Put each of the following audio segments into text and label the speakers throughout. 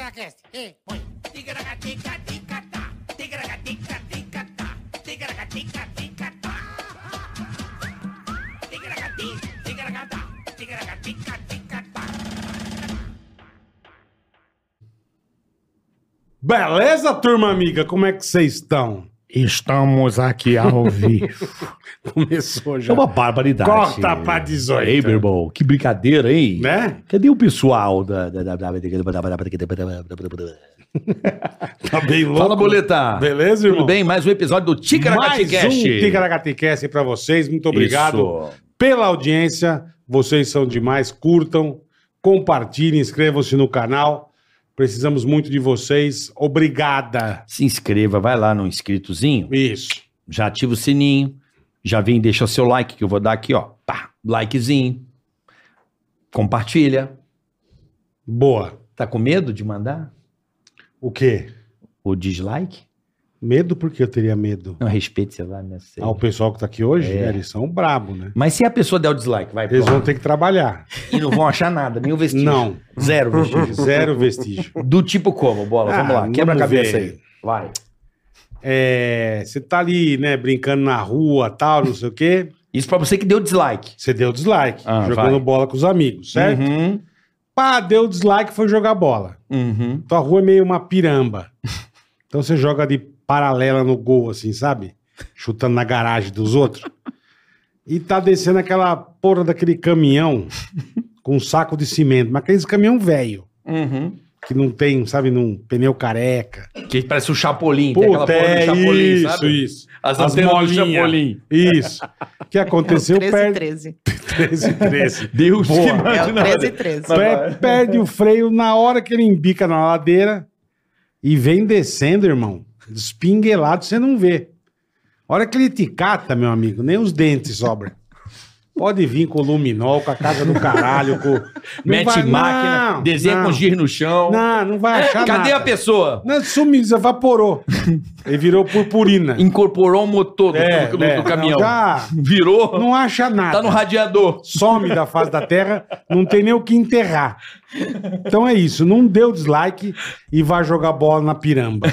Speaker 1: Ticaracast. E põe.
Speaker 2: Beleza, turma amiga? Como é que vocês estão?
Speaker 3: Estamos aqui ao vivo.
Speaker 2: Começou
Speaker 3: É
Speaker 2: já.
Speaker 3: uma barbaridade.
Speaker 2: Corta pra 18.
Speaker 3: Ei, meu irmão, que brincadeira, hein?
Speaker 2: Né?
Speaker 3: Cadê o pessoal da... da- da- da- da-
Speaker 2: Tá bem louco.
Speaker 3: Fala, Boleta.
Speaker 2: Beleza, irmão?
Speaker 3: Tudo bem? Mais um episódio do Ticaracati
Speaker 2: Mais
Speaker 3: Cast.
Speaker 2: um Ticaracatecast pra vocês. Muito obrigado
Speaker 3: Isso.
Speaker 2: pela audiência. Vocês são demais. Curtam, compartilhem, inscrevam-se no canal. Precisamos muito de vocês. Obrigada.
Speaker 3: Se inscreva, vai lá no inscritozinho,
Speaker 2: Isso.
Speaker 3: já ativa o sininho, já vem e deixa seu like, que eu vou dar aqui, ó. Pá, likezinho. Compartilha.
Speaker 2: Boa.
Speaker 3: Tá com medo de mandar
Speaker 2: O quê?
Speaker 3: o dislike?
Speaker 2: Medo? Por que eu teria medo?
Speaker 3: Não, respeite, sei lá, né? Sei.
Speaker 2: Ah, o pessoal que tá aqui hoje,
Speaker 3: É.
Speaker 2: né, eles são brabo, né?
Speaker 3: Mas se a pessoa der o dislike, vai
Speaker 2: Eles
Speaker 3: pronto.
Speaker 2: vão ter que trabalhar.
Speaker 3: E não vão achar nada, nenhum vestígio.
Speaker 2: Não.
Speaker 3: Zero vestígio.
Speaker 2: Zero vestígio.
Speaker 3: Do tipo como, bola?
Speaker 2: Ah,
Speaker 3: Vamos lá,
Speaker 2: vamos
Speaker 3: quebra a cabeça
Speaker 2: ver.
Speaker 3: aí. Vai.
Speaker 2: É, você tá ali, né, brincando na rua, tal, não sei o quê.
Speaker 3: Isso pra você que deu dislike.
Speaker 2: Você deu dislike,
Speaker 3: Ah,
Speaker 2: jogando
Speaker 3: vai.
Speaker 2: bola com os amigos, certo?
Speaker 3: Uhum,
Speaker 2: Pá, deu dislike, foi jogar bola.
Speaker 3: uhum.
Speaker 2: Tua rua é meio uma piramba. Então você joga de paralela no gol, assim, sabe? Chutando na garagem dos outros. E tá descendo aquela porra daquele caminhão com um saco de cimento. Mas aqueles caminhão velho,
Speaker 3: Uhum.
Speaker 2: que não tem, sabe, num pneu careca.
Speaker 3: Que parece o Chapolin, tem aquela
Speaker 2: Puta,
Speaker 3: porra do
Speaker 2: é
Speaker 3: Chapolin,
Speaker 2: isso,
Speaker 3: sabe?
Speaker 2: isso.
Speaker 3: As,
Speaker 2: As
Speaker 3: antenas do
Speaker 2: molinhas.
Speaker 3: Chapolin.
Speaker 2: Isso. O que aconteceu?
Speaker 4: é o 13
Speaker 2: perde... 13,
Speaker 4: 13.
Speaker 2: 13.
Speaker 3: Deus
Speaker 2: Boa.
Speaker 3: que
Speaker 4: É o
Speaker 3: imagina.
Speaker 4: 13 13.
Speaker 2: Pe- perde o freio na hora que ele embica na ladeira e vem descendo, irmão. Despinguelado, você não vê. A hora que ele te cata, meu amigo, nem os dentes sobram. Pode vir com o luminol, com a casa do caralho, com... Não
Speaker 3: Mete
Speaker 2: vai-
Speaker 3: máquina,
Speaker 2: não,
Speaker 3: desenha
Speaker 2: não,
Speaker 3: com giz no chão.
Speaker 2: Não, não vai achar
Speaker 3: Cadê a
Speaker 2: nada.
Speaker 3: pessoa?
Speaker 2: Não, sumiu, evaporou. Ele virou purpurina.
Speaker 3: Incorporou o motor do,
Speaker 2: É,
Speaker 3: do- do
Speaker 2: é, não,
Speaker 3: caminhão.
Speaker 2: já-
Speaker 3: Virou,
Speaker 2: Não acha nada.
Speaker 3: tá no radiador.
Speaker 2: some da face da terra, não tem nem o que enterrar. Então é isso, não dê o dislike e vá jogar bola na piramba.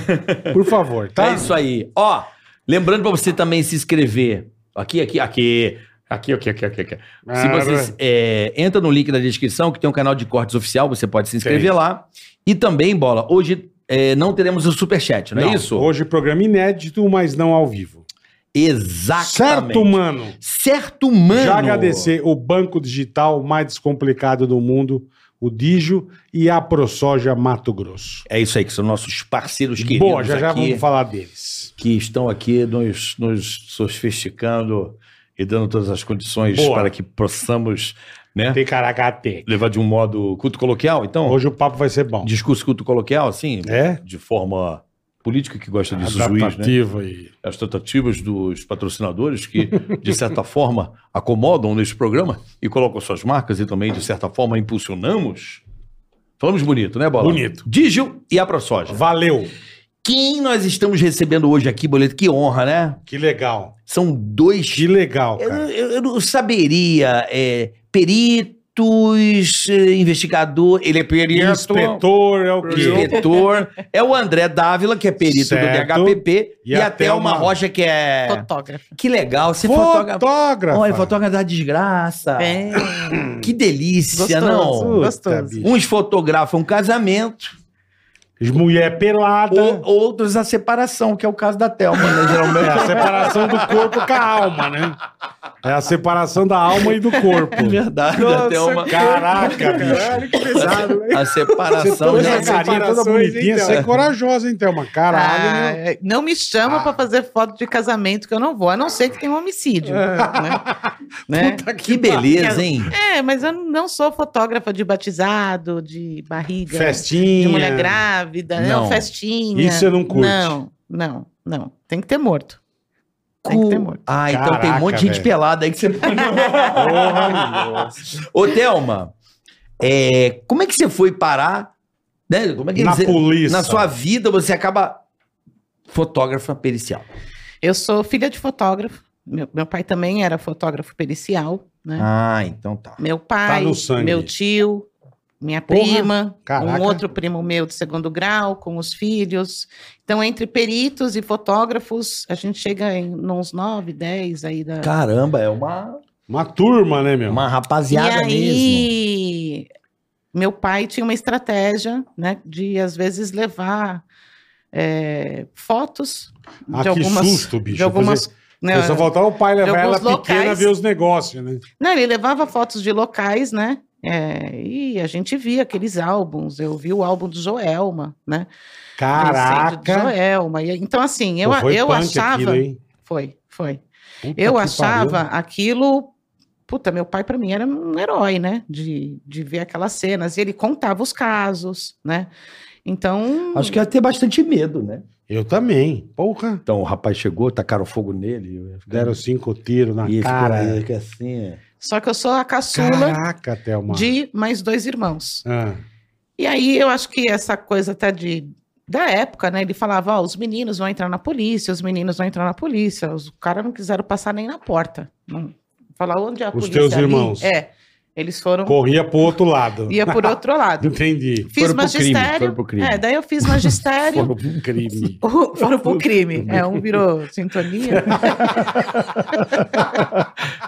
Speaker 2: Por favor, tá?
Speaker 3: É isso aí. Ó, lembrando pra você também se inscrever. Aqui, aqui, aqui. Aqui, aqui, aqui, aqui. aqui. Se você é, entra no link da descrição, que tem um canal de cortes oficial, você pode se inscrever lá. E também, Bola, hoje é, não teremos o superchat, não, é isso?
Speaker 2: Hoje programa inédito, mas não ao vivo.
Speaker 3: Exatamente.
Speaker 2: Certo, mano?
Speaker 3: Certo, mano.
Speaker 2: Já agradecer o banco digital mais descomplicado do mundo, o Dijo e a ProSoja Mato Grosso.
Speaker 3: É isso aí, que são nossos parceiros queridos
Speaker 2: Boa, já já
Speaker 3: aqui,
Speaker 2: vamos falar deles.
Speaker 3: que estão aqui nos, nos sofisticando e dando todas as condições
Speaker 2: Boa.
Speaker 3: para que possamos né,
Speaker 2: Tem caracate.
Speaker 3: levar de um modo culto coloquial. Então,
Speaker 2: Hoje o papo vai ser bom.
Speaker 3: discurso culto coloquial, assim,
Speaker 2: É?
Speaker 3: de forma política que gosta disso, juiz, né?
Speaker 2: Adaptativo e...
Speaker 3: as tentativas dos patrocinadores que, de certa forma, acomodam neste programa e colocam suas marcas e também, de certa forma, impulsionamos. Falamos bonito, né, Bola?
Speaker 2: Bonito.
Speaker 3: Digio e a ProSoja.
Speaker 2: Valeu,
Speaker 3: Quem nós estamos recebendo hoje aqui, Boleto? Que honra, né?
Speaker 2: que legal.
Speaker 3: São dois...
Speaker 2: Que legal,
Speaker 3: Eu,
Speaker 2: cara.
Speaker 3: eu- eu não saberia. é, peritos, é, investigador... Ele é perito.
Speaker 2: Inspetor é o que?
Speaker 3: Inspetor. É o André Dávila, que é perito
Speaker 2: Certo.
Speaker 3: do DHPP. E,
Speaker 2: E a
Speaker 3: até uma
Speaker 2: Thelma-
Speaker 3: Rocha, que é...
Speaker 4: Fotógrafo.
Speaker 3: Que legal, você fotogra-
Speaker 2: Fotógrafo.
Speaker 3: Olha, fotógrafo da desgraça.
Speaker 4: Bem,
Speaker 3: Que delícia,
Speaker 4: Gostoso.
Speaker 3: não?
Speaker 4: gostoso.
Speaker 2: bicho.
Speaker 3: Uns fotografam um casamento,
Speaker 2: Mulher pelada.
Speaker 3: ou- outros a separação, que é o caso da Thelma, né?
Speaker 2: É a
Speaker 3: Geralmente.
Speaker 2: separação do corpo com a alma, né? É a separação da alma e do corpo.
Speaker 3: É verdade, a Thelma.
Speaker 2: Caraca, bicho.
Speaker 3: A né? separação.
Speaker 2: Então,
Speaker 4: Hoje
Speaker 3: né?
Speaker 4: é
Speaker 2: essa carinha toda bonitinha, você é corajosa, hein, Thelma? Caralho, meu.
Speaker 4: Ah, não me chama
Speaker 2: Ah.
Speaker 4: pra fazer foto de casamento que eu não vou, a não ser que tenha um homicídio. Né? Né?
Speaker 2: É. Puta
Speaker 3: Que
Speaker 2: pariu.
Speaker 3: beleza, hein?
Speaker 4: É, mas eu não sou fotógrafa de batizado, de barriga,
Speaker 2: Festinha.
Speaker 4: de mulher grávida, não,
Speaker 3: Não.
Speaker 4: festinha.
Speaker 2: Isso você não curte.
Speaker 4: Não, não, não. Tem que ter morto. Tem que ter morto.
Speaker 3: Ah, então tem um
Speaker 2: Caraca,
Speaker 3: monte de gente
Speaker 2: velho.
Speaker 3: pelada aí que você pode.
Speaker 2: Porra, nossa.
Speaker 3: Ô, Thelma, é, como é que você foi parar? né? Como é que
Speaker 2: Na
Speaker 3: você-
Speaker 2: polícia.
Speaker 3: na sua vida você acaba fotógrafa pericial.
Speaker 4: Eu sou filha de fotógrafo. Meu, meu pai também era fotógrafo pericial, né?
Speaker 3: Ah, então tá.
Speaker 4: Meu pai,
Speaker 2: Tá no sangue.
Speaker 4: meu tio, minha
Speaker 2: Porra,
Speaker 4: prima,
Speaker 2: caraca.
Speaker 4: um outro primo meu de segundo grau, com os filhos. Então, entre peritos e fotógrafos, a gente chega em uns 9, 10 aí da.
Speaker 1: Caramba, é uma,
Speaker 2: Uma turma, né, meu?
Speaker 1: uma
Speaker 4: E
Speaker 1: rapaziada mesmo.
Speaker 4: aí, meu pai tinha uma estratégia, né, de às vezes levar é, fotos
Speaker 2: Ah,
Speaker 4: de
Speaker 2: que
Speaker 4: algumas,
Speaker 2: susto, bicho.
Speaker 4: de algumas, né,
Speaker 2: Eu só faltava o pai levar
Speaker 4: de
Speaker 2: ela
Speaker 4: alguns
Speaker 2: pequena
Speaker 4: locais.
Speaker 2: ver os negócios, né?
Speaker 4: Não, ele levava fotos de locais, né? É, e a gente via aqueles álbuns. Eu vi o álbum do Joelma, né? O incêndio do
Speaker 2: Caraca.
Speaker 4: Joelma. E- Então, assim, eu,
Speaker 2: Pô, foi
Speaker 4: eu
Speaker 2: punk
Speaker 4: achava.
Speaker 2: aquilo, hein?
Speaker 4: foi, foi.
Speaker 2: Puta
Speaker 4: eu
Speaker 2: que
Speaker 4: achava
Speaker 2: pariu.
Speaker 4: aquilo. Puta, meu pai para mim era um herói, né? De, de ver aquelas cenas. E ele contava os casos, né? Então.
Speaker 1: Acho que ia ter bastante medo, né?
Speaker 2: Eu também. Porra.
Speaker 1: Então o rapaz chegou, tacaram fogo nele.
Speaker 4: Hum.
Speaker 2: Deram cinco tiros na
Speaker 1: assim, e ele
Speaker 2: cara.
Speaker 1: ficou meio que assim. é.
Speaker 4: Só que eu sou a caçula
Speaker 2: Caraca, Thelma.
Speaker 4: de mais dois irmãos.
Speaker 2: Ah,
Speaker 4: E aí eu acho que essa coisa até de da época, né? Ele falava, ó, os meninos vão entrar na polícia, os meninos vão entrar na polícia. Os caras não quiseram passar nem na porta. Não, falar onde é a
Speaker 2: Os
Speaker 4: polícia.
Speaker 2: teus
Speaker 4: ali?"
Speaker 2: irmãos.
Speaker 4: É, eles foram
Speaker 2: corria pro outro lado.
Speaker 4: ia por outro lado.
Speaker 2: Entendi.
Speaker 4: Fiz
Speaker 3: Foram pro crime,
Speaker 4: magistério.
Speaker 3: foram pro crime.
Speaker 4: É, daí eu fiz magistério.
Speaker 1: Foram um crime.
Speaker 4: O- Foram pro crime. É, um virou sintonia.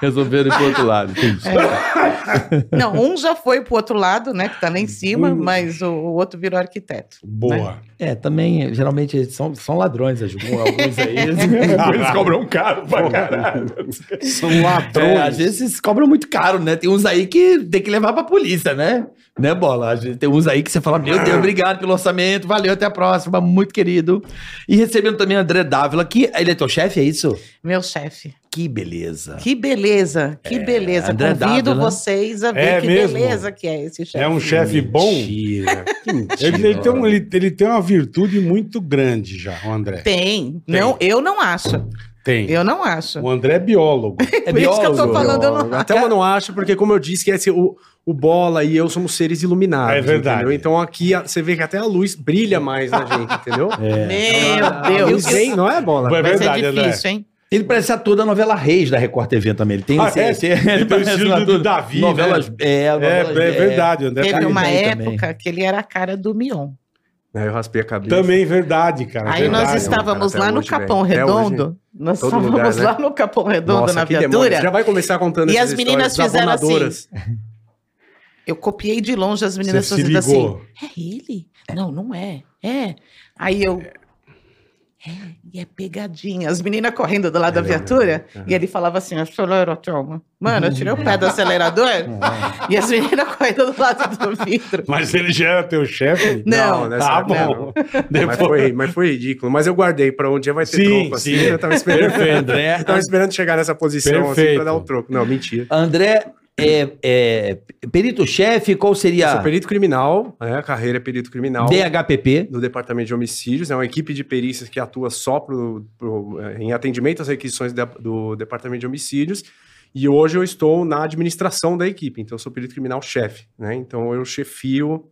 Speaker 3: Resolveram ir pro outro lado. entendi.
Speaker 4: Não, um já foi pro outro lado, né? Que tá lá em
Speaker 2: Uhum.
Speaker 4: cima, mas o, o outro virou arquiteto.
Speaker 2: Boa.
Speaker 1: É, também, geralmente eles são, são ladrões, alguns, alguns aí. Eles, eles cobram caro pra caralho.
Speaker 2: São
Speaker 1: É, às
Speaker 2: ladrões.
Speaker 1: vezes eles cobram muito caro, né? Tem uns aí que tem que levar pra polícia, né? Né, Bola? Às vezes Tem uns aí que você fala, meu Deus, obrigado pelo orçamento, valeu, até a próxima, muito querido. E recebendo também o André Dávila, que ele é teu chefe, é isso?
Speaker 4: Meu chefe.
Speaker 1: Que beleza.
Speaker 4: Que beleza, que beleza.
Speaker 1: André
Speaker 4: Convido
Speaker 1: Dávila.
Speaker 4: vocês a ver
Speaker 2: É
Speaker 4: que
Speaker 2: mesmo?
Speaker 4: beleza que é esse chefe.
Speaker 2: é um chefe bom.
Speaker 1: Mentira. que mentira.
Speaker 2: Ele, ele tem um- ele- ele tem uma virtude muito grande já, o André.
Speaker 4: Tem. Não, eu não acho.
Speaker 2: Tem.
Speaker 4: Eu não acho.
Speaker 2: O André é biólogo.
Speaker 1: É
Speaker 4: Por isso que eu tô
Speaker 1: biólogo.
Speaker 4: falando, eu não-
Speaker 5: Até eu não acho, porque como eu disse, que esse, é o, o Bola e eu somos seres iluminados.
Speaker 2: É verdade.
Speaker 5: entendeu? Então aqui a- você vê que até a luz brilha mais na gente, entendeu?
Speaker 4: Meu
Speaker 5: A luz
Speaker 4: Deus.
Speaker 5: vem, não Ah, é Bola?
Speaker 2: É
Speaker 4: Vai
Speaker 2: verdade,
Speaker 4: ser
Speaker 2: André.
Speaker 4: difícil, hein?
Speaker 1: Ele parece ator da novela Reis da Record TV também. Ele tem
Speaker 2: Ah, é?
Speaker 1: esse,
Speaker 2: Ele tem o estilo do Davi,
Speaker 1: Novelas, é,
Speaker 2: É, é
Speaker 1: novelas-
Speaker 2: verdade, o André.
Speaker 4: Teve
Speaker 2: tá-
Speaker 4: uma
Speaker 1: bem também.
Speaker 4: época que ele era a cara do Mion.
Speaker 5: Aí né, eu raspei a cabeça.
Speaker 2: Também É verdade, cara.
Speaker 4: Aí
Speaker 5: verdade,
Speaker 4: nós estávamos
Speaker 5: cara,
Speaker 4: lá
Speaker 5: até
Speaker 4: no
Speaker 5: hoje,
Speaker 4: Capão
Speaker 5: velho. Até
Speaker 4: Redondo. nós
Speaker 5: Todo
Speaker 4: estávamos
Speaker 5: lugar, né?
Speaker 4: lá no Capão Redondo,
Speaker 5: Nossa,
Speaker 4: na
Speaker 5: que demônio. Já
Speaker 4: viatura.
Speaker 5: vai começar contando
Speaker 4: E
Speaker 5: essas
Speaker 4: as meninas
Speaker 5: histórias
Speaker 4: fizeram assim.
Speaker 5: abominadoras.
Speaker 4: Eu copiei de longe as
Speaker 2: Você
Speaker 4: meninas
Speaker 2: se
Speaker 4: fazendo assim.
Speaker 2: ligou.
Speaker 4: É ele? Não, não é. É. Aí eu. É, e é pegadinha. As meninas correndo do
Speaker 2: É.
Speaker 4: lado da viatura, e ele falava assim: acelera, Thelma. Mano, eu tirei o pé do acelerador, e as meninas correndo do lado do vidro.
Speaker 2: Mas ele já era teu chefe?
Speaker 4: Não,
Speaker 5: nessa
Speaker 2: Tá
Speaker 5: época não.
Speaker 2: bom.
Speaker 5: Mas
Speaker 2: Depois.
Speaker 5: foi, mas foi ridículo. Mas eu guardei pra onde vai ter
Speaker 2: Sim,
Speaker 5: troco, assim.
Speaker 2: sim.
Speaker 5: Eu tava esperando,
Speaker 2: Perfeito.
Speaker 5: eu tava esperando chegar nessa posição, assim,
Speaker 2: Perfeito.
Speaker 5: pra dar o troco. Não, mentira.
Speaker 1: André é, é perito-chefe, qual
Speaker 5: Eu
Speaker 4: Ah.
Speaker 1: seria
Speaker 5: sou é perito criminal, né? A carreira é perito criminal.
Speaker 1: DHPP?
Speaker 5: do Departamento de Homicídios, é uma equipe de perícias que atua só pro, pro- eh, em atendimento às requisições da- do Departamento de Homicídios. E hoje eu estou na administração da equipe, então eu sou perito criminal chefe, né? Então eu chefio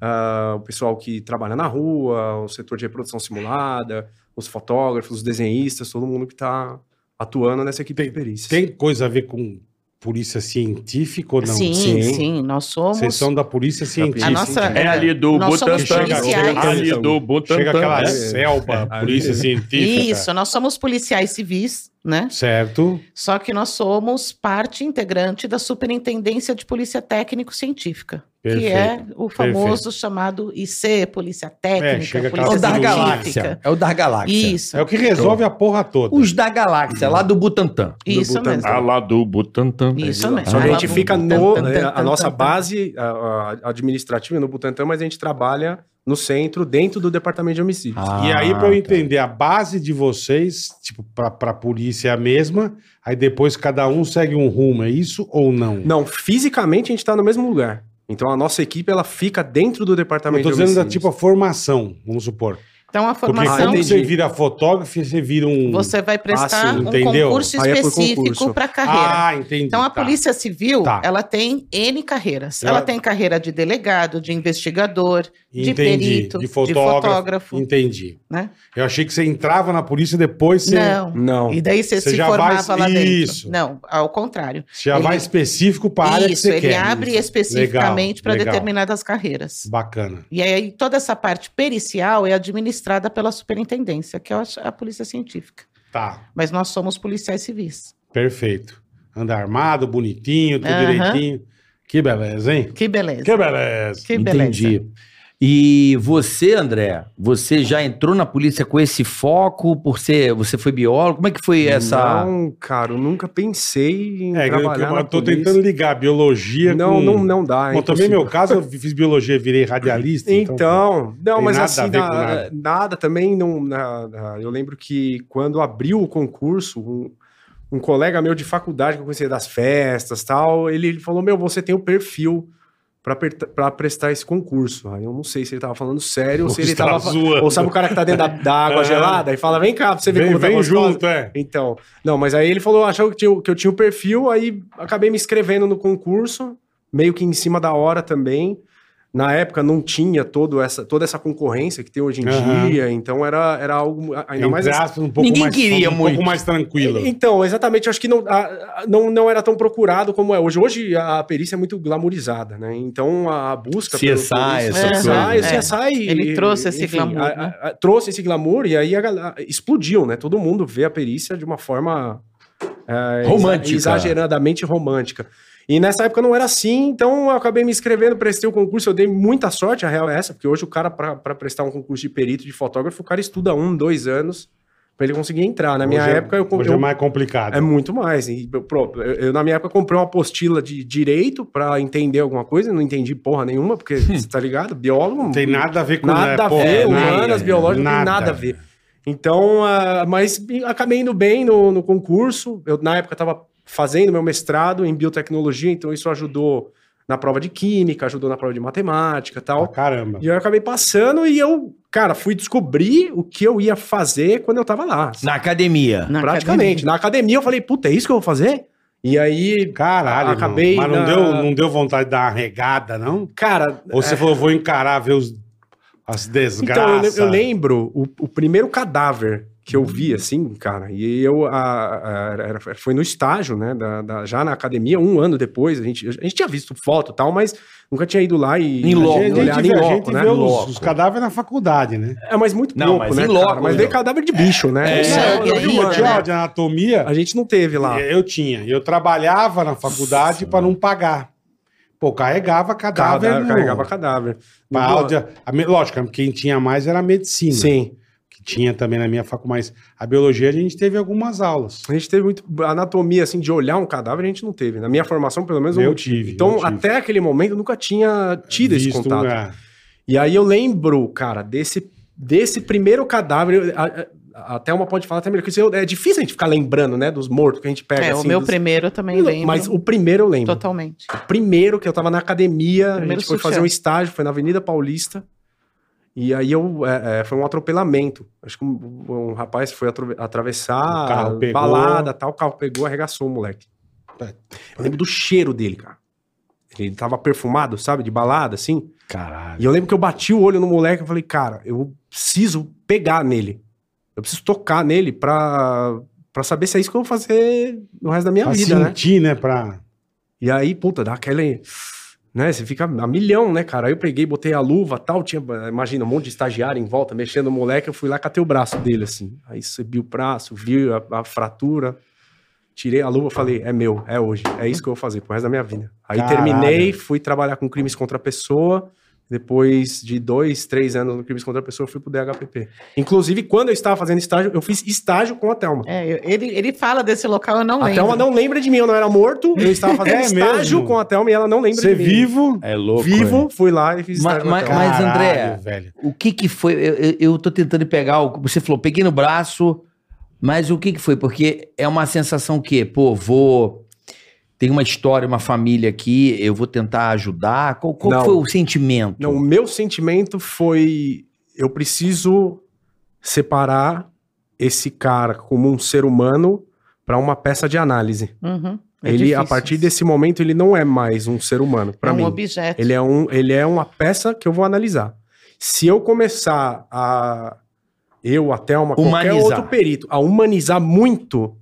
Speaker 5: ah, o pessoal que trabalha na rua, o setor de reprodução simulada, os fotógrafos, os desenhistas, todo mundo que está atuando nessa equipe de perícias.
Speaker 2: Tem coisa a ver com polícia científica ou não?
Speaker 4: sim, sim, nós somos.
Speaker 2: Vocês são da polícia científica.
Speaker 4: A nossa.
Speaker 5: É
Speaker 3: do
Speaker 4: nós somos
Speaker 3: Butantan.
Speaker 4: policiais.
Speaker 2: Ali do
Speaker 3: Butantan.
Speaker 2: Chega aquela
Speaker 5: né?
Speaker 2: selva,
Speaker 5: É.
Speaker 2: polícia científica.
Speaker 4: Isso, nós somos policiais civis, né?
Speaker 2: Certo?
Speaker 4: Só que nós somos parte integrante da Superintendência de Polícia Técnico-Científica, que é
Speaker 2: Perfeito.
Speaker 4: o famoso chamado IC, Polícia Técnica,
Speaker 2: chega
Speaker 1: É
Speaker 2: aquela
Speaker 1: o
Speaker 4: Polícia
Speaker 1: da
Speaker 2: Científica.
Speaker 1: Galáxia.
Speaker 4: Científica.
Speaker 1: É o da Galáxia.
Speaker 4: Isso,
Speaker 2: É o que resolve a porra toda.
Speaker 1: Os da Galáxia, lá do Butantan.
Speaker 4: isso
Speaker 5: Butantan.
Speaker 4: mesmo.
Speaker 5: Ah,
Speaker 3: lá do Butantan.
Speaker 4: Isso mesmo.
Speaker 5: Só que a gente
Speaker 4: Ah,
Speaker 5: fica
Speaker 4: bom.
Speaker 5: no,
Speaker 4: Tan, tan,
Speaker 5: né,
Speaker 4: tan,
Speaker 5: a nossa
Speaker 4: tan, tan.
Speaker 5: base a- a administrativa é no Butantã, mas a gente trabalha no centro, dentro do Departamento de Homicídios.
Speaker 3: Ah.
Speaker 2: E aí, pra eu
Speaker 3: tá.
Speaker 2: entender, a base de vocês, tipo, pra, pra polícia é a mesma, aí depois cada um segue um rumo, é isso ou não?
Speaker 5: Não, fisicamente a gente está no mesmo lugar. Então a nossa equipe ela fica dentro do
Speaker 2: Eu
Speaker 5: Departamento
Speaker 2: tô
Speaker 5: de
Speaker 2: dizendo da
Speaker 5: Homicídios.
Speaker 2: tipo a formação, vamos supor.
Speaker 4: Então, a
Speaker 2: Porque
Speaker 4: formação,
Speaker 2: quando
Speaker 5: entendi.
Speaker 2: você vira fotógrafo, você vira um...
Speaker 4: você vai prestar
Speaker 5: Ah, sim.
Speaker 4: um
Speaker 2: Entendeu?
Speaker 4: concurso
Speaker 5: Aí é por
Speaker 4: específico
Speaker 5: concurso.
Speaker 4: para carreira.
Speaker 2: Ah, entendi.
Speaker 4: Então, a
Speaker 2: tá.
Speaker 4: Polícia Civil,
Speaker 2: Tá.
Speaker 4: ela tem N carreiras.
Speaker 2: Ela-
Speaker 4: Ela tem carreira de delegado, de investigador, de
Speaker 2: Entendi.
Speaker 4: perito,
Speaker 2: de
Speaker 4: de
Speaker 2: fotógrafo.
Speaker 4: fotógrafo,
Speaker 2: Entendi.
Speaker 4: né?
Speaker 2: Eu achei que você entrava na polícia e depois você,
Speaker 4: Não.
Speaker 5: Não.
Speaker 4: tipo E daí você,
Speaker 2: Você
Speaker 4: se
Speaker 2: já vai-
Speaker 4: formava lá dentro.
Speaker 2: Isso.
Speaker 4: Não, ao contrário.
Speaker 2: você já
Speaker 4: Ele-
Speaker 2: vai específico para a área que
Speaker 4: Isso,
Speaker 2: você
Speaker 4: ele
Speaker 2: quer.
Speaker 4: abre
Speaker 2: Isso.
Speaker 4: especificamente
Speaker 2: Legal,
Speaker 4: para
Speaker 2: legal.
Speaker 4: determinadas carreiras.
Speaker 2: Bacana.
Speaker 4: E aí toda essa parte pericial é administrada pela superintendência, que é a a polícia científica.
Speaker 2: Tá,
Speaker 4: Mas nós somos policiais civis.
Speaker 2: perfeito. Anda armado, bonitinho, tudo
Speaker 4: Aham.
Speaker 2: direitinho. Que beleza, hein?
Speaker 4: Que beleza.
Speaker 2: Que beleza.
Speaker 4: Que beleza.
Speaker 3: tá. Entendi. E você, André, você já entrou na polícia com esse foco por ser, você foi biólogo? Como é que foi essa?
Speaker 5: Não, cara, eu nunca pensei em
Speaker 2: É, eu,
Speaker 5: trabalhar
Speaker 2: eu,
Speaker 5: na
Speaker 2: eu tô
Speaker 5: polícia.
Speaker 2: tentando ligar a biologia
Speaker 5: Não,
Speaker 2: com...
Speaker 5: não, não dá. é
Speaker 2: Bom, também
Speaker 5: impossível.
Speaker 2: meu caso, eu fiz biologia, virei radialista.
Speaker 5: Então, não,
Speaker 2: tem
Speaker 5: mas
Speaker 2: nada a
Speaker 5: assim,
Speaker 2: ver com
Speaker 5: na-
Speaker 2: nada.
Speaker 5: nada. também. Não, na- na- eu lembro que quando abriu o concurso, um, um colega meu de faculdade que eu conhecia das festas tal, ele falou: Meu, você tem o perfil para prestar esse concurso. Aí eu não sei se ele tava falando sério ou se
Speaker 2: Ou
Speaker 5: ele
Speaker 2: estava
Speaker 5: tava.
Speaker 2: zoando.
Speaker 5: Ou sabe o cara que tá dentro da, da
Speaker 2: É.
Speaker 5: água gelada e fala: Vem cá pra você ver
Speaker 2: vem,
Speaker 5: como tá
Speaker 2: vem
Speaker 5: gostosa."
Speaker 2: junto, é.
Speaker 5: Então, não, mas aí ele falou, "Ah, achou que, tinha- que eu tinha o perfil, aí acabei me inscrevendo no concurso, meio que em cima da hora também. Na época não tinha todo essa, toda essa concorrência que tem hoje em
Speaker 2: Aham.
Speaker 5: dia, então era, era algo a- ainda
Speaker 2: Ainda
Speaker 5: mais.
Speaker 2: um pouco
Speaker 3: Ninguém
Speaker 2: mais,
Speaker 3: queria
Speaker 2: um pouco
Speaker 3: muito.
Speaker 2: mais tranquilo.
Speaker 5: Então, exatamente, acho que não, a- a- não, não era tão procurado como é hoje. Hoje a perícia é muito glamourizada, né? Então a busca
Speaker 3: CSI, essas
Speaker 5: CSI,
Speaker 4: coisas, né?
Speaker 5: o CSI,
Speaker 4: Ele trouxe esse glamour,
Speaker 5: a-
Speaker 4: né?
Speaker 5: a- trouxe esse glamour e aí a galera- explodiu, né? Todo mundo vê a perícia de uma forma é, exa-
Speaker 3: Romântica.
Speaker 5: Exageradamente romântica. E nessa época não era assim, então eu acabei me inscrevendo, prestei o concurso, eu dei muita sorte, a real é essa, porque hoje o cara, para prestar um concurso de perito, de fotógrafo, o cara estuda um, dois anos para ele conseguir entrar. Na minha
Speaker 2: Hoje é-
Speaker 5: época, eu,
Speaker 2: Hoje é
Speaker 5: eu-
Speaker 2: mais complicado.
Speaker 5: é muito mais. E, eu, pro- eu- eu, na minha época, comprei uma apostila de direito pra entender alguma coisa, não entendi porra nenhuma, porque, você tá ligado? Biólogo. não-
Speaker 2: Tem nada a ver com
Speaker 5: nada a
Speaker 2: pô,
Speaker 5: ver,
Speaker 2: né? nada,
Speaker 5: humanas, biológicas, não tem nada a ver. Então, ah, mas acabei indo bem no, no concurso. Eu, na época, estava fazendo meu mestrado em biotecnologia, então isso ajudou na prova de química, ajudou na prova de matemática e
Speaker 2: Pra
Speaker 5: tal.
Speaker 2: caramba.
Speaker 5: E eu acabei passando e eu, cara, fui descobrir o que eu ia fazer quando eu tava lá.
Speaker 3: Na academia.
Speaker 4: Na
Speaker 5: Praticamente. Na academia eu falei, puta, é isso que eu vou fazer? E aí,
Speaker 2: Caralho, irmão.
Speaker 5: Acabei
Speaker 2: mas não,
Speaker 5: na-
Speaker 2: deu, não deu vontade de dar uma regada, não?
Speaker 5: cara. é,
Speaker 2: Ou você falou, vou encarar, ver os, as
Speaker 5: Então, eu,
Speaker 2: desgraças.
Speaker 5: le- eu lembro o, o primeiro cadáver que eu vi, assim, cara, e eu. a- a- era- era- foi no estágio, né? da- da- já na academia, um ano depois. A gente, a gente tinha visto foto e tal, mas nunca tinha ido lá e.
Speaker 3: Em loco.
Speaker 5: A gente, olhar
Speaker 2: a gente,
Speaker 5: em
Speaker 2: vê- a
Speaker 5: loco,
Speaker 2: gente
Speaker 5: né?
Speaker 2: vê
Speaker 5: Em
Speaker 2: os,
Speaker 5: loco.
Speaker 2: os cadáveres na faculdade, né?
Speaker 5: É, mas muito
Speaker 3: Não,
Speaker 5: pouco,
Speaker 3: mas
Speaker 5: né?
Speaker 3: em
Speaker 5: cara?
Speaker 3: loco,
Speaker 5: Mas
Speaker 3: né?
Speaker 5: veio cadáver de bicho, né?
Speaker 3: É,
Speaker 5: Isso
Speaker 4: sangue
Speaker 2: eu,
Speaker 5: eu- eu-
Speaker 4: ainda,
Speaker 2: eu tinha
Speaker 4: né?
Speaker 2: aula de anatomia,
Speaker 5: A gente não teve é. lá.
Speaker 2: eu tinha. Eu trabalhava na faculdade para não pagar. Pô, carregava cadáver.
Speaker 5: Cadáver,
Speaker 2: no-
Speaker 5: carregava cadáver.
Speaker 2: pra aula de- a me- lógico, quem tinha mais era a medicina.
Speaker 5: Sim.
Speaker 2: que tinha também na minha faculdade, mas a biologia a gente teve algumas aulas.
Speaker 5: A gente teve muito. Anatomia, assim, de olhar um cadáver, a gente não teve. Na minha formação, pelo menos,
Speaker 2: Eu
Speaker 5: não
Speaker 2: tive, eu
Speaker 5: Então,
Speaker 2: tive.
Speaker 5: até aquele momento, eu nunca tinha tido esse
Speaker 2: Visto,
Speaker 5: contato.
Speaker 2: é.
Speaker 5: E aí eu lembro, cara, desse, desse primeiro cadáver. eu- a- a- até uma pode falar até melhor que isso. eu- É difícil a gente ficar lembrando, né? Dos mortos que a gente pega.
Speaker 4: É,
Speaker 5: assim,
Speaker 4: o meu
Speaker 5: dos-
Speaker 4: primeiro eu também lembro.
Speaker 5: Mas um o primeiro eu lembro.
Speaker 4: Totalmente.
Speaker 5: O primeiro que eu tava na academia, a
Speaker 4: Primeiro
Speaker 5: gente foi
Speaker 4: sutiã.
Speaker 5: fazer um estágio, foi na Avenida Paulista. E aí eu é, é, foi um atropelamento. Acho que um, um rapaz foi atro- atravessar
Speaker 2: O carro
Speaker 5: a
Speaker 2: pegou. É.
Speaker 5: balada, tal, o carro pegou, arregaçou o moleque. Eu lembro do cheiro dele, cara. Ele tava perfumado, sabe, de balada assim.
Speaker 2: Caralho.
Speaker 5: E eu lembro que eu bati o olho no moleque e falei, cara, eu preciso pegar nele. Eu preciso tocar nele pra, pra saber se é isso que eu vou fazer no resto da minha
Speaker 2: Pra
Speaker 5: vida, né?
Speaker 2: sentir, né? Pra...
Speaker 5: E aí, puta, dá aquela. Né, você fica a milhão, né, cara? Aí eu peguei, botei a luva tal, tinha, imagina, um monte de estagiário em volta, mexendo o moleque, eu fui lá, catei o braço dele, assim. Aí subi o braço, vi a, a fratura, tirei a luva, falei, é meu, é hoje, é isso que eu vou fazer pro resto da minha vida. Aí
Speaker 2: Caralho.
Speaker 5: terminei, fui trabalhar com crimes contra a pessoa, depois de dois, três anos no crimes contra a pessoa, eu fui pro DHPP. Inclusive, quando eu estava fazendo estágio, eu fiz estágio com a Thelma.
Speaker 4: É, eu- ele, ele fala desse local, eu não
Speaker 5: A
Speaker 4: lembro.
Speaker 5: Thelma não lembra de mim, eu não era morto, eu estava fazendo
Speaker 2: É
Speaker 5: estágio
Speaker 2: mesmo?
Speaker 5: com a Thelma e ela não lembra
Speaker 2: Ser
Speaker 5: de mim.
Speaker 2: vivo.
Speaker 3: É louco.
Speaker 5: Vivo, fui lá e fiz
Speaker 3: Ma-
Speaker 5: estágio com a
Speaker 3: ma-
Speaker 5: Thelma.
Speaker 3: Mas,
Speaker 2: Caralho,
Speaker 3: André,
Speaker 2: velho.
Speaker 3: O que que foi? Eu, eu, eu tô tentando pegar o. Você falou, peguei no braço, mas o que que foi? Porque é uma sensação que, pô, vou. Tem uma história, uma família aqui, eu vou tentar ajudar. Qual, qual
Speaker 5: Não.
Speaker 3: foi o sentimento?
Speaker 5: Não, o meu sentimento foi eu preciso separar esse cara como um ser humano para uma peça de análise.
Speaker 4: Uhum. É
Speaker 5: ele,
Speaker 4: difícil.
Speaker 5: a partir desse momento, ele não é mais um ser humano, para
Speaker 4: é um
Speaker 5: mim.
Speaker 4: objeto.
Speaker 5: Ele é, um, ele é uma peça que eu vou analisar. Se eu começar a. Eu, a Thelma, qualquer
Speaker 3: Humanizar.
Speaker 5: outro perito, a humanizar muito,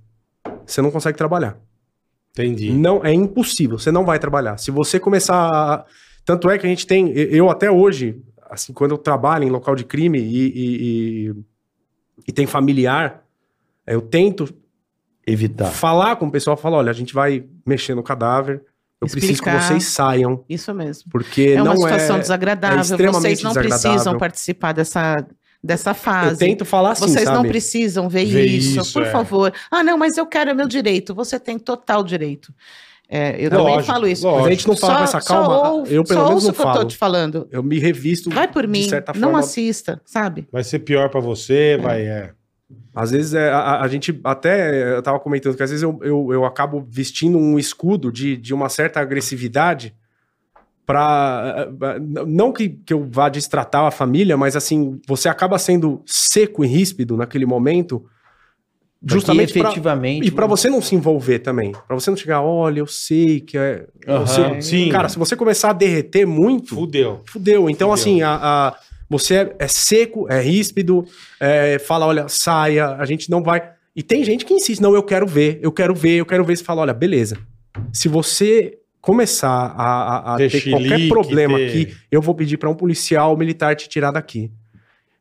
Speaker 5: você não consegue trabalhar.
Speaker 2: Entendi.
Speaker 5: Não, é impossível, você não vai trabalhar. Se você começar. a- Tanto é que a gente tem. e- Eu até hoje, assim, quando eu trabalho em local de crime e, e, e- e tem familiar, é, eu tento
Speaker 3: Evitar.
Speaker 5: falar com o pessoal, falar, olha, a gente vai mexer no cadáver, eu preciso que
Speaker 4: Explicar.
Speaker 5: vocês saiam,
Speaker 4: Isso mesmo.
Speaker 5: porque
Speaker 4: É
Speaker 5: não
Speaker 4: uma situação
Speaker 5: é...
Speaker 4: desagradável.
Speaker 5: extremamente
Speaker 4: Vocês não precisam
Speaker 5: desagradável.
Speaker 4: participar dessa, dessa
Speaker 5: Eu
Speaker 4: fase.
Speaker 5: tento falar assim,
Speaker 4: Vocês
Speaker 5: sabe?
Speaker 4: não precisam ver,
Speaker 2: Ver
Speaker 4: isso,
Speaker 2: isso,
Speaker 4: por
Speaker 2: é.
Speaker 4: favor. Ah, não, mas eu quero, é meu direito. Você tem total direito. É, eu também
Speaker 2: Lógico,
Speaker 4: falo isso.
Speaker 5: Mas a
Speaker 2: lógico.
Speaker 5: gente não fala com essa
Speaker 4: só
Speaker 5: calma,
Speaker 4: ou-
Speaker 5: eu pelo
Speaker 4: só
Speaker 5: menos
Speaker 4: ouço
Speaker 5: não
Speaker 4: o que eu tô
Speaker 5: falo.
Speaker 4: te falando.
Speaker 5: Eu me revisto,
Speaker 4: Vai por mim,
Speaker 5: certa
Speaker 4: não
Speaker 5: forma-
Speaker 4: assista, sabe?
Speaker 2: Vai ser pior pra você, vai. É.
Speaker 5: às vezes é, a- a, a gente até, eu tava comentando que às vezes eu, eu, eu acabo vestindo um escudo de, de uma certa agressividade pra, eh, eh, não que, que eu vá destratar a família, mas assim, você acaba sendo seco e ríspido naquele momento, justamente
Speaker 3: Justamente
Speaker 5: pra,
Speaker 3: efetivamente.
Speaker 5: E pra você não se envolver também. Pra você não chegar, olha, eu sei que é. eu
Speaker 3: Aham.
Speaker 5: sei."
Speaker 2: Sim.
Speaker 5: Cara, se você começar a derreter muito,
Speaker 2: Fudeu.
Speaker 5: fudeu. Então,
Speaker 2: Fudeu.
Speaker 5: assim, a, a- você é, é seco, é ríspido, é, fala, olha, saia, a gente não vai. E tem gente que insiste, não, eu quero ver, eu quero ver, eu quero ver. Você fala, olha, beleza. Se você começar a, a- a
Speaker 2: Ter
Speaker 5: ter
Speaker 2: chilique,
Speaker 5: qualquer problema
Speaker 2: ter-
Speaker 5: aqui, eu vou pedir pra um policial militar te tirar daqui.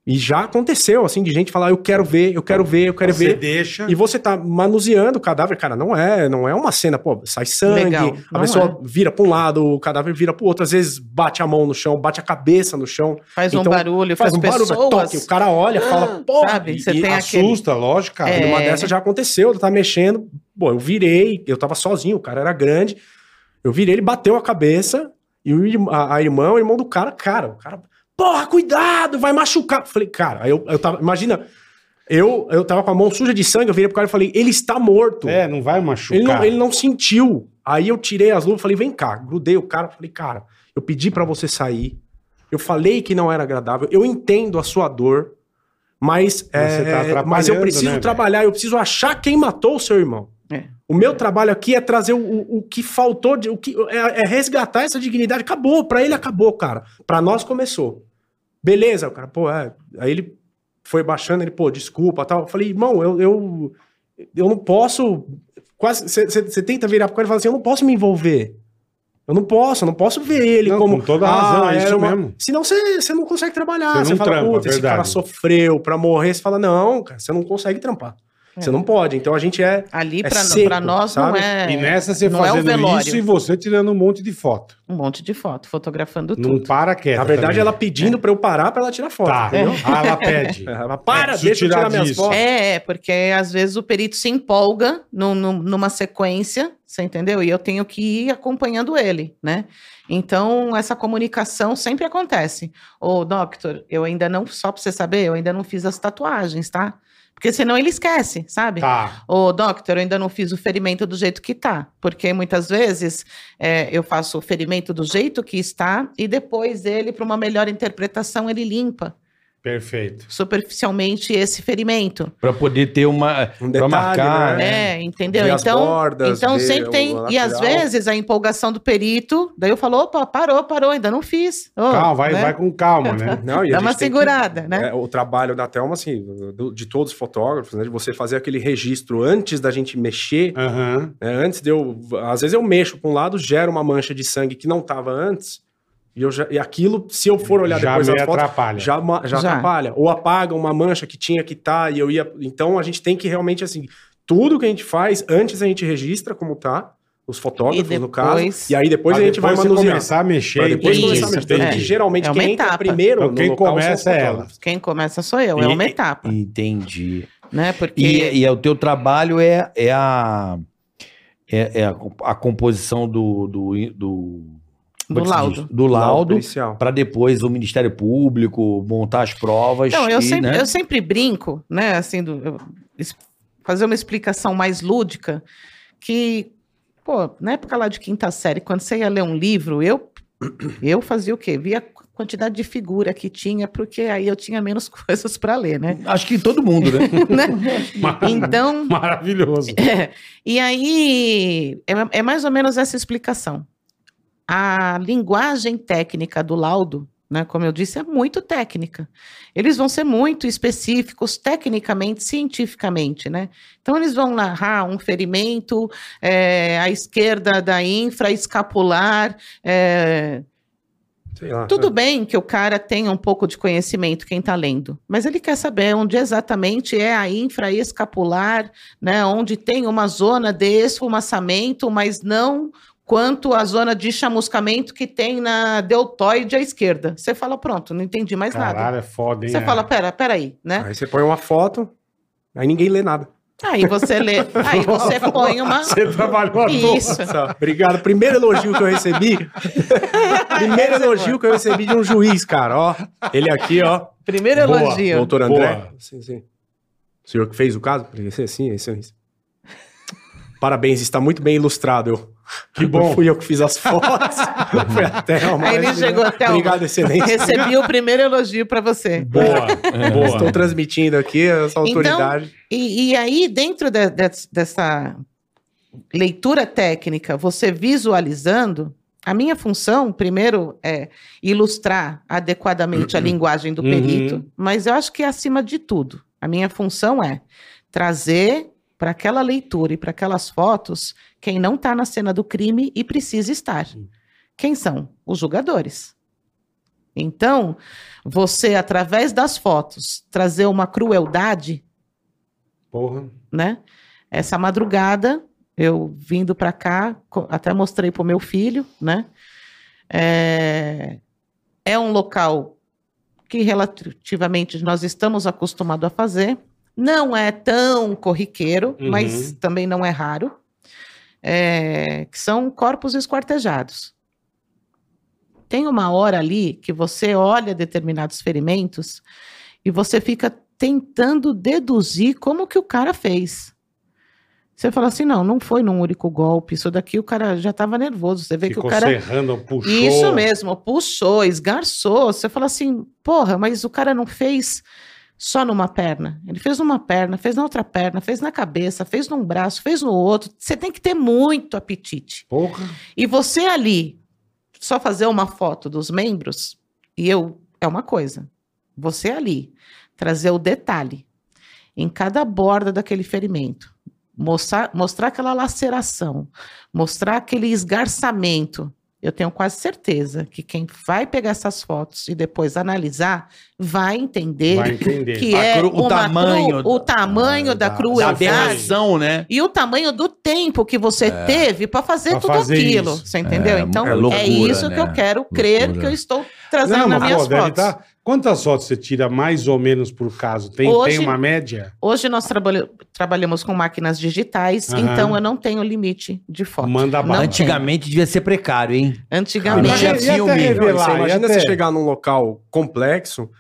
Speaker 5: E já aconteceu, assim, de gente falar, eu quero ver, eu quero ver, eu quero
Speaker 2: Você
Speaker 5: ver.
Speaker 2: deixa.
Speaker 5: E você tá manuseando o cadáver, cara, não é, não é uma cena, pô, sai sangue,
Speaker 4: Legal,
Speaker 5: a
Speaker 4: não é.
Speaker 5: pessoa vira pra um lado, o cadáver vira pro outro, às vezes bate a mão no chão, bate a cabeça no chão,
Speaker 4: Faz um
Speaker 5: Então,
Speaker 4: barulho, faz,
Speaker 5: faz um barulho,
Speaker 4: pessoas. Ah,
Speaker 5: vai, toque, o cara olha, fala, pô,
Speaker 4: Sabe, você
Speaker 5: e-
Speaker 4: tem aquele.
Speaker 2: Assusta, lógico, cara.
Speaker 5: e
Speaker 4: É.
Speaker 5: uma dessa já aconteceu, tá mexendo, pô, eu virei, eu tava sozinho, o cara era grande, eu virei, ele bateu a cabeça, e o, irm- a, a irmã, o irmão do cara, cara, o cara, porra, cuidado, vai machucar. Falei, cara, aí eu, eu tava, imagina, eu, eu tava com a mão suja de sangue, eu virei pro cara e falei, ele está morto.
Speaker 2: É, não vai machucar.
Speaker 5: Ele não, ele não sentiu. Aí eu tirei as luvas, falei, vem cá. Grudei o cara, falei, cara, eu pedi pra você sair. Eu falei que não era agradável. Eu entendo a sua dor, mas,
Speaker 2: Mas você
Speaker 5: é,
Speaker 2: tá atrapalhando,
Speaker 5: mas eu preciso
Speaker 2: né, velho?
Speaker 5: trabalhar, eu preciso achar quem matou o seu irmão.
Speaker 4: É.
Speaker 5: O meu trabalho aqui é trazer o, o- o que faltou, de- o que é, é resgatar essa dignidade. Acabou, pra ele acabou, cara. Pra nós começou. Beleza, o cara, pô, é. Aí ele foi baixando, ele, pô, desculpa, tal. Eu falei, irmão, eu, eu, eu não posso. Quase. Você tenta virar pro cara e fala assim: eu não posso me envolver. Eu não posso, eu não posso ver ele
Speaker 2: Não,
Speaker 5: como. Ah,
Speaker 2: com toda a razão, é
Speaker 5: era
Speaker 2: isso
Speaker 5: uma-
Speaker 2: mesmo.
Speaker 5: Senão você não consegue
Speaker 2: Cê
Speaker 5: trabalhar.
Speaker 2: não
Speaker 5: Você fala,
Speaker 2: trampa,
Speaker 5: puta, esse
Speaker 2: verdade.
Speaker 5: cara sofreu pra morrer. Você fala, não, cara, você não consegue trampar. Você não pode. Então a gente é.
Speaker 4: Ali,
Speaker 5: É
Speaker 4: pra
Speaker 5: seco,
Speaker 4: pra nós,
Speaker 5: sabe? né?
Speaker 4: não é
Speaker 2: E nessa você
Speaker 4: não é um
Speaker 2: fazendo
Speaker 4: velório.
Speaker 2: isso e você tirando um monte de foto.
Speaker 4: um monte de foto, fotografando tudo.
Speaker 2: Não para quieto.
Speaker 5: Na verdade,
Speaker 2: também.
Speaker 5: ela pedindo pra eu parar pra ela tirar foto.
Speaker 2: Tá.
Speaker 5: entendeu?
Speaker 2: Ah, ela pede.
Speaker 5: Ela, para,
Speaker 2: preciso
Speaker 5: deixa eu
Speaker 2: tirar
Speaker 5: tirar minhas
Speaker 2: disso.
Speaker 5: fotos.
Speaker 4: É, é, porque às vezes o perito se empolga num- num- numa sequência, você entendeu? E eu tenho que ir acompanhando ele, né? Então, essa comunicação sempre acontece. Ô, Doctor, eu ainda não, só pra você saber, eu ainda não fiz as tatuagens, tá? Porque senão ele esquece, sabe?
Speaker 2: Tá.
Speaker 4: Ô, Doctor, eu ainda não fiz o ferimento do jeito que tá. Porque muitas vezes é, eu faço o ferimento do jeito que está e depois ele, para uma melhor interpretação, ele limpa
Speaker 2: Perfeito.
Speaker 4: superficialmente esse ferimento.
Speaker 3: Pra poder ter uma.
Speaker 5: Um
Speaker 3: pra marcar, né?
Speaker 4: É, entendeu?
Speaker 5: Ver as
Speaker 4: então,
Speaker 5: bordas,
Speaker 4: então
Speaker 5: ver
Speaker 4: sempre
Speaker 5: o
Speaker 4: tem. E às
Speaker 5: lateral.
Speaker 4: vezes a empolgação do perito, daí eu falo, opa, parou, parou, ainda não fiz. Ô,
Speaker 2: Calma, vai,
Speaker 4: né?
Speaker 2: vai com calma, né?
Speaker 5: Não, e a
Speaker 4: É, Dá
Speaker 5: gente
Speaker 4: uma
Speaker 5: tem que-
Speaker 4: segurada, né?
Speaker 5: É, o trabalho da Thelma, assim, do- de todos os fotógrafos, né, de você fazer aquele registro antes da gente mexer,
Speaker 2: Aham.
Speaker 5: né, antes de eu... Às vezes eu mexo para um lado, gera uma mancha de sangue que não estava antes, e, eu já, e aquilo, se eu for olhar
Speaker 2: Já
Speaker 5: depois
Speaker 2: me
Speaker 5: as fotos,
Speaker 2: atrapalha.
Speaker 5: já, ma- já
Speaker 4: Já.
Speaker 5: atrapalha. Ou apaga uma mancha que tinha que estar e eu ia... Então, a gente tem que realmente, assim, tudo que a gente faz, antes a gente registra como tá, os fotógrafos,
Speaker 4: E
Speaker 5: no caso,
Speaker 4: depois-
Speaker 5: e aí depois
Speaker 2: Pra
Speaker 5: a gente vai
Speaker 2: você
Speaker 5: manusear.
Speaker 2: começar a mexer.
Speaker 5: Pra depois
Speaker 2: entende?
Speaker 5: começar a
Speaker 4: Isso,
Speaker 5: mexer. Porque
Speaker 4: é.
Speaker 5: geralmente
Speaker 4: É uma
Speaker 5: quem entra
Speaker 4: etapa.
Speaker 5: primeiro
Speaker 2: Então,
Speaker 5: no
Speaker 2: quem
Speaker 5: local são os
Speaker 2: começa é ela.
Speaker 5: fotógrafos.
Speaker 4: Quem começa sou eu, é uma etapa,
Speaker 3: Entendi.
Speaker 4: né?
Speaker 3: E,
Speaker 4: Porque
Speaker 3: e é o teu trabalho é, é a. É, é a, a composição do. do, do como
Speaker 4: Do
Speaker 3: é que se
Speaker 4: laudo.
Speaker 3: diz? Do laudo.
Speaker 5: policial.
Speaker 3: Pra depois o Ministério Público montar as provas.
Speaker 4: Não, Então, eu,
Speaker 3: e,
Speaker 4: sempre,
Speaker 3: né?
Speaker 4: eu sempre brinco, né? Assim, do- eu- es- fazer uma explicação mais lúdica, que, pô, na época lá de quinta série, quando você ia ler um livro, eu, eu fazia o quê? Via quantidade de figura que tinha, porque aí eu tinha menos coisas para ler, né?
Speaker 1: Acho que todo mundo, né?
Speaker 4: Né? então,
Speaker 2: Maravilhoso.
Speaker 4: e aí é, é mais ou menos essa explicação. A linguagem técnica do laudo, né, como eu disse, é muito técnica. Eles vão ser muito específicos, tecnicamente, cientificamente, né? Então eles vão narrar um ferimento é, à esquerda da infra escapular. é,
Speaker 5: Sei lá.
Speaker 4: tudo bem que o cara tenha um pouco de conhecimento, quem está lendo, mas ele quer saber onde exatamente é a infraescapular, né, onde tem uma zona de esfumaçamento, mas não quanto à zona de chamuscamento que tem na deltoide à esquerda. Você fala, pronto, não entendi mais nada.
Speaker 2: Caralho, é foda, hein?
Speaker 4: Você
Speaker 2: é.
Speaker 4: fala, pera, peraí, né?
Speaker 5: Aí você põe uma foto, aí ninguém lê nada.
Speaker 4: Aí você lê, aí você põe uma...
Speaker 2: Você trabalhou à toa.
Speaker 4: Isso.
Speaker 5: Só, Obrigado. Primeiro elogio que eu recebi. primeiro elogio que eu recebi de um juiz, cara. Ó, ele aqui, ó.
Speaker 4: Primeiro
Speaker 2: Boa,
Speaker 4: elogio.
Speaker 5: Doutor
Speaker 2: Boa.
Speaker 5: André. Sim, sim. O senhor que fez o caso? Falei, Sim, sim, é isso, é isso. Parabéns, está muito bem ilustrado. Eu,
Speaker 2: Que bom.
Speaker 5: Fui eu que fiz as fotos. Foi até uma.
Speaker 4: Aí ele chegou até o-
Speaker 5: Obrigado, excelência.
Speaker 4: Recebi o primeiro elogio para você.
Speaker 2: Boa,
Speaker 5: Estou
Speaker 2: boa.
Speaker 5: transmitindo aqui essa
Speaker 4: Então,
Speaker 5: autoridade.
Speaker 4: E, e aí, dentro de- de- dessa leitura técnica, você visualizando, a minha função, primeiro, é ilustrar adequadamente a linguagem do
Speaker 2: Uhum.
Speaker 4: perito, mas eu acho que, é acima de tudo, a minha função é trazer para aquela leitura e para aquelas fotos quem não está na cena do crime e precisa estar. Quem são? Os julgadores. Então, você, através das fotos, trazer uma crueldade
Speaker 2: Porra.
Speaker 4: né? Essa madrugada, eu vindo para cá, co- até mostrei pro meu filho, né? É, é um local que relativamente nós estamos acostumados a fazer. Não é tão corriqueiro,
Speaker 2: Uhum.
Speaker 4: mas também não é raro. É, que são corpos esquartejados. Tem uma hora ali que você olha determinados ferimentos e você fica tentando deduzir como que o cara fez. Você fala assim, não, não foi num único golpe, isso daqui o cara já estava nervoso. Você vê
Speaker 2: Ficou
Speaker 4: que o cara
Speaker 2: serrando, puxou.
Speaker 4: isso mesmo, puxou, esgarçou. Você fala assim, porra, mas o cara não fez só numa perna. Ele fez numa perna, fez na outra perna, fez na cabeça, fez num braço, fez no outro. Você tem que ter muito apetite.
Speaker 2: Porra.
Speaker 4: E você ali, só fazer uma foto dos membros, e eu, é uma coisa. Você ali, trazer o detalhe em cada borda daquele ferimento. Mostrar, mostrar aquela laceração, mostrar aquele esgarçamento. Eu tenho quase certeza que quem vai pegar essas fotos e depois analisar vai entender
Speaker 2: Vai entender.
Speaker 4: que
Speaker 1: A
Speaker 4: é
Speaker 1: cru- o
Speaker 4: uma
Speaker 1: tamanho
Speaker 4: cru- o tamanho da,
Speaker 2: Ah, da- da
Speaker 1: Da
Speaker 4: crueldade
Speaker 1: aberração, né?
Speaker 4: e o tamanho do tempo que você teve para fazer
Speaker 2: Pra
Speaker 4: tudo
Speaker 2: fazer
Speaker 4: aquilo.
Speaker 2: isso.
Speaker 4: Você entendeu?
Speaker 1: É,
Speaker 4: então,
Speaker 1: é
Speaker 4: é,
Speaker 1: loucura,
Speaker 4: isso
Speaker 1: né?
Speaker 4: que eu quero crer
Speaker 1: Loucura.
Speaker 4: que eu estou
Speaker 2: Não,
Speaker 4: trazendo nas
Speaker 2: mas
Speaker 4: minhas
Speaker 2: pô, deve
Speaker 4: fotos.
Speaker 2: tá- Quantas fotos você tira mais ou menos por caso? Tem,
Speaker 4: Hoje-
Speaker 2: tem uma média?
Speaker 4: Hoje nós trabalha- trabalhamos com máquinas digitais,
Speaker 2: Aham.
Speaker 4: então eu não tenho limite de foto.
Speaker 2: Manda
Speaker 4: Não
Speaker 2: bala.
Speaker 4: tem.
Speaker 1: Antigamente devia ser precário, hein?
Speaker 4: Antigamente.
Speaker 1: Imagina-
Speaker 2: Imagina,
Speaker 1: filme.
Speaker 2: filme.
Speaker 5: Não, e você
Speaker 2: Revelar,
Speaker 5: imagina
Speaker 2: e
Speaker 5: você
Speaker 2: até-
Speaker 5: chegar num local complexo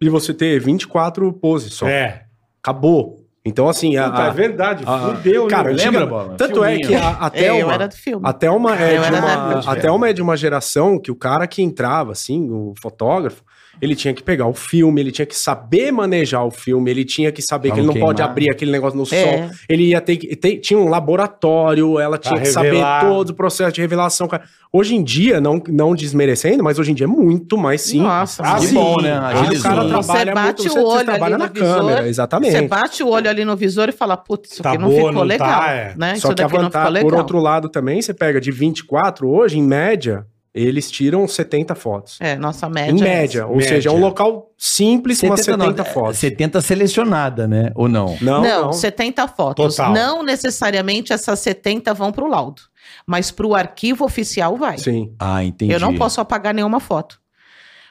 Speaker 5: e você ter 24 poses só.
Speaker 2: É.
Speaker 5: Acabou. Então, assim, a,
Speaker 4: Ah,
Speaker 2: Puta, é
Speaker 5: a,
Speaker 2: verdade.
Speaker 5: a-
Speaker 2: Fudeu,
Speaker 5: cara,
Speaker 2: né?
Speaker 5: antiga-
Speaker 1: lembra, Bola?
Speaker 5: Tanto é
Speaker 3: um
Speaker 1: Filminho.
Speaker 5: que a, a
Speaker 4: É, eu
Speaker 5: Thelma,
Speaker 4: era do filme.
Speaker 2: Ah,
Speaker 5: a Thelma é
Speaker 4: Eu
Speaker 5: de
Speaker 4: era
Speaker 5: uma,
Speaker 4: da-
Speaker 5: a Thelma é de uma geração que o cara que entrava, assim, o fotógrafo, ele tinha que pegar o filme, ele tinha que saber manejar o filme, ele tinha que saber
Speaker 1: Pra
Speaker 5: que ele
Speaker 1: não
Speaker 5: não pode
Speaker 1: queimar.
Speaker 5: abrir aquele negócio no sol,
Speaker 4: É,
Speaker 5: ele ia ter que. tem- tinha um laboratório, ela tinha que
Speaker 2: revelar.
Speaker 5: saber todo o processo de revelação. cara. Hoje em dia, não, não desmerecendo, mas hoje em dia é muito mais simples.
Speaker 4: Nossa,
Speaker 2: Ah,
Speaker 1: Que
Speaker 2: sim.
Speaker 1: bom, né?
Speaker 5: Aí assim, o
Speaker 1: Agilizou.
Speaker 5: cara
Speaker 4: Você
Speaker 5: trabalha
Speaker 4: bate
Speaker 5: muito,
Speaker 4: o
Speaker 5: você-
Speaker 4: olho
Speaker 5: você
Speaker 4: ali
Speaker 5: trabalha
Speaker 4: no
Speaker 5: na câmera,
Speaker 4: visor,
Speaker 5: exatamente.
Speaker 4: você bate o olho ali no visor e fala, putz, isso
Speaker 2: Tá
Speaker 4: aqui não
Speaker 2: boa,
Speaker 4: ficou
Speaker 2: não tá,
Speaker 4: legal.
Speaker 2: é.
Speaker 4: né?
Speaker 5: Só
Speaker 4: Isso
Speaker 5: que a
Speaker 4: daqui não ficou
Speaker 5: vantagem,
Speaker 4: legal.
Speaker 5: por outro lado também, você pega de 24 hoje, em média, eles tiram 70 fotos.
Speaker 4: É, nossa média.
Speaker 5: em
Speaker 4: é essa.
Speaker 5: média, ou
Speaker 2: Média.
Speaker 5: seja, é um local simples com umas 70
Speaker 1: não,
Speaker 5: fotos.
Speaker 1: 70 selecionada, né? Ou não?
Speaker 5: Não,
Speaker 4: Não,
Speaker 5: não.
Speaker 4: 70 fotos.
Speaker 2: Total.
Speaker 4: Não necessariamente essas 70 vão para o laudo, mas para o arquivo oficial vai.
Speaker 5: Sim.
Speaker 1: Ah, entendi.
Speaker 4: eu não posso apagar nenhuma foto.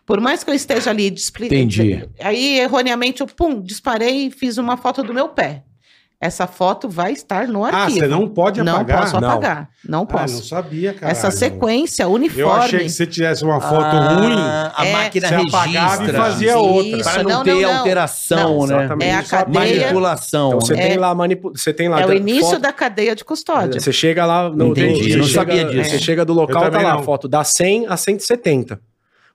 Speaker 4: Por mais que eu esteja ali displi-
Speaker 1: Entendi.
Speaker 4: Aí, erroneamente, eu pum, disparei e fiz uma foto do meu pé. Essa foto vai estar no
Speaker 2: Ah,
Speaker 4: arquivo.
Speaker 2: você não pode
Speaker 4: não
Speaker 2: apagar?
Speaker 4: posso
Speaker 5: Não.
Speaker 4: apagar. Não
Speaker 2: Ah, não
Speaker 4: posso.
Speaker 2: sabia, cara.
Speaker 4: Essa sequência é uniforme.
Speaker 2: Eu achei que você tivesse uma foto ruim.
Speaker 1: A
Speaker 4: É,
Speaker 1: máquina
Speaker 2: você apagava
Speaker 1: registra.
Speaker 2: e fazia outra.
Speaker 4: Isso,
Speaker 1: Pra não,
Speaker 4: não,
Speaker 1: ter
Speaker 4: não, não.
Speaker 1: alteração,
Speaker 5: Não,
Speaker 1: né?
Speaker 5: exatamente.
Speaker 4: É a
Speaker 5: Só a
Speaker 4: cadeia.
Speaker 1: Manipulação.
Speaker 5: Então você
Speaker 1: né?
Speaker 5: tem lá manipu... você tem lá
Speaker 4: É o
Speaker 5: da-
Speaker 4: início
Speaker 5: foto-
Speaker 4: da cadeia de custódia.
Speaker 5: Você chega lá no
Speaker 1: Entendi,
Speaker 5: você
Speaker 1: eu não
Speaker 5: chega-
Speaker 1: sabia disso.
Speaker 5: Você chega do
Speaker 2: Eu
Speaker 5: local, tá
Speaker 2: também
Speaker 5: lá a
Speaker 2: não.
Speaker 5: foto da 100 a 170.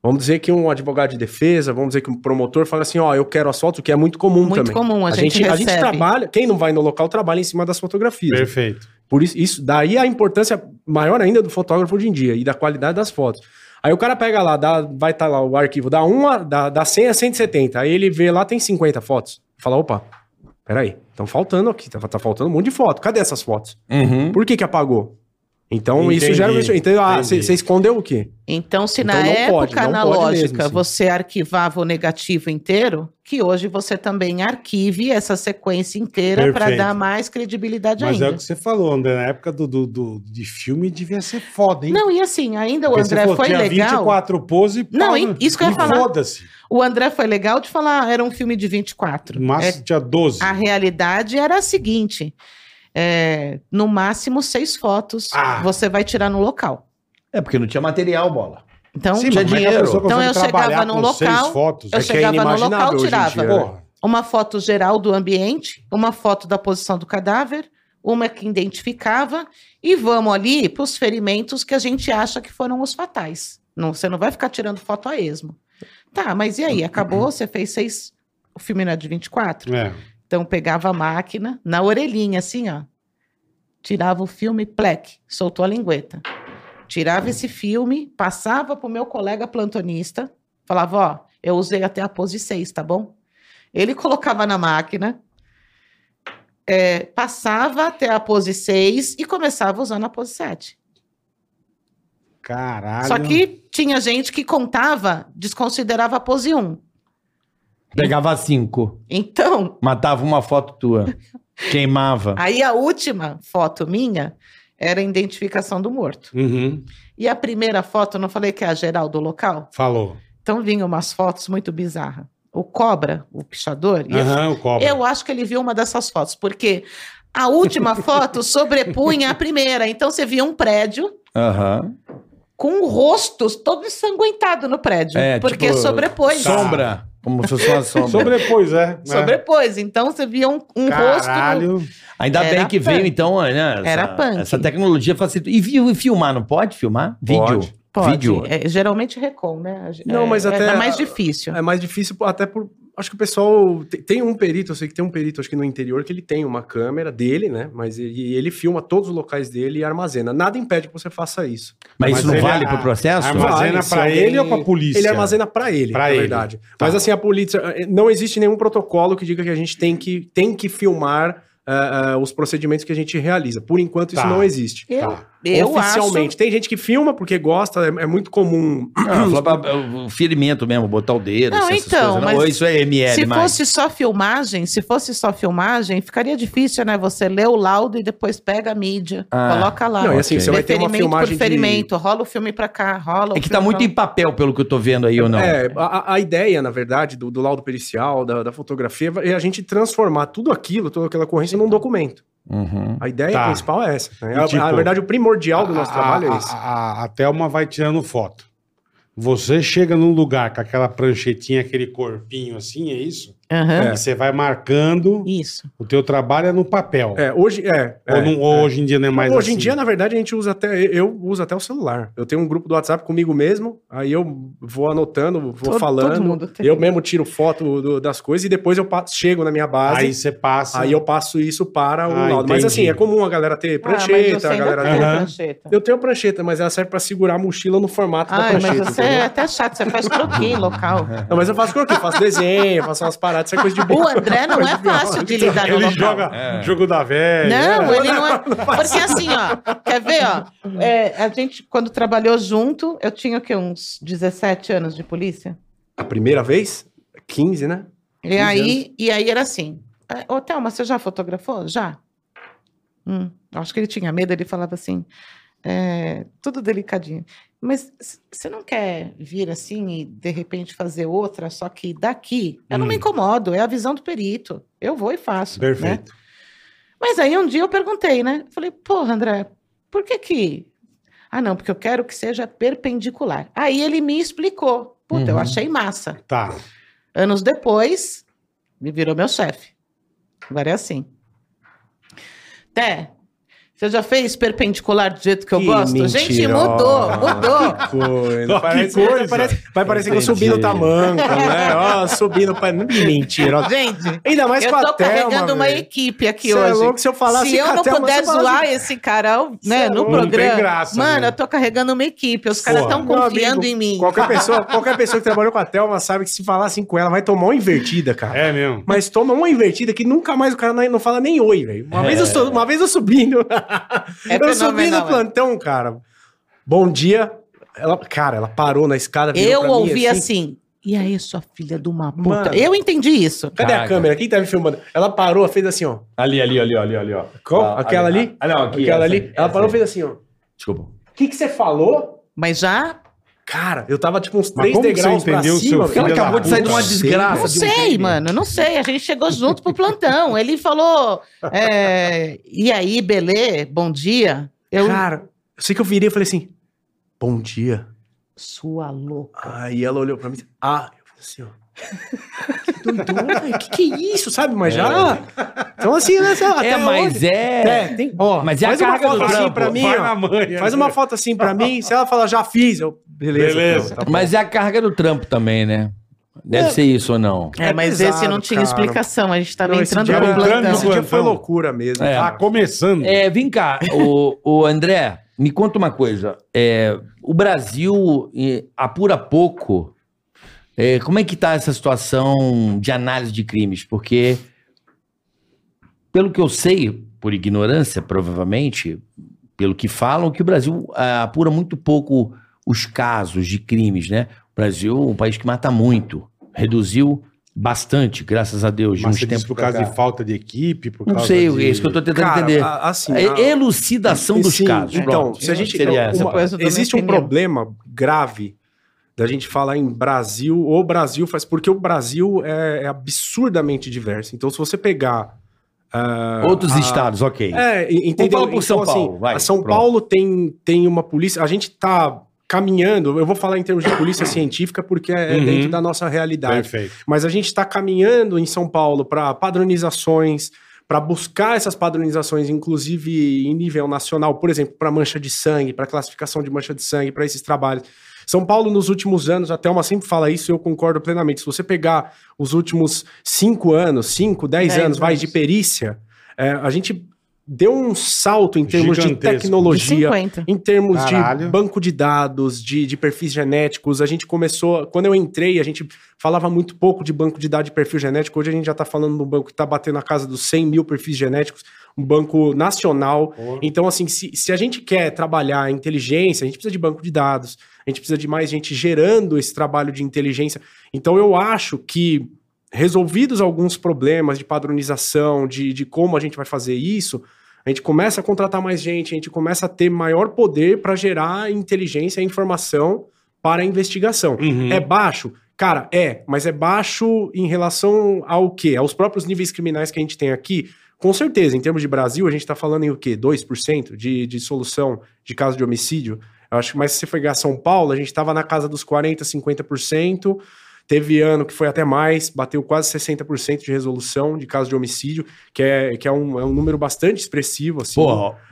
Speaker 5: Vamos dizer que um advogado de defesa, vamos dizer que um promotor fala assim, ó, eu quero as fotos, o que é muito comum
Speaker 4: Muito
Speaker 5: também.
Speaker 4: comum, a gente
Speaker 5: a gente
Speaker 4: recebe.
Speaker 5: trabalha, quem não vai no local trabalha em cima das fotografias.
Speaker 2: Perfeito.
Speaker 5: Por isso, isso, daí a importância maior ainda do fotógrafo hoje em dia e da qualidade das fotos. Aí o cara pega lá, dá, vai estar lá o arquivo, dá uma, dá, dá 100 a 170, aí ele vê lá tem 50 fotos. Fala, opa, peraí, estão faltando aqui, tá, tá faltando um monte de foto. Cadê essas fotos?
Speaker 3: Uhum.
Speaker 5: Por que que apagou? Então isso
Speaker 2: Entendi,
Speaker 5: gera... um- Então, ah,
Speaker 2: entendi.
Speaker 5: você escondeu o quê?
Speaker 4: Então, se
Speaker 5: Então,
Speaker 4: na
Speaker 5: não pode,
Speaker 4: época
Speaker 5: não pode
Speaker 4: analógica
Speaker 2: assim.
Speaker 5: mesmo, sim.
Speaker 4: você arquivava o negativo inteiro, que hoje você também arquive essa sequência inteira para
Speaker 2: Perfeito.
Speaker 4: dar mais credibilidade
Speaker 2: Mas é o
Speaker 4: ainda.
Speaker 2: que você falou, André. Na época do, do, do- de filme devia ser foda, hein?
Speaker 4: Não, e assim, ainda o
Speaker 2: Porque se
Speaker 4: André
Speaker 2: fosse-
Speaker 4: foi
Speaker 2: tinha
Speaker 4: legal.
Speaker 2: 24 poses e
Speaker 4: Não,
Speaker 2: pau,
Speaker 4: hein? Isso que eu ia
Speaker 2: e
Speaker 4: falar.
Speaker 2: Foda-se.
Speaker 4: O André foi legal de falar, era um filme de 24.
Speaker 2: Mas
Speaker 4: É,
Speaker 2: tinha 12.
Speaker 4: a realidade era a seguinte: é, no máximo seis fotos
Speaker 2: Ah.
Speaker 4: você vai tirar no local.
Speaker 3: É porque não tinha material, bola.
Speaker 4: Então,
Speaker 2: Sim,
Speaker 3: tinha
Speaker 2: mas como é que a
Speaker 3: dinheiro.
Speaker 2: pessoa
Speaker 4: Então
Speaker 2: consegue
Speaker 4: eu chegava
Speaker 2: trabalhar
Speaker 4: num
Speaker 2: com
Speaker 4: local,
Speaker 2: seis fotos. é.
Speaker 4: eu
Speaker 5: É que é
Speaker 4: chegava no
Speaker 5: inimaginável
Speaker 4: local,
Speaker 5: hoje em
Speaker 4: tirava.
Speaker 5: dia, né?
Speaker 2: Porra.
Speaker 4: uma foto geral do ambiente, uma foto da posição do cadáver, uma que identificava, e vamos ali para os ferimentos que a gente acha que foram os fatais. Não, você não vai ficar tirando foto a esmo. Tá, mas e aí? Acabou? Você fez seis. O filme não é de 24?
Speaker 2: É.
Speaker 4: Então pegava a máquina na orelhinha, assim, ó. Tirava o filme, plec, soltou a lingueta. Tirava esse filme, passava pro meu colega plantonista, falava, ó, eu usei até a pose 6, tá bom? Ele colocava na máquina, é, passava até a pose 6 e começava usando a pose 7.
Speaker 2: Caralho.
Speaker 4: Só que tinha gente que contava, desconsiderava a pose 1.
Speaker 3: Pegava cinco,
Speaker 4: Então,
Speaker 3: matava uma foto tua, queimava.
Speaker 4: Aí a última foto minha era a identificação do morto.
Speaker 2: Uhum.
Speaker 4: E a primeira foto, eu não falei que é a geral do local?
Speaker 2: Falou.
Speaker 4: Então vinham umas fotos muito bizarras. O cobra, o pichador, e
Speaker 2: Aham, o cobra.
Speaker 4: eu acho que ele viu uma dessas fotos, porque a última foto sobrepunha a primeira. Então você via um prédio
Speaker 3: Aham.
Speaker 4: com rostos todo ensanguentado no prédio,
Speaker 3: É,
Speaker 4: porque
Speaker 3: tipo,
Speaker 4: sobrepôs.
Speaker 3: Sombra. Como se fosse uma sombra.
Speaker 2: Sobrepôs, é. é.
Speaker 4: Sobrepôs. Então você via um, um rosto. no-
Speaker 2: Caralho.
Speaker 3: Ainda
Speaker 4: Era
Speaker 3: bem que
Speaker 4: punk.
Speaker 3: veio, então, né? Essa,
Speaker 4: Era punk.
Speaker 3: Essa tecnologia facilitou. E, vi- e filmar, não pode filmar? Vídeo.
Speaker 5: Pode.
Speaker 4: Pode.
Speaker 3: Vídeo.
Speaker 4: É, geralmente recon, né?
Speaker 5: Não, mas
Speaker 4: é,
Speaker 5: até-
Speaker 4: é mais difícil.
Speaker 5: É mais difícil até por... Acho que o pessoal... te- Tem um perito, eu sei que tem um perito, acho que no interior, que ele tem uma câmera dele, né? Mas ele, ele filma todos os locais dele e armazena. Nada impede que você faça isso.
Speaker 3: Mas,
Speaker 2: Mas
Speaker 3: isso não
Speaker 2: ele-
Speaker 3: vale pro
Speaker 4: É
Speaker 3: processo?
Speaker 2: Armazena
Speaker 5: Vale,
Speaker 2: pra
Speaker 5: se
Speaker 2: ele
Speaker 5: alguém-
Speaker 2: ou pra polícia?
Speaker 5: é Ele armazena pra ele,
Speaker 2: é. Pra
Speaker 5: na
Speaker 2: ele.
Speaker 5: verdade. Mas assim, a polícia não existe nenhum protocolo que diga que a gente tem que, tem que filmar ah, ah, os procedimentos que a gente realiza. Por enquanto
Speaker 2: Tá.
Speaker 5: isso não existe.
Speaker 4: Eu,
Speaker 2: Tá.
Speaker 4: eu
Speaker 5: Oficialmente, tem gente que filma porque gosta, é, é muito comum.
Speaker 3: Ah, só pra- o ferimento mesmo, botar o dedo,
Speaker 4: Não,
Speaker 3: essas
Speaker 4: então,
Speaker 3: coisas.
Speaker 4: mas
Speaker 3: Ou isso é
Speaker 4: acho,
Speaker 3: ML
Speaker 4: se
Speaker 3: mais.
Speaker 4: fosse só filmagem, se fosse só filmagem, ficaria difícil, né? Você lê o laudo e depois pega a mídia,
Speaker 3: Ah.
Speaker 4: coloca lá.
Speaker 5: não, e assim,
Speaker 3: ok.
Speaker 5: você vai ter uma
Speaker 4: Deferimento
Speaker 5: filmagem
Speaker 4: por ferimento, rola o filme pra cá, rola o
Speaker 3: É que tá
Speaker 4: filme
Speaker 3: muito
Speaker 4: pra
Speaker 3: em papel, pelo que eu tô vendo aí, ou não?
Speaker 5: de... É, a, a ideia, na verdade, do, do laudo pericial, da, da fotografia, é a gente transformar tudo aquilo, toda aquela ocorrência, num documento.
Speaker 3: Uhum.
Speaker 5: A ideia
Speaker 2: Tá.
Speaker 5: principal é essa. né?
Speaker 2: E,
Speaker 5: A-
Speaker 2: tipo,
Speaker 5: na verdade, o primordial do nosso
Speaker 2: A-
Speaker 5: trabalho
Speaker 2: a-
Speaker 5: é esse.
Speaker 2: A, a, a Thelma vai tirando foto. Você chega num lugar com aquela pranchetinha, aquele corpinho assim, é isso?
Speaker 4: lá. Aham.
Speaker 5: É.
Speaker 2: E você vai marcando.
Speaker 4: Isso.
Speaker 2: O teu trabalho é no papel.
Speaker 5: É, hoje é.
Speaker 2: ou
Speaker 5: é.
Speaker 2: não- ou hoje em dia não é mais
Speaker 5: hoje em
Speaker 2: assim?
Speaker 5: dia, na verdade, a gente usa até. Eu uso até o celular. Eu tenho um grupo do WhatsApp comigo mesmo, aí eu vou anotando, vou
Speaker 4: Todo-
Speaker 5: falando.
Speaker 4: todo mundo tem.
Speaker 5: Eu mesmo tiro foto do- das coisas e depois eu pa- chego na minha base.
Speaker 2: Aí
Speaker 5: Aí,
Speaker 2: você passa.
Speaker 5: eu passo isso para o
Speaker 2: Ah,
Speaker 5: laudo. Mas assim,
Speaker 2: entendi.
Speaker 5: é comum a galera ter prancheta,
Speaker 4: ah,
Speaker 5: a
Speaker 4: mas você ainda
Speaker 5: tá, galera.
Speaker 4: tem
Speaker 2: Aham.
Speaker 4: prancheta.
Speaker 5: Eu tenho prancheta, mas ela serve para segurar a mochila no formato da
Speaker 4: Tá. Ai, mas
Speaker 5: prancheta.
Speaker 4: você é
Speaker 5: entendeu?
Speaker 4: até chato, você faz croquis local.
Speaker 5: Não, mas eu faço croquis, faço desenho, faço umas paradas, isso é coisa de
Speaker 4: O
Speaker 5: boa.
Speaker 4: André não é fácil de lidar no
Speaker 2: Ele
Speaker 4: local.
Speaker 2: joga
Speaker 3: É.
Speaker 2: jogo da velha.
Speaker 4: Não, ele não é. Porque assim, ó, quer ver, ó? é, a gente, quando trabalhou junto, eu tinha o quê? Uns 17 anos de polícia?
Speaker 5: A primeira vez? 15, né?
Speaker 4: E
Speaker 5: 15
Speaker 4: aí, e aí era assim: é, Ô, Thelma, você já fotografou? Já. Hum, acho que ele tinha medo, ele falava assim, é, tudo delicadinho. Mas c- você não quer vir assim e de repente fazer outra, só que daqui? Eu não me incomodo, é a visão do perito. Eu vou e faço. né?
Speaker 2: Perfeito.
Speaker 4: Mas aí um dia eu perguntei, né? Falei, porra, André, por que que. Ah, não, porque eu quero que seja perpendicular. Aí ele me explicou. Puta, eu
Speaker 3: Uhum.
Speaker 4: achei massa.
Speaker 2: Tá.
Speaker 4: Anos depois, me virou meu chefe. Agora é assim. Té, Você já fez perpendicular do jeito que eu
Speaker 5: Que
Speaker 4: gosto? Gente,
Speaker 5: mentirosa.
Speaker 4: mudou, mudou.
Speaker 5: Coisa.
Speaker 2: Ó, que
Speaker 5: parece,
Speaker 2: coisa.
Speaker 5: parece- vai parecer que eu
Speaker 3: Entendi.
Speaker 5: subi no tamanco, né? Ó, subi no... pa- Mentira.
Speaker 4: Gente,
Speaker 5: Ainda mais
Speaker 4: eu
Speaker 5: com a
Speaker 4: tô
Speaker 5: Thelma,
Speaker 4: carregando uma
Speaker 5: velho.
Speaker 4: equipe aqui
Speaker 5: Cê
Speaker 4: hoje.
Speaker 5: é louco, se eu falasse
Speaker 4: Se eu
Speaker 5: com a
Speaker 4: não
Speaker 5: Thelma,
Speaker 4: puder
Speaker 5: você fala
Speaker 4: zoar
Speaker 5: assim,
Speaker 4: esse cara ao- né,
Speaker 5: Cê é
Speaker 4: no
Speaker 5: louco,
Speaker 2: não tem
Speaker 4: programa.
Speaker 2: graça,
Speaker 4: mano,
Speaker 2: né?
Speaker 4: eu tô carregando uma equipe. Os caras
Speaker 2: Porra.
Speaker 4: estão
Speaker 5: Meu
Speaker 4: confiando
Speaker 5: amigo,
Speaker 4: em mim.
Speaker 5: Qualquer pessoa, qualquer pessoa que trabalhou com a Thelma sabe que se falar assim com ela, vai tomar uma invertida, cara.
Speaker 2: É mesmo.
Speaker 5: Mas toma uma invertida que nunca mais o cara não- não fala nem oi, velho. Uma, vez eu sou- uma vez eu subindo.
Speaker 4: É
Speaker 5: eu
Speaker 1: né,
Speaker 5: subi
Speaker 4: fenomenal,
Speaker 5: no
Speaker 4: é.
Speaker 5: plantão, cara. Bom dia. Ela, cara, ela parou na escada. virou
Speaker 4: Eu
Speaker 5: pra mim
Speaker 4: ouvi assim. E aí, sua filha de uma puta?
Speaker 5: Mano.
Speaker 4: Eu entendi isso.
Speaker 5: Cadê
Speaker 3: Caraca.
Speaker 5: a câmera? Quem tá me filmando? Ela parou, fez assim, ó.
Speaker 3: Ali, ali, ali, ali, ali, ó.
Speaker 5: Qual?
Speaker 3: Ah,
Speaker 5: Aquela ali?
Speaker 3: Ah, não, aqui.
Speaker 5: Aquela
Speaker 3: essa,
Speaker 5: ali. ela
Speaker 3: essa
Speaker 5: parou,
Speaker 3: aí.
Speaker 5: fez assim, ó. O
Speaker 3: Desculpa.
Speaker 5: que que você falou?
Speaker 4: Mas já
Speaker 5: Cara, eu tava tipo uns
Speaker 2: Mas
Speaker 5: três
Speaker 2: como que
Speaker 5: degraus
Speaker 2: você
Speaker 5: pra
Speaker 2: entendeu o seu
Speaker 5: cima.
Speaker 2: filho
Speaker 5: velho.
Speaker 2: da
Speaker 1: acabou de sair de uma
Speaker 2: puta?
Speaker 1: desgraça. de
Speaker 4: Não
Speaker 1: um
Speaker 4: sei,
Speaker 1: crime.
Speaker 4: mano, não sei. A gente chegou junto pro plantão. Ele falou: é, E aí, Belê, bom dia. Eu,
Speaker 5: é um Cara, eu sei que eu virei e falei assim, bom dia.
Speaker 4: sua louca.
Speaker 5: Aí ela olhou pra mim ah, eu falei assim, ó. Que doidona, que que é isso, sabe? Mas já... Então assim, né, sei lá,
Speaker 3: É,
Speaker 5: até
Speaker 3: mas
Speaker 5: hoje-
Speaker 3: é...
Speaker 5: tem... Ó,
Speaker 3: Mas é a
Speaker 5: faz uma
Speaker 3: carga do
Speaker 5: foto assim
Speaker 3: trampo.
Speaker 5: pra mim,
Speaker 2: Vai
Speaker 5: ó.
Speaker 2: na
Speaker 3: é,
Speaker 2: manha.
Speaker 5: Faz uma foto assim pra mim, se ela falar já fiz, eu... Beleza.
Speaker 2: Beleza.
Speaker 5: então, tá bom.
Speaker 3: Mas é a carga do trampo também, né? Deve ser isso ou não?
Speaker 4: É,
Speaker 5: É
Speaker 4: mas
Speaker 5: pesado,
Speaker 4: esse não tinha
Speaker 5: cara.
Speaker 4: explicação. A gente tava
Speaker 5: Não, Então, esse
Speaker 4: entrando no
Speaker 5: dia
Speaker 2: era entrando
Speaker 4: plantão.
Speaker 5: Esse dia foi
Speaker 2: plantão.
Speaker 5: loucura mesmo.
Speaker 3: É.
Speaker 2: Tá começando.
Speaker 3: É, vem cá, o, o André, me conta uma coisa. É, o Brasil eh, apura pouco. É, como é que tá essa situação de análise de crimes? Porque, pelo que eu sei, por ignorância, provavelmente, pelo que falam, que o Brasil ah, apura muito pouco os casos de crimes, né? O Brasil é um país que mata muito. Reduziu bastante, graças a Deus, de
Speaker 2: Mas
Speaker 3: uns
Speaker 2: você
Speaker 3: tempos
Speaker 2: disse por
Speaker 3: um pra
Speaker 2: causa
Speaker 3: cá.
Speaker 2: de falta de equipe, por
Speaker 3: Não
Speaker 2: causa
Speaker 3: sei,
Speaker 2: de...
Speaker 3: é isso que eu tô tentando
Speaker 5: Cara,
Speaker 3: entender.
Speaker 5: a- assim,
Speaker 3: É,
Speaker 5: a-
Speaker 3: elucidação dos
Speaker 5: Sim,
Speaker 3: casos.
Speaker 5: Então,
Speaker 3: Pronto.
Speaker 5: se a gente
Speaker 3: seria
Speaker 5: uma-
Speaker 3: essa.
Speaker 4: Uma- Depois eu dou
Speaker 5: existe
Speaker 4: minha
Speaker 5: um
Speaker 4: opinião.
Speaker 5: problema grave da gente falar em Brasil ou Brasil faz porque o Brasil é, é absurdamente diverso. Então, se você pegar ah,
Speaker 3: Outros
Speaker 5: a-
Speaker 3: estados, ok.
Speaker 5: é, e- entendeu?
Speaker 3: Vamos falar por São Paulo, vai,
Speaker 5: a São
Speaker 3: pronto.
Speaker 5: Paulo tem, tem uma polícia. A gente tá caminhando. Eu vou falar em termos de polícia científica porque é, é
Speaker 2: Uhum.
Speaker 5: dentro da nossa realidade
Speaker 2: Perfeito.
Speaker 5: mas a gente está caminhando em São Paulo para padronizações, para buscar essas padronizações, inclusive em nível nacional, por exemplo, para mancha de sangue, para classificação de mancha de sangue, para esses trabalhos. São Paulo, nos últimos anos, a Thelma sempre fala isso e eu concordo plenamente. Se você pegar os últimos cinco anos, cinco, dez
Speaker 4: Dez
Speaker 5: anos, vai
Speaker 4: anos.
Speaker 5: de perícia, é, a gente deu um salto em termos de
Speaker 2: Gigantesco.
Speaker 4: De
Speaker 5: tecnologia,
Speaker 4: 50.
Speaker 5: em termos
Speaker 2: Caralho.
Speaker 5: de banco de dados, de, de perfis genéticos, a gente começou. Quando eu entrei, a gente falava muito pouco de banco de dados e perfil genético. Hoje a gente já está falando de um banco que está batendo na casa dos 100 mil perfis genéticos, um banco nacional.
Speaker 2: Uhum.
Speaker 5: Então, assim, se, se a gente quer trabalhar a inteligência, a gente precisa de banco de dados, a gente precisa de mais gente gerando esse trabalho de inteligência. Então, eu acho que, resolvidos alguns problemas de padronização, de, de como a gente vai fazer isso, a gente começa a contratar mais gente, a gente começa a ter maior poder para gerar inteligência e informação para a investigação.
Speaker 2: Uhum.
Speaker 5: É baixo? Cara, é, mas é baixo em relação ao quê? Aos próprios níveis criminais que a gente tem aqui? Com certeza, em termos de Brasil, a gente está falando em o quê? 2% de, de solução de caso de homicídio? Eu acho que, mas se você pegar São Paulo, a gente estava na casa dos 40%, 50%. Teve ano que foi até mais, bateu quase 60% de resolução de caso de homicídio, que é, que é, um, é um número bastante expressivo, assim.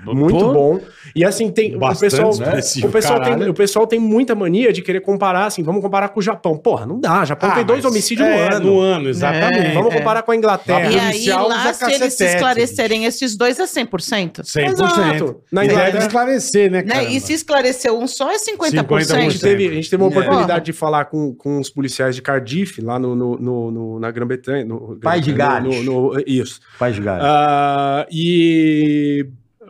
Speaker 5: Muito bom. E assim, tem
Speaker 2: Bastante
Speaker 5: o pessoal,
Speaker 2: expressivo,
Speaker 5: o, pessoal tem,
Speaker 2: caralho.
Speaker 5: o pessoal tem muita mania de querer comparar, assim, vamos comparar com o Japão. Porra, não dá. Japão
Speaker 2: Ah,
Speaker 5: tem dois
Speaker 2: mas
Speaker 5: homicídios
Speaker 2: é,
Speaker 5: no ano.
Speaker 2: No ano, exatamente.
Speaker 4: É.
Speaker 5: Vamos comparar com a Inglaterra.
Speaker 4: E
Speaker 2: É.
Speaker 4: aí,
Speaker 2: Policial
Speaker 4: lá,
Speaker 2: usa
Speaker 4: se eles
Speaker 2: cacetete,
Speaker 4: esclarecerem esses dois, é 100%.
Speaker 2: 100%.
Speaker 5: Exato. Na
Speaker 2: E
Speaker 5: Inglaterra-
Speaker 2: deve esclarecer, né,
Speaker 4: Né?
Speaker 2: cara?
Speaker 4: E se esclareceu um só, é 50%.
Speaker 5: A
Speaker 2: 50%.
Speaker 5: gente, teve, a gente teve uma
Speaker 1: Sempre.
Speaker 5: oportunidade de falar com, com os policiais de Cardiff, lá no, no- no- no- na Grã-Bretanha. no-
Speaker 3: País de
Speaker 5: no-
Speaker 3: Gales.
Speaker 5: no- no- isso.
Speaker 3: Faz galho.
Speaker 5: Ah, e.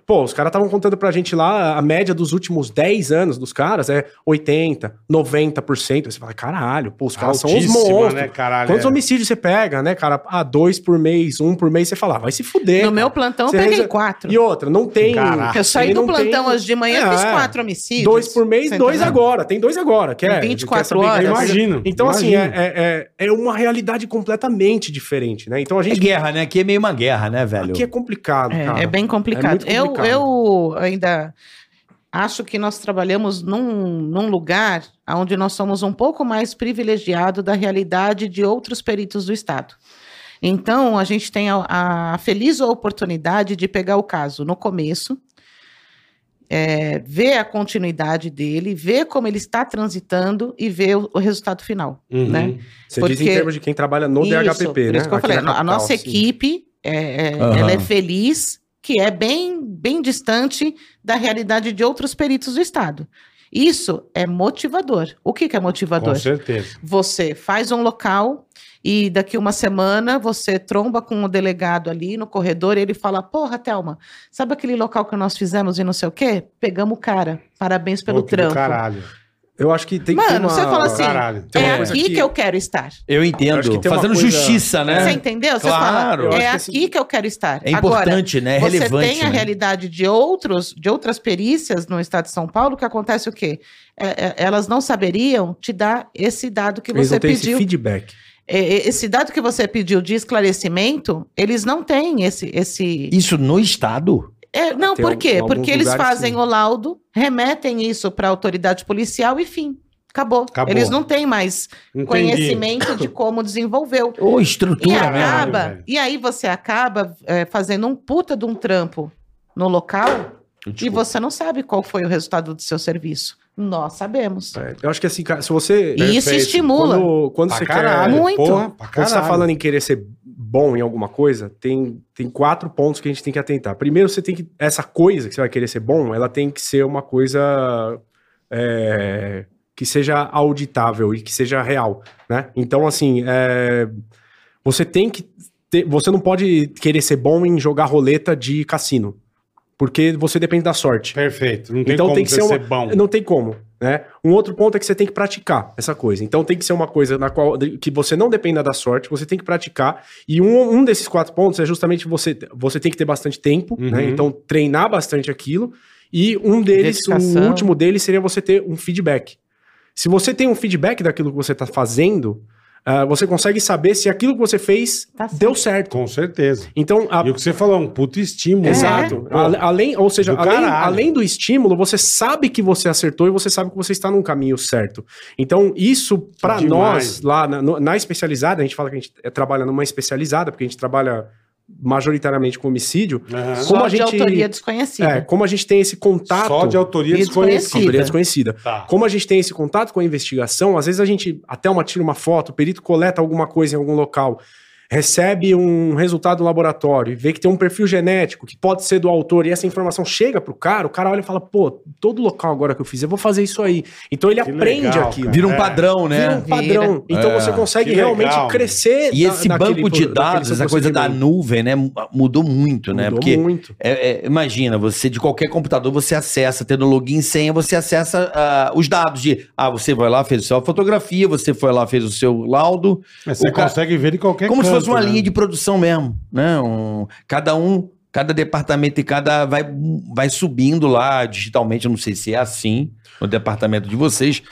Speaker 5: Pô, os caras estavam contando pra gente lá, a média dos últimos 10 anos dos caras é 80, 90%. Aí Você fala, caralho, pô, os caras são os
Speaker 2: Altíssima,
Speaker 5: monstros.
Speaker 2: né, caralho?
Speaker 5: Quantos
Speaker 2: É.
Speaker 5: homicídios você pega, né, cara? Ah, dois por mês, um por mês, você fala, ah, vai se fuder.
Speaker 4: No meu
Speaker 5: cara.
Speaker 4: plantão, eu
Speaker 5: Você
Speaker 4: peguei
Speaker 5: reza-
Speaker 4: quatro.
Speaker 5: E outra, não tem.
Speaker 2: Caraca.
Speaker 4: Eu saí
Speaker 5: ele
Speaker 4: do
Speaker 5: não
Speaker 4: plantão
Speaker 5: tem-
Speaker 4: hoje de manhã e fiz
Speaker 5: É.
Speaker 4: quatro homicídios.
Speaker 5: Dois por mês,
Speaker 4: Você
Speaker 5: dois
Speaker 4: entendeu?
Speaker 5: agora. Tem dois agora. Que é,
Speaker 4: Em 24
Speaker 5: quer saber-
Speaker 4: horas.
Speaker 5: Eu imagino.
Speaker 2: Imagino.
Speaker 5: Então, assim,
Speaker 2: imagino.
Speaker 5: é, é, é uma realidade completamente diferente, né? Então a
Speaker 3: É
Speaker 5: gente.
Speaker 3: guerra, né? Aqui é meio uma guerra, né, velho?
Speaker 5: Aqui é complicado, cara.
Speaker 4: É, é bem
Speaker 5: É
Speaker 4: complicado.
Speaker 5: muito
Speaker 4: eu,
Speaker 5: complicado.
Speaker 4: eu ainda acho que nós trabalhamos num, num lugar onde nós somos um pouco mais privilegiados da realidade de outros peritos do Estado. Então, a gente tem a, a feliz oportunidade de pegar o caso no começo, é, ver a continuidade dele, ver como ele está transitando e ver o, o resultado final.
Speaker 2: Uhum.
Speaker 4: Né?
Speaker 5: Você
Speaker 4: Porque-
Speaker 5: diz em termos de quem trabalha no
Speaker 4: Isso,
Speaker 5: DHPP,
Speaker 4: por
Speaker 5: né?
Speaker 4: Isso que eu
Speaker 5: Aqui
Speaker 4: falei,
Speaker 5: na
Speaker 4: a
Speaker 5: capital,
Speaker 4: nossa
Speaker 5: sim.
Speaker 4: equipe é, é,
Speaker 3: Aham.
Speaker 4: ela é feliz, que é bem, bem distante da realidade de outros peritos do Estado. Isso é motivador. O que, que é
Speaker 2: Com
Speaker 4: motivador?
Speaker 2: certeza.
Speaker 4: Você faz um local e daqui uma semana você tromba com o delegado ali no corredor e ele fala: Porra, Thelma, sabe aquele local que nós fizemos e não sei o quê? Pegamos o cara. Parabéns pelo
Speaker 2: Pô, que do
Speaker 4: trampo.
Speaker 2: Caralho.
Speaker 5: Eu acho que tem que ter
Speaker 4: Mano,
Speaker 5: uma...
Speaker 4: você fala assim,
Speaker 2: Caralho.
Speaker 5: Tem uma
Speaker 4: é
Speaker 5: coisa
Speaker 4: aqui
Speaker 5: que-
Speaker 4: que eu quero estar.
Speaker 3: Eu
Speaker 5: Acho que
Speaker 3: entendo.
Speaker 5: tem uma
Speaker 3: Fazendo
Speaker 5: coisa-
Speaker 3: justiça,
Speaker 4: Você
Speaker 3: né?
Speaker 4: entendeu? Você
Speaker 3: Claro.
Speaker 4: fala,
Speaker 5: Eu
Speaker 4: é
Speaker 5: acho que assim,
Speaker 4: aqui que eu quero estar.
Speaker 3: É
Speaker 4: Agora,
Speaker 3: importante, né? É
Speaker 4: você
Speaker 3: relevante.
Speaker 4: tem
Speaker 3: né?
Speaker 4: a realidade de outros, de outras perícias no estado de São Paulo, que acontece o quê? É, é, elas não saberiam te dar esse dado que
Speaker 5: Eles
Speaker 4: você
Speaker 5: não têm esse
Speaker 4: pediu.
Speaker 5: feedback.
Speaker 4: É, é, Esse dado que você pediu de esclarecimento, eles não têm esse. esse...
Speaker 3: Isso no Estado?
Speaker 4: É, não,
Speaker 5: Tem
Speaker 4: por
Speaker 5: al-
Speaker 4: quê?
Speaker 5: alguns
Speaker 4: Porque eles
Speaker 5: lugares,
Speaker 4: fazem
Speaker 5: sim.
Speaker 4: o laudo, remetem isso para a autoridade policial e fim. Acabou.
Speaker 2: Acabou.
Speaker 4: Eles não têm mais
Speaker 2: Entendi.
Speaker 4: conhecimento de como desenvolveu.
Speaker 3: Ou
Speaker 4: E
Speaker 3: estrutura, né?
Speaker 2: caralho,
Speaker 4: acaba,
Speaker 2: velho.
Speaker 4: e aí você acaba é, fazendo um puta de um trampo no local e você não sabe qual foi o resultado do seu serviço. Nós sabemos.
Speaker 5: Eu acho que assim, cara, se você...
Speaker 4: e isso
Speaker 2: perfeito.
Speaker 4: estimula.
Speaker 5: Quando, quando
Speaker 2: Pra
Speaker 5: você
Speaker 2: caralho.
Speaker 5: quer...
Speaker 4: Muito.
Speaker 2: Porra, pra
Speaker 5: Quando
Speaker 2: caralho.
Speaker 5: você tá falando em querer ser bom em alguma coisa, tem, tem quatro pontos que a gente tem que atentar. Primeiro, você tem que. Essa coisa que você vai querer ser bom, ela tem que ser uma coisa é, que seja auditável e que seja real. Né? Então, assim, é, você tem que. ter- você não pode querer ser bom em jogar roleta de cassino. Porque você depende da sorte.
Speaker 2: Perfeito. Não tem
Speaker 5: Então
Speaker 2: como
Speaker 5: tem que
Speaker 2: você
Speaker 5: ser uma-
Speaker 2: ser bom.
Speaker 5: Não tem como, né? Um outro ponto é que você tem que praticar essa coisa. Então tem que ser uma coisa na qual que você não dependa da sorte, você tem que praticar. E um, um desses quatro pontos é justamente você você tem que ter bastante tempo,
Speaker 2: Uhum.
Speaker 5: né? Então treinar bastante aquilo. E um deles,
Speaker 4: Dedicação.
Speaker 5: o último deles seria você ter um feedback. Se você tem um feedback daquilo que você está fazendo, ah, você consegue saber se aquilo que você fez
Speaker 4: Tá certo.
Speaker 5: deu certo.
Speaker 2: Com certeza.
Speaker 5: Então, a,
Speaker 2: E o que você falou, é um puto estímulo.
Speaker 5: Exato.
Speaker 2: Pô,
Speaker 5: Ale- Além, ou seja,
Speaker 2: Do
Speaker 5: além,
Speaker 2: caralho.
Speaker 5: além do estímulo, você sabe que você acertou e você sabe que você está num caminho certo. Então, isso, para
Speaker 2: Demais.
Speaker 5: nós, lá na, no- na especializada, a gente fala que a gente eh, trabalha numa especializada, porque a gente trabalha majoritariamente com homicídio.
Speaker 2: aham.
Speaker 5: como
Speaker 4: Só
Speaker 5: a
Speaker 4: de
Speaker 5: gente-
Speaker 4: autoria desconhecida.
Speaker 5: É, como a gente tem esse contato.
Speaker 2: Uhum. Só de autoria
Speaker 4: E desconhecida.
Speaker 2: desconhecida.
Speaker 5: autoria desconhecida.
Speaker 2: Tá.
Speaker 5: Como a gente tem esse contato com a investigação, às vezes a gente até uma tira uma foto, o perito coleta alguma coisa em algum local, recebe um resultado no laboratório e vê que tem um perfil genético que pode ser do autor e essa informação chega pro cara, o cara olha e fala: pô, todo local agora que eu fiz, eu vou fazer isso aí. Então ele
Speaker 2: Que
Speaker 5: aprende
Speaker 2: legal,
Speaker 5: aquilo.
Speaker 2: cara.
Speaker 3: Vira um
Speaker 2: É.
Speaker 3: padrão, né?
Speaker 5: Vira um padrão. Então
Speaker 3: É.
Speaker 5: você consegue
Speaker 2: Que legal,
Speaker 5: realmente
Speaker 2: mano.
Speaker 5: crescer.
Speaker 3: E
Speaker 5: na-
Speaker 3: esse
Speaker 5: naquele
Speaker 3: banco de
Speaker 5: pro- naquele
Speaker 3: dados,
Speaker 5: seu
Speaker 3: essa coisa da
Speaker 5: procedimento.
Speaker 3: nuvem, né? Mudou muito, né?
Speaker 5: Mudou
Speaker 3: Porque
Speaker 5: muito.
Speaker 3: é- é, imagina, você de qualquer computador você acessa, tendo login e senha, você acessa ah, os dados de ah, você vai lá, fez sua fotografia, você foi lá, fez o seu laudo,
Speaker 2: Mas você
Speaker 3: O cara-
Speaker 2: consegue ver de qualquer
Speaker 3: como se fosse
Speaker 2: canto,
Speaker 3: uma
Speaker 2: né?
Speaker 3: linha de produção mesmo, né? Um- cada um, cada departamento e cada vai, vai subindo lá digitalmente. Eu não sei se é assim no departamento de vocês,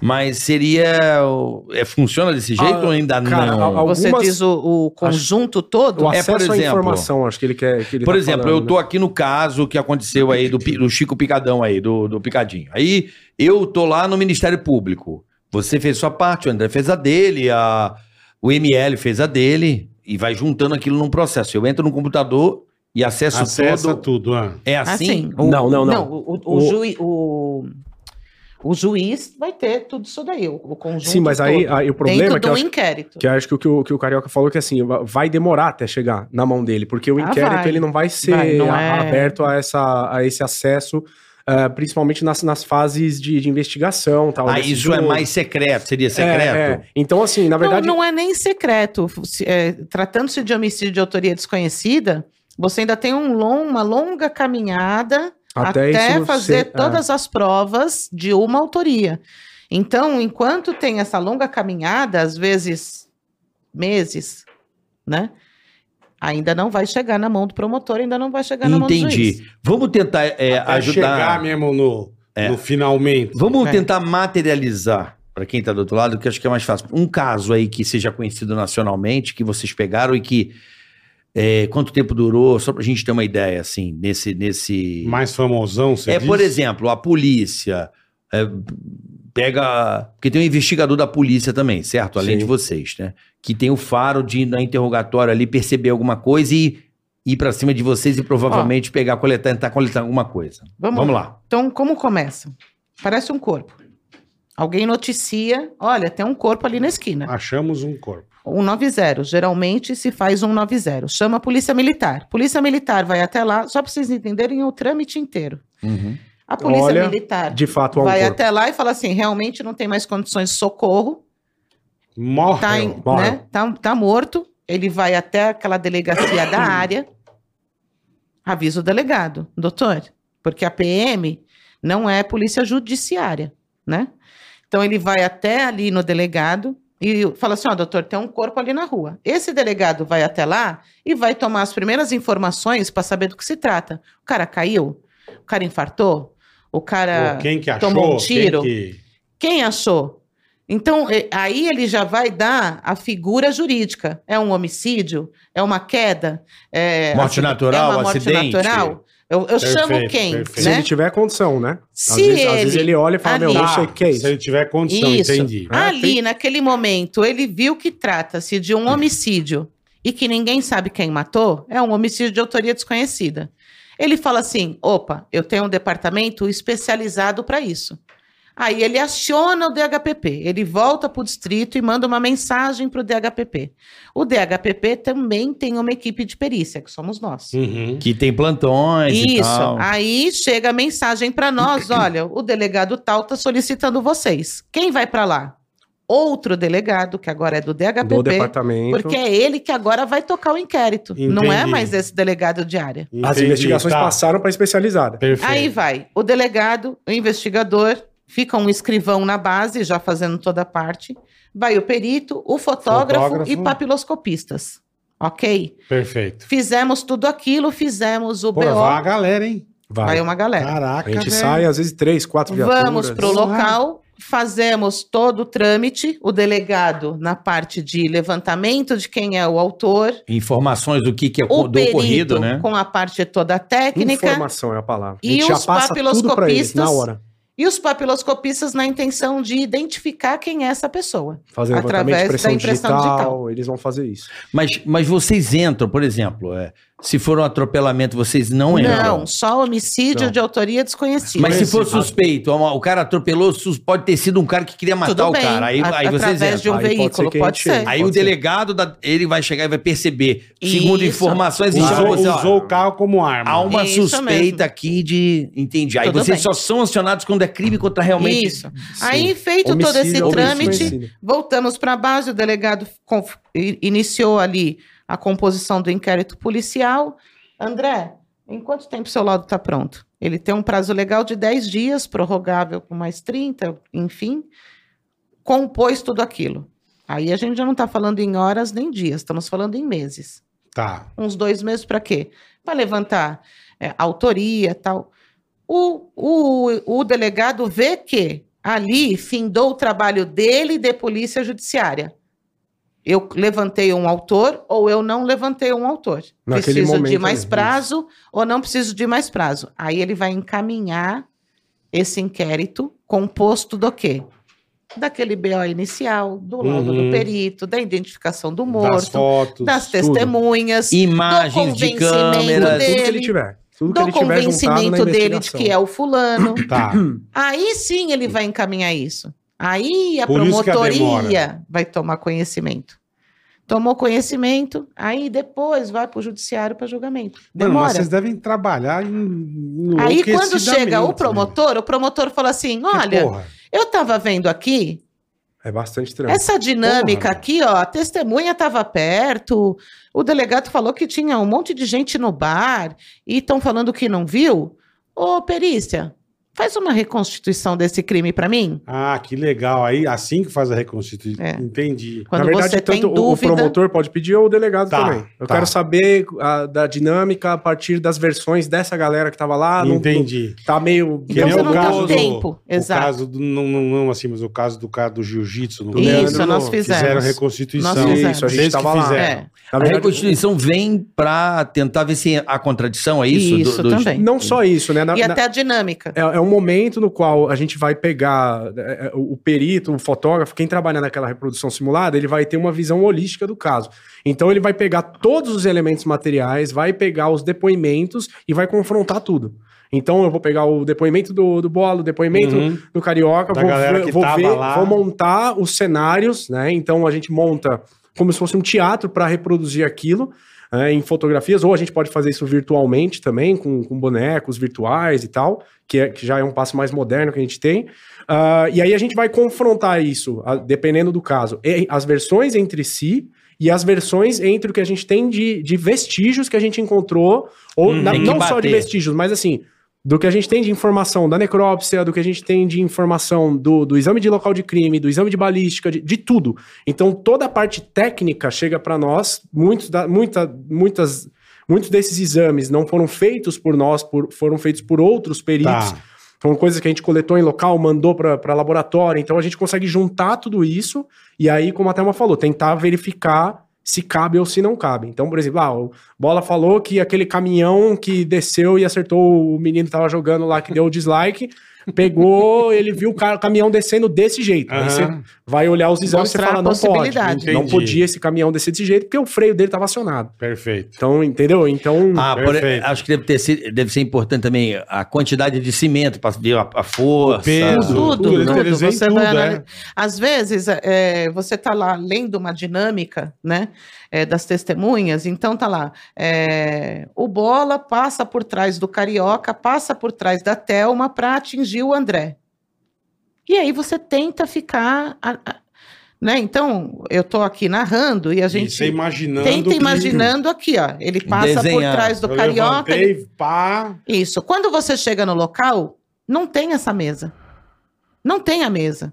Speaker 3: mas seria o- é, funciona desse jeito
Speaker 5: Ah,
Speaker 3: ou ainda
Speaker 5: cara,
Speaker 3: não?
Speaker 5: al- al-
Speaker 4: Você
Speaker 5: algumas-
Speaker 4: diz o, o conjunto todo? Ah,
Speaker 5: O
Speaker 3: por
Speaker 5: acesso à
Speaker 3: exemplo-
Speaker 5: informação, acho que ele quer. Que ele
Speaker 3: Por
Speaker 5: tá
Speaker 3: exemplo,
Speaker 5: falando,
Speaker 3: eu tô aqui no caso que aconteceu aí do, pi- do Chico Picadão aí, do, do Picadinho. Aí eu tô lá no Ministério Público. Você fez sua parte, o André fez a dele, a, o ML fez a dele, e vai juntando aquilo num processo. Eu entro no computador e acesso
Speaker 2: Acessa
Speaker 3: todo.
Speaker 2: tudo. ah.
Speaker 3: É assim?
Speaker 4: o-
Speaker 5: Não, não, não.
Speaker 4: o, o- o
Speaker 5: O-
Speaker 4: juiz, o- o juiz vai ter tudo isso daí, o, o
Speaker 5: né?
Speaker 4: conjunto
Speaker 5: Sim, mas aí,
Speaker 4: todo.
Speaker 5: aí o problema
Speaker 4: dentro
Speaker 5: é que
Speaker 4: de
Speaker 5: eu
Speaker 4: um
Speaker 5: acho
Speaker 4: inquérito.
Speaker 5: Que eu acho que o que o, que o Carioca falou que assim, va- vai demorar até chegar na mão dele, porque o
Speaker 4: Ah,
Speaker 5: inquérito
Speaker 4: vai.
Speaker 5: ele não vai ser
Speaker 4: Vai, não
Speaker 5: a-
Speaker 4: é-
Speaker 5: aberto a, essa, a esse acesso, ah, principalmente nas, nas fases de, de investigação tal.
Speaker 3: Ah,
Speaker 5: desse
Speaker 3: isso é
Speaker 5: jogo.
Speaker 3: mais secreto, seria
Speaker 5: É,
Speaker 3: secreto?
Speaker 5: é. Então, assim, na verdade.
Speaker 4: não, não é nem secreto. Se- é, Tratando-se de homicídio de autoria desconhecida, você ainda tem um long- uma longa caminhada até,
Speaker 5: isso
Speaker 4: fazer
Speaker 5: ser- é.
Speaker 4: todas as provas de uma autoria. Então, enquanto tem essa longa caminhada, às vezes meses, né? Ainda não vai chegar na mão do promotor, ainda não vai chegar na mão do juiz.
Speaker 3: Entendi. Vamos tentar é,
Speaker 2: Até chegar
Speaker 3: ajudar.
Speaker 2: mesmo no, no finalmente.
Speaker 3: Vamos
Speaker 4: É.
Speaker 3: tentar materializar para quem tá do outro lado, que eu acho que é mais fácil. Um caso aí que seja conhecido nacionalmente, que vocês pegaram e que é, quanto tempo durou, só pra gente ter uma ideia assim, nesse nesse
Speaker 2: Mais famosão, você
Speaker 3: É,
Speaker 2: diz?
Speaker 3: por exemplo, a polícia é, pega, porque tem um investigador da polícia também, certo? Além
Speaker 5: Sim.
Speaker 3: de vocês, né? Que tem o faro de na interrogatório ali perceber alguma coisa e ir pra cima de vocês e provavelmente pegar, coletar, tentar coletar alguma coisa.
Speaker 4: Vamos,
Speaker 3: Vamos lá.
Speaker 4: Então, como começa? Parece um corpo. Alguém noticia, olha, tem um corpo ali na esquina.
Speaker 2: Achamos um corpo.
Speaker 4: 190, geralmente se faz 190. Chama a polícia militar. Polícia militar vai até lá, só para vocês entenderem o trâmite inteiro.
Speaker 3: Uhum.
Speaker 4: A polícia
Speaker 5: Olha,
Speaker 4: militar
Speaker 5: De fato, há um
Speaker 4: vai
Speaker 5: corpo.
Speaker 4: até lá e fala assim, realmente não tem mais condições de socorro,
Speaker 2: Morre.
Speaker 4: tá, em-
Speaker 5: bora.
Speaker 4: né, tá, tá morto, ele vai até aquela delegacia da área, avisa o delegado, doutor, porque a PM não é polícia judiciária, né? Então ele vai até ali no delegado e fala assim, ó, doutor, tem um corpo ali na rua. Esse delegado vai até lá e vai tomar as primeiras informações para saber do que se trata. O cara caiu? O cara infartou? O cara...
Speaker 2: Ou Quem que achou?
Speaker 4: tomou um
Speaker 2: quem
Speaker 4: tiro.
Speaker 2: que-
Speaker 4: Quem achou? Então, eh, aí ele já vai dar a figura jurídica. É um homicídio? É uma queda? É,
Speaker 3: Morte
Speaker 4: aci-
Speaker 3: natural,
Speaker 4: é uma morte
Speaker 3: acidente?
Speaker 4: natural? Eu, eu chamo
Speaker 2: Perfeito,
Speaker 4: quem,
Speaker 2: perfeito.
Speaker 5: Se ele
Speaker 4: né?
Speaker 5: tiver condição, né? Às,
Speaker 4: Se
Speaker 5: vezes, às vezes
Speaker 4: ele-
Speaker 5: ele olha e fala,
Speaker 4: ali-
Speaker 5: meu, não
Speaker 4: Ah,
Speaker 5: sei o que é
Speaker 2: Se
Speaker 5: isso.
Speaker 2: ele tiver condição,
Speaker 4: Isso.
Speaker 2: entendi.
Speaker 4: Ali, naquele momento, ele viu que trata-se de um homicídio e que ninguém sabe quem matou, é um homicídio de autoria desconhecida. Ele fala assim: opa, eu tenho um departamento especializado para isso. Aí ele aciona o DHPP, ele volta para o distrito e manda uma mensagem para o DHPP. O DHPP também tem uma equipe de perícia, que somos nós.
Speaker 2: Uhum.
Speaker 3: Que tem plantões e
Speaker 4: Isso.
Speaker 3: tal.
Speaker 4: Aí chega a mensagem para nós, olha, o delegado tal tá solicitando vocês. Quem vai para lá? Outro delegado, que agora é do
Speaker 5: Do
Speaker 4: DHPP,
Speaker 5: departamento.
Speaker 4: porque é ele que agora vai tocar o inquérito. Não é
Speaker 2: Entendi.
Speaker 4: mais esse delegado de área.
Speaker 5: As
Speaker 2: Entendi,
Speaker 5: investigações
Speaker 2: tá.
Speaker 5: passaram para especializada.
Speaker 2: Perfeito.
Speaker 4: Aí vai o delegado, o investigador, fica um escrivão na base, já fazendo toda a parte. Vai o perito, o fotógrafo,
Speaker 2: Fotógrafo.
Speaker 4: e papiloscopistas. Ok?
Speaker 2: Perfeito.
Speaker 4: Fizemos tudo aquilo, fizemos o É.
Speaker 2: Pô, é
Speaker 4: BO.
Speaker 2: vai a galera, hein?
Speaker 4: Vai
Speaker 5: Vai.
Speaker 4: uma galera.
Speaker 2: Caraca,
Speaker 5: A gente
Speaker 2: velho.
Speaker 5: sai, às vezes, três, quatro viaturas.
Speaker 4: Vamos para o
Speaker 2: Porra.
Speaker 4: local, fazemos todo o trâmite, o delegado na parte de levantamento de quem é o autor,
Speaker 3: Informações do que, que é
Speaker 4: o
Speaker 3: do
Speaker 4: perito
Speaker 3: ocorrido, né?
Speaker 4: com a parte toda técnica
Speaker 5: Informação é a palavra.
Speaker 4: E
Speaker 5: a gente já
Speaker 4: os
Speaker 5: passa tudo pra eles na
Speaker 4: papiloscopistas
Speaker 5: hora.
Speaker 4: e os papiloscopistas na intenção de identificar quem é essa pessoa.
Speaker 5: Fazer um levantamento
Speaker 4: através
Speaker 5: de pressão
Speaker 4: da impressão
Speaker 5: digital,
Speaker 4: digital.
Speaker 5: Eles vão fazer isso.
Speaker 3: Mas, mas vocês entram, por exemplo, é, se for um atropelamento, vocês não entram.
Speaker 4: Não, só homicídio
Speaker 5: Não.
Speaker 4: de autoria desconhecida.
Speaker 3: Mas se for suspeito, ó, o cara atropelou, sus- pode ter sido um cara que queria matar
Speaker 4: Tudo
Speaker 3: o
Speaker 4: bem,
Speaker 3: cara. Aí,
Speaker 4: a-
Speaker 3: aí vocês
Speaker 4: através
Speaker 3: entram.
Speaker 4: de um
Speaker 5: Aí pode ser
Speaker 4: veículo,
Speaker 5: que a
Speaker 4: pode
Speaker 5: gente
Speaker 4: ser.
Speaker 3: Aí
Speaker 5: Pode
Speaker 3: o
Speaker 5: ser.
Speaker 3: delegado, da- ele vai chegar e vai perceber. Segundo
Speaker 4: Isso.
Speaker 3: informações, e chama
Speaker 2: Usou,
Speaker 5: assim,
Speaker 3: você, ó,
Speaker 2: usou o carro como arma.
Speaker 3: há uma
Speaker 4: Isso
Speaker 3: suspeita
Speaker 4: mesmo.
Speaker 3: aqui de... Entendi. Aí
Speaker 4: Tudo
Speaker 3: vocês
Speaker 4: bem.
Speaker 3: só são acionados quando é crime contra realmente... é
Speaker 4: Isso. Aí feito todo esse
Speaker 5: Homicídio,
Speaker 4: trâmite,
Speaker 5: homicídio.
Speaker 4: Voltamos para a base, o delegado conf- i- iniciou ali a composição do inquérito policial. André, em quanto tempo seu laudo está pronto? Ele tem um prazo legal de 10 dias, prorrogável com mais 30, enfim. Compôs tudo aquilo. Aí a gente já não está falando em horas nem dias, estamos falando em meses.
Speaker 2: Tá.
Speaker 4: Uns dois meses para quê? Para levantar é, autoria tal. O, o, o delegado vê que ali findou o trabalho dele e de polícia judiciária. Eu levantei um autor ou eu não levantei um autor.
Speaker 5: Naquele
Speaker 4: preciso de
Speaker 5: momento,
Speaker 4: mais
Speaker 5: é,
Speaker 4: prazo ou não preciso de mais prazo. Aí ele vai encaminhar esse inquérito composto do quê? Daquele BO inicial, do laudo
Speaker 2: Uhum.
Speaker 4: do perito, da identificação do
Speaker 2: das
Speaker 4: morto,
Speaker 2: fotos.
Speaker 4: das
Speaker 5: tudo.
Speaker 4: testemunhas,
Speaker 3: Imagens de
Speaker 4: Do convencimento
Speaker 3: câmeera.
Speaker 5: Tudo que
Speaker 4: dele,
Speaker 5: ele tiver. Tudo
Speaker 4: do
Speaker 5: que ele tiver juntado na
Speaker 4: convencimento dele de
Speaker 5: investigação.
Speaker 4: que é o fulano.
Speaker 2: Tá.
Speaker 4: Aí sim ele vai encaminhar isso. Aí a
Speaker 2: Por isso que a
Speaker 4: promotoria
Speaker 2: demora.
Speaker 4: vai tomar conhecimento. Tomou conhecimento, aí depois vai para o judiciário para julgamento.
Speaker 2: Mano, mas
Speaker 4: Demora.
Speaker 2: vocês devem trabalhar em
Speaker 4: aí quando chega
Speaker 2: né?
Speaker 5: né?
Speaker 4: o promotor, o promotor fala assim:
Speaker 2: olha.
Speaker 4: olha, eu estava vendo aqui,
Speaker 5: É bastante trampo.
Speaker 4: Essa dinâmica
Speaker 2: Então, Porra.
Speaker 4: aqui, ó, a testemunha estava perto, o delegado falou que tinha um monte de gente no bar e estão falando que não viu. Ô, perícia, faz uma reconstituição desse crime para mim?
Speaker 2: Ah, que legal. Aí assim que faz a reconstituição.
Speaker 4: É.
Speaker 2: Entendi.
Speaker 4: Quando
Speaker 5: Na verdade,
Speaker 4: você tem
Speaker 5: tanto o-
Speaker 4: dúvida,
Speaker 5: o promotor pode pedir ou o delegado
Speaker 2: Tá,
Speaker 5: também. Eu
Speaker 2: tá.
Speaker 5: quero saber a- da dinâmica a partir das versões dessa galera que tava lá. Ah, não-
Speaker 2: Entendi.
Speaker 5: não- tá meio.
Speaker 2: Que
Speaker 4: então
Speaker 2: nem
Speaker 4: você
Speaker 2: o
Speaker 4: não tá
Speaker 2: caso
Speaker 4: com
Speaker 2: do-
Speaker 4: tempo.
Speaker 2: O
Speaker 4: Exato.
Speaker 2: caso do, não, não, não assim, mas o caso do cara do jiu-jitsu. não
Speaker 5: do Leandro,
Speaker 4: Isso, nós
Speaker 5: fizeram
Speaker 2: Fizeram
Speaker 4: fizemos.
Speaker 2: reconstituição.
Speaker 4: Nós fizemos.
Speaker 2: Isso, a gente tava
Speaker 5: lá.
Speaker 2: fizeram.
Speaker 4: É.
Speaker 5: Na
Speaker 3: A
Speaker 5: verdade,
Speaker 3: reconstituição vem pra tentar ver se a contradição é isso?
Speaker 4: Isso também.
Speaker 5: não só isso, né? Na-
Speaker 4: E
Speaker 5: na-
Speaker 4: até a dinâmica.
Speaker 5: é, é momento no qual a gente vai pegar é, é, o o perito, o fotógrafo, quem trabalha naquela reprodução simulada, ele vai ter uma visão holística do caso. Então ele vai pegar todos os elementos materiais, vai pegar os depoimentos e vai confrontar tudo. Então eu vou pegar o depoimento do, do Bolo, o depoimento
Speaker 2: Uhum.
Speaker 5: do Carioca,
Speaker 2: Da
Speaker 5: vou,
Speaker 2: galera que
Speaker 5: vou
Speaker 2: tava
Speaker 5: ver,
Speaker 2: lá.
Speaker 5: vou montar os cenários, né? Então a gente monta como se fosse um teatro para reproduzir aquilo né, em fotografias, ou a gente pode fazer isso virtualmente também, com, com bonecos virtuais e tal, que, é- que já é um passo mais moderno que a gente tem. Ah, e aí a gente vai confrontar isso, a- dependendo do caso, e- as versões entre si. E as versões entre o que a gente tem de, de vestígios que a gente encontrou, ou na-
Speaker 3: Hum, tem que
Speaker 5: não só de
Speaker 3: bater.
Speaker 5: vestígios, mas assim, do que a gente tem de informação da necrópsia, do que a gente tem de informação do, do exame de local de crime, do exame de balística, de, de tudo. Então, toda a parte técnica chega para nós, muitos da, muita, muitas, muitos desses exames não foram feitos por nós, por- foram feitos por outros peritos.
Speaker 2: Tá.
Speaker 5: Foram coisas que a gente coletou em local, mandou para laboratório. Então, a gente consegue juntar tudo isso e aí, como a Thelma falou, tentar verificar se cabe ou se não cabe. Então, por exemplo, ah, o Bola falou que aquele caminhão que desceu e acertou o menino que tava jogando lá, que deu o dislike, pegou, ele viu o ca- o caminhão descendo desse jeito. Aí
Speaker 2: Aham.
Speaker 5: você vai olhar os exames e
Speaker 4: Mostrar
Speaker 5: fala,
Speaker 4: a
Speaker 5: não pode.
Speaker 4: possibilidade.
Speaker 5: Não
Speaker 2: Entendi.
Speaker 5: podia esse caminhão descer desse jeito, porque o freio dele tava acionado.
Speaker 2: Perfeito.
Speaker 5: Então, entendeu? Então...
Speaker 3: Ah, por-
Speaker 2: Perfeito.
Speaker 3: acho que deve, ter sido- deve ser importante também a quantidade de cimento, pra ver a, a força.
Speaker 2: peso.
Speaker 4: Tudo,
Speaker 2: Tudo,
Speaker 4: tudo.
Speaker 2: eles- eles veem
Speaker 4: você
Speaker 2: tudo,
Speaker 4: vai
Speaker 2: é.
Speaker 4: analisar. Às vezes, é, você está lá lendo uma dinâmica, né, é, das testemunhas, então tá lá, é, o Bola passa por trás do Carioca, passa por trás da Telma para atingir o André. E aí você tenta ficar... a- a- né? Então, eu estou aqui narrando e a gente
Speaker 2: Você imaginando.
Speaker 4: tenta
Speaker 2: que-
Speaker 4: imaginando aqui, ó. Ele passa
Speaker 3: Desenhar.
Speaker 4: por trás do
Speaker 2: Eu
Speaker 4: Carioca, ele
Speaker 2: levantei, pá.
Speaker 4: isso. Quando você chega no local, não tem essa mesa. Não tem a mesa.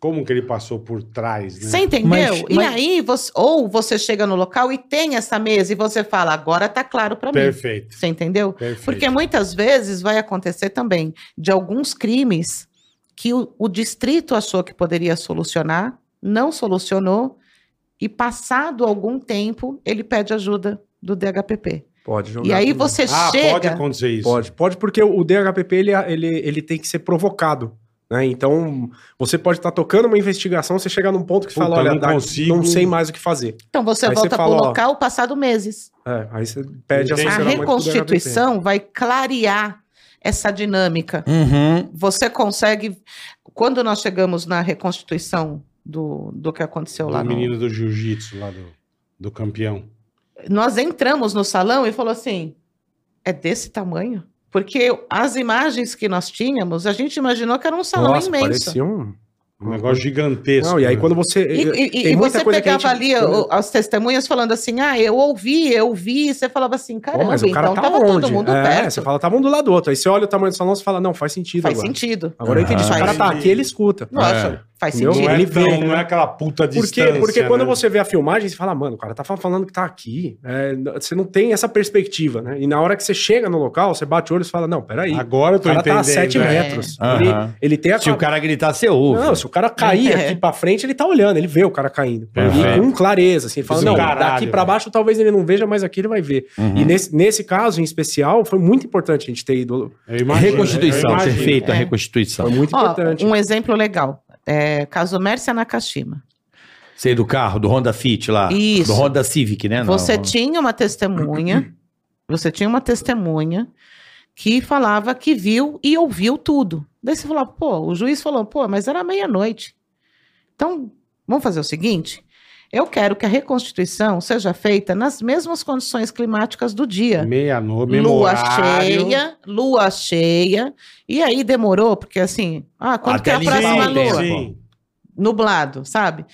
Speaker 2: Como que ele passou por trás, né?
Speaker 4: Você entendeu?
Speaker 1: Mas-
Speaker 4: E
Speaker 1: mas-
Speaker 4: aí, você, ou você chega no local e tem essa mesa e você fala, agora tá claro pra mim.
Speaker 2: Perfeito.
Speaker 4: Você entendeu?
Speaker 2: Perfeito.
Speaker 4: Porque muitas vezes vai acontecer também de alguns crimes que o, o distrito achou que poderia solucionar, não solucionou, e passado algum tempo, ele pede ajuda do DHPP.
Speaker 5: Pode jogar.
Speaker 4: E aí
Speaker 5: Então tudo.
Speaker 4: você
Speaker 2: ah, pode
Speaker 4: chega.
Speaker 2: acontecer isso.
Speaker 5: Pode, pode, porque o DHPP ele, ele, ele tem que ser provocado. Né? Então, você pode estar tocando uma investigação, você chegar num ponto que você
Speaker 2: Puta,
Speaker 5: fala: olha,
Speaker 2: não
Speaker 5: dá-
Speaker 2: consigo.
Speaker 5: não sei mais o que fazer.
Speaker 4: Então você
Speaker 5: Aí você
Speaker 4: volta para
Speaker 5: fala,
Speaker 4: pro
Speaker 5: ó,
Speaker 4: local passado meses.
Speaker 5: É, aí você
Speaker 2: Entendi.
Speaker 5: pede
Speaker 4: A
Speaker 5: assessoramento do
Speaker 4: reconstituição vai clarear essa dinâmica.
Speaker 3: Uhum.
Speaker 4: Você consegue. Quando nós chegamos na reconstituição do, do que aconteceu lá
Speaker 2: O
Speaker 4: no-
Speaker 2: menino do jiu-jitsu lá do, do campeão.
Speaker 4: Nós entramos no salão e falou assim: é desse tamanho? Porque as imagens que nós tínhamos, a gente imaginou que era um
Speaker 5: DHPP.
Speaker 4: salão
Speaker 5: Nossa,
Speaker 4: imenso.
Speaker 5: parecia um...
Speaker 2: Um negócio gigantesco.
Speaker 5: Não, e aí
Speaker 2: né?
Speaker 5: quando você...
Speaker 4: E, e- e
Speaker 5: tem muita
Speaker 4: você
Speaker 5: coisa que a
Speaker 4: pegava
Speaker 5: gente-
Speaker 4: ali o- as testemunhas falando assim: ah, eu ouvi, eu vi. E você falava assim:
Speaker 5: Pô,
Speaker 4: caramba,
Speaker 5: mas o cara
Speaker 4: então
Speaker 5: tá
Speaker 4: tava
Speaker 5: onde?
Speaker 4: todo mundo
Speaker 5: é,
Speaker 4: perto.
Speaker 5: você fala, tava um do lado do outro. Aí você olha o tamanho do salão, você fala, não, faz sentido
Speaker 4: faz
Speaker 5: agora.
Speaker 4: sentido.
Speaker 5: Agora eu entendi. Se o
Speaker 4: Faz
Speaker 5: cara tá
Speaker 2: Ah, sentido.
Speaker 5: aqui, ele escuta.
Speaker 4: Nossa, faz
Speaker 5: Entendeu?
Speaker 4: sentido.
Speaker 2: não, é
Speaker 5: ele
Speaker 2: tão-
Speaker 5: vê, né?
Speaker 2: não é aquela puta
Speaker 5: Por quê?
Speaker 2: distância.
Speaker 5: Porque quando
Speaker 2: né?
Speaker 5: você vê a filmagem, você fala, mano, o cara tá fa- falando que tá aqui. É, n- você não tem essa perspectiva, né? E na hora que você chega no local, você bate o olho e fala, não, peraí.
Speaker 2: Agora eu
Speaker 5: o
Speaker 2: tô
Speaker 5: cara
Speaker 2: entendendo.
Speaker 5: tá a 7
Speaker 2: é.
Speaker 5: metros.
Speaker 3: né? Aham.
Speaker 5: Ele, ele tem a...
Speaker 3: Se o cara gritar, você ouve.
Speaker 5: Não, se o cara cair
Speaker 4: É.
Speaker 5: aqui pra frente, ele tá olhando, ele vê o cara caindo.
Speaker 3: Perfeito. né?
Speaker 5: E com clareza, assim, ele fala,
Speaker 2: Isso é
Speaker 5: não,
Speaker 2: um caralho,
Speaker 5: daqui pra
Speaker 2: velho.
Speaker 5: baixo talvez ele não veja, mas aqui ele vai ver.
Speaker 3: Uhum.
Speaker 5: E nesse, nesse caso, em especial, foi muito importante a gente ter ido...
Speaker 2: Eu imagino, né? eu
Speaker 3: reconstituição,
Speaker 2: imagino.
Speaker 3: ter feito a
Speaker 4: É.
Speaker 3: reconstituição.
Speaker 5: Foi muito
Speaker 4: Ó,
Speaker 5: importante.
Speaker 4: um exemplo legal. É, caso Mércia Nakashima.
Speaker 3: Sei do carro, do Honda Fit lá.
Speaker 4: Isso.
Speaker 3: Do Honda Civic, né? Não,
Speaker 4: você tinha uma testemunha, você tinha uma testemunha que falava que viu e ouviu tudo. Daí você falava, pô, o juiz falou, pô, mas era meia-noite. Então, vamos fazer o seguinte: eu quero que a reconstituição seja feita nas mesmas condições climáticas do dia.
Speaker 2: Meia noite,
Speaker 4: Lua cheia, lua cheia. E aí demorou, porque assim, ah, quando
Speaker 3: Até
Speaker 4: que é a
Speaker 3: limpar
Speaker 4: próxima
Speaker 3: o tempo.
Speaker 4: lua?
Speaker 2: Sim.
Speaker 4: nublado, sabe?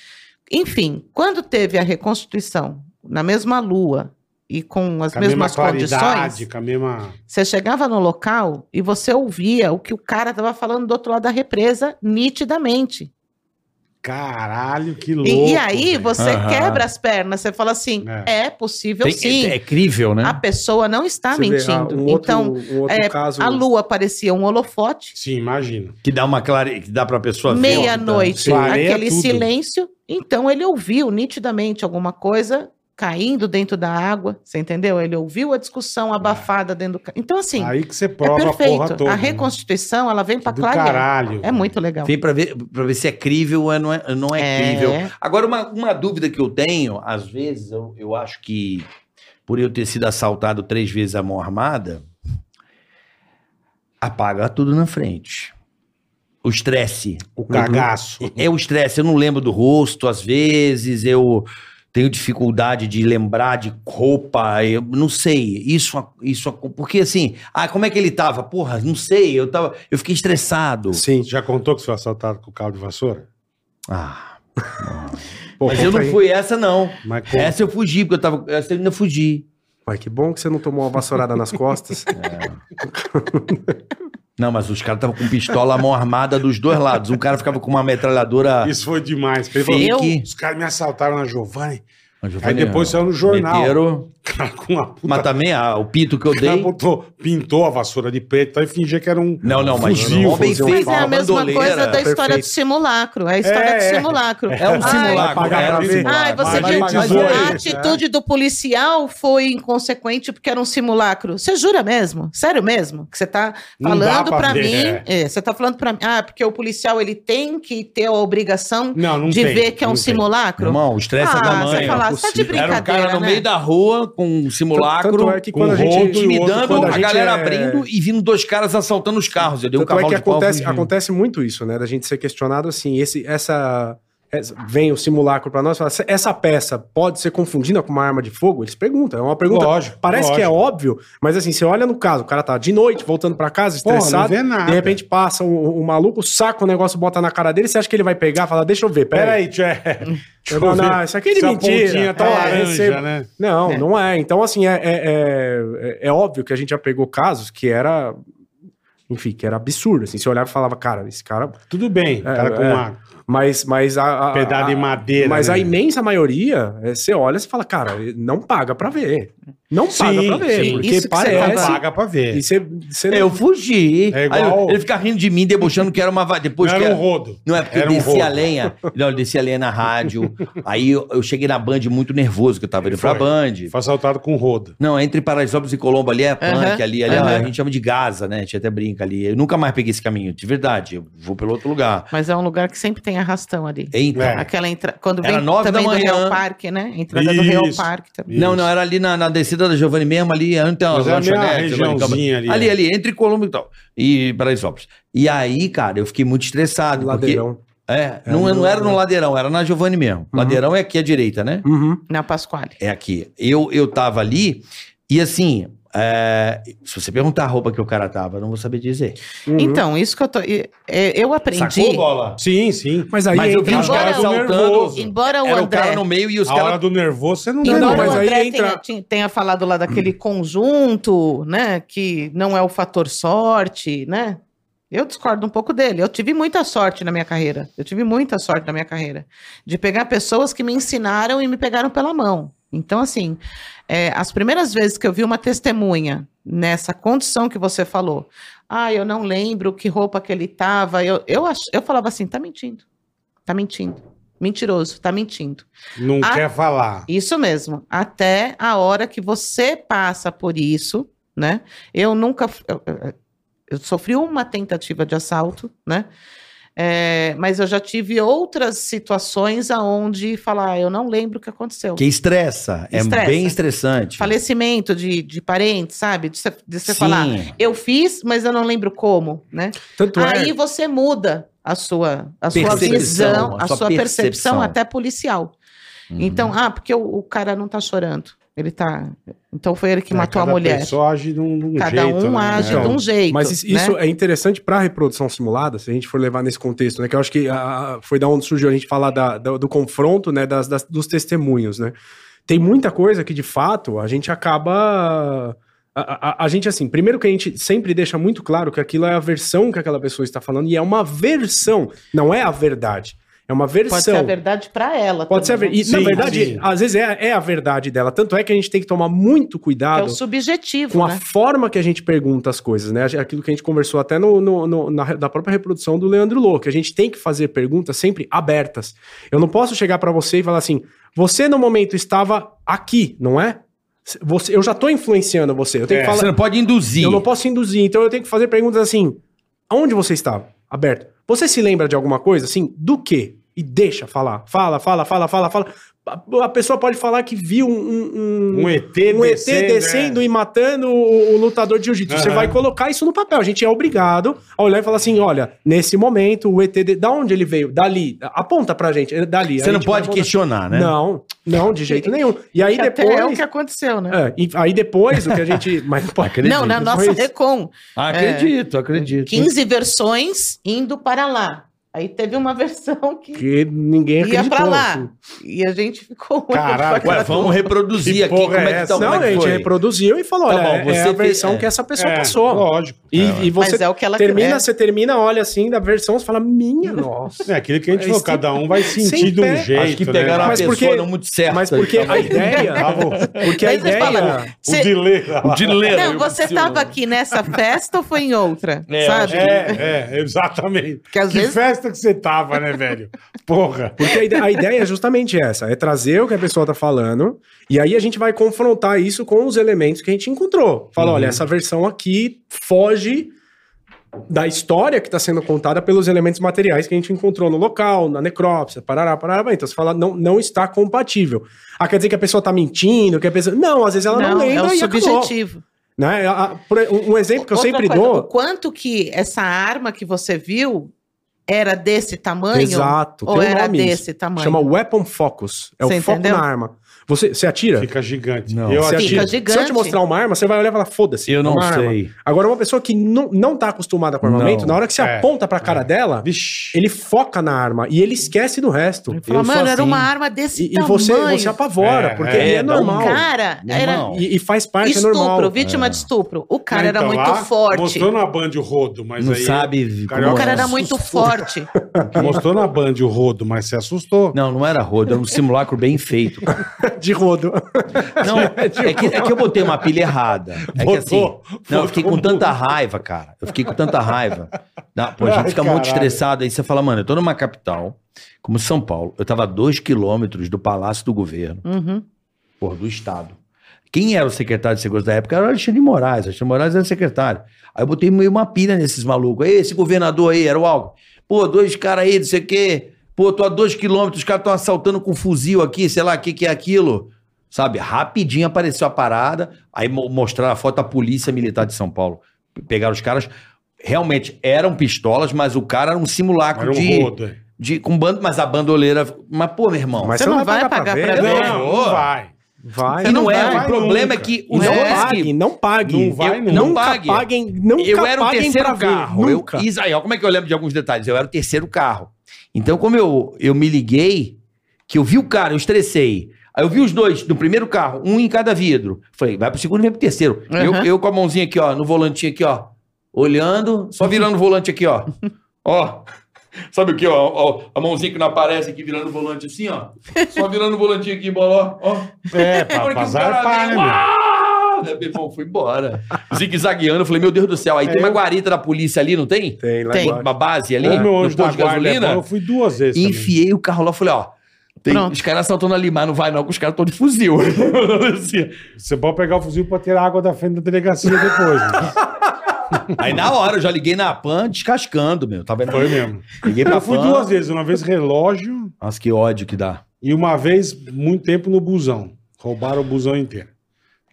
Speaker 4: Enfim, quando teve a reconstituição na mesma lua e com as
Speaker 2: Com a mesma
Speaker 4: mesmas
Speaker 2: qualidade,
Speaker 4: condições,
Speaker 2: com a mesma...
Speaker 4: você chegava no local e você ouvia o que o cara estava falando do outro lado da represa nitidamente.
Speaker 2: Caralho, que
Speaker 4: E-
Speaker 2: louco.
Speaker 4: e, aí
Speaker 2: velho.
Speaker 4: você
Speaker 3: Aham.
Speaker 4: quebra as pernas, você fala assim: é, possível
Speaker 3: Tem-
Speaker 4: sim,
Speaker 3: é, é crível, né?
Speaker 4: a pessoa não está
Speaker 5: Você vê, ah,
Speaker 4: tá mentindo.
Speaker 5: um outro-
Speaker 4: então,
Speaker 5: um outro
Speaker 4: é,
Speaker 5: caso...
Speaker 4: a lua parecia um holofote,
Speaker 2: Sim, imagina.
Speaker 3: Que dá uma clare... que dá pra pessoa ver.
Speaker 4: meia-noite,
Speaker 2: Clareia
Speaker 4: aquele
Speaker 2: tudo.
Speaker 4: silêncio. Então ele ouviu nitidamente alguma coisa caindo dentro da água, você entendeu? Ele ouviu a discussão abafada dentro do... ca- Então, assim,
Speaker 2: Ah. Aí que você
Speaker 4: é
Speaker 2: prova a porra
Speaker 4: perfeito.
Speaker 2: toda.
Speaker 4: A,
Speaker 2: né?
Speaker 4: reconstituição, ela vem para
Speaker 2: Do
Speaker 4: clarear.
Speaker 2: caralho.
Speaker 4: É muito legal.
Speaker 3: Vem pra ver, pra ver se é crível ou não é, não é, crível. Agora, uma, uma dúvida que eu tenho, às vezes eu, eu acho que por eu ter sido assaltado três vezes a mão armada, apaga tudo na frente. O estresse.
Speaker 2: O
Speaker 4: Uhum.
Speaker 2: cagaço.
Speaker 3: É o estresse, eu não lembro do rosto, às vezes, eu tenho dificuldade de lembrar de roupa, eu não sei. Isso, isso, porque assim, ah, como é que ele tava? Porra, não sei, eu tava, eu fiquei estressado.
Speaker 2: Sim. Já contou que você foi assaltado com o carro de vassoura?
Speaker 3: Ah,
Speaker 5: Pô,
Speaker 3: mas eu não
Speaker 5: conta aí.
Speaker 3: fui essa não.
Speaker 2: Mas com-
Speaker 3: Essa eu fugi, porque eu tava, essa eu ainda fugi.
Speaker 5: Ué, que bom que você não tomou uma vassourada nas costas.
Speaker 3: Não, mas os caras estavam com pistola, a mão armada dos dois lados. Um cara ficava com uma metralhadora.
Speaker 2: Isso foi demais. Ele falou,
Speaker 3: fake.
Speaker 2: Os caras me assaltaram na Giovanni.
Speaker 3: Mas eu
Speaker 2: Aí
Speaker 3: falei,
Speaker 2: depois
Speaker 3: ah,
Speaker 2: saiu no jornal.
Speaker 3: meteram.
Speaker 2: Cara, com uma puta...
Speaker 3: mas também ah, o pito que eu
Speaker 2: O cara
Speaker 3: dei.
Speaker 2: botou, pintou a vassoura de preto tal, e fingia que era um.
Speaker 3: Não, não, mas
Speaker 2: Fuzil,
Speaker 3: mó bem
Speaker 5: fuzil,
Speaker 3: feito,
Speaker 4: Mas é a
Speaker 3: uma
Speaker 4: mesma coisa
Speaker 3: bandoleira.
Speaker 4: da história
Speaker 5: Perfeito.
Speaker 4: do simulacro. É a história
Speaker 2: É,
Speaker 4: do
Speaker 2: é.
Speaker 4: simulacro.
Speaker 3: É um
Speaker 4: Ai,
Speaker 3: simulacro.
Speaker 5: pagar
Speaker 3: era
Speaker 5: pra
Speaker 3: um
Speaker 5: ver.
Speaker 3: simulacro.
Speaker 4: Ai,
Speaker 2: Mas
Speaker 4: você
Speaker 2: a gente
Speaker 4: viu,
Speaker 2: zoa né?
Speaker 4: a
Speaker 2: ele.
Speaker 4: atitude do policial foi inconsequente porque era um simulacro. Você jura mesmo? Sério mesmo? Que você tá
Speaker 2: Não
Speaker 4: falando
Speaker 2: dá pra
Speaker 4: pra
Speaker 2: ver,
Speaker 4: mim,
Speaker 2: é.
Speaker 4: é, você tá falando pra mim, ah, porque o policial ele tem que ter a obrigação
Speaker 2: Não, não
Speaker 4: de
Speaker 2: tem,
Speaker 4: ver que é um
Speaker 2: não tem.
Speaker 4: simulacro?
Speaker 3: Irmão, o estresse é
Speaker 4: ah,
Speaker 3: da
Speaker 4: você
Speaker 3: mãe.
Speaker 4: falar, você tá de
Speaker 5: possível.
Speaker 3: Era um
Speaker 4: brincadeira,
Speaker 3: cara no
Speaker 4: né?
Speaker 3: meio da rua com um simulacro. um
Speaker 5: Tanto é que
Speaker 2: com
Speaker 5: quando a gente...
Speaker 2: rodo e o outro,
Speaker 3: intimidando,
Speaker 5: quando
Speaker 3: a,
Speaker 5: gente
Speaker 3: galera
Speaker 5: é-
Speaker 3: abrindo e vindo dois caras assaltando os carros. Eu dei um
Speaker 5: Tanto
Speaker 3: cavalo
Speaker 5: é que
Speaker 3: de pau.
Speaker 5: acontece,
Speaker 3: fugindo.
Speaker 5: acontece muito isso, né? Da gente ser questionado assim, esse, essa, essa- Vem o simulacro pra nós e fala, "Essa- essa peça pode ser confundida com uma arma de fogo? Eles perguntam, é uma pergunta.
Speaker 2: Lógico,
Speaker 5: parece que é
Speaker 2: lógico.
Speaker 5: óbvio, mas assim, você olha no caso, o cara tá de noite, voltando pra casa,
Speaker 2: Porra, não
Speaker 5: estressado.
Speaker 2: vê nada.
Speaker 5: de repente passa um, um maluco, saca o negócio, bota na cara dele, você acha que ele vai pegar, fala, deixa eu ver, peraí.
Speaker 2: Peraí, tchê.
Speaker 5: Eu falo, não, isso aqui é de
Speaker 2: Essa
Speaker 5: mentira.
Speaker 2: pontinha tá
Speaker 5: É,
Speaker 2: laranja,
Speaker 5: esse-
Speaker 2: né?
Speaker 5: Não,
Speaker 4: É.
Speaker 5: não é. Então, assim, é, é, é- é óbvio que a gente já pegou casos que era. Enfim, que era absurdo. Assim, você olhava e falava, cara, esse cara.
Speaker 2: Tudo bem. o cara com
Speaker 5: é.
Speaker 2: uma
Speaker 5: Mas, mas a. a-
Speaker 2: pedaço de
Speaker 5: a-
Speaker 2: madeira.
Speaker 5: Mas
Speaker 2: né?
Speaker 5: a imensa maioria, é, você olha e você fala, cara, não paga pra ver. Não paga
Speaker 2: Sim,
Speaker 5: pra ver.
Speaker 2: sim.
Speaker 5: Porque
Speaker 4: Isso que você
Speaker 2: Não
Speaker 5: parece.
Speaker 2: paga pra ver.
Speaker 5: E você, você não-
Speaker 3: Eu fugi.
Speaker 2: É
Speaker 3: Aí
Speaker 2: igual-
Speaker 3: eu- ele fica rindo de mim, debochando que era uma. va- Depois
Speaker 2: não
Speaker 3: que
Speaker 2: era um rodo.
Speaker 3: Não é porque
Speaker 2: Era um
Speaker 3: eu desci
Speaker 2: rolo.
Speaker 3: a lenha. Não, eu desci a lenha na rádio. aí eu, eu cheguei na Band muito nervoso, que eu tava indo pra
Speaker 2: Foi.
Speaker 3: Band.
Speaker 2: Foi assaltado com rodo.
Speaker 3: Não, entre Paraisópolis e Colombo ali é punk,
Speaker 4: Aham,
Speaker 3: ali, ali
Speaker 4: aham.
Speaker 3: a gente chama de Gaza, né? A gente até brinca ali. Eu nunca mais peguei esse caminho, de verdade. Eu vou pelo outro lugar.
Speaker 4: Mas é um lugar que sempre tem arrastão ali.
Speaker 3: Então,
Speaker 2: É.
Speaker 4: Aquela entra... Quando
Speaker 3: Era
Speaker 4: vem
Speaker 3: nove da
Speaker 4: também do
Speaker 3: manhã.
Speaker 4: Real Parque, né? Entrada do Real
Speaker 2: Isso.
Speaker 4: Parque também.
Speaker 2: Isso.
Speaker 3: Não, não, era ali na, na descida da Giovanni mesmo, ali, onde tem uma
Speaker 2: Mas era a mesma
Speaker 3: lanchonete. lá em Campo-
Speaker 2: regiãozinha ali,
Speaker 3: ali, ali,
Speaker 2: é.
Speaker 3: entre Colombo e tal. E Paraisópolis. E aí, cara, eu fiquei muito estressado.
Speaker 5: Ladeirão.
Speaker 3: Porque, é, não,
Speaker 5: É,
Speaker 3: não era no ladeirão, era na Giovanni mesmo.
Speaker 5: Uhum.
Speaker 3: Ladeirão é aqui à direita, né?
Speaker 5: Uhum.
Speaker 4: Na Pasquale.
Speaker 3: É aqui. Eu, eu tava ali e assim, é, se você perguntar a roupa que o cara tava, eu não vou saber dizer.
Speaker 5: Uhum.
Speaker 4: Então, isso que eu tô. e- é, Eu aprendi.
Speaker 3: bola?
Speaker 2: Sim, sim.
Speaker 5: Mas aí
Speaker 3: Mas eu
Speaker 5: entra-
Speaker 3: vi os
Speaker 4: Agora
Speaker 3: caras
Speaker 4: eu tô
Speaker 3: saltando.
Speaker 2: nervoso.
Speaker 4: Embora o
Speaker 3: Era o cara
Speaker 4: André.
Speaker 3: no meio e os
Speaker 2: A hora
Speaker 3: caras.
Speaker 2: do nervoso, você não
Speaker 4: Embora
Speaker 5: Não,
Speaker 4: Então, o
Speaker 5: mas
Speaker 2: lembra.
Speaker 4: André
Speaker 5: aí entra- Hum.
Speaker 4: tenha, tinha- tenha falado lá daquele conjunto, né? Que não é o fator sorte, né? Eu discordo um pouco dele. Eu tive muita sorte na minha carreira. Eu tive muita sorte na minha carreira. De pegar pessoas que me ensinaram e me pegaram pela mão. Então, assim, é, as primeiras vezes que eu vi uma testemunha nessa condição que você falou, ah, eu não lembro que roupa que ele tava, eu, eu, ach- eu falava assim, tá mentindo. Tá mentindo. Mentiroso, tá mentindo.
Speaker 2: Não
Speaker 4: Ah.
Speaker 2: quer falar.
Speaker 4: Isso mesmo. Até a hora que você passa por isso, né? Eu nunca. Eu, eu- eu sofri uma tentativa de assalto, né? É, mas eu já tive outras situações aonde falar, "Ah, eu não lembro o que aconteceu.
Speaker 3: Que estressa. É
Speaker 4: Estressa.
Speaker 3: bem estressante.
Speaker 4: Falecimento de, de parente, sabe? De, você- de você
Speaker 3: Sim.
Speaker 4: falar, eu fiz, mas eu não lembro como, né?
Speaker 5: Tanto é-
Speaker 4: Aí você muda a sua, a sua
Speaker 3: Percepção,
Speaker 4: visão, a,
Speaker 3: a
Speaker 4: sua,
Speaker 3: sua
Speaker 4: percepção,
Speaker 3: percepção.
Speaker 4: até policial.
Speaker 3: Uhum.
Speaker 4: Então, ah, porque o, o cara não tá chorando. Ele tá. Então foi ele que
Speaker 5: É,
Speaker 4: matou a
Speaker 2: Cada
Speaker 4: mulher.
Speaker 2: pessoa age de um, de um
Speaker 4: Cada
Speaker 2: jeito,
Speaker 4: um
Speaker 2: né?
Speaker 4: age de
Speaker 5: Então,
Speaker 4: um jeito.
Speaker 5: Mas isso, isso
Speaker 4: né?
Speaker 5: é interessante para a reprodução simulada, se a gente for levar nesse contexto, né? Que eu acho que ah, foi da onde surgiu a gente falar da- da- do confronto, né? das- das- dos testemunhos, né? Tem muita coisa que, de fato, a gente acaba. A, a- a gente, assim, primeiro que a gente sempre deixa muito claro que aquilo é a versão que aquela pessoa está falando e é uma versão, não é a verdade. É uma versão.
Speaker 4: Pode ser a verdade pra ela.
Speaker 5: Pode ser a ver... é
Speaker 4: também,
Speaker 5: e,
Speaker 4: né?
Speaker 5: na
Speaker 2: Sim,
Speaker 5: verdade,
Speaker 2: sim.
Speaker 5: às vezes é, é a verdade dela. Tanto é que a gente tem que tomar
Speaker 4: É
Speaker 5: muito
Speaker 4: o
Speaker 5: cuidado com
Speaker 4: subjetivo,
Speaker 5: a
Speaker 4: né?
Speaker 5: forma que a gente pergunta as coisas, né? Aquilo que a gente conversou até no, no- no- na, da própria reprodução do Leandro Lô, que a gente tem que fazer perguntas sempre abertas. Eu não posso chegar pra você e falar assim: você no momento estava aqui, não é? Você, eu já tô influenciando você. Eu tenho
Speaker 2: É,
Speaker 5: que falar.
Speaker 3: Você não pode induzir.
Speaker 5: Eu não posso induzir, então eu tenho que fazer perguntas assim: aonde você estava? Aberto. Você se lembra de alguma coisa? Assim, do quê? E deixa falar. Fala, fala, fala, fala, fala. A a pessoa pode falar que viu um, um,
Speaker 2: Um ET
Speaker 5: um ET
Speaker 2: descendo,
Speaker 3: né?
Speaker 5: descendo,
Speaker 2: é.
Speaker 5: e matando o, o lutador de jiu-jitsu. Você
Speaker 2: Aham.
Speaker 5: vai colocar isso no papel. A gente é obrigado a olhar e falar assim: olha, nesse momento, o ET. De... Da onde ele veio? Dali. Aponta pra gente. é Dali.
Speaker 3: Você não pode questionar, né?
Speaker 5: Não, não, de jeito nenhum. E aí
Speaker 4: Que até
Speaker 5: depois.
Speaker 4: é o que aconteceu, né?
Speaker 5: É, e aí depois o que a gente. Mas, pô,
Speaker 4: Não, na nossa
Speaker 5: Mas-
Speaker 4: Recon.
Speaker 3: Ah,
Speaker 1: Acredito, acredito.
Speaker 4: 15 versões indo para lá. Aí teve uma versão que
Speaker 5: que ninguém
Speaker 4: ia
Speaker 5: acreditou.
Speaker 4: pra lá.
Speaker 5: assim.
Speaker 4: E a gente ficou. olhando
Speaker 2: Caralho,
Speaker 4: pra
Speaker 3: Ué,
Speaker 4: cara
Speaker 3: vamos reproduzir
Speaker 2: Que
Speaker 3: aqui
Speaker 2: porra
Speaker 3: como é
Speaker 2: é
Speaker 3: que tá
Speaker 2: essa?
Speaker 5: Então, Não,
Speaker 3: como
Speaker 5: a
Speaker 3: é que
Speaker 5: gente
Speaker 3: foi.
Speaker 5: reproduziu e falou,
Speaker 3: Tá
Speaker 5: olha,
Speaker 3: bom,
Speaker 5: é
Speaker 3: você
Speaker 5: a
Speaker 3: tem-
Speaker 5: versão
Speaker 3: é.
Speaker 5: que essa pessoa
Speaker 2: É,
Speaker 5: passou.
Speaker 2: Lógico.
Speaker 5: E, e
Speaker 4: Mas
Speaker 5: você
Speaker 4: é o que ela
Speaker 5: termina,
Speaker 4: é.
Speaker 5: você termina, olha assim, da versão, você fala, minha nossa.
Speaker 2: É aquilo que a gente
Speaker 5: É
Speaker 2: falou,
Speaker 5: isso.
Speaker 2: cada um vai sentir
Speaker 5: Sem
Speaker 2: de um
Speaker 5: pé.
Speaker 2: jeito.
Speaker 3: Acho que pegaram
Speaker 2: né?
Speaker 3: uma
Speaker 5: Mas
Speaker 3: pessoa
Speaker 5: porque-
Speaker 3: não muito certa.
Speaker 5: Mas porque
Speaker 3: aí,
Speaker 5: a
Speaker 3: É, talvez.
Speaker 5: ideia...
Speaker 2: Tava o-
Speaker 5: Porque a
Speaker 4: Daí você
Speaker 5: ideia... é
Speaker 4: fala, né?
Speaker 2: o
Speaker 4: Cê-
Speaker 2: delay lá.
Speaker 3: O de Lelo,
Speaker 4: Não, você
Speaker 3: eu-
Speaker 4: estava aqui nessa festa ou foi em outra?
Speaker 3: É,
Speaker 4: sabe?
Speaker 2: É, é, exatamente.
Speaker 4: Porque às
Speaker 2: que
Speaker 4: vezes-
Speaker 2: festa que você tava, né, velho? Porra.
Speaker 5: Porque a ide- a ideia, é justamente essa, é trazer o que a pessoa tá falando, e aí a gente vai confrontar isso com os elementos que a gente encontrou. Fala, olha, essa versão aqui foge da história que está sendo contada pelos elementos materiais que a gente encontrou no local, na necrópsia, parará, parará. Então você fala, não, não está compatível. Ah, quer dizer que a pessoa tá mentindo, que a pessoa... Não, às vezes ela não,
Speaker 4: Não, é
Speaker 5: lembra
Speaker 4: o
Speaker 5: e acabou.
Speaker 4: subjetivo.
Speaker 5: Né? A- a- por- um um exemplo que eu
Speaker 4: Outra
Speaker 5: sempre
Speaker 4: coisa, O
Speaker 5: dou...
Speaker 4: quanto que essa arma que você viu era desse tamanho?
Speaker 5: Exato,
Speaker 4: Ou
Speaker 5: tem um
Speaker 4: era
Speaker 5: nome isso.
Speaker 4: desse tamanho?
Speaker 5: Chama Weapon Focus. É
Speaker 4: Você
Speaker 5: o foco
Speaker 4: entendeu?
Speaker 5: na arma. Você, você atira?
Speaker 2: Fica gigante.
Speaker 3: Não.
Speaker 2: Eu
Speaker 5: Você
Speaker 2: atiro.
Speaker 4: Fica
Speaker 5: atira.
Speaker 4: gigante.
Speaker 5: Se eu te mostrar uma arma, você vai olhar e falar, foda-se.
Speaker 3: Eu
Speaker 5: é
Speaker 3: não
Speaker 5: uma arma.
Speaker 3: sei.
Speaker 5: Agora, uma pessoa que não, não tá acostumada com armamento,
Speaker 3: Não.
Speaker 5: na hora que você
Speaker 2: É.
Speaker 5: aponta pra cara dela,
Speaker 2: Vixe.
Speaker 5: ele foca na arma e ele esquece do resto.
Speaker 4: Ele fala,
Speaker 3: Eu sou
Speaker 4: mano, era
Speaker 3: assim."
Speaker 4: uma arma desse
Speaker 5: E, e
Speaker 4: tamanho.
Speaker 5: você, você apavora,
Speaker 2: É,
Speaker 5: porque
Speaker 2: é,
Speaker 5: ele é
Speaker 3: dá um
Speaker 5: normal.
Speaker 4: Cara, era
Speaker 3: Normal.
Speaker 5: E, e faz parte, é normal.
Speaker 4: estupro, vítima de estupro. O cara
Speaker 2: Então,
Speaker 4: era muito
Speaker 2: lá,
Speaker 4: forte.
Speaker 2: Mostrou na Band o rodo, mas
Speaker 3: Não
Speaker 2: aí...
Speaker 3: sabe
Speaker 2: Carioca-
Speaker 4: O
Speaker 3: como
Speaker 4: cara
Speaker 3: é.
Speaker 4: era muito forte.
Speaker 2: Mostrou na Band o rodo, mas se assustou.
Speaker 3: Não, não era rodo, era um simulacro bem feito. cara.
Speaker 5: De rodo.
Speaker 3: Não, é que, é que eu botei uma pilha errada. É que assim.
Speaker 2: tipo- Botou,
Speaker 3: Não, eu fiquei com
Speaker 2: botou
Speaker 3: tanta raiva, cara. Eu fiquei com tanta raiva. Não, pô, a gente
Speaker 2: Ai,
Speaker 3: fica muito
Speaker 2: caralho.
Speaker 3: estressado. Aí você fala, mano, eu tô numa capital, como São Paulo. Eu tava a dois quilômetros do Palácio do Governo,
Speaker 4: Uhum.
Speaker 3: porra, do Estado. Quem era o secretário de segurança da época era o Alexandre de Moraes. Alexandre de Moraes era secretário. Aí eu botei meio uma pilha nesses malucos. Aí, esse governador aí, era o Alckmin. Pô, dois caras aí, não sei o quê. Pô, tô a dois quilômetros, os caras estão assaltando com fuzil aqui, sei lá, o que, que é aquilo. Sabe? Rapidinho apareceu a parada. Aí mo- mostraram a foto da Polícia Militar de São Paulo. Pegaram os caras. Realmente eram pistolas, mas o cara era um simulacro
Speaker 2: Era um
Speaker 3: de,
Speaker 2: rodo. é.
Speaker 3: de. Com bando, mas a bandoleira. Mas, pô, meu irmão.
Speaker 5: Mas
Speaker 4: Você não vai pagar pra ver.
Speaker 5: ver?
Speaker 3: Não,
Speaker 2: Não,
Speaker 3: boa.
Speaker 2: não vai.
Speaker 5: Vai.
Speaker 3: e não
Speaker 2: não
Speaker 3: é.
Speaker 2: vai
Speaker 3: O problema é
Speaker 2: nunca.
Speaker 3: que
Speaker 5: Não,
Speaker 3: os caras que
Speaker 5: pague, não pague.
Speaker 2: Não vai,
Speaker 5: Eu-
Speaker 2: não.
Speaker 5: nunca
Speaker 3: Não pague.
Speaker 5: paguem, nunca
Speaker 3: eu era o
Speaker 5: paguem pra
Speaker 3: terceiro
Speaker 5: ver,
Speaker 3: carro. Eu,
Speaker 5: nunca.
Speaker 3: Israel, como é que eu lembro de alguns detalhes? Eu era o terceiro carro. Então, como eu, eu me liguei, que eu vi o cara, eu estressei. Aí eu vi os dois do primeiro carro, um em cada vidro. Falei, vai pro segundo e vem pro terceiro. Eu,
Speaker 4: Uhum.
Speaker 3: eu com a mãozinha aqui, ó, no volantinho aqui, ó. Olhando, só virando o volante aqui, ó. ó. Sabe o que, ó, ó? A mãozinha que não aparece aqui, virando o volante assim, ó. Só virando o volantinho aqui, bola, ó. ó.
Speaker 2: É,
Speaker 3: Na hora
Speaker 2: pra, pra
Speaker 3: que o cara
Speaker 2: zarpar, né,
Speaker 3: veio,
Speaker 2: meu?
Speaker 3: "Ah!" Meu irmão, fui embora. Zigue-zagueando, eu falei, meu Deus do céu.
Speaker 2: É
Speaker 3: Aí tem uma guarita da polícia ali, não tem?
Speaker 5: Tem, lá
Speaker 4: Tem.
Speaker 5: embaixo.
Speaker 3: Uma base ali,
Speaker 2: O meu
Speaker 3: no
Speaker 2: anjo da
Speaker 3: posto de
Speaker 2: guarda, é bom, eu
Speaker 3: gasolina.
Speaker 2: fui duas vezes também.
Speaker 3: Enfiei o carro lá, falei, ó. tem-
Speaker 4: Pronto.
Speaker 3: os caras saltando ali, mas não vai não, que os caras estão de fuzil. Assim.
Speaker 2: Você pode pegar o fuzil pra tirar a água da frente da delegacia depois. né?
Speaker 3: Aí na hora, eu já liguei na PAN, descascando, meu. Tava
Speaker 2: Foi mesmo.
Speaker 3: Liguei pra
Speaker 2: Eu fui
Speaker 3: PAN.
Speaker 2: duas vezes, uma vez relógio
Speaker 3: Nossa, que ódio que dá.
Speaker 2: e uma vez muito tempo no busão. Roubaram o busão inteiro.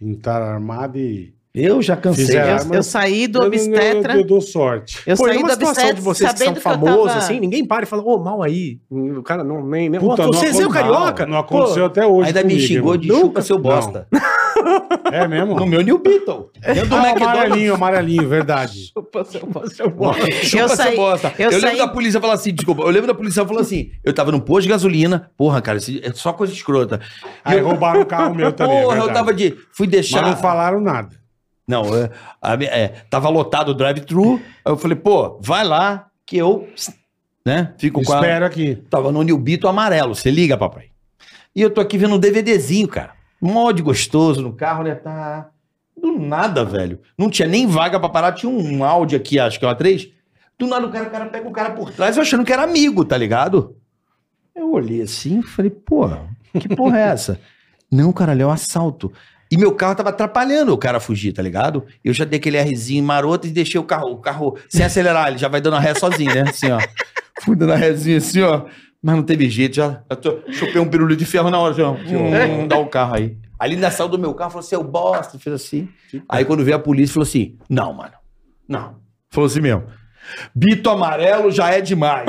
Speaker 2: Entraram armado e...
Speaker 3: Eu já cansei.
Speaker 2: Fizeram
Speaker 3: já.
Speaker 2: a-
Speaker 4: Eu saí do
Speaker 2: Eu- eu-
Speaker 4: obstetra.
Speaker 2: Eu, eu dou sorte.
Speaker 4: Eu
Speaker 5: Pô,
Speaker 4: saí
Speaker 5: numa
Speaker 4: do
Speaker 5: situação
Speaker 4: obstetra
Speaker 5: de vocês que são
Speaker 4: sabendo que eu
Speaker 5: famosos,
Speaker 4: tava-
Speaker 5: assim, ninguém para e fala, ô, mal aí. O cara não nem. nem
Speaker 2: Puta,
Speaker 5: "Ô,
Speaker 2: não
Speaker 5: vocês é
Speaker 2: aconteceu.
Speaker 5: o carioca?
Speaker 2: Não aconteceu até
Speaker 3: Aí
Speaker 2: hoje
Speaker 3: Ainda me
Speaker 2: comigo,
Speaker 3: xingou
Speaker 2: irmão.
Speaker 3: de chupa, seu bosta.
Speaker 2: É mesmo?
Speaker 3: No meu New Beetle. Dentro do
Speaker 2: Ah,
Speaker 3: McDonald's.
Speaker 2: amarelinho, amarelinho, verdade.
Speaker 3: Chupa
Speaker 4: Eu
Speaker 3: essa
Speaker 4: saí-
Speaker 3: bosta. Eu,
Speaker 4: eu
Speaker 3: lembro
Speaker 4: saí-
Speaker 3: da polícia falar assim, desculpa, eu lembro da polícia falar assim, eu tava num posto de gasolina, porra, cara, isso é só coisa escrota. E
Speaker 2: Aí
Speaker 3: eu,
Speaker 2: roubaram o carro meu também, é
Speaker 3: porra, eu
Speaker 2: verdade.
Speaker 3: tava de, fui
Speaker 2: Mas
Speaker 3: deixar,
Speaker 2: não falaram nada.
Speaker 3: não, é, a minha- é, tava lotado o drive-thru, aí eu falei, pô, vai lá, que eu né? Fico com a...
Speaker 2: Espero aqui.
Speaker 3: Tava no Nilbito amarelo, você liga, papai. E eu tô aqui vendo um DVDzinho, cara. Mod gostoso no carro, né? Tá. Do nada, velho. Não tinha nem vaga pra parar, tinha um áudio aqui, acho que é uma 3. Do nada o cara, o cara pega o cara por trás, eu achando que era amigo, tá ligado? Eu olhei assim e falei, pô, que porra é essa? Não, caralho, é um assalto. E meu carro tava atrapalhando o cara fugir, tá ligado? Eu já dei aquele Rzinho maroto e deixei o carro, o carro sem acelerar, ele já vai dando a ré sozinho, né? Assim, ó. Fui dando a rézinha assim, ó. Mas não teve jeito, já, já tô- chupei um pirulho de ferro na hora, já. Hum, dá o carro aí. Ali ainda saiu do meu carro, falou, seu bosta, fez assim. Aí quando veio a polícia, falou assim, não, mano, não. Falou assim mesmo, bito amarelo já é demais.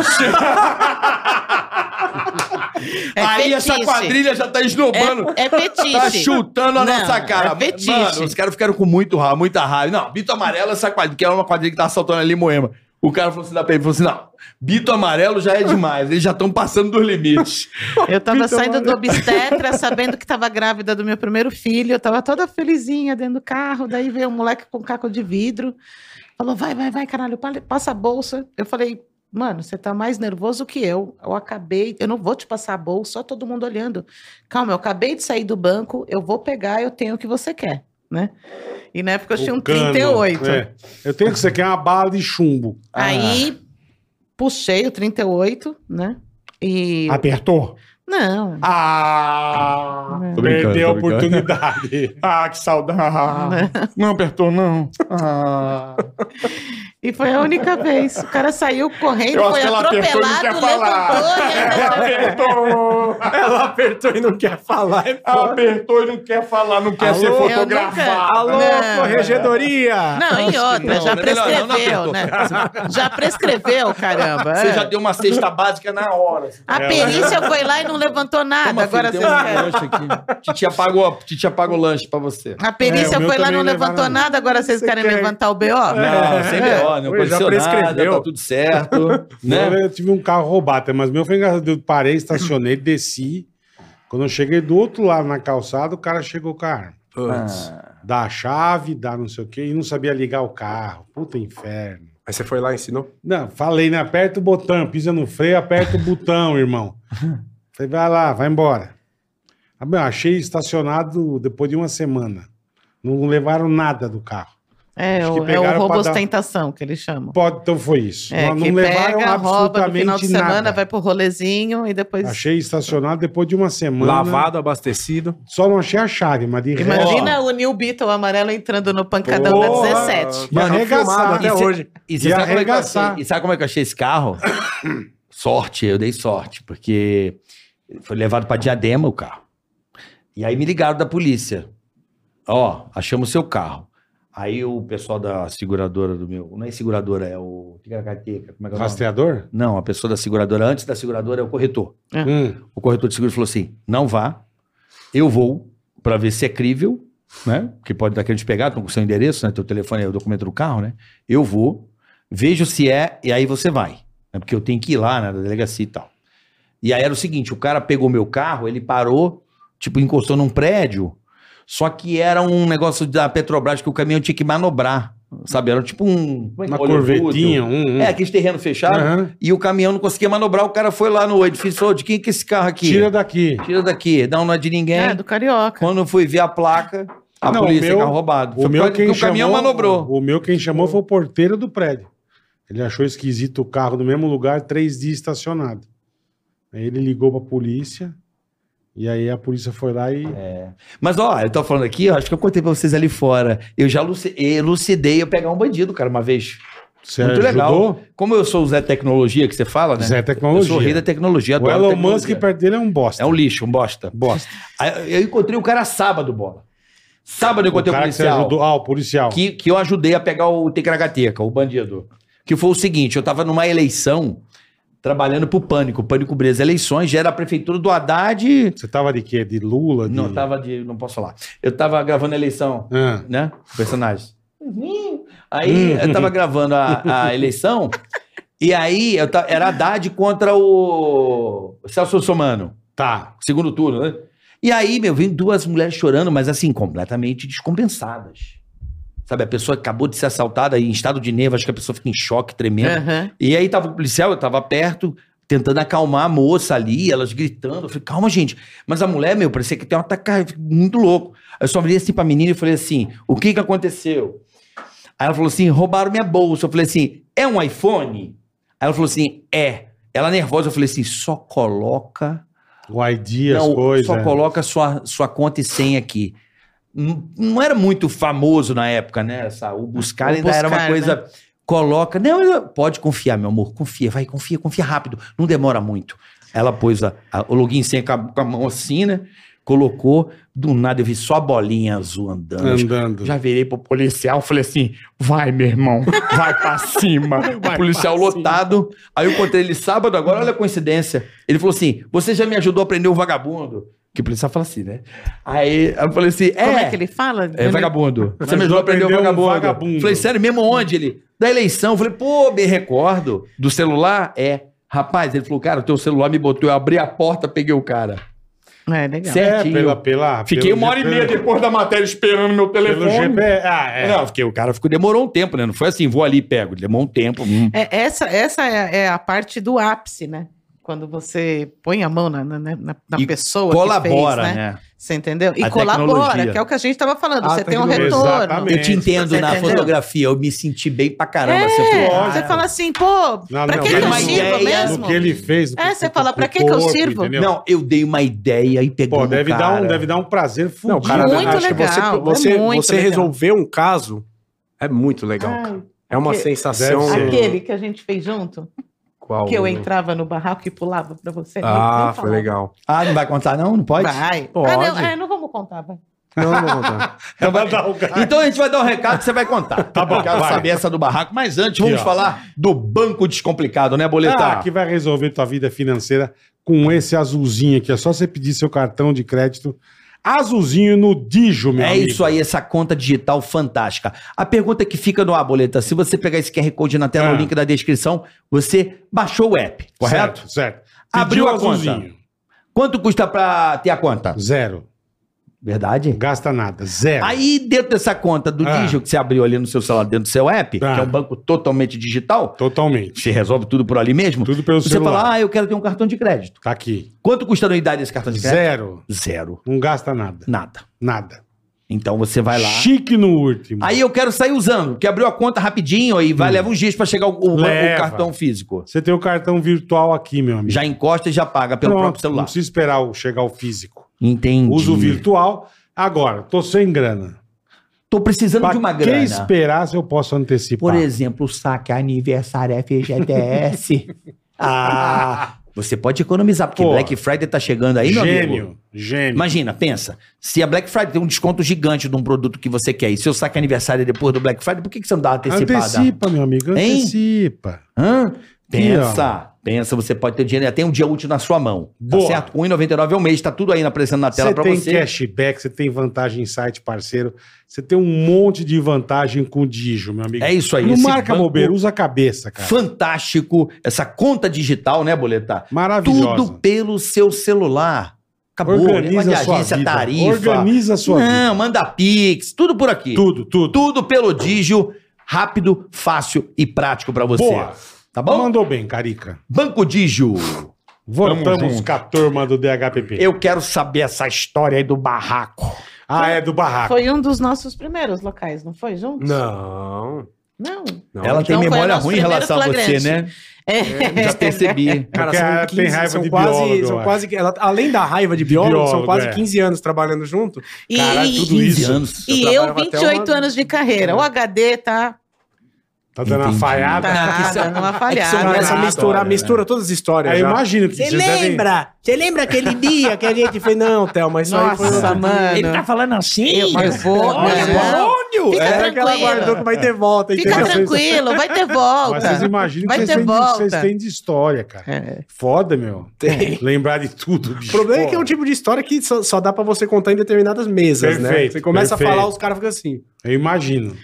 Speaker 4: É
Speaker 3: aí essa
Speaker 4: fetiche.
Speaker 3: quadrilha já tá esnobando.
Speaker 4: É, é fetiche.
Speaker 3: Tá chutando a
Speaker 4: Não,
Speaker 3: nossa cara.
Speaker 4: é fetiche.
Speaker 3: Mano, os caras ficaram com muito raiva, muita raiva. Não, Bito Amarelo, essa quadrilha, que era uma quadrilha que tá assaltando ali em Moema. O cara falou assim da PM, falou assim, não, Bito Amarelo já é demais, eles já estão passando dos limites.
Speaker 4: Eu tava saindo do obstetra, sabendo que tava grávida do meu primeiro filho. Eu tava toda felizinha dentro do carro. Daí veio um moleque com caco de vidro. Falou, vai, vai, vai, caralho, pa- passa a bolsa. Eu falei, mano, você tá mais nervoso que eu. Eu acabei, eu não vou te passar a bolsa, só todo mundo olhando. Calma, eu acabei de sair do banco, eu vou pegar, eu tenho o que você quer, né? E na época eu tinha um 38.
Speaker 2: É. Eu tenho que você quer uma bala de chumbo.
Speaker 4: Aí puxei o 38, né? E.
Speaker 2: Apertou?
Speaker 4: Não.
Speaker 2: Ah!
Speaker 4: Não.
Speaker 2: Perdeu a oportunidade.
Speaker 1: Ah, que
Speaker 4: Né?
Speaker 1: saudade. Não apertou, não. Ah.
Speaker 4: E foi a única vez. O cara saiu correndo,
Speaker 1: Eu acho
Speaker 4: foi
Speaker 1: que ela apertou e não
Speaker 4: atropelado, né,
Speaker 1: quer
Speaker 4: levantou.
Speaker 1: falar.
Speaker 4: e-
Speaker 1: Apertou.
Speaker 5: Ela apertou e não quer falar. é foda.
Speaker 1: Apertou e não quer falar, não quer
Speaker 5: Alô?
Speaker 1: ser
Speaker 5: Eu nunca-
Speaker 1: fotografada.
Speaker 5: Alô,
Speaker 4: Não.
Speaker 5: corregedoria!
Speaker 4: Não, e outra, já
Speaker 3: não, é melhor não, não
Speaker 4: prescreveu,
Speaker 3: apertou.
Speaker 4: né? Já prescreveu, caramba.
Speaker 3: Você
Speaker 4: é.
Speaker 3: já deu uma cesta básica na hora. assim.
Speaker 4: A perícia foi lá e não levantou nada.
Speaker 3: Toma,
Speaker 4: Agora
Speaker 3: filho,
Speaker 4: vocês
Speaker 3: tem um
Speaker 4: querem.
Speaker 3: lanche aqui. Titia pagou, titia pagou o lanche pra você.
Speaker 4: A perícia
Speaker 2: É, o meu
Speaker 4: foi lá e não
Speaker 2: também
Speaker 4: levantou
Speaker 2: levaram-
Speaker 4: nada, agora vocês
Speaker 5: Você
Speaker 4: querem
Speaker 5: quer-
Speaker 4: levantar o BO?
Speaker 1: É.
Speaker 3: Não, sem B.O., não
Speaker 5: Pois, já
Speaker 3: aconteceu nada,
Speaker 5: prescreveu.
Speaker 3: tá tudo certo,
Speaker 2: Uma
Speaker 3: né?
Speaker 2: vez Eu tive um carro roubado, mas meu foi engraçado. Eu parei, estacionei, desci. Quando eu cheguei do outro lado na calçada, o cara chegou com a arma.
Speaker 5: Putz.
Speaker 2: Dá a chave, dá não sei o quê, e não sabia ligar o carro. Puta inferno.
Speaker 5: Aí você foi lá e ensinou?
Speaker 2: Não, falei, né? Aperta o botão, pisa no freio, aperta o botão, irmão. Falei, vai lá, vai embora. Ah, meu, achei estacionado depois de uma semana. Não levaram nada do carro.
Speaker 4: É,
Speaker 2: Acho que
Speaker 4: o, é
Speaker 2: pegaram
Speaker 4: o
Speaker 2: pra
Speaker 4: roubo
Speaker 2: dar-
Speaker 4: ostentação que eles chamam.
Speaker 2: Pode, então foi isso.
Speaker 4: É,
Speaker 2: não
Speaker 4: que
Speaker 2: não levaram
Speaker 4: pega, rouba no
Speaker 2: absolutamente
Speaker 4: final de
Speaker 2: nada.
Speaker 4: semana, vai pro rolezinho e depois.
Speaker 2: Achei estacionado depois de uma semana.
Speaker 5: Lavado, abastecido.
Speaker 2: Só não achei a chave, mas de
Speaker 4: Imagina o New Beetle amarelo entrando no pancadão
Speaker 2: Porra!
Speaker 4: da 17.
Speaker 2: E
Speaker 5: Mano,
Speaker 2: arregaçado.
Speaker 5: Tá filmado até
Speaker 3: Isso é-
Speaker 5: hoje.
Speaker 3: E,
Speaker 2: E
Speaker 3: você sabe como é que eu
Speaker 2: arregaçar.
Speaker 3: achei, e sabe como é que eu achei esse carro? sorte, eu dei sorte, porque foi levado pra Diadema o carro. E aí me ligaram da polícia. Ó, achamos seu carro. Aí o pessoal da seguradora do meu, não é seguradora, é o Ticaracateca, como é que é o nome?
Speaker 2: Rastreador?
Speaker 3: Não, a pessoa da seguradora, antes da seguradora é o corretor.
Speaker 2: Hum.
Speaker 3: O corretor de seguro falou assim: não vá, eu vou pra ver se é crível, né? Porque pode dar aquele despegado, estão com seu endereço, né? Teu telefone é o documento do carro, né? Eu vou, vejo se é, e aí você vai. Né? Porque eu tenho que ir lá na delegacia e tal. E aí era o seguinte: o cara pegou meu carro, ele parou, tipo, encostou num prédio, só que era um negócio da Petrobras que o caminhão tinha que manobrar. Sabe? Era tipo um. como é que
Speaker 2: Uma
Speaker 3: é? Oleoduto.
Speaker 2: corvetinha, um, um.
Speaker 3: É, aqueles terreno fechado.
Speaker 2: Aham.
Speaker 3: E o caminhão não conseguia manobrar, o cara foi lá no edifício e falou: de quem que é esse carro aqui?
Speaker 2: Tira daqui.
Speaker 3: Tira, daqui. Não, não é de ninguém.
Speaker 4: É, do Carioca.
Speaker 3: Quando eu fui ver a placa, a
Speaker 2: Não,
Speaker 3: polícia
Speaker 2: o meu-
Speaker 3: carro roubado.
Speaker 2: O meu
Speaker 3: porque
Speaker 2: quem
Speaker 3: Ah, o caminhão
Speaker 2: chamou,
Speaker 3: manobrou.
Speaker 2: O meu quem chamou foi o porteiro do prédio. Ele achou esquisito o carro no mesmo lugar, três dias estacionado. Aí ele ligou pra polícia. E aí a polícia foi lá e.
Speaker 3: É, Mas ó, eu tô falando aqui, ó, acho que eu contei pra vocês ali fora. Eu já luci- elucidei eu pegar um bandido, cara, uma vez.
Speaker 2: Você
Speaker 3: Muito
Speaker 2: ajudou?
Speaker 3: legal. Como eu sou o Zé Tecnologia que você fala, né?
Speaker 2: Zé
Speaker 3: Eu sou o rei
Speaker 2: Tecnologia.
Speaker 3: da tecnologia.
Speaker 2: O
Speaker 3: adoro
Speaker 2: Elon Musk
Speaker 3: tecnologia.
Speaker 2: perto dele é um bosta.
Speaker 3: É um lixo, um bosta.
Speaker 2: bosta.
Speaker 3: Aí Eu encontrei o cara sábado, bola. Sábado eu
Speaker 2: O
Speaker 3: encontrei o,
Speaker 2: cara que você
Speaker 3: policial.
Speaker 2: ajudou. Ah, o policial.
Speaker 3: que, que eu ajudei a pegar o Tecragateca, o bandido. Que foi o seguinte: eu tava numa eleição trabalhando pro Pânico. O Pânico Bresa Eleições já era a prefeitura do Haddad.
Speaker 2: Você tava de quê? De Lula? De...
Speaker 3: Não, eu tava de. Não posso falar. Eu tava gravando a eleição,
Speaker 2: Ah,
Speaker 3: né? O personagem. Aí eu tava gravando a, a eleição. E aí eu ta- era Haddad contra o Celso Somano.
Speaker 2: tá.
Speaker 3: Segundo turno, né? E aí, meu, vem duas mulheres chorando, mas assim, completamente descompensadas. Sabe, a pessoa acabou de ser assaltada e em estado de nervo, acho que a pessoa fica em choque, tremendo.
Speaker 4: Aham.
Speaker 3: E aí tava o policial, eu tava perto, tentando acalmar a moça ali, elas gritando. Eu falei, calma, gente. Mas a mulher, meu, parecia que tem um ataque muito louco. Aí eu só virei assim pra menina e falei assim: o que que aconteceu? Aí ela falou assim: roubaram minha bolsa. Eu falei assim: é um iPhone? Aí ela falou assim: é. Ela nervosa, eu falei assim: só coloca.
Speaker 2: O ID, as
Speaker 3: não,
Speaker 2: coisas.
Speaker 3: só coloca sua, sua conta e senha aqui. N- Não era muito famoso na época, né? Essa, o buscar
Speaker 4: O
Speaker 3: ainda era uma
Speaker 4: buscar,
Speaker 3: coisa. Coloca. Não, eu- pode confiar, meu amor. Confia, vai, confia, confia rápido. Não demora muito. Ela pôs a- a- o login e senha com a, com a mão assim, né? Colocou. Do nada eu vi só a bolinha azul andando.
Speaker 2: Andando.
Speaker 3: Já virei pro policial, falei assim: vai, meu irmão, vai pra cima. O policial lotado. Aí eu encontrei ele sábado, agora olha a coincidência. Ele falou assim: você já me ajudou a prender o vagabundo? Que o policial fala assim, né? Aí eu falei assim: é.
Speaker 4: Como é que ele fala?
Speaker 3: É vagabundo. Você me ajudou a prender o
Speaker 2: prender um
Speaker 3: vagabundo.
Speaker 2: vagabundo.
Speaker 3: Falei, sério, mesmo onde? Ele, da eleição. Eu Falei, pô, me recordo. Do celular? É. Rapaz, ele falou, cara, o teu celular me botou. Eu abri a porta, peguei o cara.
Speaker 4: É, legal.
Speaker 2: É,
Speaker 3: Certinho.
Speaker 2: pela, pela,
Speaker 3: Fiquei
Speaker 2: pelo
Speaker 3: uma hora e meia
Speaker 2: GP,
Speaker 3: depois da matéria esperando meu
Speaker 2: Pelo
Speaker 3: telefone.
Speaker 2: GP. Ah, é.
Speaker 3: Não, porque o cara ficou, demorou um tempo, né? Não foi assim, vou ali e pego. Demorou um tempo. hum.
Speaker 4: É, essa essa é, é a parte do ápice, né? Quando você põe a mão na, na, na- na
Speaker 3: E
Speaker 4: pessoa
Speaker 3: Colabora,
Speaker 4: que fez, né?
Speaker 3: né?
Speaker 4: Você entendeu? E
Speaker 3: A
Speaker 4: colabora,
Speaker 3: tecnologia.
Speaker 4: que é o que a gente estava falando.
Speaker 5: A
Speaker 4: você tem um
Speaker 5: tecnologia.
Speaker 4: retorno.
Speaker 2: Exatamente.
Speaker 3: Eu te entendo
Speaker 4: Você
Speaker 3: na
Speaker 4: entendeu?
Speaker 3: fotografia, eu me senti bem pra caramba.
Speaker 4: É,
Speaker 3: assim, eu falei,
Speaker 2: Lógico.
Speaker 4: você fala assim, pô,
Speaker 2: Não,
Speaker 4: pra
Speaker 2: não,
Speaker 4: que,
Speaker 2: mas
Speaker 4: que eu
Speaker 2: uma
Speaker 3: ideia
Speaker 4: sirvo mesmo?
Speaker 2: Do que ele fez. do
Speaker 4: É,
Speaker 2: que-
Speaker 4: você
Speaker 2: do-
Speaker 4: fala,
Speaker 2: do
Speaker 4: pra que que eu
Speaker 2: corpo,
Speaker 4: sirvo?
Speaker 2: entendeu?
Speaker 3: Não, eu dei uma ideia e pegou
Speaker 2: Pô,
Speaker 3: o
Speaker 2: deve dar,
Speaker 3: cara.
Speaker 2: um, deve dar um prazer fudido.
Speaker 5: Não, cara,
Speaker 4: Muito
Speaker 5: acho que
Speaker 4: legal,
Speaker 5: Você,
Speaker 4: é
Speaker 5: você,
Speaker 4: muito
Speaker 5: você
Speaker 4: legal.
Speaker 5: resolver um caso é muito legal,
Speaker 4: Ai,
Speaker 5: cara. É uma
Speaker 4: porque-
Speaker 5: sensação.
Speaker 2: Deve ser.
Speaker 4: Aquele que a gente fez junto,
Speaker 5: Qual? um?
Speaker 4: que eu entrava no barraco e pulava pra você. nem-
Speaker 5: Ah,
Speaker 4: nem
Speaker 5: foi
Speaker 4: falava.
Speaker 5: legal.
Speaker 3: Ah, não vai contar não? Não pode?
Speaker 4: Vai. Ah, não,
Speaker 5: Pode.
Speaker 4: é, não vamos contar, vai.
Speaker 5: Não, não vou contar.
Speaker 3: Então, vai-
Speaker 2: Vai dar Ah, o cara.
Speaker 3: então a gente vai dar um recado e você vai contar. Tá
Speaker 2: bom,
Speaker 3: Eu quero
Speaker 2: vai.
Speaker 3: saber essa do barraco, mas antes vamos
Speaker 2: Aqui, ó.
Speaker 3: falar do Banco Descomplicado, né, Boletar?
Speaker 2: Ah, que vai resolver tua vida financeira com esse azulzinho aqui. É só você pedir seu cartão de crédito azulzinho no Dijo, meu
Speaker 3: é
Speaker 2: amigo.
Speaker 3: isso aí, essa conta digital fantástica. A pergunta que fica no ar, Boleta, se você pegar esse QR Code na tela,
Speaker 2: Ah.
Speaker 3: o link da descrição, você baixou o app, correto?
Speaker 2: Certo, certo.
Speaker 3: Abriu
Speaker 2: Pediu
Speaker 3: a conta. Quanto custa pra ter a conta?
Speaker 2: Zero.
Speaker 3: Verdade?
Speaker 2: Não gasta nada. Zero.
Speaker 3: Aí, dentro dessa conta do
Speaker 2: Ah.
Speaker 3: Digio que você abriu ali no seu celular, dentro do seu app,
Speaker 2: Ah.
Speaker 3: que é um banco totalmente digital,
Speaker 2: Totalmente.
Speaker 3: você resolve tudo por ali mesmo,
Speaker 2: Tudo pelo
Speaker 3: você
Speaker 2: celular.
Speaker 3: fala, ah, eu quero ter um cartão de crédito.
Speaker 2: Tá aqui.
Speaker 3: Quanto custa a anuidade desse cartão de crédito?
Speaker 2: Zero.
Speaker 3: Zero.
Speaker 2: Não gasta nada.
Speaker 3: Nada.
Speaker 2: Nada.
Speaker 3: Então você vai lá.
Speaker 2: Chique no último.
Speaker 3: Aí eu quero sair usando, porque abriu a conta rapidinho aí vai, leva uns dias pra chegar o, o- o
Speaker 2: Hum. Leva.
Speaker 3: cartão físico.
Speaker 2: Você tem o cartão virtual aqui, meu amigo.
Speaker 3: Já encosta e já paga pelo
Speaker 2: Pronto,
Speaker 3: próprio
Speaker 2: Não
Speaker 3: celular.
Speaker 2: precisa esperar o- chegar o físico.
Speaker 3: Entendi.
Speaker 2: Uso virtual. Agora, tô sem grana.
Speaker 3: Tô precisando
Speaker 2: Pra
Speaker 3: de uma
Speaker 2: que
Speaker 3: grana.
Speaker 2: esperar se eu posso antecipar?
Speaker 3: Por exemplo, saque aniversário é FGTS. ah, você pode economizar, porque
Speaker 2: Pô.
Speaker 3: Black Friday tá chegando aí, meu amigo.
Speaker 2: gênio, gênio.
Speaker 3: Imagina, pensa. Se a Black Friday tem um desconto gigante de um produto que você quer e seu saque aniversário é depois do Black Friday, por que, que você não dá uma antecipada?
Speaker 2: Antecipa, meu amigo,
Speaker 3: Hein?
Speaker 2: antecipa.
Speaker 3: Hã?
Speaker 2: Aqui,
Speaker 3: Pensa. Pensa, você pode ter dinheiro, até um dia útil na sua mão.
Speaker 2: Boa.
Speaker 3: Tá certo? R$1,99 é o mês, tá tudo aí aparecendo na tela
Speaker 2: Você
Speaker 3: pra
Speaker 2: tem
Speaker 3: você.
Speaker 2: cashback, você tem vantagem em site parceiro, você tem um monte de vantagem com o Digio, meu amigo.
Speaker 3: É isso aí.
Speaker 2: Não
Speaker 3: esse
Speaker 2: marca
Speaker 3: banco
Speaker 2: bobeira, usa a cabeça, cara.
Speaker 3: Fantástico. Essa conta digital, né, Boletar?
Speaker 2: Maravilhosa.
Speaker 3: Tudo pelo seu celular. Acabou.
Speaker 2: Organiza
Speaker 3: negócio de
Speaker 2: sua
Speaker 3: agência,
Speaker 2: vida.
Speaker 3: tarifa.
Speaker 2: Organiza sua
Speaker 3: Não,
Speaker 2: vida.
Speaker 3: manda pix, tudo por aqui. Tudo,
Speaker 2: Tudo, tudo.
Speaker 3: pelo Digio, rápido, fácil e prático pra você.
Speaker 2: Boa.
Speaker 3: Tá bom?
Speaker 2: Mandou bem, Carica.
Speaker 3: Banco Digio.
Speaker 2: Voltamos com a turma do DHPP.
Speaker 3: Eu quero saber essa história aí do barraco.
Speaker 2: Ah, é do barraco.
Speaker 4: Foi um dos nossos primeiros locais, não foi juntos?
Speaker 5: Não.
Speaker 4: Não.
Speaker 5: não.
Speaker 3: Ela
Speaker 4: Então
Speaker 3: tem
Speaker 4: foi
Speaker 3: memória
Speaker 4: o nosso
Speaker 3: ruim em relação a
Speaker 4: primeiro
Speaker 3: você, né?
Speaker 4: É.
Speaker 3: Já percebi.
Speaker 5: Cara,
Speaker 2: Porque ela
Speaker 5: são,
Speaker 2: tem
Speaker 5: 15,
Speaker 2: raiva
Speaker 5: são
Speaker 2: de
Speaker 5: quase,
Speaker 2: biólogo, eu
Speaker 5: são
Speaker 2: acho.
Speaker 5: quase que- ela- além da raiva de
Speaker 2: De
Speaker 5: biólogo,
Speaker 2: biólogo,
Speaker 5: são quase
Speaker 2: é.
Speaker 5: 15 anos trabalhando junto.
Speaker 4: E,
Speaker 5: Caralho,
Speaker 4: e-
Speaker 5: tudo isso.
Speaker 3: anos.
Speaker 4: e
Speaker 5: Eu
Speaker 4: eu,
Speaker 5: trabalhava até
Speaker 4: 28
Speaker 5: uma- É.
Speaker 4: anos de carreira. O HD tá
Speaker 2: Tá dando
Speaker 3: Entendi.
Speaker 2: uma falhada.
Speaker 4: tá
Speaker 5: é
Speaker 4: dando uma
Speaker 5: Você
Speaker 4: falhada.
Speaker 5: começa a
Speaker 2: nada,
Speaker 5: misturar,
Speaker 2: né?
Speaker 5: mistura todas as histórias.
Speaker 2: Aí eu
Speaker 5: já.
Speaker 2: imagino que vocês devem-
Speaker 5: Você lembra aquele dia que a gente fez? Não, Thelma, isso tá aí foi. um
Speaker 4: Nossa, mano.
Speaker 3: falando assim?
Speaker 4: Eu, mas vou.
Speaker 3: Olha,
Speaker 4: não.
Speaker 3: Polônio!
Speaker 4: Fica
Speaker 5: É
Speaker 4: tranquilo.
Speaker 5: que ela guardou que vai ter volta,
Speaker 4: Fica
Speaker 5: entendeu?
Speaker 4: tranquilo, vai
Speaker 2: Mas
Speaker 4: ter
Speaker 2: vocês
Speaker 4: volta.
Speaker 2: imaginam
Speaker 4: Vai
Speaker 2: que vocês
Speaker 4: ter
Speaker 2: têm, de,
Speaker 4: volta.
Speaker 2: vocês têm de história, cara.
Speaker 4: É.
Speaker 2: Foda, meu.
Speaker 5: Tem.
Speaker 2: Lembrar de tudo,
Speaker 5: O
Speaker 2: bicho.
Speaker 5: problema é que é um
Speaker 2: Foda.
Speaker 5: tipo de história que só, só dá pra você contar em determinadas mesas, né?
Speaker 2: Perfeito,
Speaker 5: Você começa
Speaker 2: perfeito.
Speaker 5: a falar, os caras ficam assim.
Speaker 2: Eu imagino.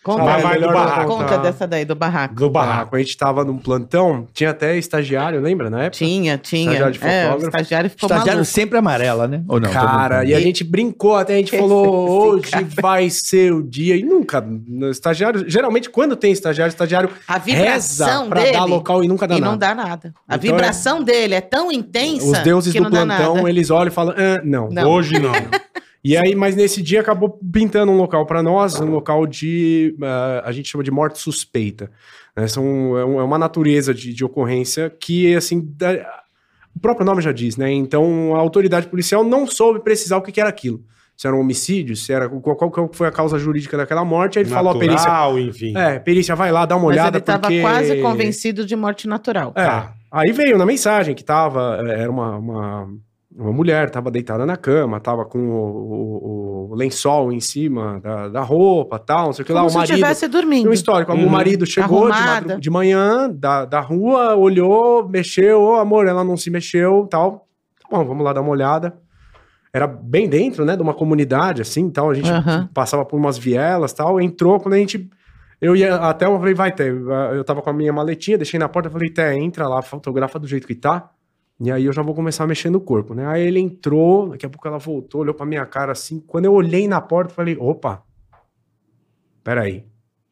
Speaker 4: Conta,
Speaker 2: Lá vai do barraco,
Speaker 4: conta
Speaker 5: tá?
Speaker 4: dessa daí, do barraco.
Speaker 2: Do barraco.
Speaker 5: barraco. A gente tava num plantão, tinha até estagiário, lembra na época?
Speaker 4: Tinha, tinha.
Speaker 5: Estagiário
Speaker 4: É,
Speaker 5: de
Speaker 4: o
Speaker 5: fotógrafo.
Speaker 4: estagiário ficou
Speaker 1: Estagiário
Speaker 4: maluco.
Speaker 1: sempre amarela, né? Ou não?
Speaker 5: Cara, e a gente brincou até, a gente falou, hoje vai ser o dia. E nunca, no estagiário, geralmente quando tem estagiário, estagiário
Speaker 4: A
Speaker 5: reza
Speaker 4: vibração
Speaker 5: pra
Speaker 4: dele...
Speaker 5: dar local e nunca dá
Speaker 4: e
Speaker 5: nada.
Speaker 4: não dá nada. A
Speaker 5: Então,
Speaker 4: vibração dele é tão intensa
Speaker 5: Os deuses
Speaker 4: que
Speaker 5: do
Speaker 4: não dá nada.
Speaker 5: plantão, eles olham e falam, ah, não.
Speaker 4: Não.
Speaker 2: Hoje não.
Speaker 5: E aí, mas nesse dia acabou pintando um local pra nós, um local de, ah, a gente chama de morte suspeita. né? São, é um- é uma natureza de, de ocorrência que, assim, dá- o próprio nome já diz, né? Então, a autoridade policial não soube precisar o que, que era aquilo. Se era um homicídio, se era qual, qual- qual foi a causa jurídica daquela morte, aí ele falou, a perícia...
Speaker 2: Natural, enfim.
Speaker 5: É, perícia, vai lá, dá uma
Speaker 4: Mas
Speaker 5: olhada,
Speaker 4: ele tava
Speaker 5: porque...
Speaker 4: quase convencido de morte natural.
Speaker 5: É.
Speaker 2: Tá.
Speaker 5: Aí veio na mensagem que tava, eh, era uma, uma, uma mulher, tava deitada na cama, tava com o, o- o lençol em cima da, da roupa, tal, não sei o que lá,
Speaker 4: Como
Speaker 5: o
Speaker 4: se
Speaker 5: marido...
Speaker 4: estivesse dormindo.
Speaker 5: Um histórico,
Speaker 2: Uhum.
Speaker 5: o marido chegou de,
Speaker 4: Arrumada.
Speaker 5: madru- de manhã da, da rua, olhou, mexeu, ô amor, ela não se mexeu, tal. Tá Bom, vamos lá dar uma olhada. Era bem dentro, né, de uma comunidade, assim, tal, a gente
Speaker 4: Aham.
Speaker 5: passava por umas vielas tal, entrou, quando a gente. Eu ia até, eu falei, vai, Té, eu tava com a minha maletinha, deixei na porta, eu falei, Té, entra lá, fotografa do jeito que tá, e aí eu já vou começar a mexer no corpo, né? Aí ele entrou, daqui a pouco ela voltou, olhou pra minha cara assim, quando eu olhei na porta, eu falei, opa, peraí,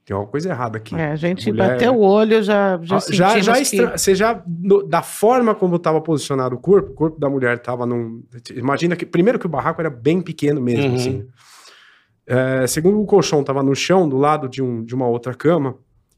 Speaker 5: tem alguma coisa errada aqui.
Speaker 4: É, a gente
Speaker 5: Mulher-
Speaker 4: bateu o olho, já, já
Speaker 5: Ah, já,
Speaker 4: sentimos
Speaker 5: já
Speaker 4: que-
Speaker 5: estra- Você já, no- da forma como estava posicionado o corpo, o corpo da mulher estava num. Imagina que, primeiro, que o barraco era bem pequeno mesmo,
Speaker 2: Uhum.
Speaker 5: assim. É, segundo, o colchão estava no chão, do lado de, um, de uma outra cama,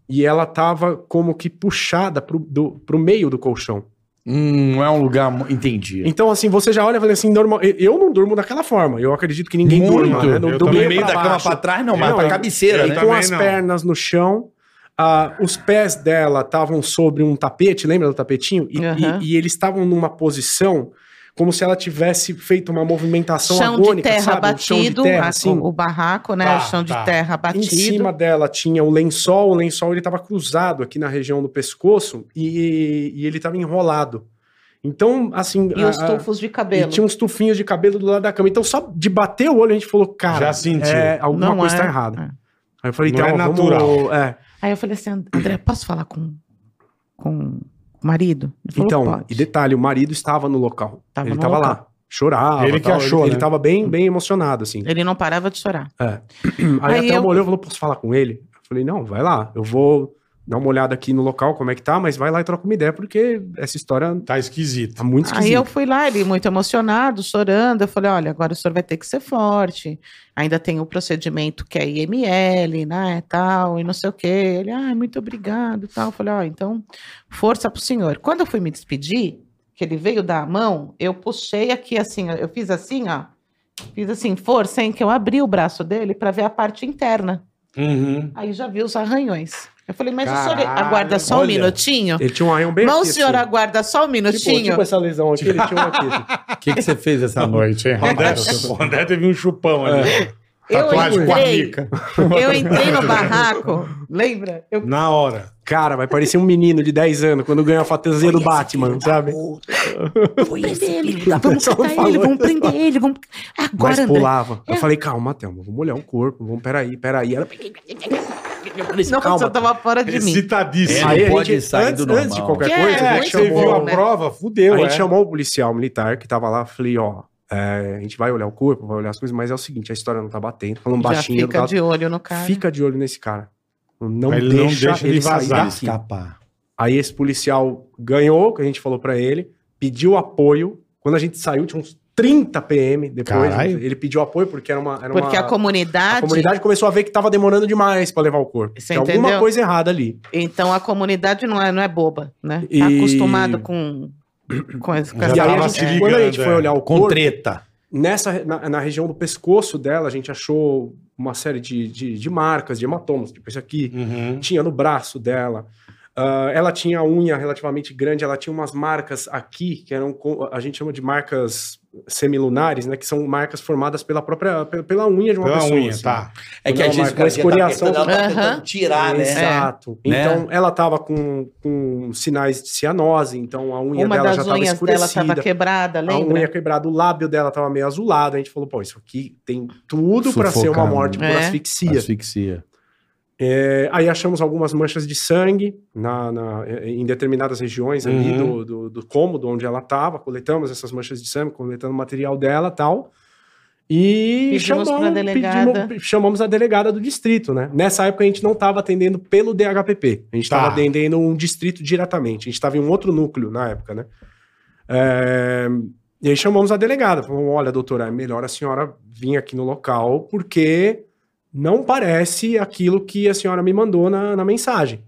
Speaker 5: e ela estava como que puxada pro, do, pro meio do colchão.
Speaker 3: Hum, não é um lugar. mu- Entendi.
Speaker 5: Então, assim, você já olha e fala assim, normal. eu- Eu não durmo daquela forma, eu acredito que ninguém
Speaker 3: Muito.
Speaker 5: durma, né?
Speaker 2: Eu
Speaker 5: Do, do
Speaker 2: também.
Speaker 5: meio,
Speaker 2: No meio
Speaker 5: pra
Speaker 3: da cama
Speaker 5: baixo.
Speaker 3: pra É, trás, não, mas
Speaker 5: Não,
Speaker 3: pra
Speaker 5: eu-
Speaker 3: cabeceira,
Speaker 5: E
Speaker 2: eu
Speaker 3: né?
Speaker 5: com
Speaker 2: também
Speaker 5: as
Speaker 2: não.
Speaker 5: pernas no chão. ah, os pés dela estavam sobre um tapete, lembra do tapetinho? E,
Speaker 4: Aham.
Speaker 5: e- e eles estavam numa posição como se ela tivesse feito uma movimentação
Speaker 4: chão de
Speaker 5: agônica,
Speaker 4: terra
Speaker 5: sabe? Um
Speaker 4: batido,
Speaker 5: chão de terra,
Speaker 4: a-
Speaker 5: assim.
Speaker 4: o barraco, né?
Speaker 2: Tá,
Speaker 4: o chão
Speaker 2: tá.
Speaker 4: de terra batido.
Speaker 5: Em cima dela tinha o lençol, o lençol ele estava cruzado aqui na região do pescoço e, e ele estava enrolado. Então, assim...
Speaker 4: e
Speaker 5: a-
Speaker 4: os
Speaker 5: a-
Speaker 4: tufos de
Speaker 5: e
Speaker 4: cabelo.
Speaker 5: tinha uns tufinhos de cabelo do lado da cama. Então, só de bater o olho, a gente falou, cara,
Speaker 2: Já sentiu.
Speaker 5: é, alguma
Speaker 4: Não
Speaker 5: coisa
Speaker 4: é.
Speaker 5: está errada. Aí eu falei,
Speaker 2: Não
Speaker 5: então,
Speaker 2: é
Speaker 5: vamos-
Speaker 2: natural.
Speaker 5: é.
Speaker 4: Aí eu falei assim, André, posso falar com, com o marido? Ele falou,
Speaker 5: Então,
Speaker 4: pode.
Speaker 5: e detalhe, o marido estava no local.
Speaker 4: Tava
Speaker 5: ele
Speaker 4: no
Speaker 5: estava
Speaker 4: local.
Speaker 5: lá. Chorava.
Speaker 2: Ele que
Speaker 5: tal,
Speaker 2: achou,
Speaker 5: Ele,
Speaker 2: né?
Speaker 5: ele tava bem, bem emocionado, assim.
Speaker 4: Ele não parava de chorar.
Speaker 5: Aí,
Speaker 4: Aí
Speaker 5: até
Speaker 4: eu-
Speaker 5: eu... olhou e falou, posso falar com ele? Eu falei, não, vai lá. Eu vou dar uma olhada aqui no local, como é que tá, mas vai lá e troca uma ideia, porque essa história
Speaker 2: Tá esquisito.
Speaker 5: tá muito esquisita.
Speaker 4: Aí eu fui lá, ele muito emocionado, chorando. Eu falei: olha, agora o senhor vai ter que ser forte. Ainda tem o procedimento que é IML, né? Tal, e não sei o quê. Ele, ah, muito obrigado. Tal. Eu falei: ó, então, força pro senhor. Quando eu fui me despedir, que ele veio dar a mão, eu puxei aqui assim, ó, eu fiz assim, ó. Fiz assim, força, hein? Que eu abri o braço dele para ver a parte interna.
Speaker 2: Uhum.
Speaker 4: Aí já vi os arranhões. Eu falei, mas o senhor
Speaker 2: Caralho,
Speaker 4: aguarda só um
Speaker 2: olha.
Speaker 4: minutinho?
Speaker 5: Ele tinha um arranhão bem
Speaker 4: Não, o
Speaker 5: aqui,
Speaker 4: senhor
Speaker 5: assim.
Speaker 4: aguarda só um minutinho?
Speaker 5: Tipo, tipo essa lesão aqui, ele tinha um aqui. assim.
Speaker 3: O que, que você fez essa noite?
Speaker 2: noite, hein? O André, o André teve um chupão ali.
Speaker 4: É. Eu
Speaker 2: Tatuagem com a
Speaker 4: entrei,
Speaker 2: mica.
Speaker 4: eu entrei no barraco, lembra? Eu
Speaker 2: Na hora.
Speaker 5: Cara, vai parecer um menino de 10 anos quando ganha a fantasia do Batman, sabe?
Speaker 4: vou prender ele, vamos catar ele, vamos prender ele, vamos... Agora,
Speaker 5: Mas
Speaker 4: André,
Speaker 5: pulava. Eu falei, calma, Thelma, vamos olhar o corpo, vamos, peraí, peraí. Era...
Speaker 4: não,
Speaker 5: calma.
Speaker 4: você tava fora de mim.
Speaker 3: É,
Speaker 2: Excitadíssimo.
Speaker 3: não
Speaker 5: Aí a
Speaker 3: pode
Speaker 5: gente-
Speaker 3: sair
Speaker 5: antes-
Speaker 3: do normal.
Speaker 5: antes de qualquer
Speaker 4: Que é,
Speaker 5: coisa, a
Speaker 2: É,
Speaker 5: gente
Speaker 2: que você
Speaker 4: muito
Speaker 5: chamou-
Speaker 2: viu
Speaker 4: bom,
Speaker 2: a
Speaker 4: né?
Speaker 2: prova, fudeu,
Speaker 5: a
Speaker 2: é.
Speaker 5: gente chamou o policial militar que tava lá, falei, ó, é, a gente vai olhar o corpo, vai olhar as coisas, mas é o seguinte, a história não tá batendo, falando
Speaker 4: Já
Speaker 5: baixinho,
Speaker 4: fica
Speaker 5: tá-
Speaker 4: de olho no cara.
Speaker 5: fica de olho nesse cara. Não,
Speaker 2: Mas ele
Speaker 5: deixa,
Speaker 2: não deixa ele
Speaker 5: ele sair
Speaker 2: vazar.
Speaker 5: daqui.
Speaker 3: Escapar.
Speaker 5: Aí esse policial ganhou, que a gente falou pra ele, pediu apoio. Quando a gente saiu, tinha uns 30 PM depois.
Speaker 2: Caralho.
Speaker 5: Ele pediu apoio porque era uma. era
Speaker 4: Porque
Speaker 5: uma-
Speaker 4: a comunidade,
Speaker 5: a comunidade começou a ver que tava demorando demais pra levar o corpo.
Speaker 4: Você
Speaker 5: Tinha alguma
Speaker 4: entendeu?
Speaker 5: coisa errada ali.
Speaker 4: então a comunidade não é, não é boba, né? Tá
Speaker 5: E-
Speaker 4: acostumado com... com as, com
Speaker 2: Já
Speaker 4: as-
Speaker 5: e aí a
Speaker 2: tava
Speaker 5: gente,
Speaker 2: se
Speaker 5: quando a gente
Speaker 2: ligando,
Speaker 5: foi
Speaker 2: é.
Speaker 5: olhar o
Speaker 3: Com
Speaker 5: corpo,
Speaker 3: treta.
Speaker 5: Nessa, na, na região do pescoço dela, a gente achou uma série de, de, de marcas, de hematomas, tipo esse aqui.
Speaker 2: Uhum.
Speaker 5: Tinha no braço dela. Ah, ela tinha unha relativamente grande, ela tinha umas marcas aqui, que eram, co- a gente chama de marcas semilunares, né? Que são marcas formadas pela própria, pe- pela unha de uma
Speaker 2: Pela
Speaker 5: pessoa.
Speaker 2: unha,
Speaker 5: assim.
Speaker 2: tá.
Speaker 3: É que
Speaker 5: Não,
Speaker 3: às vezes
Speaker 5: mas
Speaker 3: o cara
Speaker 5: com
Speaker 3: já tá
Speaker 5: escoriação-
Speaker 3: apertando, ela tá
Speaker 4: Aham.
Speaker 3: tentando tirar, né?
Speaker 5: Exato.
Speaker 3: É.
Speaker 5: Então,
Speaker 2: Né?
Speaker 5: ela tava com, com sinais de cianose, então a unha
Speaker 4: Uma
Speaker 5: dela já
Speaker 4: das
Speaker 5: estava
Speaker 4: unhas dela
Speaker 5: escurecida.
Speaker 4: estava quebrada,
Speaker 5: A
Speaker 4: lembra?
Speaker 5: unha quebrada, o lábio dela tava meio azulado. A gente falou, pô, isso aqui tem tudo pra ser uma
Speaker 3: Sufocado.
Speaker 5: morte por
Speaker 4: É.
Speaker 5: asfixia.
Speaker 3: Asfixia.
Speaker 5: É, aí achamos algumas manchas de sangue na, na- em determinadas regiões ali
Speaker 2: Uhum.
Speaker 5: do, do, do cômodo onde ela estava. Coletamos essas manchas de sangue, coletando o material dela tal. E
Speaker 4: Pedimos pra delegada.
Speaker 5: pedimos- chamamos a delegada do distrito, né? Nessa época a gente não estava atendendo pelo DHPP, a gente
Speaker 2: Tá.
Speaker 5: estava atendendo um distrito diretamente, a gente estava em um outro núcleo na época, né? É, E aí chamamos a delegada, falamos, olha doutora, é melhor a senhora vir aqui no local, porque não parece aquilo que a senhora me mandou na, na mensagem.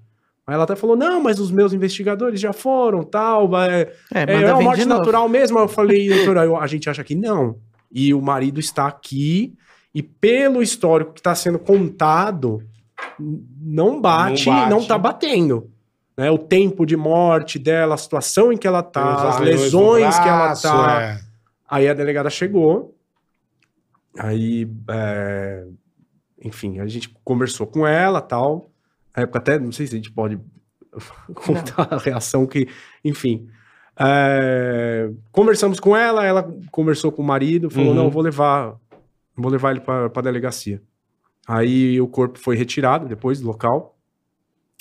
Speaker 5: Aí ela até falou, não, mas os meus investigadores já foram, tal, vai,
Speaker 4: É,
Speaker 5: é,
Speaker 4: manda
Speaker 5: uma
Speaker 4: vir
Speaker 5: morte
Speaker 4: de novo.
Speaker 5: natural mesmo. Eu falei, doutora, eu- a gente acha que não. E o marido está aqui, e pelo histórico que está sendo contado, n- não bate,
Speaker 2: Não
Speaker 5: não,
Speaker 2: bate.
Speaker 5: tá batendo. Né? O tempo de morte dela, a situação em que ela tá,
Speaker 2: Tem
Speaker 5: as
Speaker 2: arranhões no
Speaker 5: lesões que ela
Speaker 2: braço,
Speaker 5: tá.
Speaker 2: é.
Speaker 5: Aí a delegada chegou, aí, é, enfim, a gente conversou com ela tal. Na época até, não sei se a gente pode contar a reação que, enfim. É, Conversamos com ela, ela conversou com o marido, falou,
Speaker 2: Uhum.
Speaker 5: não, eu vou levar, vou levar ele para a delegacia. Aí o corpo foi retirado depois do local.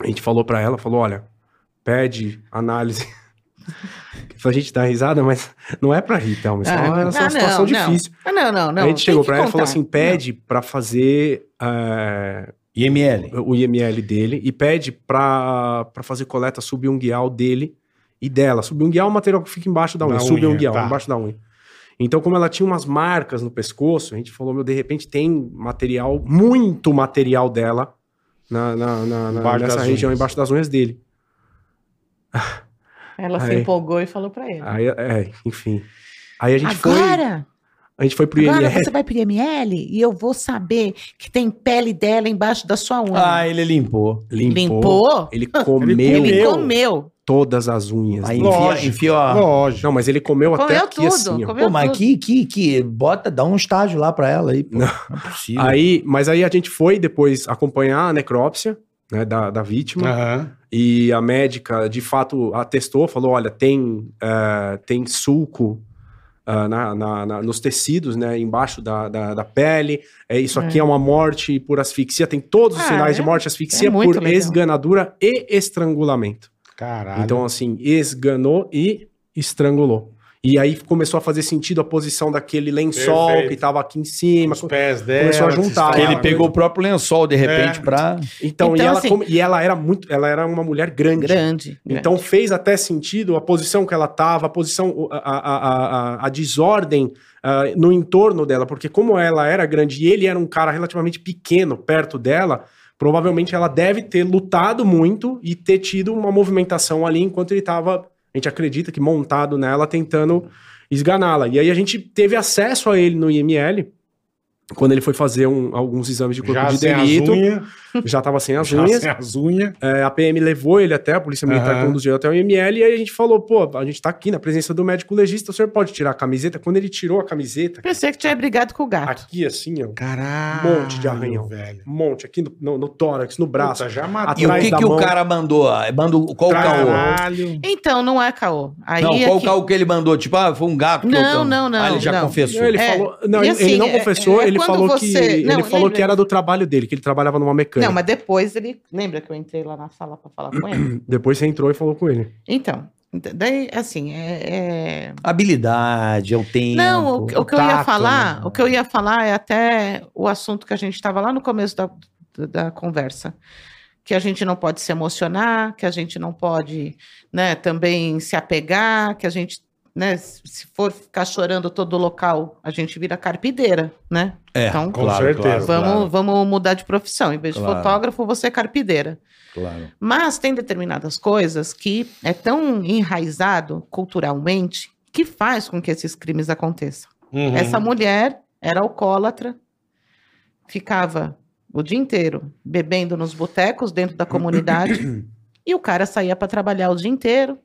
Speaker 5: A gente falou para ela, falou, olha, pede análise. a gente dá risada, mas não é pra rir, Thelma. Isso é uma,
Speaker 4: Ah,
Speaker 5: essa é uma
Speaker 4: não, não.
Speaker 5: situação difícil.
Speaker 4: Ah, não, não, não.
Speaker 5: a gente
Speaker 4: tem
Speaker 5: chegou
Speaker 4: que
Speaker 5: pra ela e falou
Speaker 4: contar.
Speaker 5: assim, pede pra fazer eh,
Speaker 3: IML.
Speaker 5: o IML dele e pede pra, pra fazer coleta subunguial dele e dela. Subunguial é o material que fica embaixo da
Speaker 2: Da
Speaker 5: unha,
Speaker 2: unha,
Speaker 5: subunguial,
Speaker 2: tá.
Speaker 5: embaixo da unha. Então, como ela tinha umas marcas no pescoço, a gente falou, meu, de repente tem material, muito material dela na, na, na- na-
Speaker 2: Embaixo
Speaker 5: nessa
Speaker 2: das
Speaker 5: região,
Speaker 2: unhas.
Speaker 5: embaixo das unhas dele.
Speaker 4: Ela se
Speaker 5: Aí.
Speaker 4: empolgou e falou pra ele.
Speaker 5: Aí, é, enfim. Aí a gente foi.
Speaker 4: Agora,
Speaker 5: A gente foi pro
Speaker 4: agora
Speaker 5: IML.
Speaker 4: você vai pro IML e eu vou saber que tem pele dela embaixo da sua unha.
Speaker 3: Ah, ele limpou.
Speaker 4: Limpou?
Speaker 5: Ele comeu
Speaker 4: Ele
Speaker 2: comeu.
Speaker 4: comeu.
Speaker 5: todas as unhas.
Speaker 3: Aí
Speaker 5: dele.
Speaker 3: enfia,
Speaker 2: Lógico.
Speaker 3: enfia
Speaker 5: Ah.
Speaker 3: ó.
Speaker 2: Lógico.
Speaker 5: Não, mas ele comeu, até
Speaker 4: Comeu
Speaker 5: aqui
Speaker 4: tudo.
Speaker 5: assim. ó.
Speaker 4: comeu
Speaker 3: Pô, mas
Speaker 4: tudo.
Speaker 3: que, que, que. Bota, dá um estágio lá pra ela aí. Pô. Não, é possível.
Speaker 5: Aí, mas aí a gente foi depois acompanhar a necrópsia né, da, da vítima.
Speaker 2: Aham.
Speaker 5: E a médica, de fato, atestou, falou: olha, tem, eh, tem sulco. ah, na, na- na- nos tecidos, né, embaixo da, da, da pele, é, isso aqui é. uma morte por asfixia, tem todos os
Speaker 4: Ah,
Speaker 5: sinais
Speaker 4: é-
Speaker 5: de morte, asfixia
Speaker 4: é muito
Speaker 5: por
Speaker 4: legal.
Speaker 5: esganadura e estrangulamento.
Speaker 2: Caralho.
Speaker 5: Então, assim, esganou e estrangulou. E aí começou a fazer sentido a posição daquele lençol
Speaker 2: Perfeito.
Speaker 5: que estava aqui em cima.
Speaker 2: os pés dela.
Speaker 5: começou a
Speaker 2: que se
Speaker 5: juntar.
Speaker 3: Porque
Speaker 2: estouraram.
Speaker 3: ele pegou o próprio lençol, de repente,
Speaker 2: É.
Speaker 3: pra.
Speaker 5: Então, e,
Speaker 4: Então,
Speaker 5: ela,
Speaker 4: assim-
Speaker 5: come- e ela era muito. Ela era uma mulher grande.
Speaker 4: Grande.
Speaker 2: Né?
Speaker 5: Então fez até sentido a posição que ela estava, a posição, o- a, a, a, a- a desordem ah, no entorno dela, porque como ela era grande e ele era um cara relativamente pequeno perto dela, provavelmente ela deve ter lutado muito e ter tido uma movimentação ali enquanto ele estava, a gente acredita que montado nela, tentando esganá-la. E aí a gente teve acesso a ele no IML, quando ele foi fazer um- alguns exames de corpo
Speaker 2: já
Speaker 5: de
Speaker 2: sem
Speaker 5: delito,
Speaker 2: as unhas.
Speaker 5: já estava sem as
Speaker 2: Já
Speaker 5: unhas.
Speaker 2: sem as unhas.
Speaker 5: É, a PM levou ele até, a Polícia Militar
Speaker 2: Aham.
Speaker 5: conduziu até o IML, e aí a gente falou, pô, a gente tá aqui na presença do médico legista, o senhor pode tirar a camiseta? Quando ele tirou a camiseta,
Speaker 4: Pensei que tinha brigado com o gato.
Speaker 5: aqui assim, ó, um
Speaker 2: Caralho.
Speaker 5: monte de arranhão.
Speaker 2: velho.
Speaker 5: monte, aqui no, no- no tórax, no braço.
Speaker 2: Puta, já
Speaker 3: E
Speaker 2: matou.
Speaker 3: o
Speaker 5: Atrás
Speaker 3: que,
Speaker 5: da
Speaker 3: que o
Speaker 5: mão.
Speaker 3: cara mandou? É, Mandou qual caô?
Speaker 2: Caralho.
Speaker 4: Então, não é caô. Aí
Speaker 3: Não,
Speaker 4: é
Speaker 3: qual
Speaker 4: que-
Speaker 3: caô que ele mandou? Tipo, ah, foi um gato.
Speaker 4: Não,
Speaker 3: tocando.
Speaker 4: não, não,
Speaker 3: Ah, ele já
Speaker 4: não.
Speaker 3: confessou.
Speaker 5: Não, ele
Speaker 4: É,
Speaker 5: falou, não,
Speaker 4: e
Speaker 5: ele, ele
Speaker 4: assim,
Speaker 5: não
Speaker 4: é-
Speaker 5: confessou,
Speaker 4: é
Speaker 5: ele
Speaker 4: quando
Speaker 5: falou
Speaker 4: você-
Speaker 5: que
Speaker 4: não,
Speaker 5: ele falou
Speaker 4: lembra-
Speaker 5: que era do trabalho dele, que ele trabalhava numa mecânica.
Speaker 4: Não, mas depois ele. Lembra que eu entrei lá na sala pra falar com ele?
Speaker 5: Depois você entrou e falou com ele.
Speaker 4: Então. da- Daí, assim, é- é...
Speaker 3: Habilidade, é o tempo.
Speaker 4: Não, o, que- o que eu ia
Speaker 2: tato,
Speaker 4: falar,
Speaker 2: né?
Speaker 4: o que eu ia falar é até o assunto que a gente estava lá no começo da, da conversa. Que a gente não pode se emocionar, que a gente não pode né, também se apegar, que a gente, né, se for ficar chorando todo local, a gente vira carpideira, né?
Speaker 3: É,
Speaker 4: então,
Speaker 2: Com certeza.
Speaker 4: vamos, vamos mudar de profissão. Em vez de
Speaker 3: Claro.
Speaker 4: fotógrafo, você é carpideira.
Speaker 3: Claro.
Speaker 4: Mas tem determinadas coisas que é tão enraizado culturalmente que faz com que esses crimes aconteçam.
Speaker 2: Uhum.
Speaker 4: Essa mulher era alcoólatra, ficava o dia inteiro bebendo nos botecos dentro da comunidade e o cara saía para trabalhar o dia inteiro.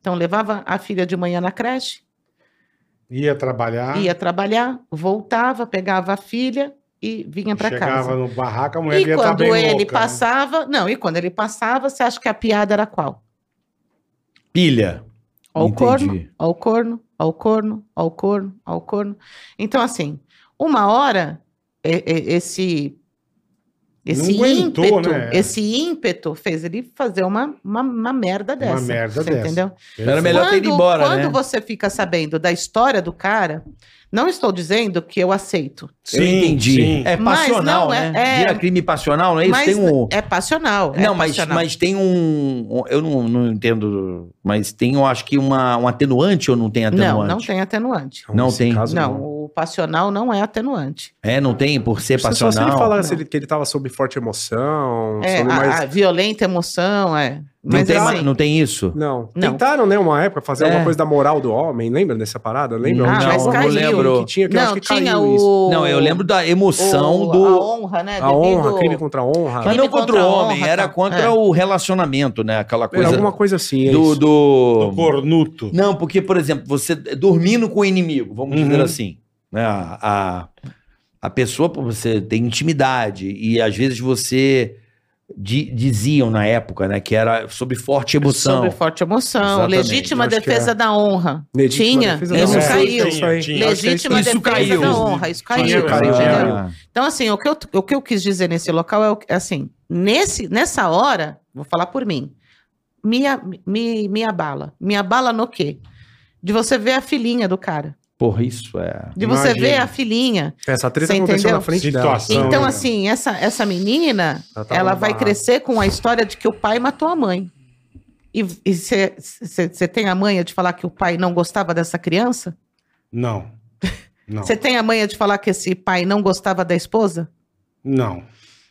Speaker 4: Então levava a filha de manhã na creche,
Speaker 2: Ia trabalhar.
Speaker 4: ia trabalhar, voltava, pegava a filha e vinha para
Speaker 2: Chegava
Speaker 4: casa.
Speaker 2: no barraco, a mulher
Speaker 4: E
Speaker 2: ia estar
Speaker 4: quando
Speaker 2: bem
Speaker 4: ele
Speaker 2: louca, né?
Speaker 4: passava, não, e quando ele passava, você acha que a piada era qual?
Speaker 3: Pilha.
Speaker 4: Ao
Speaker 3: Entendi.
Speaker 4: corno, ao corno, ao corno, ao corno, ao corno. Então, assim, uma hora, é- é- esse Esse
Speaker 2: Não aguentou,
Speaker 4: ímpeto,
Speaker 2: né?
Speaker 4: esse ímpeto fez ele fazer uma, uma, uma merda dessa.
Speaker 2: merda
Speaker 4: você
Speaker 2: dessa.
Speaker 4: Entendeu?
Speaker 3: Era melhor ter ido
Speaker 4: Quando-
Speaker 3: embora,
Speaker 4: Quando
Speaker 3: né?
Speaker 4: você fica sabendo da história do cara, não estou dizendo que eu aceito.
Speaker 3: eu entendi.
Speaker 2: sim.
Speaker 3: É
Speaker 4: Mas
Speaker 3: passional,
Speaker 4: não é-
Speaker 3: né?
Speaker 4: é-
Speaker 3: Vira crime passional, não é isso?
Speaker 4: mas
Speaker 3: tem um...
Speaker 4: é passional. é
Speaker 3: não, mas,
Speaker 4: passional.
Speaker 3: mas tem um... um- Eu não, não entendo... Mas tem, eu acho que uma, um atenuante ou não tem atenuante?
Speaker 4: Não, não tem atenuante.
Speaker 3: Não
Speaker 5: Nesse
Speaker 3: tem.
Speaker 5: caso,
Speaker 4: Não, o passional não é atenuante.
Speaker 3: É, não tem por ser
Speaker 5: Só
Speaker 3: passional.
Speaker 5: se ele falasse ele- que ele tava sob forte emoção,
Speaker 4: É,
Speaker 5: sob
Speaker 4: a-
Speaker 5: mais...
Speaker 4: a violenta emoção, é.
Speaker 3: Não,
Speaker 4: Mas
Speaker 3: tem,
Speaker 4: assim,
Speaker 3: não tem isso?
Speaker 5: Não.
Speaker 4: Não.
Speaker 5: Tentaram, né, uma época, fazer
Speaker 3: É.
Speaker 5: alguma coisa da moral do homem, lembra dessa parada? Lembra?
Speaker 4: Ah,
Speaker 5: Tinha
Speaker 4: mas
Speaker 5: uma
Speaker 4: caiu.
Speaker 5: coisa Que tinha, que eu acho
Speaker 4: não,
Speaker 5: que
Speaker 4: tinha
Speaker 5: caiu isso.
Speaker 4: o...
Speaker 3: Não, eu lembro da emoção
Speaker 4: o-
Speaker 3: do...
Speaker 4: A honra, né?
Speaker 5: A honra, crime contra a honra.
Speaker 3: Mas não
Speaker 4: Crime
Speaker 3: contra
Speaker 4: contra
Speaker 3: o
Speaker 4: a
Speaker 3: homem,
Speaker 4: honra,
Speaker 3: era
Speaker 4: tá.
Speaker 3: contra
Speaker 4: É.
Speaker 3: o relacionamento, né? Aquela
Speaker 5: Era
Speaker 3: coisa
Speaker 5: alguma coisa assim, é
Speaker 3: do,
Speaker 5: isso.
Speaker 3: do...
Speaker 2: Do cornuto.
Speaker 3: Não, porque, por exemplo, você dormindo com o inimigo, vamos dizer
Speaker 2: Uhum.
Speaker 3: assim, né? A, a, a pessoa, pô, você tem intimidade e às vezes você... di- diziam na época, né? Que era sob forte emoção.
Speaker 4: É Sobre forte emoção,
Speaker 3: Exatamente,
Speaker 4: legítima
Speaker 5: eu acho que
Speaker 4: defesa
Speaker 5: é.
Speaker 4: da honra.
Speaker 5: Legítima
Speaker 4: tinha,
Speaker 5: defesa
Speaker 4: isso
Speaker 5: da honra.
Speaker 4: caiu.
Speaker 5: É, isso aí.
Speaker 2: Tinha,
Speaker 4: Legítima
Speaker 3: Isso
Speaker 4: defesa
Speaker 3: caiu.
Speaker 4: da honra, isso caiu.
Speaker 2: Tinha,
Speaker 3: Ah,
Speaker 5: caiu,
Speaker 4: entendeu?
Speaker 5: caiu.
Speaker 4: Então, assim, o que, eu, o que eu quis dizer nesse local é o- é assim: nesse, nessa hora, vou falar por mim, me, a- me, me abala. Me abala no quê? De você ver a filhinha do cara.
Speaker 3: Porra, isso é...
Speaker 4: De você
Speaker 2: Imagina.
Speaker 4: ver a filhinha.
Speaker 5: Essa treta
Speaker 4: Você
Speaker 5: aconteceu
Speaker 4: entendeu?
Speaker 5: na frente
Speaker 2: Situação.
Speaker 5: dela.
Speaker 2: Não,
Speaker 4: Então,
Speaker 2: né?
Speaker 4: assim, essa, essa menina,
Speaker 5: Ela tá
Speaker 4: ela
Speaker 5: numa
Speaker 4: vai
Speaker 5: barraca.
Speaker 4: crescer com a história de que o pai matou a mãe. E você tem a manha de falar que o pai não gostava dessa criança?
Speaker 2: Não. Não.
Speaker 4: Você tem a manha de falar que esse pai não gostava da esposa?
Speaker 2: Não.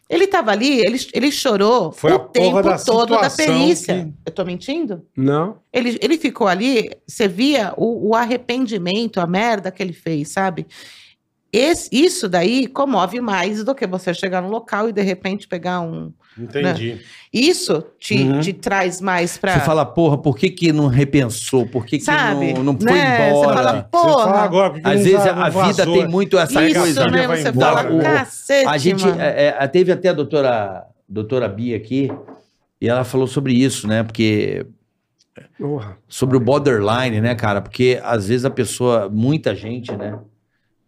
Speaker 4: Ele estava ali, ele, ele chorou
Speaker 2: Foi a
Speaker 4: o
Speaker 2: porra
Speaker 4: tempo
Speaker 2: da
Speaker 4: todo da
Speaker 2: situação
Speaker 4: perícia.
Speaker 2: que-
Speaker 4: Eu tô mentindo?
Speaker 5: Não.
Speaker 4: Ele, ele ficou ali, você via o, o arrependimento, a merda que ele fez, sabe? Esse- isso daí comove mais do que você chegar num local e de repente pegar um.
Speaker 2: Entendi.
Speaker 4: Isso te,
Speaker 2: Uhum.
Speaker 4: te traz mais pra.
Speaker 3: Você fala, porra, por que que não repensou? Por que que
Speaker 4: sabe?
Speaker 3: não, não foi
Speaker 4: Né?
Speaker 3: embora?
Speaker 4: Você fala,
Speaker 2: Você fala
Speaker 4: porra.
Speaker 2: agora, por que que
Speaker 3: Às
Speaker 2: não
Speaker 3: vezes
Speaker 2: va-
Speaker 3: a
Speaker 2: não
Speaker 3: vida
Speaker 2: vazou?
Speaker 3: tem muito essa
Speaker 2: Pega a
Speaker 3: coisa.
Speaker 4: isso,
Speaker 2: filha,
Speaker 4: né?
Speaker 2: vai
Speaker 4: Você
Speaker 2: embora,
Speaker 4: fala,
Speaker 3: o-
Speaker 4: cacete.
Speaker 3: A gente
Speaker 4: mano."
Speaker 3: é, é, teve até a doutora, doutora Bia aqui, e ela falou sobre isso, né? Porque.
Speaker 5: Porra.
Speaker 3: Sobre o borderline, né, cara? Porque às vezes a pessoa, muita gente, né?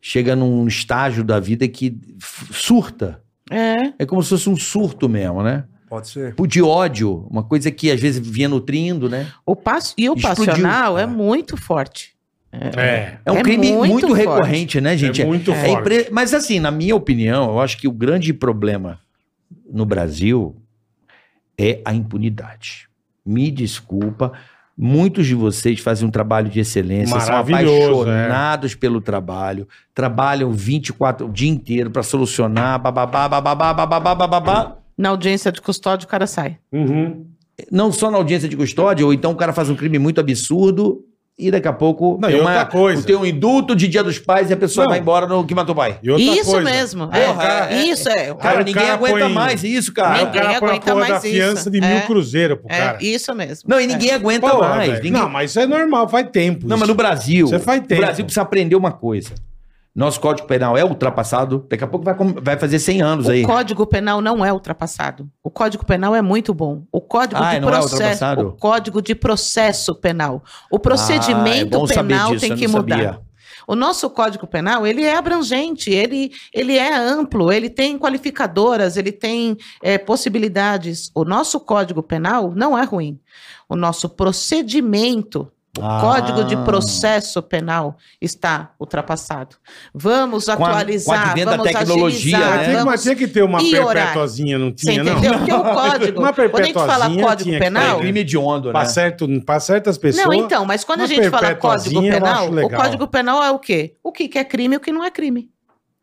Speaker 3: Chega num estágio da vida que f- surta.
Speaker 4: É.
Speaker 3: É como se fosse um surto mesmo, né?
Speaker 5: Pode ser.
Speaker 3: Tipo de ódio, uma coisa que às vezes vinha nutrindo, né?
Speaker 4: O passo, e o
Speaker 3: Explodiu.
Speaker 4: passional é muito forte.
Speaker 2: É.
Speaker 3: É um
Speaker 4: É
Speaker 3: crime muito,
Speaker 4: muito forte.
Speaker 3: recorrente, né, gente?
Speaker 2: é muito
Speaker 3: É
Speaker 2: forte.
Speaker 3: impre- Mas assim, na minha opinião, eu acho que o grande problema no Brasil é a impunidade. Me desculpa, muitos de vocês fazem um trabalho de excelência, são
Speaker 2: Maravilhoso,
Speaker 3: apaixonados pelo trabalho, trabalham 24 o dia inteiro para solucionar, bababá, bababá, bababá, bababá.
Speaker 4: Na audiência de custódia, o cara sai.
Speaker 2: Uhum.
Speaker 3: Não só na audiência de custódia, ou então o cara faz um crime muito absurdo e daqui a pouco
Speaker 2: Não,
Speaker 3: tem
Speaker 2: e outra coisa.
Speaker 3: tem um indulto de Dia dos Pais e a pessoa
Speaker 2: Não.
Speaker 3: vai embora no que matou o pai.
Speaker 2: E outra
Speaker 4: isso
Speaker 2: coisa,
Speaker 4: mesmo.
Speaker 3: Ah,
Speaker 4: é.
Speaker 3: o cara- é-
Speaker 4: isso é. O
Speaker 3: Cara,
Speaker 2: Aí o
Speaker 3: ninguém
Speaker 2: cara
Speaker 3: aguenta
Speaker 2: põe-
Speaker 3: mais isso,
Speaker 2: Aí
Speaker 3: cara.
Speaker 2: o cara põe a
Speaker 4: aguenta
Speaker 2: porra da
Speaker 4: mais
Speaker 2: fiança
Speaker 4: isso.
Speaker 2: de mil
Speaker 4: É.
Speaker 2: cruzeiro pro cara.
Speaker 4: É, isso mesmo.
Speaker 3: Não, e
Speaker 4: É.
Speaker 3: ninguém aguenta
Speaker 2: Porra,
Speaker 3: mais.
Speaker 2: velho.
Speaker 3: ninguém-
Speaker 2: Não, mas isso é normal, faz tempo.
Speaker 3: Não,
Speaker 2: isso.
Speaker 3: mas no Brasil.
Speaker 2: Isso é faz tempo.
Speaker 3: O Brasil precisa aprender uma coisa. Nosso Código Penal é ultrapassado. Daqui a pouco vai, com- vai fazer 100 anos aí.
Speaker 4: É. O Código Penal não é ultrapassado. O Código Penal é muito bom. O Código
Speaker 3: Ah,
Speaker 4: de
Speaker 3: não é
Speaker 4: processo,
Speaker 3: ultrapassado?
Speaker 4: o Código de processo penal, o procedimento
Speaker 3: Ah, é bom saber
Speaker 4: penal
Speaker 3: disso,
Speaker 4: tem
Speaker 3: eu
Speaker 4: que
Speaker 3: não
Speaker 4: mudar.
Speaker 3: sabia.
Speaker 4: O nosso Código Penal, ele é abrangente, ele, ele é amplo, ele tem qualificadoras, ele tem eh, possibilidades. O nosso Código Penal não é ruim. O nosso procedimento
Speaker 3: Ah.
Speaker 4: Código de processo penal está ultrapassado. Vamos
Speaker 3: a- com o
Speaker 4: atualizar,
Speaker 3: advento da
Speaker 4: vamos
Speaker 3: tecnologia,
Speaker 4: agilizar,
Speaker 3: né?
Speaker 2: Tem que-
Speaker 4: vamos...
Speaker 2: Mas Ah, é tinha que ter uma
Speaker 4: E orar.
Speaker 2: perpetuazinha, não
Speaker 4: Você
Speaker 2: tinha, não?
Speaker 4: entendeu? Porque o código,
Speaker 2: Uma
Speaker 4: quando a gente fala
Speaker 2: perpetuazinha
Speaker 4: código
Speaker 2: tinha que
Speaker 3: É
Speaker 4: penal...
Speaker 3: crime hediondo, né?
Speaker 2: Pra, certo, pra certas pessoas.
Speaker 4: Não, então, mas quando a
Speaker 2: uma
Speaker 4: gente fala código
Speaker 2: perpetuazinha eu
Speaker 4: penal,
Speaker 2: acho
Speaker 4: o
Speaker 2: legal.
Speaker 4: código penal é o quê? O que que é crime e o que não é crime.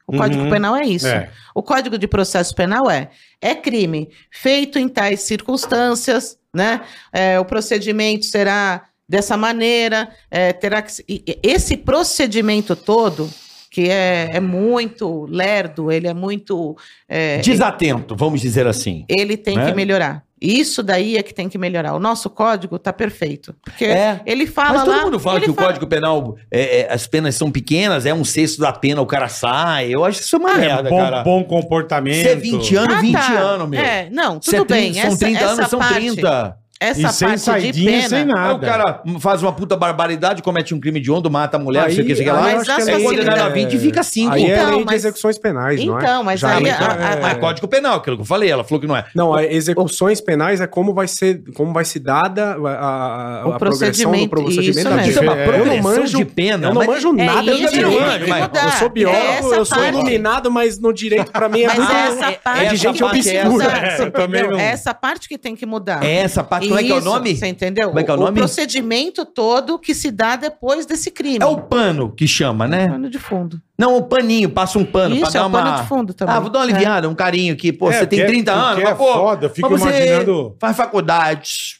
Speaker 4: O código
Speaker 2: Uhum.
Speaker 4: penal é isso.
Speaker 2: É.
Speaker 4: O Código de Processo Penal é: é crime feito em tais circunstâncias, né? É, o procedimento será dessa maneira, é, terá que se- e- e- esse procedimento todo que é, é muito lerdo, ele é muito, é,
Speaker 3: Desatento, vamos dizer assim.
Speaker 4: ele tem
Speaker 3: né?
Speaker 4: que melhorar. Isso daí é que tem que melhorar. O nosso código está perfeito, porque
Speaker 3: É.
Speaker 4: ele fala
Speaker 3: Mas todo
Speaker 4: lá,
Speaker 3: mundo fala
Speaker 4: ele
Speaker 3: que o Código Penal, é, é, as penas são pequenas, é um sexto da pena, o cara sai. Eu acho isso uma Ah, merda,
Speaker 2: Ah, é bom,
Speaker 3: cara.
Speaker 2: bom comportamento.
Speaker 3: Ser 20 anos,
Speaker 4: Ah,
Speaker 3: 20
Speaker 4: tá.
Speaker 3: um anos, meu.
Speaker 4: É, não,
Speaker 3: Se é
Speaker 4: tudo
Speaker 3: 30,
Speaker 4: bem.
Speaker 3: São 30 anos, são
Speaker 4: parte-
Speaker 3: 30.
Speaker 4: Essa
Speaker 2: E sem
Speaker 4: parte de
Speaker 2: saidinha,
Speaker 4: pena.
Speaker 2: sem
Speaker 3: Aí
Speaker 2: nada.
Speaker 3: o cara faz uma puta barbaridade, comete um crime de onda, mata a mulher, não sei o que, sei o que lá.
Speaker 4: mas
Speaker 5: eu acho
Speaker 4: as
Speaker 5: que
Speaker 3: É
Speaker 5: é lei-
Speaker 3: condenado a 20 e fica 5.
Speaker 5: Aí é
Speaker 4: Então,
Speaker 5: lei de
Speaker 4: mas-
Speaker 5: execuções penais, não é?
Speaker 4: Então, mas
Speaker 5: Já
Speaker 4: aí
Speaker 5: é-
Speaker 4: a- a-
Speaker 5: é-
Speaker 3: Ah, Mas Código Penal, aquilo que eu falei, ela falou que não é.
Speaker 5: Não, a execuções penais é como vai ser, como vai se dada a, a, a
Speaker 4: O
Speaker 5: progressão do
Speaker 4: procedimento,
Speaker 5: procedimento.
Speaker 4: isso
Speaker 5: da
Speaker 4: mesmo.
Speaker 2: Isso
Speaker 5: justiça.
Speaker 2: é uma
Speaker 5: Eu não
Speaker 3: progressão
Speaker 5: manjo
Speaker 3: de pena,
Speaker 5: Eu não
Speaker 3: mas
Speaker 5: manjo
Speaker 4: é
Speaker 5: nada
Speaker 4: isso
Speaker 5: de
Speaker 4: que
Speaker 5: direito.
Speaker 4: tem que
Speaker 5: mas
Speaker 4: mudar.
Speaker 5: Eu sou biólogo,
Speaker 4: É essa
Speaker 5: eu sou
Speaker 4: parte.
Speaker 5: iluminado, mas no direito pra mim é
Speaker 4: Mas
Speaker 5: muito-
Speaker 4: essa parte
Speaker 5: de
Speaker 4: que
Speaker 5: gente
Speaker 4: tem que
Speaker 5: obscura.
Speaker 4: mudar,
Speaker 2: É,
Speaker 4: você
Speaker 2: eu também
Speaker 4: entendeu?
Speaker 2: não-
Speaker 4: Essa parte que tem que mudar.
Speaker 3: É essa parte. Como é que é o
Speaker 4: Isso,
Speaker 3: nome?
Speaker 4: Você entendeu?
Speaker 3: Como é que é o nome?
Speaker 4: procedimento todo que se dá depois desse crime.
Speaker 3: É o pano que chama, né?
Speaker 4: É pano de fundo.
Speaker 3: Não, o paninho, passa um pano pra
Speaker 4: Isso, é
Speaker 3: dar
Speaker 4: o
Speaker 3: uma.
Speaker 4: pano de fundo também. É.
Speaker 3: Ah, vou dar uma aliviada, um carinho aqui. Pô, você tem 30
Speaker 2: é
Speaker 3: anos, mas, pô,
Speaker 2: foda, eu fico
Speaker 3: mas você-
Speaker 2: imaginando...
Speaker 3: faz faculdade.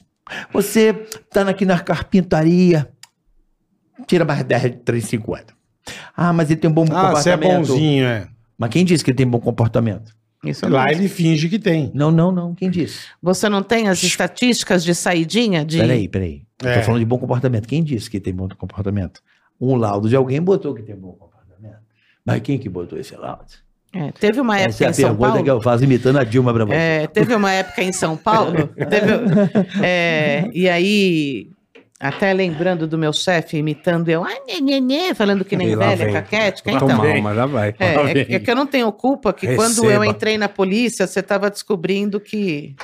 Speaker 3: Você tá aqui na carpintaria. Tira mais 10, 3,50. Ah, mas ele tem um bom
Speaker 2: Ah, você é
Speaker 3: comportamento.
Speaker 2: bonzinho, é.
Speaker 3: Mas quem disse que ele tem bom comportamento?
Speaker 4: É. Isso
Speaker 2: Lá
Speaker 4: mesmo.
Speaker 2: ele finge que tem.
Speaker 3: Não, não, não. Quem disse?
Speaker 4: Você não tem as estatísticas de saidinha? De...
Speaker 3: Peraí, peraí.
Speaker 2: É.
Speaker 3: Tô falando de bom comportamento. Quem disse que tem bom comportamento? Um laudo de alguém botou que tem bom comportamento. Mas quem que botou esse laudo?
Speaker 4: É, teve uma
Speaker 3: Essa
Speaker 4: época
Speaker 3: é a
Speaker 4: em São
Speaker 3: pergunta
Speaker 4: Paulo.
Speaker 3: que eu faço imitando a Dilma pra você.
Speaker 4: É, teve uma época em São Paulo. teve- é, e aí, até lembrando do meu chefe imitando eu, ai, nê, nê, nê", falando que nem
Speaker 5: E lá
Speaker 4: velha,
Speaker 5: vem.
Speaker 4: caquética.
Speaker 5: Então,
Speaker 4: Então,
Speaker 5: mal, mas já vai.
Speaker 4: é, é que- é que eu não tenho culpa que quando eu
Speaker 5: Receba.
Speaker 4: entrei na polícia, você estava descobrindo que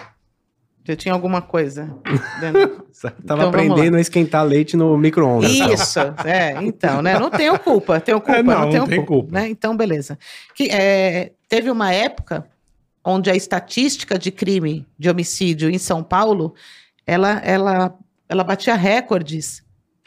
Speaker 4: eu tinha alguma coisa. né? dentro-
Speaker 5: Tava
Speaker 4: então vamos
Speaker 5: aprendendo a esquentar leite no micro-ondas.
Speaker 4: Isso, é, então, né? Não tenho culpa, tenho culpa,
Speaker 2: É,
Speaker 4: não,
Speaker 2: não, não
Speaker 4: tenho
Speaker 2: tem
Speaker 4: culpa.
Speaker 2: culpa.
Speaker 4: né? Então, beleza. Que, é, teve uma época onde a estatística de crime de homicídio em São Paulo, ela, ela, ela batia recordes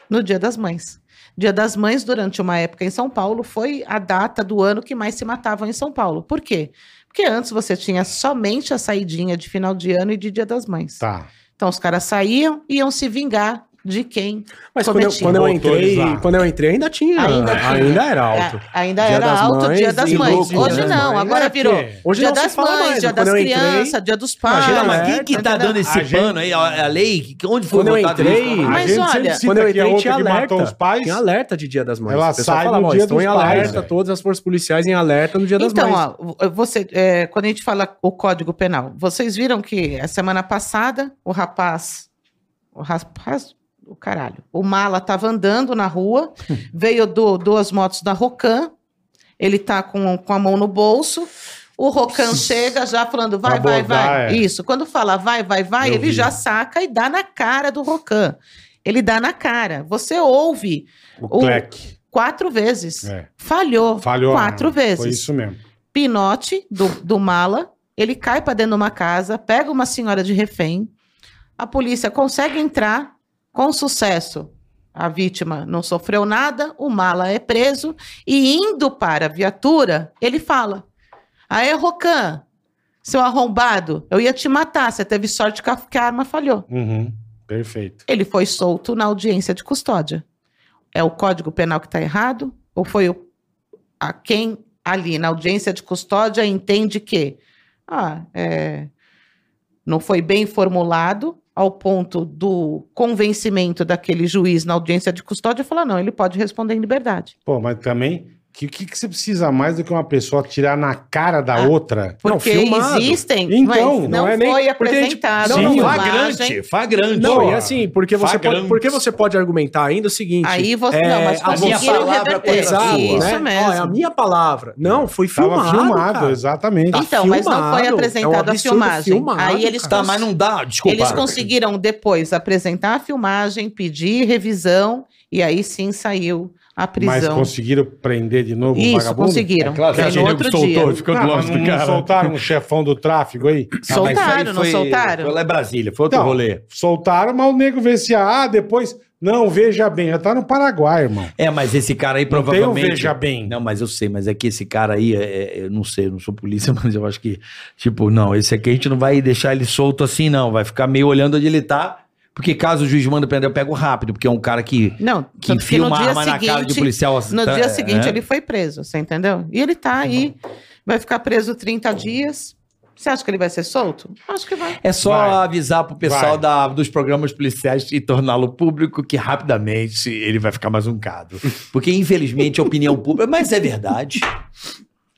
Speaker 4: no Dia das Mães. Dia das Mães, durante uma época em São Paulo, foi a data do ano que mais se matavam em São Paulo. Por quê? Porque antes você tinha somente a saidinha de final de ano e de Dia das Mães.
Speaker 2: Tá.
Speaker 4: Então os caras saíam e iam se vingar de quem
Speaker 5: Mas quando eu,
Speaker 4: Cometinho.
Speaker 5: quando eu
Speaker 2: Botou eles
Speaker 5: entrei,
Speaker 2: lá.
Speaker 5: quando eu entrei ainda tinha,
Speaker 4: Ainda
Speaker 5: ainda,
Speaker 4: tinha.
Speaker 5: era alto.
Speaker 4: É, ainda
Speaker 5: Dia
Speaker 4: era
Speaker 5: das
Speaker 4: alto
Speaker 5: Mães
Speaker 4: dia das
Speaker 5: e
Speaker 4: mães.
Speaker 5: louco, né?
Speaker 4: Hoje
Speaker 5: Dia das
Speaker 4: não,
Speaker 5: Mães.
Speaker 4: agora
Speaker 2: É,
Speaker 4: virou
Speaker 2: porque-
Speaker 5: Hoje
Speaker 4: dia
Speaker 5: não se
Speaker 4: das
Speaker 5: fala
Speaker 4: mães,
Speaker 5: mais,
Speaker 4: dia
Speaker 5: quando
Speaker 4: das
Speaker 5: eu entrei-
Speaker 4: crianças, dia dos pais. né?
Speaker 3: Imagina, mas
Speaker 5: é,
Speaker 3: quem que tá dando esse
Speaker 2: A gente-
Speaker 3: pano aí? A, a lei? que- Onde foi
Speaker 5: Quando eu
Speaker 3: botado
Speaker 5: entrei-
Speaker 3: isso?
Speaker 2: A
Speaker 4: Mas
Speaker 2: gente
Speaker 4: olha,
Speaker 2: sempre cita
Speaker 5: Quando eu
Speaker 2: que é
Speaker 5: entrei,
Speaker 2: outro
Speaker 5: tinha
Speaker 2: que
Speaker 5: alerta.
Speaker 2: matou os pais.
Speaker 5: Tinha alerta de Dia das Mães.
Speaker 2: Ela
Speaker 5: o pessoal
Speaker 2: sai
Speaker 5: falava,
Speaker 2: no
Speaker 5: ó,
Speaker 2: dia
Speaker 5: estão
Speaker 2: dos
Speaker 5: em
Speaker 2: pais,
Speaker 5: alerta,
Speaker 2: velho.
Speaker 5: todas as forças policiais em alerta no Dia das
Speaker 4: então,
Speaker 5: Mães.
Speaker 4: ó, você, é, quando a gente fala o Código Penal, vocês viram que a semana passada o rapaz, o rapaz, o caralho, o mala estava andando na rua, veio do- duas motos da Rocan, ele tá com, com a mão no bolso, o Rocan chega já falando
Speaker 2: Pra
Speaker 4: vai, vai,
Speaker 2: abordar,
Speaker 4: vai.
Speaker 2: é.
Speaker 4: Isso, quando fala vai, vai, vai,
Speaker 2: Eu
Speaker 4: ele
Speaker 2: vi.
Speaker 4: já saca e dá na cara do Rocan. Ele dá na cara. Você ouve
Speaker 2: O Clec.
Speaker 4: quatro vezes.
Speaker 2: É.
Speaker 4: Falhou,
Speaker 2: Falhou.
Speaker 4: quatro
Speaker 2: né?
Speaker 4: vezes.
Speaker 2: Foi isso mesmo.
Speaker 4: Pinote do, do mala, ele cai para dentro de uma casa, pega uma senhora de refém, a polícia consegue entrar com sucesso. A vítima não sofreu nada, o mala é preso e indo para a viatura, ele fala: Aê, Rocan, seu arrombado, eu ia te matar, você teve sorte que a- que a arma falhou.
Speaker 2: Uhum. Perfeito.
Speaker 4: Ele foi solto na audiência de custódia. É o Código Penal que está errado? Ou foi o, a quem ali na audiência de custódia entende que ah, é, não foi bem formulado ao ponto do convencimento daquele juiz na audiência de custódia falar, não, ele pode responder em liberdade.
Speaker 2: Pô, mas também, o que, que, que você precisa mais do que uma pessoa tirar na cara da outra?
Speaker 5: Não,
Speaker 4: Porque
Speaker 5: filmado.
Speaker 4: existem,
Speaker 2: Então,
Speaker 4: mas não,
Speaker 5: não é nem-
Speaker 4: foi
Speaker 5: porque a gente-
Speaker 4: apresentado.
Speaker 5: Não,
Speaker 3: Sim,
Speaker 5: não,
Speaker 4: filmagem.
Speaker 3: flagrante, flagrante.
Speaker 5: Não,
Speaker 2: Pô,
Speaker 5: e assim, porque você,
Speaker 2: flagrante.
Speaker 5: pode, porque você pode argumentar ainda o seguinte.
Speaker 4: Aí você
Speaker 5: é,
Speaker 4: não, mas
Speaker 5: a minha
Speaker 4: conseguiram
Speaker 3: palavra
Speaker 4: reverter.
Speaker 3: contra a sua,
Speaker 4: Isso
Speaker 5: né?
Speaker 4: mesmo.
Speaker 5: Ó, é a minha palavra. Não, foi filmado.
Speaker 2: Tava filmado,
Speaker 5: cara.
Speaker 2: exatamente.
Speaker 5: Tá
Speaker 4: Então, mas não foi
Speaker 5: filmado, é um
Speaker 4: apresentada a
Speaker 5: absurdo
Speaker 4: filmagem.
Speaker 5: filmado,
Speaker 4: Aí eles, um
Speaker 5: cara.
Speaker 3: Tá, mas não dá, desculpa. Ah,
Speaker 4: eles conseguiram depois apresentar a filmagem, pedir revisão, e aí sim saiu a
Speaker 2: Mas
Speaker 4: prisão.
Speaker 2: conseguiram prender de novo o
Speaker 4: Isso,
Speaker 2: vagabundo?
Speaker 4: conseguiram.
Speaker 3: É claro,
Speaker 4: Aí
Speaker 3: você
Speaker 4: no
Speaker 3: viu
Speaker 4: outro
Speaker 3: que soltou, tá
Speaker 4: dia.
Speaker 3: ficou
Speaker 2: Ah,
Speaker 3: do
Speaker 2: mas
Speaker 3: lado
Speaker 2: não,
Speaker 3: do
Speaker 2: não
Speaker 3: cara.
Speaker 2: soltaram o chefão do tráfico aí?
Speaker 3: Ah, mas isso aí
Speaker 4: Soltaram, não
Speaker 3: foi-
Speaker 4: soltaram?
Speaker 3: Foi lá em Brasília, foi outro
Speaker 2: Então,
Speaker 3: rolê.
Speaker 2: Soltaram, mas o nego vê se ah, depois. Não, veja bem, já tá no Paraguai, irmão.
Speaker 3: É, mas esse cara aí
Speaker 2: Não tem o
Speaker 3: provavelmente.
Speaker 2: veja bem.
Speaker 3: Não, mas eu sei, mas é que esse cara aí, é- é- eu não sei, eu não sou polícia, mas eu acho que, tipo, não, esse aqui a gente não vai deixar ele solto assim, não. Vai ficar meio olhando onde ele tá, porque caso o juiz manda prender, eu pego rápido, porque é um cara que,
Speaker 4: Não,
Speaker 3: que
Speaker 4: tanto que
Speaker 3: enfia
Speaker 4: no
Speaker 3: uma
Speaker 4: dia
Speaker 3: arma na cara de
Speaker 4: seguinte,
Speaker 3: policial.
Speaker 4: no
Speaker 3: tá-
Speaker 4: dia seguinte
Speaker 3: é.
Speaker 4: ele foi preso, você entendeu? E ele tá aí, vai ficar preso 30 dias. Você acha que ele vai ser solto? Acho que vai.
Speaker 3: É só
Speaker 2: Vai.
Speaker 3: avisar pro pessoal
Speaker 2: Vai.
Speaker 3: da- dos programas policiais e torná-lo público que rapidamente ele vai ficar mais um cado. Porque, infelizmente, a opinião pública. Mas é verdade.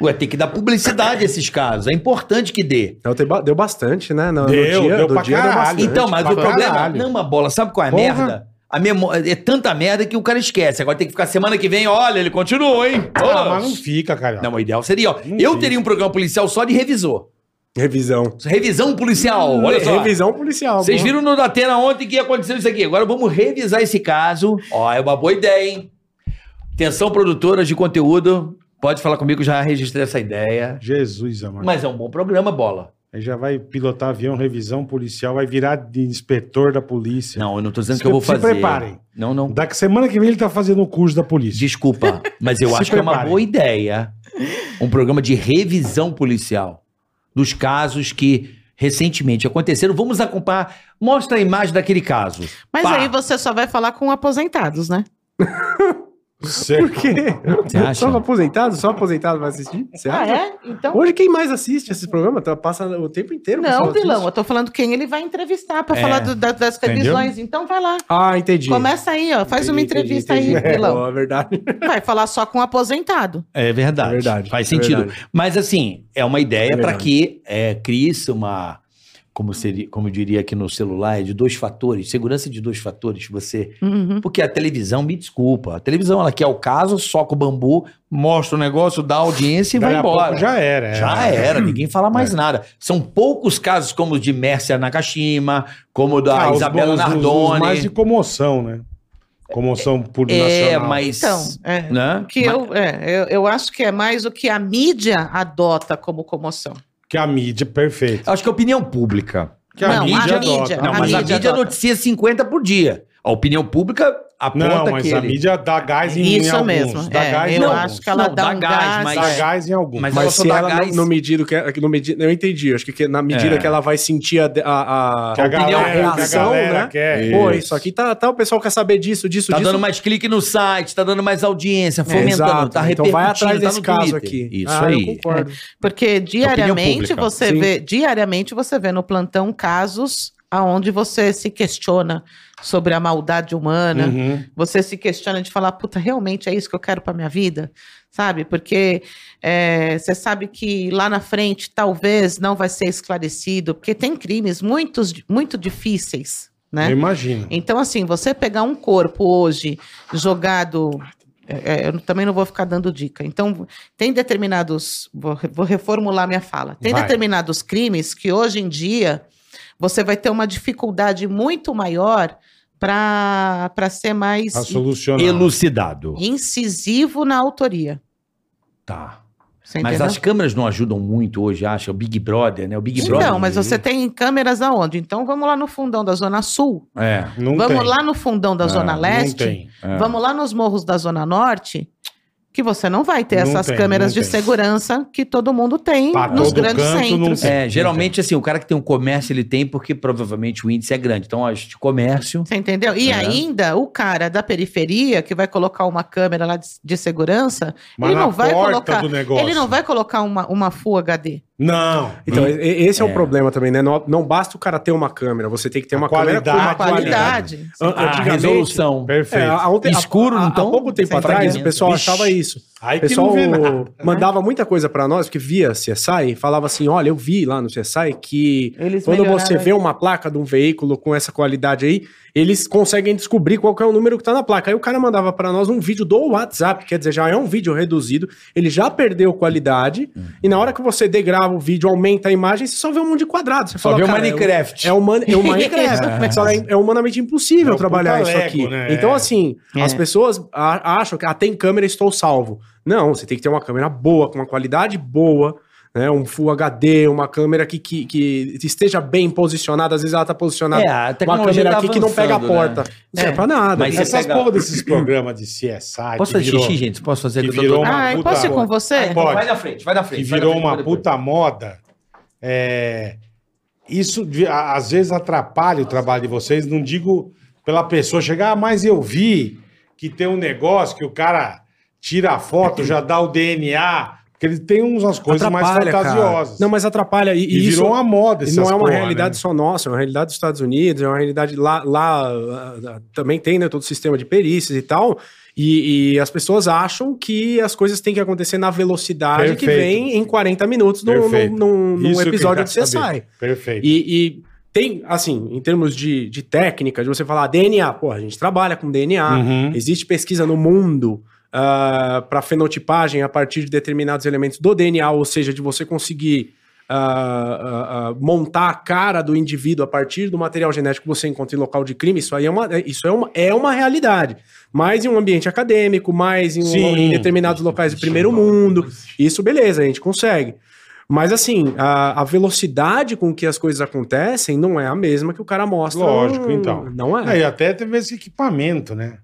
Speaker 3: Ué, tem que dar publicidade a esses casos. É importante que dê.
Speaker 5: Então tem ba- deu bastante, né? No, no
Speaker 2: Deu,
Speaker 5: dia,
Speaker 2: deu
Speaker 5: do
Speaker 2: pra
Speaker 5: dia
Speaker 2: caralho.
Speaker 5: deu bastante.
Speaker 3: Então, mas
Speaker 2: pra
Speaker 3: o problema.
Speaker 2: caralho.
Speaker 3: Não, uma bola, sabe qual é a
Speaker 2: Porra.
Speaker 3: merda? A memó- é tanta merda que o cara esquece. Agora tem que ficar semana que vem, olha, ele continua, hein? Ô,
Speaker 2: Ah, mas não fica, cara.
Speaker 3: Não, o ideal seria, ó.
Speaker 2: Não
Speaker 3: eu
Speaker 2: fica.
Speaker 3: teria um programa policial só de revisor.
Speaker 5: Revisão.
Speaker 3: Revisão policial.
Speaker 2: Hum,
Speaker 3: Olha só.
Speaker 5: Revisão
Speaker 2: Tá
Speaker 5: policial.
Speaker 3: Vocês
Speaker 5: boa.
Speaker 3: viram no Datena ontem que aconteceu isso aqui. Agora vamos revisar esse caso. Ó, é uma boa ideia, hein? Atenção, produtoras de conteúdo. Pode falar comigo, já registrei essa ideia.
Speaker 2: Jesus, amado.
Speaker 3: Mas é um bom programa, bola.
Speaker 2: Aí já vai pilotar avião, revisão policial, vai virar de inspetor da polícia.
Speaker 3: Não, eu não tô dizendo
Speaker 2: Se-
Speaker 3: que eu vou
Speaker 2: se
Speaker 3: fazer.
Speaker 2: preparem.
Speaker 3: Não, não.
Speaker 2: Daqui semana que vem ele tá fazendo o curso da polícia.
Speaker 3: Desculpa, mas eu
Speaker 2: Se
Speaker 3: acho que é uma
Speaker 2: preparem.
Speaker 3: boa ideia. Um programa de revisão policial dos casos que recentemente aconteceram. Vamos acompanhar. Mostra a imagem daquele caso.
Speaker 4: Mas
Speaker 3: Pá.
Speaker 4: aí você só vai falar com aposentados, né?
Speaker 2: Certo.
Speaker 5: Por quê?
Speaker 3: Você acha?
Speaker 5: Só aposentado? Só aposentado vai assistir? Você acha?
Speaker 4: é? Então.
Speaker 5: Hoje quem mais assiste esses programas? Tá- Passa o tempo inteiro. o
Speaker 4: Não,
Speaker 5: pessoal
Speaker 4: vilão,
Speaker 5: assiste.
Speaker 4: eu tô falando quem ele vai entrevistar pra
Speaker 3: É.
Speaker 4: falar do- da- das
Speaker 2: Entendeu?
Speaker 4: revisões. Então vai lá.
Speaker 5: Ah, entendi.
Speaker 4: Começa aí, ó. Faz
Speaker 5: Entendi,
Speaker 4: uma
Speaker 5: entendi,
Speaker 4: entrevista
Speaker 5: entendi.
Speaker 4: aí, vilão.
Speaker 5: É verdade.
Speaker 4: Vai falar só com aposentado.
Speaker 3: É verdade.
Speaker 5: É verdade,
Speaker 3: Faz
Speaker 5: é
Speaker 3: sentido.
Speaker 5: verdade.
Speaker 3: Mas assim, é uma ideia
Speaker 2: né?
Speaker 5: É
Speaker 3: pra para
Speaker 5: verdade.
Speaker 3: que é, crie-se uma. Como, seria, como eu diria aqui no celular, é de dois fatores. Segurança de dois fatores. Você.
Speaker 4: Uhum.
Speaker 3: Porque a televisão, me desculpa. A televisão, ela quer o caso, soca o bambu, mostra o negócio, dá audiência e
Speaker 2: Daí
Speaker 3: vai
Speaker 2: a
Speaker 3: embora.
Speaker 2: pouco Já era. é.
Speaker 3: Já era, ninguém fala mais nada. São poucos casos como o de Mércia Nakashima, como o da
Speaker 2: Ah, os
Speaker 3: Isabela
Speaker 2: bons- os- os
Speaker 3: Nardoni.
Speaker 2: mais de comoção, né? Comoção por
Speaker 3: É,
Speaker 2: nacional.
Speaker 3: mas.
Speaker 4: Então, é.
Speaker 3: né?
Speaker 4: O Que eu, é, eu, eu acho que é mais o que a mídia adota como comoção.
Speaker 2: Que a mídia, perfeito.
Speaker 3: Acho que a opinião pública.
Speaker 2: Que a
Speaker 4: Não,
Speaker 2: mídia
Speaker 4: a
Speaker 2: adota.
Speaker 4: mídia,
Speaker 3: Não,
Speaker 4: A
Speaker 3: mas É, a
Speaker 4: mídia
Speaker 3: mídia
Speaker 4: adota.
Speaker 3: noticia 50 por dia. A opinião pública aponta
Speaker 2: Não, mas
Speaker 3: que
Speaker 2: a
Speaker 3: ele-
Speaker 2: mídia dá gás em, em
Speaker 4: Isso
Speaker 2: alguns.
Speaker 4: mesmo.
Speaker 2: Dá
Speaker 4: é,
Speaker 2: gás em
Speaker 4: eu
Speaker 2: alguns.
Speaker 4: acho que ela
Speaker 3: Não,
Speaker 4: dá,
Speaker 3: dá
Speaker 4: um
Speaker 3: gás,
Speaker 4: gás.
Speaker 3: mas-
Speaker 2: Dá
Speaker 4: é.
Speaker 2: gás em alguns.
Speaker 3: Mas-
Speaker 5: Mas
Speaker 3: ela só
Speaker 5: se
Speaker 3: dá
Speaker 5: ela não,
Speaker 3: gás.
Speaker 5: não medir o que é- no medida, eu entendi. Acho que, que na medida
Speaker 3: É.
Speaker 5: que ela vai sentir a, de- a, a,
Speaker 2: Que a
Speaker 3: opinião
Speaker 4: é
Speaker 2: galera, que a
Speaker 3: reação,
Speaker 2: galera
Speaker 5: né?
Speaker 2: quer.
Speaker 5: Pô, isso aqui tá, tá. O pessoal quer saber disso, disso,
Speaker 3: Tá
Speaker 5: disso.
Speaker 3: dando mais clique no site, tá dando mais audiência, fomentando,
Speaker 5: Exato.
Speaker 3: tá
Speaker 5: Então
Speaker 3: repercutindo,
Speaker 5: vai atrás
Speaker 3: tá
Speaker 5: desse
Speaker 3: no
Speaker 5: caso
Speaker 3: Twitter.
Speaker 5: aqui.
Speaker 3: Isso
Speaker 5: Ah, Eu
Speaker 3: aí.
Speaker 5: concordo.
Speaker 4: Porque diariamente
Speaker 3: pública.
Speaker 4: você
Speaker 5: Sim.
Speaker 4: vê, diariamente você vê no plantão casos aonde você se questiona sobre a maldade humana.
Speaker 2: Uhum.
Speaker 4: Você se questiona de falar, puta, realmente é isso que eu quero para minha vida? Sabe? Porque é, você sabe que lá na frente talvez não vai ser esclarecido, porque tem crimes muitos, muito difíceis, né?
Speaker 2: Eu imagino.
Speaker 4: Então, assim, você pegar um corpo hoje jogado. é, é, eu também não vou ficar dando dica. Então, tem determinados. Vou, re- vou reformular minha fala. Tem
Speaker 2: Vai.
Speaker 4: determinados crimes que hoje em dia você vai ter uma dificuldade muito maior para ser mais
Speaker 2: Pra solucionar.
Speaker 3: Elucidado.
Speaker 4: incisivo na autoria.
Speaker 3: Tá.
Speaker 4: Você
Speaker 3: Mas
Speaker 4: entendeu?
Speaker 3: as câmeras não ajudam muito hoje, acha? O Big Brother, né? O Big Brother.
Speaker 4: Então, mas você tem câmeras aonde? Então vamos lá no fundão da Zona Sul,
Speaker 3: É.
Speaker 2: Não
Speaker 4: vamos
Speaker 2: tem.
Speaker 4: lá no fundão da
Speaker 3: Ah,
Speaker 4: Zona
Speaker 2: Não
Speaker 4: Leste,
Speaker 2: tem.
Speaker 3: é.
Speaker 4: Vamos lá nos morros da Zona Norte, que você não vai ter
Speaker 2: Não
Speaker 4: essas
Speaker 2: tem,
Speaker 4: câmeras
Speaker 2: não
Speaker 4: de
Speaker 2: tem.
Speaker 4: segurança que todo mundo tem
Speaker 2: Pra
Speaker 4: nos
Speaker 2: todo
Speaker 4: grandes
Speaker 2: canto não
Speaker 4: centros.
Speaker 2: tem.
Speaker 3: É, geralmente, assim, o cara que tem um comércio, ele tem porque provavelmente o índice é grande. Então, acho de comércio.
Speaker 4: Você entendeu? E
Speaker 3: É.
Speaker 4: ainda o cara da periferia que vai colocar uma câmera lá de, de segurança,
Speaker 2: Mas
Speaker 4: ele
Speaker 2: na
Speaker 4: não vai
Speaker 2: porta
Speaker 4: colocar.
Speaker 2: do negócio.
Speaker 4: Ele não vai colocar uma, uma Full HD.
Speaker 2: Não. Hum.
Speaker 5: Então, e- e- esse é,
Speaker 3: É.
Speaker 5: o problema também, né? Não, não basta o cara ter uma câmera, você tem que ter
Speaker 2: A
Speaker 5: uma câmera com
Speaker 2: Ah, qualidade.
Speaker 5: uma
Speaker 4: A qualidade.
Speaker 5: An-
Speaker 3: A
Speaker 5: antigamente-
Speaker 3: resolução.
Speaker 5: É,
Speaker 2: Ah, Perfeito.
Speaker 5: há um te-
Speaker 3: Escuro,
Speaker 5: há-
Speaker 3: então?
Speaker 5: Há pouco tempo
Speaker 3: Sem
Speaker 5: atrás,
Speaker 3: fragmento.
Speaker 5: o pessoal
Speaker 3: Vixe.
Speaker 5: achava isso.
Speaker 2: Aí
Speaker 5: O
Speaker 2: que
Speaker 5: pessoal
Speaker 2: não vê nada.
Speaker 5: mandava muita coisa pra nós, porque via CSI e falava assim: olha, eu vi lá no CSI que
Speaker 4: Eles
Speaker 5: quando
Speaker 4: melhoraram
Speaker 5: você vê uma placa de um veículo com essa qualidade aí, eles conseguem descobrir qual que é o número que tá na placa. Aí o cara mandava pra nós um vídeo do WhatsApp, quer dizer, já é um vídeo reduzido, ele já perdeu qualidade,
Speaker 3: Hum.
Speaker 5: e na hora que você degrava o vídeo, aumenta a imagem, você só vê um monte de quadrado. Você
Speaker 3: Só
Speaker 5: fala,
Speaker 3: vê o
Speaker 5: "Cara, é
Speaker 3: Minecraft."
Speaker 5: É o, man- é o Minecraft. Só é, é humanamente impossível
Speaker 2: É o
Speaker 5: trabalhar
Speaker 2: puta
Speaker 5: isso
Speaker 2: Lego,
Speaker 5: aqui.
Speaker 2: né?
Speaker 5: Então,
Speaker 2: É.
Speaker 5: assim,
Speaker 4: É.
Speaker 5: as pessoas a- acham que ah, tem câmera, estou salvo. Não, você tem que ter uma câmera boa, com uma qualidade boa, né? Um Full HD, uma câmera que, que, que esteja bem posicionada, às vezes ela está posicionada.
Speaker 3: É, a
Speaker 5: uma
Speaker 3: tecnologia
Speaker 5: câmera
Speaker 3: tá
Speaker 5: aqui que não pega a
Speaker 3: avançando, né?
Speaker 5: porta. Não serve
Speaker 4: É.
Speaker 5: pra nada.
Speaker 3: Mas
Speaker 5: Isso
Speaker 2: Essas
Speaker 3: você pega-
Speaker 2: porra desses programas de CSI.
Speaker 3: Posso
Speaker 2: que
Speaker 3: fazer
Speaker 2: virou-
Speaker 3: xixi, gente? Posso fazer?
Speaker 2: que
Speaker 3: Que eu tô- Ah,
Speaker 2: virou uma
Speaker 4: Ai,
Speaker 2: puta-
Speaker 4: Ah, posso ir com você?
Speaker 2: Pode.
Speaker 3: Vai na frente, vai na frente.
Speaker 2: que
Speaker 3: vai na
Speaker 2: virou
Speaker 3: frente,
Speaker 2: uma
Speaker 3: vai depois.
Speaker 2: puta moda. É, isso de- a- às vezes atrapalha o trabalho de vocês. Não digo pela pessoa chegar, "Ah, mas eu vi que tem um negócio que o cara tira a foto, já dá o DNA, porque ele tem umas coisas mais
Speaker 5: atrapalha, cara.
Speaker 2: fantasiosas.
Speaker 5: Não, mas atrapalha. E,
Speaker 2: e
Speaker 5: e
Speaker 2: virou
Speaker 5: isso,
Speaker 2: uma moda.
Speaker 5: E
Speaker 2: essas
Speaker 5: não é uma
Speaker 2: porra,
Speaker 5: realidade
Speaker 2: né?
Speaker 5: só nossa, é uma realidade dos Estados Unidos, é uma realidade lá, lá ah, ah, também tem né, todo o sistema de perícias e tal. E, e as pessoas acham que as coisas têm que acontecer na velocidade que
Speaker 2: Perfeito.
Speaker 5: vem em 40 minutos num,
Speaker 2: Perfeito.
Speaker 5: num, num- num
Speaker 2: Isso que
Speaker 5: episódio
Speaker 2: eu
Speaker 5: de
Speaker 2: quero saber.
Speaker 5: CSI.
Speaker 2: Perfeito.
Speaker 5: E, e tem, assim, em termos de, de técnica, de você falar DNA, pô, a gente trabalha com DNA,
Speaker 2: Uhum.
Speaker 5: existe pesquisa no mundo para fenotipagem a partir de determinados elementos do DNA, ou seja, de você conseguir ah, ah, ah, montar a cara do indivíduo a partir do material genético que você encontra em local de crime, isso aí é uma, é- isso é uma, é uma realidade. Mais em um ambiente acadêmico, mais em, um-
Speaker 2: Sim.
Speaker 5: em determinados locais do primeiro mundo, isso beleza, a gente consegue. Mas assim, a, a velocidade com que as coisas acontecem não é a mesma que o cara mostra.
Speaker 2: Lógico, então.
Speaker 5: Não é.
Speaker 2: Ah, e até teve esse equipamento, né?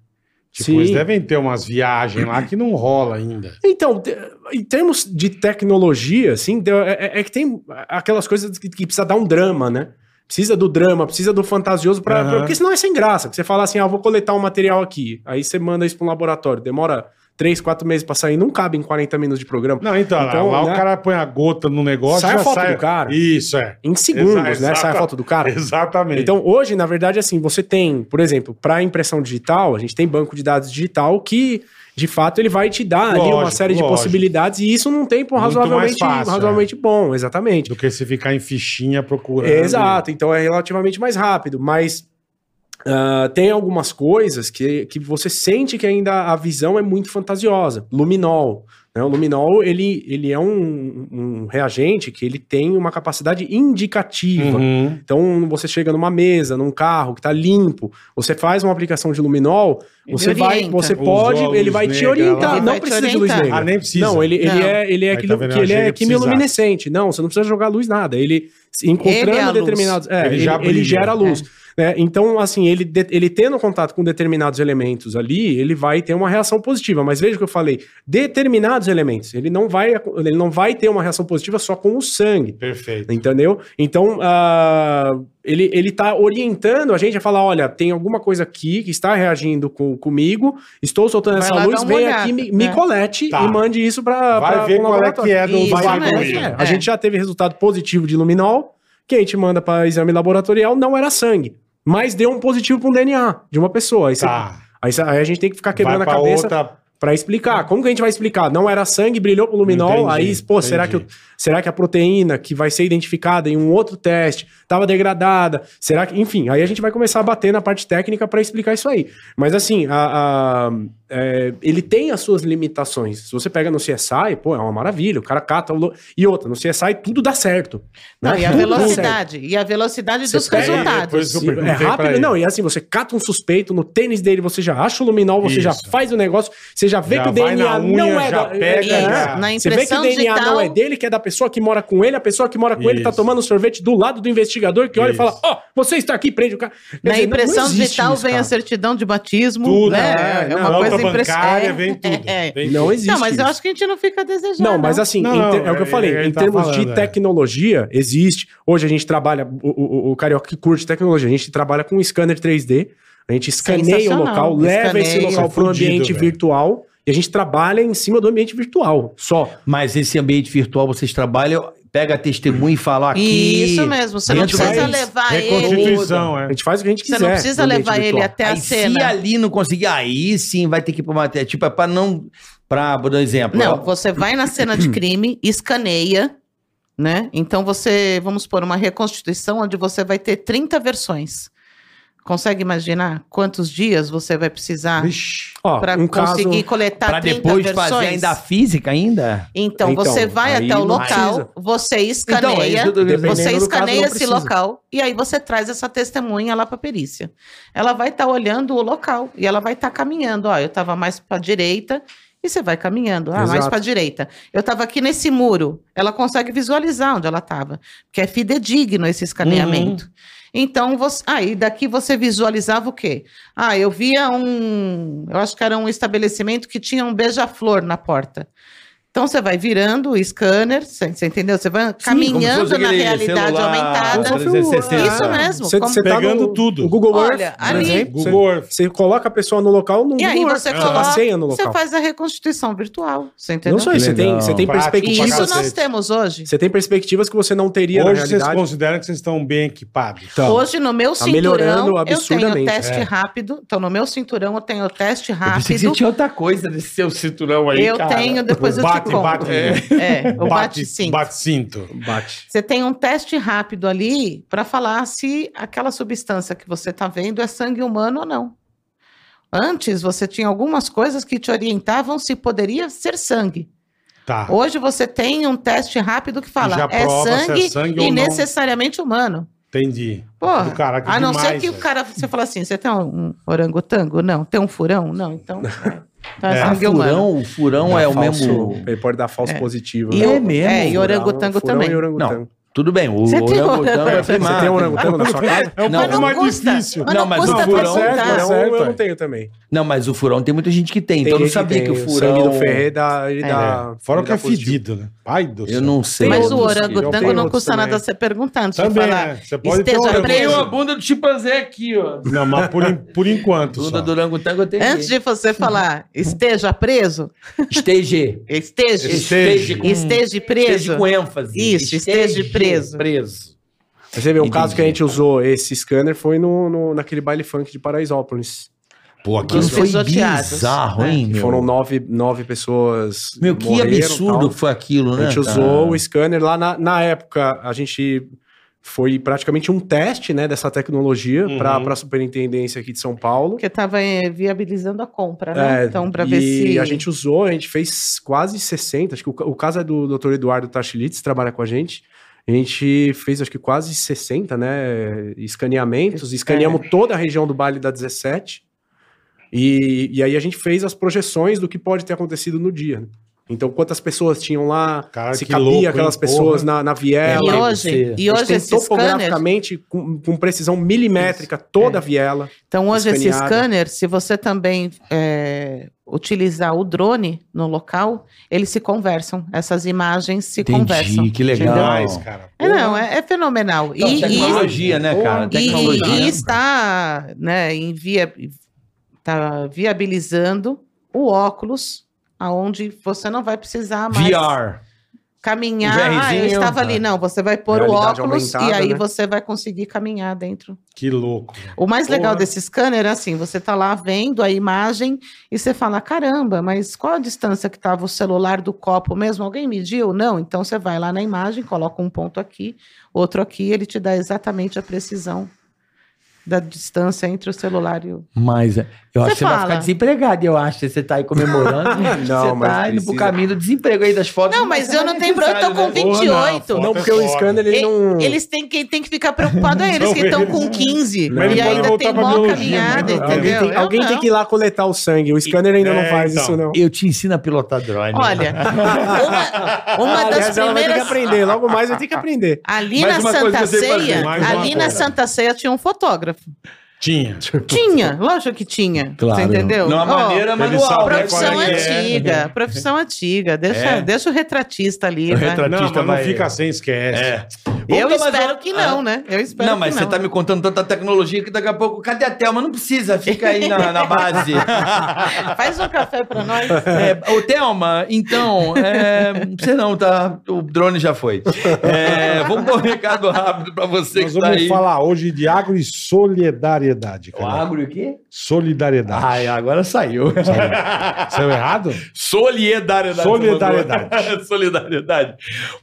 Speaker 2: Tipo,
Speaker 5: Sim.
Speaker 2: eles devem ter umas viagens lá que não rola ainda.
Speaker 5: Então, te- em termos de tecnologia, assim, deu- é, é- é que tem aquelas coisas que, que precisa dar um drama, né? Precisa do drama, precisa do fantasioso, pra,
Speaker 2: Aham.
Speaker 5: pra- porque senão é sem graça. Que você fala assim, ah, eu vou coletar um material aqui. Aí você manda isso pra um laboratório, demora três, quatro meses pra sair, não cabe em 40 minutos de programa.
Speaker 2: Não, então, lá-
Speaker 5: Então,
Speaker 2: lá,
Speaker 5: né?
Speaker 2: o cara põe a gota no negócio.
Speaker 5: Sai a
Speaker 2: já
Speaker 5: foto do cara.
Speaker 2: Isso, é.
Speaker 5: Em segundos,
Speaker 2: Exa-
Speaker 5: né?
Speaker 2: exata-
Speaker 5: Sai a foto do cara.
Speaker 2: Exatamente.
Speaker 5: Então, hoje, na verdade, assim, você tem, por exemplo, para impressão digital, a gente tem banco de dados digital que, de fato, ele vai te dar ali uma
Speaker 2: Lógico,
Speaker 5: série de
Speaker 2: lógico.
Speaker 5: possibilidades e isso num tempo
Speaker 2: Muito
Speaker 5: razoavelmente,
Speaker 2: mais fácil, é.
Speaker 5: razoavelmente bom, exatamente.
Speaker 2: do que se ficar em fichinha procurando.
Speaker 5: Exato, então é relativamente mais rápido, mas ah, tem algumas coisas que, que você sente que ainda a visão é muito fantasiosa. Luminol. né? O luminol, ele, ele é um, um reagente que ele tem uma capacidade indicativa.
Speaker 2: Uhum.
Speaker 5: Então você chega numa mesa, num carro que tá limpo, você faz uma aplicação de luminol,
Speaker 4: Ele
Speaker 5: você vai,
Speaker 4: orienta.
Speaker 5: você
Speaker 2: Usou
Speaker 5: pode,
Speaker 2: a luz
Speaker 5: ele vai te
Speaker 2: negra
Speaker 5: orientar,
Speaker 2: lá.
Speaker 4: Ele
Speaker 5: não
Speaker 4: vai te
Speaker 5: precisa de luz
Speaker 4: orientar.
Speaker 5: negra.
Speaker 2: Ah, nem precisa.
Speaker 5: Não, ele, ele
Speaker 4: Não.
Speaker 5: é, ele é
Speaker 2: Aí
Speaker 5: aquilo
Speaker 2: tá vendo?
Speaker 5: que
Speaker 2: Eu
Speaker 5: ele
Speaker 2: achei que
Speaker 5: é
Speaker 2: ia
Speaker 5: quimioluminescente. Não, você não precisa jogar luz nada. Ele se
Speaker 4: Ele é a
Speaker 5: encontrando
Speaker 4: luz. é.
Speaker 5: determinados, é,
Speaker 2: Ele
Speaker 5: ele,
Speaker 2: já
Speaker 5: ele
Speaker 2: brilha.
Speaker 5: gera luz. né? Então, assim, ele, de- ele tendo contato com determinados elementos ali, ele vai ter uma reação positiva. Mas veja o que eu falei: determinados elementos. Ele não vai, ele não vai ter uma reação positiva só com o sangue.
Speaker 2: Perfeito.
Speaker 5: Entendeu? Então, ah, ele, ele tá orientando a gente a falar: olha, tem alguma coisa aqui que está reagindo com, comigo, estou soltando
Speaker 4: Vai
Speaker 5: essa
Speaker 4: lá
Speaker 5: luz,
Speaker 4: dar uma
Speaker 5: vem
Speaker 4: olhada,
Speaker 5: aqui, me, me
Speaker 4: né?
Speaker 5: colete
Speaker 2: Tá.
Speaker 5: e mande isso para
Speaker 2: Vai ver qual é que é do
Speaker 4: Isso,
Speaker 5: Vai
Speaker 4: né?
Speaker 5: ver.
Speaker 2: bagulho.
Speaker 4: É.
Speaker 5: A gente já teve resultado positivo de luminol, que a gente manda para exame laboratorial, não era sangue. Mas deu um positivo para um DNA de uma pessoa. Aí, você-
Speaker 2: Tá.
Speaker 5: aí você- aí a gente tem que ficar quebrando
Speaker 2: Vai
Speaker 5: a
Speaker 2: pra
Speaker 5: cabeça
Speaker 2: outra-
Speaker 5: Pra explicar. Como que a gente vai explicar? Não era sangue, brilhou pro luminol,
Speaker 2: Entendi,
Speaker 5: aí, pô, será que,
Speaker 2: entendi.
Speaker 5: eu- será que a proteína que vai ser identificada em um outro teste estava degradada? Será que. Enfim, aí a gente vai começar a bater na parte técnica pra explicar isso aí. Mas assim, a- a- é, ele tem as suas limitações. Se você pega no CSI, pô, é uma maravilha. O cara cata. o lo- E outra, no CSI tudo dá certo.
Speaker 4: Não,
Speaker 5: né?
Speaker 4: e a
Speaker 5: Tudo dá certo.
Speaker 4: velocidade. E a velocidade
Speaker 5: Você
Speaker 4: dos
Speaker 5: pega-
Speaker 2: Por
Speaker 4: resultados.
Speaker 2: isso que eu
Speaker 5: É
Speaker 2: perguntei pra
Speaker 5: rápido,
Speaker 2: ele.
Speaker 5: não. E assim, você cata um suspeito no tênis dele, você já acha o luminol, você já
Speaker 2: Isso.
Speaker 5: faz o negócio, você já vê
Speaker 2: Já
Speaker 5: que o
Speaker 2: vai na
Speaker 5: DNA não
Speaker 2: unha,
Speaker 5: é
Speaker 2: já
Speaker 5: da-
Speaker 2: pega,
Speaker 5: é,
Speaker 2: já.
Speaker 4: Na
Speaker 5: Você vê que o
Speaker 4: impressão
Speaker 5: DNA não é
Speaker 4: digital.
Speaker 5: dele, que é da pessoa que mora com ele, a pessoa que mora com ele tá
Speaker 2: Isso.
Speaker 5: tomando sorvete do lado do investigador que olha e
Speaker 2: Isso.
Speaker 5: fala: Ó, você está aqui, prende o cara. Quer
Speaker 4: Na
Speaker 5: dizer, não- não
Speaker 4: Né, impressão
Speaker 5: existe
Speaker 4: digital
Speaker 5: isso,
Speaker 4: vem
Speaker 5: cara.
Speaker 4: a certidão de batismo.
Speaker 2: Tudo,
Speaker 4: né?
Speaker 2: né?
Speaker 4: É, uma
Speaker 2: Na
Speaker 4: coisa é,
Speaker 2: nota bancária,
Speaker 4: impressionante.
Speaker 2: vem tudo. Vem
Speaker 5: Não
Speaker 2: tudo.
Speaker 5: existe.
Speaker 4: Não, mas eu
Speaker 5: isso.
Speaker 4: acho que a gente não fica a desejar.
Speaker 5: Não, mas assim,
Speaker 2: Não,
Speaker 5: em
Speaker 2: não,
Speaker 5: ter- é o que eu
Speaker 2: é-
Speaker 5: falei.
Speaker 2: é-
Speaker 5: em
Speaker 2: tá
Speaker 5: termos
Speaker 2: falando,
Speaker 5: de
Speaker 2: é.
Speaker 5: tecnologia, existe. Hoje a gente trabalha, o, o, o carioca que curte tecnologia, a gente trabalha com scanner 3D. A gente escaneia o
Speaker 4: Sensacional.
Speaker 5: local, leva esse
Speaker 4: Escaneia.
Speaker 5: local para o
Speaker 2: é Fudido,
Speaker 5: ambiente
Speaker 2: velho.
Speaker 5: virtual e a gente trabalha em cima do ambiente virtual só.
Speaker 3: Mas esse ambiente virtual, vocês trabalham, pega a testemunha e fala aqui.
Speaker 4: Isso mesmo, você não
Speaker 3: dentro
Speaker 4: precisa
Speaker 3: vai-
Speaker 4: levar ele.
Speaker 2: Reconstituição,
Speaker 5: A
Speaker 2: é.
Speaker 5: gente faz o que a gente
Speaker 4: Você
Speaker 5: quiser.
Speaker 4: não
Speaker 5: no
Speaker 4: precisa
Speaker 5: ambiente
Speaker 4: levar ele
Speaker 5: virtual.
Speaker 4: até é a
Speaker 3: Aí, se
Speaker 4: cena.
Speaker 3: ali não conseguir, aí sim vai ter que ir pra matéria. Tipo, é pra não. Pra, por exemplo.
Speaker 4: Não,
Speaker 3: ó,
Speaker 4: você vai na cena de crime, escaneia, né? Então você, vamos pôr uma reconstituição onde você vai ter 30 versões. Consegue imaginar quantos dias você vai precisar
Speaker 2: Vixe.
Speaker 5: Ó,
Speaker 4: para
Speaker 5: um caso,
Speaker 4: conseguir coletar
Speaker 3: pra
Speaker 4: 30
Speaker 3: depois
Speaker 4: versões?
Speaker 3: fazer ainda a física ainda?
Speaker 4: Então,
Speaker 5: Então,
Speaker 4: você vai
Speaker 5: aí
Speaker 4: até o
Speaker 5: não
Speaker 4: local,
Speaker 5: precisa.
Speaker 4: você
Speaker 3: é
Speaker 4: escaneia,
Speaker 3: isso que eu tô dizendo.
Speaker 5: Dependendo
Speaker 4: você tá
Speaker 5: do caso,
Speaker 4: escaneia
Speaker 5: não
Speaker 4: esse
Speaker 5: precisa.
Speaker 4: local e aí você traz essa testemunha lá para perícia. Ela vai estar olhando o local e ela vai estar caminhando. Ó, eu estava mais para direita e você vai caminhando. Ah, mais
Speaker 5: Exato.
Speaker 4: para direita. Eu estava aqui nesse muro. Ela consegue visualizar onde ela estava, porque é fidedigno esse escaneamento.
Speaker 5: Uhum.
Speaker 4: Então, você, aí daqui você visualizava o quê? Ah, eu via um. Eu acho que era um estabelecimento que tinha um beija-flor na porta. Então você vai virando o scanner, você você entendeu? Você vai caminhando na realidade aumentada. Isso mesmo.
Speaker 5: Você,
Speaker 4: como-
Speaker 5: você tá
Speaker 2: Pegando
Speaker 5: no-
Speaker 2: tudo.
Speaker 5: O Google
Speaker 4: Olha,
Speaker 5: Earth,
Speaker 4: ali-
Speaker 5: Você-
Speaker 2: Google Earth.
Speaker 5: Você coloca a pessoa no local, no
Speaker 4: E aí
Speaker 5: Google
Speaker 4: você
Speaker 5: Earth,
Speaker 4: coloca,
Speaker 5: a senha no
Speaker 4: você
Speaker 5: local.
Speaker 4: faz a reconstituição virtual, você entendeu?
Speaker 5: Não só isso, você tem,
Speaker 3: Legal.
Speaker 5: você tem
Speaker 2: Prático pra
Speaker 4: E
Speaker 5: perspectivas.
Speaker 4: isso nós
Speaker 2: cacete.
Speaker 4: temos hoje.
Speaker 5: Você tem perspectivas que você não teria na
Speaker 2: Hoje vocês
Speaker 5: realidade.
Speaker 2: consideram que vocês estão bem equipados.
Speaker 5: Então,
Speaker 4: Hoje no meu
Speaker 5: tá melhorando
Speaker 4: cinturão eu tenho
Speaker 5: absurdamente,
Speaker 4: teste
Speaker 2: é.
Speaker 4: rápido. Então no meu cinturão eu tenho teste rápido.
Speaker 1: tinha outra coisa nesse seu cinturão
Speaker 4: eu tenho depois eu te
Speaker 2: Bate,
Speaker 4: conto.
Speaker 2: bate.
Speaker 4: É, o bate sim.
Speaker 2: Bate cinto.
Speaker 5: bate.
Speaker 4: Você tem um teste rápido ali para falar se aquela substância que você está vendo é sangue humano ou não. Antes você tinha algumas coisas que te orientavam se poderia ser sangue.
Speaker 2: Tá.
Speaker 4: Hoje você tem um teste rápido que
Speaker 2: Já
Speaker 4: fala é
Speaker 2: prova se é
Speaker 4: sangue,
Speaker 2: sangue ou
Speaker 4: e
Speaker 2: não.
Speaker 4: necessariamente humano.
Speaker 2: Entendi.
Speaker 4: Porra,
Speaker 2: Do cara, que
Speaker 4: a não ser
Speaker 2: demais,
Speaker 4: que o
Speaker 2: velho.
Speaker 4: cara, você fala assim, você tem um orangotango? Não. Tem um furão? Não, então... é. Então é,
Speaker 2: É,
Speaker 3: Ah,
Speaker 4: sangue humano.
Speaker 3: furão, o furão
Speaker 5: Dá
Speaker 3: é o
Speaker 5: falso-
Speaker 3: mesmo.
Speaker 5: Ele pode dar falso positivo.
Speaker 4: E
Speaker 5: né?
Speaker 4: o-
Speaker 3: É mesmo?
Speaker 4: É, e
Speaker 5: Furão-
Speaker 4: orangotango
Speaker 5: furão
Speaker 4: também.
Speaker 5: E orangotango.
Speaker 3: Tudo bem, o
Speaker 4: Você tem
Speaker 3: orangotango é
Speaker 4: orangotango.
Speaker 5: Você
Speaker 3: primado.
Speaker 5: tem um orangotango na sua casa?
Speaker 2: É um
Speaker 3: Não,
Speaker 2: pouco
Speaker 3: não
Speaker 2: mais
Speaker 4: custa.
Speaker 2: difícil.
Speaker 4: Mas
Speaker 3: Não,
Speaker 4: não,
Speaker 3: mas
Speaker 4: custa
Speaker 3: o
Speaker 4: pra
Speaker 3: furão-
Speaker 4: contar.
Speaker 2: Tá
Speaker 5: Furão
Speaker 2: certo,
Speaker 5: eu
Speaker 2: é.
Speaker 5: não tenho também.
Speaker 3: Não, mas o furão tem muita gente que tem, então eu Então não
Speaker 5: gente
Speaker 3: sabia que
Speaker 5: tem
Speaker 3: o
Speaker 5: sangue
Speaker 3: furão...
Speaker 5: do Ferre dá, ele
Speaker 4: É.
Speaker 5: dá...
Speaker 2: Fora o
Speaker 5: ele
Speaker 2: que é
Speaker 5: dá positivo.
Speaker 2: fedido, né? Pai do céu.
Speaker 3: Eu não é sei.
Speaker 4: Mas o
Speaker 3: eu não sei.
Speaker 5: tem
Speaker 4: orangotango não
Speaker 5: outros
Speaker 4: custa nada
Speaker 5: também.
Speaker 4: você perguntando. Você
Speaker 2: Também,
Speaker 4: fala,
Speaker 2: né? Você pode ter
Speaker 4: esteja
Speaker 2: orangotango.
Speaker 4: preso.
Speaker 2: Eu-
Speaker 1: bunda do chimpanzé aqui, ó.
Speaker 2: Não, mas por, en- por enquanto.
Speaker 3: Bunda
Speaker 2: Só.
Speaker 3: do orangotango eu tenho.
Speaker 4: Antes de você falar, esteja preso,
Speaker 3: Esteja.
Speaker 4: esteja,
Speaker 2: Esteja.
Speaker 3: com-
Speaker 4: esteja preso.
Speaker 3: Esteja com ênfase.
Speaker 4: Isso, esteja preso.
Speaker 3: Preso.
Speaker 5: Mas Você vê, um
Speaker 3: Entendi.
Speaker 5: caso que a gente usou esse scanner foi no, no- naquele baile funk de Paraisópolis.
Speaker 3: Pô, aquilo
Speaker 4: Vocês
Speaker 3: foi
Speaker 4: odiados.
Speaker 3: bizarro,
Speaker 4: É.
Speaker 3: hein,
Speaker 5: E
Speaker 3: meu?
Speaker 5: foram nove, nove pessoas.
Speaker 3: Meu, que
Speaker 5: morreram,
Speaker 3: absurdo
Speaker 5: tal.
Speaker 3: que foi aquilo, né?
Speaker 5: A gente
Speaker 3: cara?
Speaker 5: usou o scanner lá na, na época. A gente foi praticamente um teste né, dessa tecnologia
Speaker 2: Uhum.
Speaker 5: para a superintendência aqui de São Paulo.
Speaker 4: Porque estava viabilizando a compra, né?
Speaker 5: É,
Speaker 4: então, para
Speaker 5: e
Speaker 4: ver se.
Speaker 5: a gente usou, a gente fez quase 60. Acho que o, ca- o caso é do Dr. Eduardo Tachilitz, trabalha com a gente. A gente fez acho que quase 60, né?
Speaker 4: É.
Speaker 5: Escaneamentos. Escaneamos toda a região do baile da 17. E, e aí a gente fez as projeções do que pode ter acontecido no dia. né? Então, quantas pessoas tinham lá,
Speaker 2: Cara,
Speaker 5: se
Speaker 2: Ah, que louco, hein,
Speaker 5: cabia aquelas pessoas na, na viela.
Speaker 4: e
Speaker 3: ela-
Speaker 4: hoje, e
Speaker 5: é, A gente
Speaker 4: hoje
Speaker 5: tem
Speaker 4: esse scanner.
Speaker 5: topograficamente, com, com precisão milimétrica,
Speaker 2: É.
Speaker 5: toda a viela.
Speaker 4: Então, hoje esse
Speaker 5: escaneada.
Speaker 4: scanner, se você também é, utilizar o drone no local, eles se conversam. Essas imagens se conversam.
Speaker 3: Entendi, que legal.
Speaker 2: Demais, cara.
Speaker 4: É, não, é, é fenomenal.
Speaker 3: Então,
Speaker 4: e, e-
Speaker 3: tecnologia, né, cara?
Speaker 4: E-
Speaker 3: Tecnologia.
Speaker 4: E,
Speaker 5: é
Speaker 3: né?
Speaker 4: está né, em via- tá viabilizando o óculos, aonde você não vai precisar mais
Speaker 3: VR.
Speaker 4: caminhar.
Speaker 5: Um
Speaker 3: O
Speaker 4: Ah, eu
Speaker 3: VRzinho,
Speaker 4: estava
Speaker 3: tá.
Speaker 4: ali. Não, você vai pôr o
Speaker 5: É. Realidade
Speaker 4: óculos e
Speaker 5: aumentada,
Speaker 4: aí
Speaker 5: né?
Speaker 4: você vai conseguir caminhar dentro.
Speaker 2: Que louco.
Speaker 4: O mais legal
Speaker 2: Porra.
Speaker 4: desse scanner é assim, você tá lá vendo a imagem e você fala, caramba, mas qual a distância que estava o celular do copo mesmo? Alguém mediu? Não, então você vai lá na imagem, coloca um ponto aqui, outro aqui, ele te dá exatamente a precisão da distância entre o celular e o...
Speaker 3: Mas é, eu acho
Speaker 4: Você
Speaker 3: que você vai
Speaker 4: fala.
Speaker 3: ficar desempregado, eu acho. Você tá aí comemorando. você
Speaker 5: mas
Speaker 3: tá indo pro
Speaker 5: precisa.
Speaker 3: caminho do desemprego aí das fotos.
Speaker 4: Não, mas eu não tenho problema, então eu tô com
Speaker 2: é né? Porra,
Speaker 4: 28.
Speaker 2: não,
Speaker 5: Não, porque o
Speaker 2: foda.
Speaker 5: scanner ele
Speaker 4: E-
Speaker 5: não.
Speaker 4: Eles têm que, têm que ficar preocupados, é eles
Speaker 2: Não,
Speaker 4: que estão
Speaker 2: eles-
Speaker 4: com 15
Speaker 5: Mas
Speaker 4: e
Speaker 5: ele pode
Speaker 4: ainda
Speaker 2: voltar
Speaker 4: tem
Speaker 2: pra
Speaker 4: mó
Speaker 2: biologia,
Speaker 4: caminhada,
Speaker 2: né?
Speaker 5: Alguém,
Speaker 4: entendeu?
Speaker 5: tem,
Speaker 4: Eu
Speaker 5: alguém tem
Speaker 4: não.
Speaker 5: que ir lá coletar o sangue. O scanner ainda não
Speaker 2: É,
Speaker 5: faz
Speaker 2: então.
Speaker 5: isso, não.
Speaker 3: Eu te ensino a pilotar drone.
Speaker 4: Olha, uma, uma das
Speaker 5: Aliás, ela vai ter é
Speaker 4: primeiras...
Speaker 5: que aprender. Logo mais vai ter que aprender.
Speaker 4: Ali
Speaker 1: Mais
Speaker 4: na
Speaker 1: uma coisa que
Speaker 4: Santa
Speaker 1: eu sei fazer,
Speaker 4: Ceia,
Speaker 2: mais uma
Speaker 4: ali na
Speaker 2: coisa.
Speaker 4: Santa Ceia tinha um fotógrafo.
Speaker 2: Tinha.
Speaker 4: Tinha, lógico que tinha.
Speaker 3: Claro.
Speaker 4: Você entendeu?
Speaker 1: Não, a
Speaker 4: Ó,
Speaker 1: maneira
Speaker 2: Ele
Speaker 1: manual.
Speaker 2: sabe
Speaker 1: né?
Speaker 2: qual
Speaker 4: profissão
Speaker 2: é que é.
Speaker 4: antiga, profissão antiga. Deixa,
Speaker 1: É.
Speaker 4: deixa o retratista ali,
Speaker 1: O
Speaker 4: né?
Speaker 1: retratista
Speaker 2: Não, mas não
Speaker 1: vai-
Speaker 2: fica sem, esquece.
Speaker 1: É.
Speaker 4: Eu
Speaker 1: Vamos dar mais
Speaker 4: espero
Speaker 1: uma-
Speaker 4: que não, né? Eu espero
Speaker 1: Não, mas
Speaker 4: que
Speaker 1: você
Speaker 4: não.
Speaker 1: tá me contando tanta tecnologia que daqui a pouco. Cadê a Thelma? Não precisa, fica aí na, na base.
Speaker 4: Faz um café pra nós.
Speaker 1: É, ô, Thelma, então, é, você não, tá? O drone já foi. É, vamos dar um recado rápido pra você
Speaker 2: Nós
Speaker 1: que tá
Speaker 2: vamos
Speaker 1: aí.
Speaker 2: falar hoje de agro e solidariedade,
Speaker 1: O
Speaker 2: cara.
Speaker 1: agro e o quê?
Speaker 2: Solidariedade.
Speaker 1: Ai, agora saiu.
Speaker 2: Saiu errado?
Speaker 1: Solidariedade.
Speaker 2: Solidariedade.
Speaker 1: Solidariedade.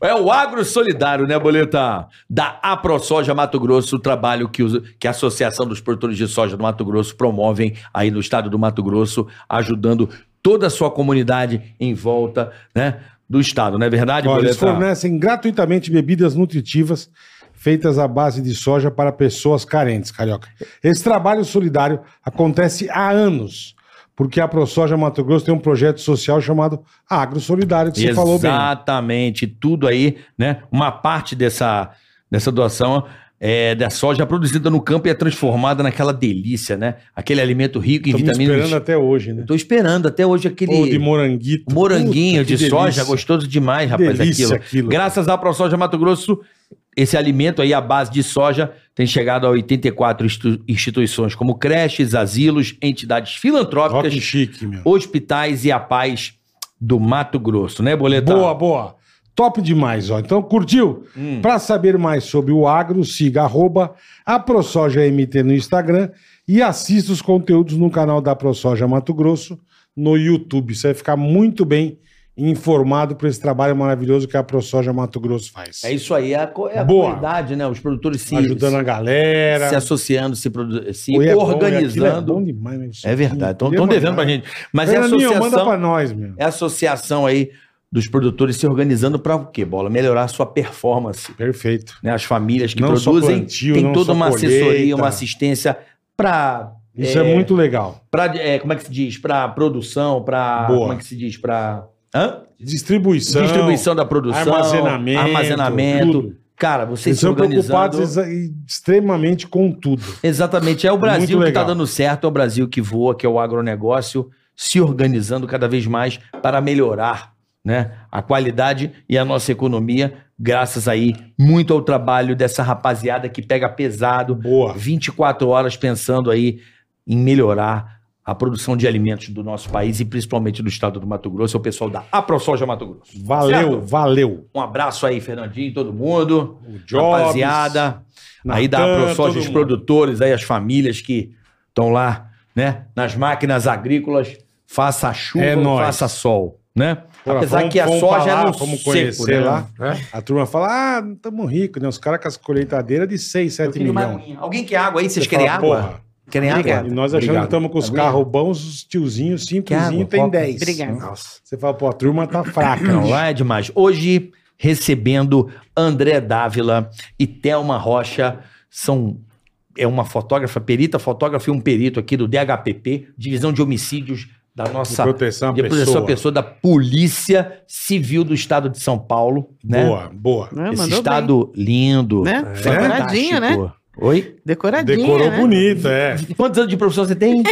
Speaker 1: É o agro solidário, né, Boleta? Da AproSoja Mato Grosso, o trabalho que, os- que a Associação dos Produtores de Soja do Mato Grosso promovem aí no estado do Mato Grosso, ajudando toda a sua comunidade em volta, né, do estado, não é verdade,
Speaker 2: Olha, eles
Speaker 1: Boleta?
Speaker 2: fornecem gratuitamente bebidas nutritivas feitas à base de soja para pessoas carentes, carioca. Esse trabalho solidário acontece há anos, porque a ProSoja Mato Grosso tem um projeto social chamado Agro Solidário, que você falou bem.
Speaker 1: Exatamente, tudo aí, né? Uma parte dessa, dessa doação
Speaker 3: é, da soja produzida no campo e é transformada naquela delícia, né? Aquele alimento rico em
Speaker 2: Estamos
Speaker 3: vitaminas.
Speaker 2: esperando até hoje, né?
Speaker 3: Tô esperando até hoje aquele
Speaker 2: Ou de moranguito.
Speaker 3: moranguinho
Speaker 2: Puta,
Speaker 3: de
Speaker 2: que
Speaker 3: soja,
Speaker 2: delícia.
Speaker 3: gostoso demais, rapaz,
Speaker 2: delícia
Speaker 3: aquilo.
Speaker 2: aquilo.
Speaker 3: Graças à ProSoja Mato Grosso, esse alimento aí, a base de soja, tem chegado a 84 institu- instituições, como creches, asilos, entidades
Speaker 2: Ó, que
Speaker 3: filantrópicas,
Speaker 2: chique, meu.
Speaker 3: hospitais e a paz do Mato Grosso, né, Boletão?
Speaker 2: Boa, boa. Top demais, ó. Então, curtiu?
Speaker 3: Hum.
Speaker 2: Para saber mais sobre o agro, siga arroba a ProSoja MT no Instagram e assista os conteúdos no canal da ProSoja Mato Grosso no YouTube. Você vai ficar muito bem informado por esse trabalho maravilhoso que a ProSoja Mato Grosso faz.
Speaker 3: É isso aí, é a, co- é a
Speaker 2: Boa.
Speaker 3: qualidade, né? Os produtores se,
Speaker 2: Ajudando a galera.
Speaker 3: se associando, se, produ- se
Speaker 2: Oi, é bom, aquilo é, bom
Speaker 3: organizando.
Speaker 2: demais, né? Isso
Speaker 3: É, verdade,
Speaker 2: aqui,
Speaker 3: estão devendo pra gente. Mas é a
Speaker 2: Fernandinho,
Speaker 3: associação...
Speaker 2: manda pra nós, meu.
Speaker 3: é a associação aí dos produtores se organizando para o quê, Bola? Melhorar a sua performance.
Speaker 2: Perfeito.
Speaker 3: né? As famílias que
Speaker 2: Não só
Speaker 3: produzem
Speaker 2: plantio,
Speaker 3: tem
Speaker 2: não
Speaker 3: toda
Speaker 2: só
Speaker 3: uma assessoria,
Speaker 2: colheita.
Speaker 3: uma assistência para
Speaker 2: Isso é, muito legal.
Speaker 3: para como é que se diz, para produção, para
Speaker 2: Boa.
Speaker 3: como é que se diz, para
Speaker 2: Distribuição.
Speaker 3: distribuição da produção,
Speaker 2: armazenamento,
Speaker 3: armazenamento.
Speaker 2: tudo.
Speaker 3: Cara, você
Speaker 2: Eles
Speaker 3: se
Speaker 2: são
Speaker 3: organizando.
Speaker 2: preocupados exa- extremamente com tudo.
Speaker 3: Exatamente, é o
Speaker 2: Muito
Speaker 3: Brasil que está
Speaker 2: legal.
Speaker 3: dando certo, é o Brasil que voa, que é o agronegócio se organizando cada vez mais para melhorar né, a qualidade e a nossa economia, graças aí muito ao trabalho dessa rapaziada que pega pesado,
Speaker 2: Boa.
Speaker 3: 24 horas pensando aí em melhorar a produção de alimentos do nosso país e principalmente do estado do Mato Grosso, é o pessoal da AproSoja Mato Grosso.
Speaker 2: Valeu,
Speaker 3: Certo?
Speaker 2: valeu.
Speaker 3: Um abraço aí, Fernandinho, todo mundo.
Speaker 2: O Jobs,
Speaker 3: Rapaziada,
Speaker 2: Natan,
Speaker 3: aí da ProSoja,
Speaker 2: todo
Speaker 3: os
Speaker 2: mundo.
Speaker 3: produtores, aí as famílias que estão lá, né? Nas máquinas agrícolas, faça chuva,
Speaker 2: É nóis.
Speaker 3: faça sol, né?
Speaker 2: Porra,
Speaker 3: Apesar
Speaker 2: vamos-
Speaker 3: que a
Speaker 2: vamos
Speaker 3: soja
Speaker 2: pra
Speaker 3: é
Speaker 2: lá,
Speaker 3: no
Speaker 2: vamos
Speaker 3: seco,
Speaker 2: conhecer
Speaker 3: né?
Speaker 2: lá. A turma fala: ah, não estamos ricos, né? Os caras com as colheitadeiras de 6,
Speaker 3: Eu
Speaker 2: 7
Speaker 3: queria uma
Speaker 2: milhões.
Speaker 3: aguinha. Alguém quer água aí? Vocês querem
Speaker 2: fala,
Speaker 3: água?
Speaker 2: porra.
Speaker 3: Querem
Speaker 2: E
Speaker 3: água?
Speaker 2: nós achamos que estamos com os
Speaker 3: Obrigado.
Speaker 2: carros bons, os tiozinhos
Speaker 3: Quer água?
Speaker 2: simplesinhos tem
Speaker 3: Coca?
Speaker 2: 10.
Speaker 4: Obrigado.
Speaker 5: Nossa.
Speaker 2: Você fala, pô, a turma tá fraca.
Speaker 3: Não,
Speaker 2: hoje.
Speaker 3: lá é demais. Hoje, recebendo André Dávila e Thelma Rocha, são é uma fotógrafa, perita, fotógrafa e um perito aqui do DHPP, Divisão de Homicídios da
Speaker 2: De
Speaker 3: nossa
Speaker 2: proteção à
Speaker 3: de proteção à
Speaker 2: pessoa.
Speaker 3: pessoa da Polícia Civil do Estado de São Paulo, né?
Speaker 2: Boa, boa.
Speaker 4: Né,
Speaker 3: Esse
Speaker 4: mandou
Speaker 3: estado lindo,
Speaker 4: Né?
Speaker 1: é
Speaker 3: fantástico.
Speaker 4: Decoradinho, né?
Speaker 3: Oi?
Speaker 4: bem. Decoradinha,
Speaker 2: Decorou
Speaker 4: né?
Speaker 2: bonito, é.
Speaker 3: Quantos anos de profissão você tem?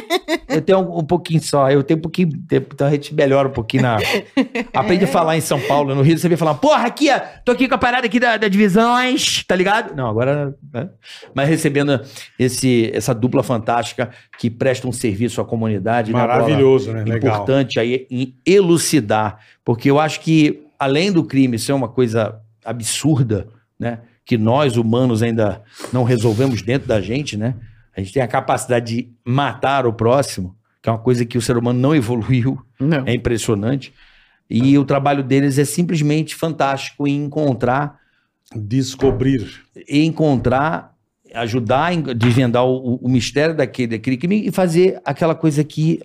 Speaker 3: Eu tenho um, um pouquinho só. Eu tenho um pouquinho. tempo, Então a gente melhora um pouquinho na.
Speaker 4: É.
Speaker 3: Aprende a falar em São Paulo, no Rio, você vem falar, porra, aqui, ó, tô aqui com a parada aqui da, da divisões, tá ligado? Não, agora. né? Mas recebendo esse, essa dupla fantástica que presta um serviço à comunidade. né, Bola?
Speaker 2: Maravilhoso, né? Legal.
Speaker 3: importante aí em elucidar, porque eu acho que além do crime ser uma coisa absurda, né, que nós humanos ainda não resolvemos dentro da gente, né? A gente tem a capacidade de matar o próximo, que é uma coisa que o ser humano não evoluiu,
Speaker 4: Não.
Speaker 2: né?
Speaker 3: é impressionante. E o trabalho deles é simplesmente fantástico em encontrar
Speaker 2: Descobrir.
Speaker 3: e encontrar, ajudar a en- desvendar o, o mistério daquele, daquele crime e fazer aquela coisa que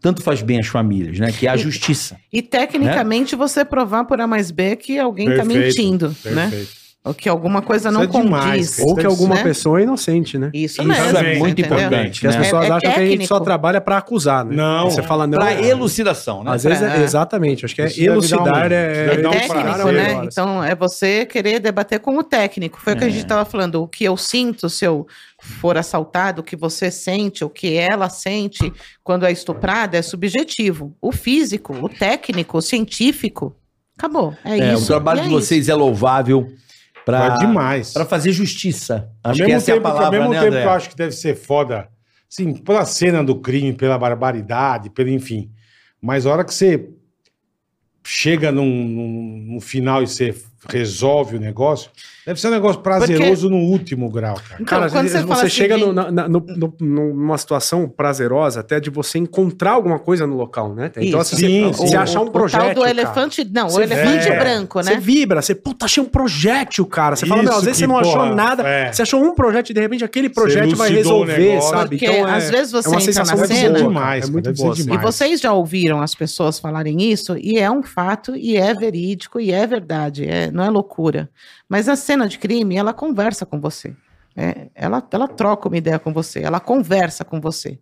Speaker 3: tanto faz bem às famílias, né? Que é a justiça.
Speaker 4: E tecnicamente você provar por A mais B que alguém tá
Speaker 2: Perfeito,
Speaker 4: mentindo, né?
Speaker 2: Perfeito.
Speaker 4: Ou que alguma coisa não
Speaker 2: Isso é demais,
Speaker 4: condiz.
Speaker 2: cara.
Speaker 5: Ou que
Speaker 2: Isso,
Speaker 5: alguma
Speaker 4: né?
Speaker 5: pessoa é inocente, né?
Speaker 3: Isso
Speaker 4: Isso, mesmo.
Speaker 3: é muito
Speaker 4: entendeu?
Speaker 3: importante.
Speaker 5: Que as
Speaker 3: né?
Speaker 5: pessoas
Speaker 4: É- é
Speaker 5: acham que a gente só
Speaker 4: técnico.
Speaker 5: trabalha pra acusar, né?
Speaker 2: Não.
Speaker 5: Aí Você fala não.
Speaker 3: Para
Speaker 5: é-
Speaker 3: elucidação, né?
Speaker 5: Às vezes é,
Speaker 4: É.
Speaker 5: exatamente, acho que é
Speaker 2: Isso deve dar
Speaker 5: elucidar
Speaker 2: um-
Speaker 5: é,
Speaker 2: deve
Speaker 4: É
Speaker 2: dar um
Speaker 4: técnico,
Speaker 2: prazer.
Speaker 4: né? Então, é você querer debater com o técnico. Foi o que a gente estava falando. O que eu sinto se eu for assaltado, o que você sente, o que ela sente quando é estuprada é subjetivo. O físico, o técnico, o científico. Acabou. É,
Speaker 3: É,
Speaker 4: isso.
Speaker 3: o trabalho
Speaker 4: E é
Speaker 3: de vocês é louvável
Speaker 2: Pra...
Speaker 3: para
Speaker 2: É demais.
Speaker 3: para fazer justiça.
Speaker 2: Ao
Speaker 3: Acho que
Speaker 2: mesmo,
Speaker 3: essa é a
Speaker 2: tempo, que, ao
Speaker 3: palavra,
Speaker 2: mesmo
Speaker 3: né,
Speaker 2: tempo
Speaker 3: André?
Speaker 2: que eu acho que deve ser foda, assim, pela cena do crime, pela barbaridade, pelo enfim. Mas a hora que você chega num, num- num final e você resolve o negócio, deve ser um negócio prazeroso no último grau, cara.
Speaker 4: Então,
Speaker 5: Cara, às
Speaker 4: quando
Speaker 5: vezes
Speaker 4: você fala
Speaker 5: você
Speaker 4: assim,
Speaker 5: chega
Speaker 4: vem-
Speaker 5: no- na- na- no- no- numa situação prazerosa até de você encontrar alguma coisa no local, né? Então,
Speaker 4: Isso.
Speaker 5: se
Speaker 2: Sim,
Speaker 5: você, se
Speaker 2: sim.
Speaker 5: você achar
Speaker 4: o
Speaker 5: um
Speaker 4: tal
Speaker 5: projeto.
Speaker 4: do elefante. Não,
Speaker 5: Você
Speaker 4: o elefante
Speaker 2: vê.
Speaker 4: branco,
Speaker 5: Você
Speaker 4: né?
Speaker 5: vibra, você, puta, achei um projétil, cara. Você fala,
Speaker 2: Isso
Speaker 5: meu, às vezes
Speaker 2: que,
Speaker 5: você não
Speaker 2: porra,
Speaker 5: achou nada,
Speaker 2: é.
Speaker 5: você achou um projeto e de repente aquele
Speaker 2: Você
Speaker 5: projeto vai
Speaker 2: elucidou o
Speaker 5: resolver,
Speaker 2: negócio.
Speaker 5: sabe? Então, é
Speaker 4: Porque às vezes você entra na
Speaker 5: muito
Speaker 4: cena-
Speaker 5: boa,
Speaker 2: Demais,
Speaker 5: cara,
Speaker 2: cara,
Speaker 5: é muito
Speaker 2: deve ser
Speaker 5: boa.
Speaker 2: demais.
Speaker 4: E vocês já ouviram as pessoas falarem isso, e é um fato, e é verídico, e é verdade, é- não é loucura. Mas a cena de crime, ela conversa com você. É, ela, ela troca uma ideia com você, ela conversa com você.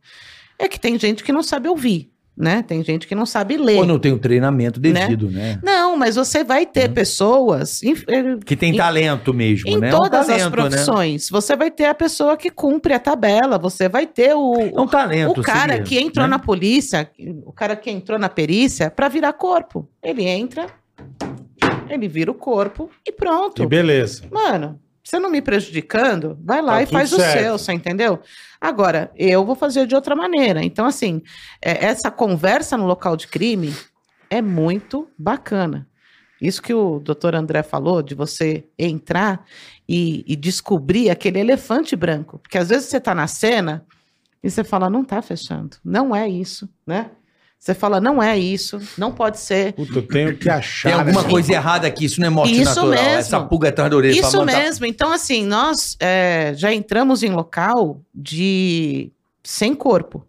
Speaker 4: É que tem gente que não sabe ouvir. né? Tem gente que não sabe ler.
Speaker 3: Ou não tem o treinamento devido, né?
Speaker 4: Não, mas você vai ter pessoas em,
Speaker 3: Que tem
Speaker 4: Em-
Speaker 3: talento mesmo,
Speaker 4: em
Speaker 3: Hum. né? É um
Speaker 4: todas as
Speaker 3: talento, Né?
Speaker 4: profissões. Você vai ter a pessoa que cumpre a tabela, você vai ter
Speaker 3: É
Speaker 4: o,
Speaker 3: um talento.
Speaker 4: o cara
Speaker 3: seria,
Speaker 4: que entrou
Speaker 3: né?
Speaker 4: na polícia, o cara que entrou na perícia para virar corpo. Ele entra, ele vira o corpo e pronto.
Speaker 2: E beleza.
Speaker 4: Mano, você não me prejudicando, vai lá
Speaker 2: Tá
Speaker 4: e
Speaker 2: tudo
Speaker 4: faz
Speaker 2: certo.
Speaker 4: o seu, você entendeu? Agora, eu vou fazer de outra maneira. Então, assim, é, essa conversa no local de crime é muito bacana. Isso que o doutor André falou, de você entrar e, e descobrir aquele elefante branco. Porque às vezes você está na cena e você fala, não tá fechando, não é isso, né? Você fala, não é isso, não pode ser.
Speaker 2: Puta, eu tenho que achar. assim,
Speaker 3: Tem alguma
Speaker 2: essa-
Speaker 3: coisa errada aqui, isso não é morte
Speaker 4: Isso
Speaker 3: natural.
Speaker 4: mesmo.
Speaker 3: Essa pulga atrás da orelha pra
Speaker 4: Isso
Speaker 3: mandar-
Speaker 4: mesmo. Então, assim, nós é, já entramos em local de sem corpo.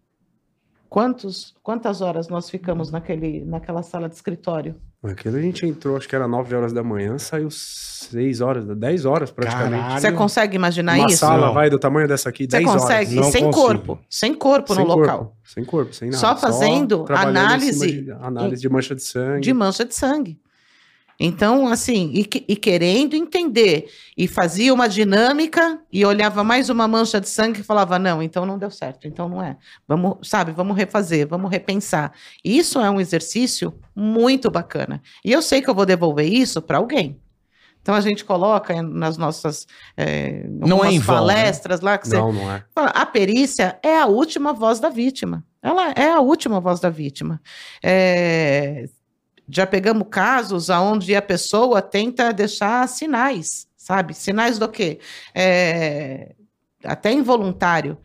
Speaker 4: Quantos, quantas horas nós ficamos naquele, naquela sala de escritório?
Speaker 5: Aquilo a gente entrou, acho que era 9 horas da manhã, saiu 6 horas, 10 horas praticamente.
Speaker 2: Caralho.
Speaker 3: é
Speaker 4: Você consegue imaginar
Speaker 5: Uma
Speaker 4: é isso?
Speaker 5: sala
Speaker 2: Não.
Speaker 5: vai do tamanho dessa aqui,
Speaker 4: Você
Speaker 5: 10 horas.
Speaker 4: consegue
Speaker 2: não
Speaker 4: sem
Speaker 2: consigo.
Speaker 4: corpo, sem corpo
Speaker 5: Sem
Speaker 4: no
Speaker 5: corpo,
Speaker 4: local
Speaker 5: Sem corpo, sem nada.
Speaker 4: Só fazendo
Speaker 5: trabalhando em
Speaker 4: análise-
Speaker 5: cima de- análise de mancha de sangue.
Speaker 4: de mancha de sangue. Então, assim, e, que- e querendo entender e fazia uma dinâmica e olhava mais uma mancha de sangue e falava não, então não deu certo, então não é. Vamos, sabe, vamos refazer, vamos repensar. Isso é um exercício muito bacana. E eu sei que eu vou devolver isso para alguém. Então a gente coloca em- nas nossas eh,
Speaker 3: Não é
Speaker 4: algumas
Speaker 3: em vão, né?
Speaker 4: palestras lá que você
Speaker 5: Não, não é.
Speaker 4: Fala, A perícia é a última voz da vítima. Ela é a última voz da vítima. É, Já pegamos casos onde a pessoa tenta deixar sinais, sabe? Sinais do quê? É, Até involuntário.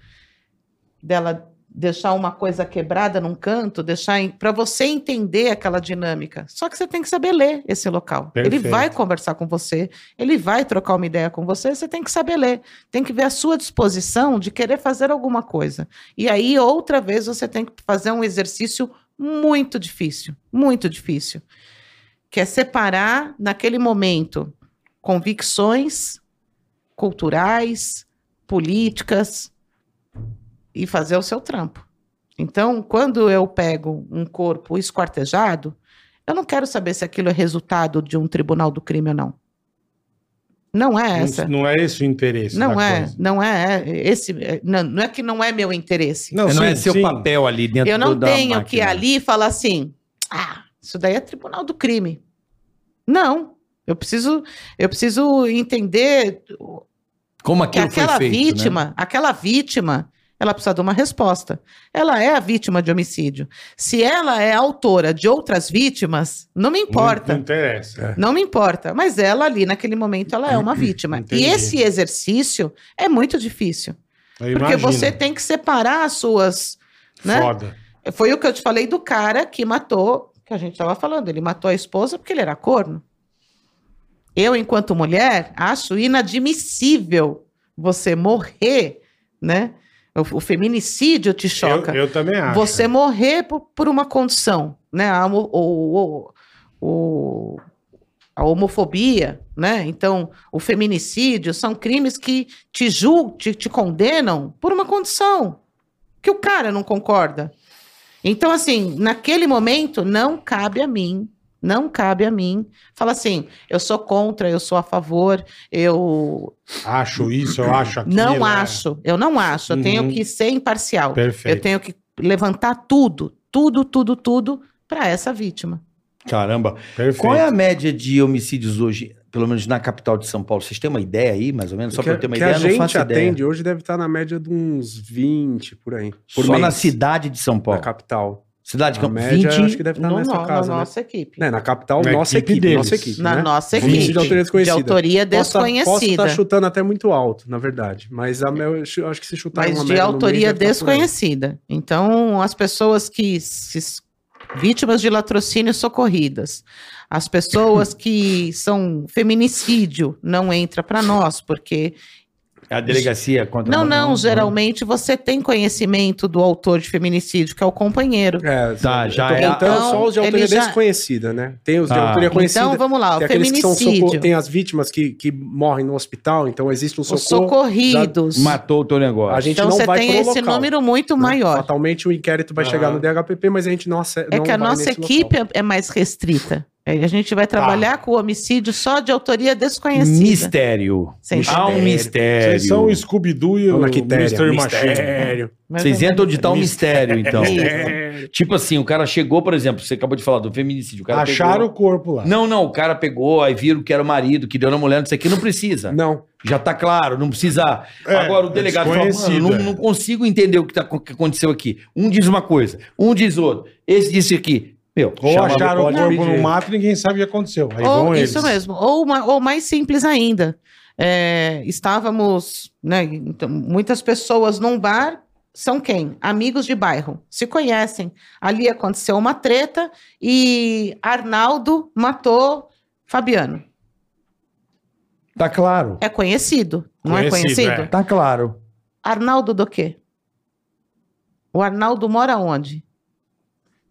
Speaker 4: Dela deixar uma coisa quebrada num canto, deixar para você entender aquela dinâmica. Só que você tem que saber ler esse local. Ele
Speaker 2: Perfeito.
Speaker 4: vai conversar com você, ele vai trocar uma ideia com você, você tem que saber ler tem que ver a sua disposição de querer fazer alguma coisa. E aí, outra vez, você tem que fazer um exercício muito difícil, muito difícil, que é separar, naquele momento, convicções culturais, políticas, e fazer o seu trampo. Então, quando eu pego um corpo esquartejado, eu não quero saber se aquilo é resultado de um tribunal do crime ou não. Não é essa.
Speaker 2: Não, não é esse o interesse.
Speaker 4: Não
Speaker 2: da
Speaker 4: é,
Speaker 2: coisa.
Speaker 4: não é é, esse, é, não, não é que não é meu interesse.
Speaker 2: Não,
Speaker 3: Não, é
Speaker 2: sim,
Speaker 3: seu
Speaker 2: sim.
Speaker 3: papel ali dentro
Speaker 4: eu não
Speaker 3: da
Speaker 4: tenho
Speaker 3: máquina.
Speaker 4: que ir ali e falar assim, ah, isso daí é tribunal do crime. Não, eu preciso, eu preciso entender
Speaker 3: Como
Speaker 4: que
Speaker 3: aquilo
Speaker 4: aquela
Speaker 3: foi feito, né?
Speaker 4: vítima, aquela vítima, ela precisa de uma resposta. Ela é a vítima de homicídio. Se ela é autora de outras vítimas, não me importa.
Speaker 2: Não, não interessa.
Speaker 4: Não me importa, mas ela ali naquele momento ela é uma vítima.
Speaker 2: Entendi.
Speaker 4: E esse exercício é muito difícil.
Speaker 2: Eu
Speaker 4: Porque
Speaker 2: imagino.
Speaker 4: você tem que separar as suas. Né?
Speaker 2: Foda.
Speaker 4: Foi o que eu te falei do cara que matou, que a gente estava falando. Ele matou a esposa porque ele era corno. Eu, enquanto mulher, acho inadmissível você morrer, né? O, o feminicídio te choca.
Speaker 2: Eu, eu também acho.
Speaker 4: você morrer por, por uma condição, né? A, homo- o- o- o- a homofobia, né? Então, o feminicídio são crimes que te julgam, te, te condenam por uma condição que o cara não concorda. Então, assim, naquele momento, não cabe a mim, não cabe a mim falar assim, eu sou contra, eu sou a favor, eu
Speaker 2: Acho isso, eu acho aquilo.
Speaker 4: não
Speaker 2: é.
Speaker 4: acho, eu não acho, eu
Speaker 2: Uhum.
Speaker 4: tenho que ser imparcial. Eu
Speaker 2: Perfeito.
Speaker 4: tenho que levantar tudo, tudo, tudo, tudo para essa vítima.
Speaker 3: Caramba.
Speaker 2: Perfeito.
Speaker 3: Qual é a média de homicídios hoje, pelo menos na capital de São Paulo? Vocês têm uma ideia aí, mais ou menos? Só
Speaker 5: que,
Speaker 3: para eu ter uma
Speaker 5: que
Speaker 3: ideia,
Speaker 5: a
Speaker 3: eu não
Speaker 5: gente
Speaker 3: faço ideia.
Speaker 5: atende hoje deve estar na média de uns 20 por aí. Por
Speaker 3: Só na
Speaker 5: mês,
Speaker 3: cidade de São
Speaker 5: Na
Speaker 3: Paulo.
Speaker 5: capital.
Speaker 3: Cidade de
Speaker 5: A
Speaker 3: Campo
Speaker 5: média,
Speaker 3: 20.
Speaker 5: acho que deve estar
Speaker 4: No-
Speaker 5: nessa
Speaker 4: no-
Speaker 5: casa,
Speaker 4: na
Speaker 5: né?
Speaker 4: nossa equipe.
Speaker 5: Né, na capital,
Speaker 2: Na
Speaker 5: nossa
Speaker 2: equipe
Speaker 5: equipe.
Speaker 2: deles.
Speaker 5: nossa equipe.
Speaker 4: Na
Speaker 5: né?
Speaker 4: nossa
Speaker 5: Homicídio
Speaker 4: equipe.
Speaker 5: de autoria
Speaker 4: de
Speaker 5: desconhecida.
Speaker 4: autoria
Speaker 5: Posso tá- Posso
Speaker 4: desconhecida.
Speaker 5: estar chutando até muito alto, na verdade. Mas a meu, eu acho que se chutar
Speaker 4: mas
Speaker 5: uma
Speaker 4: de
Speaker 5: média no mês,
Speaker 4: autoria
Speaker 5: deve tá por aí.
Speaker 4: desconhecida. Então, as pessoas que. se- vítimas de latrocínio socorridas, as pessoas que são feminicídio não entra para nós, porque
Speaker 3: é A delegacia contra
Speaker 4: Não, não, geralmente você tem conhecimento do autor de feminicídio, que é o companheiro.
Speaker 5: É,
Speaker 3: Tá, já é.
Speaker 5: Então,
Speaker 4: Então,
Speaker 5: só os de
Speaker 4: ele
Speaker 5: autoria
Speaker 4: já-
Speaker 5: desconhecida, né? Tem os de
Speaker 3: Ah.
Speaker 5: autoria conhecida.
Speaker 4: Então, vamos lá, o
Speaker 5: tem aqueles que são socor...
Speaker 4: feminicídio,
Speaker 5: Tem as vítimas que, que morrem no hospital, então existe um
Speaker 4: os
Speaker 5: socorro.
Speaker 4: socorridos.
Speaker 3: Matou o teu negócio.
Speaker 5: A gente
Speaker 4: Então
Speaker 5: não
Speaker 4: você
Speaker 5: vai
Speaker 4: tem
Speaker 5: pro
Speaker 4: esse
Speaker 5: local,
Speaker 4: número muito
Speaker 5: né?
Speaker 4: maior.
Speaker 5: Fatalmente o inquérito vai chegar
Speaker 3: Ah.
Speaker 5: no DHPP, mas a gente não acessa.
Speaker 4: É que a nossa equipe é- é mais restrita. É, A gente
Speaker 5: Tá.
Speaker 4: vai trabalhar com o homicídio só de autoria desconhecida.
Speaker 3: Mistério.
Speaker 4: Você entendeu?
Speaker 3: Há um mistério.
Speaker 2: Vocês são o Scooby-Doo e o
Speaker 5: Dona Quitéria,
Speaker 2: Mr. Machine.
Speaker 5: Mistério.
Speaker 4: Mais ou
Speaker 3: Vocês
Speaker 4: menos.
Speaker 3: entram de tal mistério, então.
Speaker 4: Isso.
Speaker 3: Tipo assim, o cara chegou, por exemplo, você acabou de falar do feminicídio. O cara
Speaker 2: Acharam o corpo lá.
Speaker 3: pegou- Não, não, o cara pegou, aí viram que era o marido, que deu na mulher, não sei o que, não
Speaker 4: é
Speaker 3: precisa.
Speaker 5: Não.
Speaker 3: Já tá claro, não precisa.
Speaker 2: É,
Speaker 3: Agora o delegado fala,
Speaker 2: desconhecido,
Speaker 3: mano,
Speaker 2: é.
Speaker 3: não, não consigo entender o que, tá, o que aconteceu aqui. Um diz uma coisa, um diz outra. Esse disse aqui. Meu,
Speaker 2: Ou
Speaker 3: chamava-
Speaker 2: acharam o
Speaker 5: pode
Speaker 2: corpo
Speaker 5: pedir.
Speaker 2: no mato e ninguém sabe o que aconteceu. Aí
Speaker 4: Ou,
Speaker 2: vão eles.
Speaker 4: isso mesmo. Ou, uma- ou mais simples ainda. É, estávamos, né, então, muitas pessoas num bar são quem? Amigos de bairro. Se conhecem. Ali aconteceu uma treta e Arnaldo matou Fabiano.
Speaker 3: Tá claro,
Speaker 4: É conhecido, não é
Speaker 2: Conhecido,
Speaker 4: conhecido?
Speaker 2: é.
Speaker 3: tá claro.
Speaker 4: Arnaldo do quê? O Arnaldo mora onde?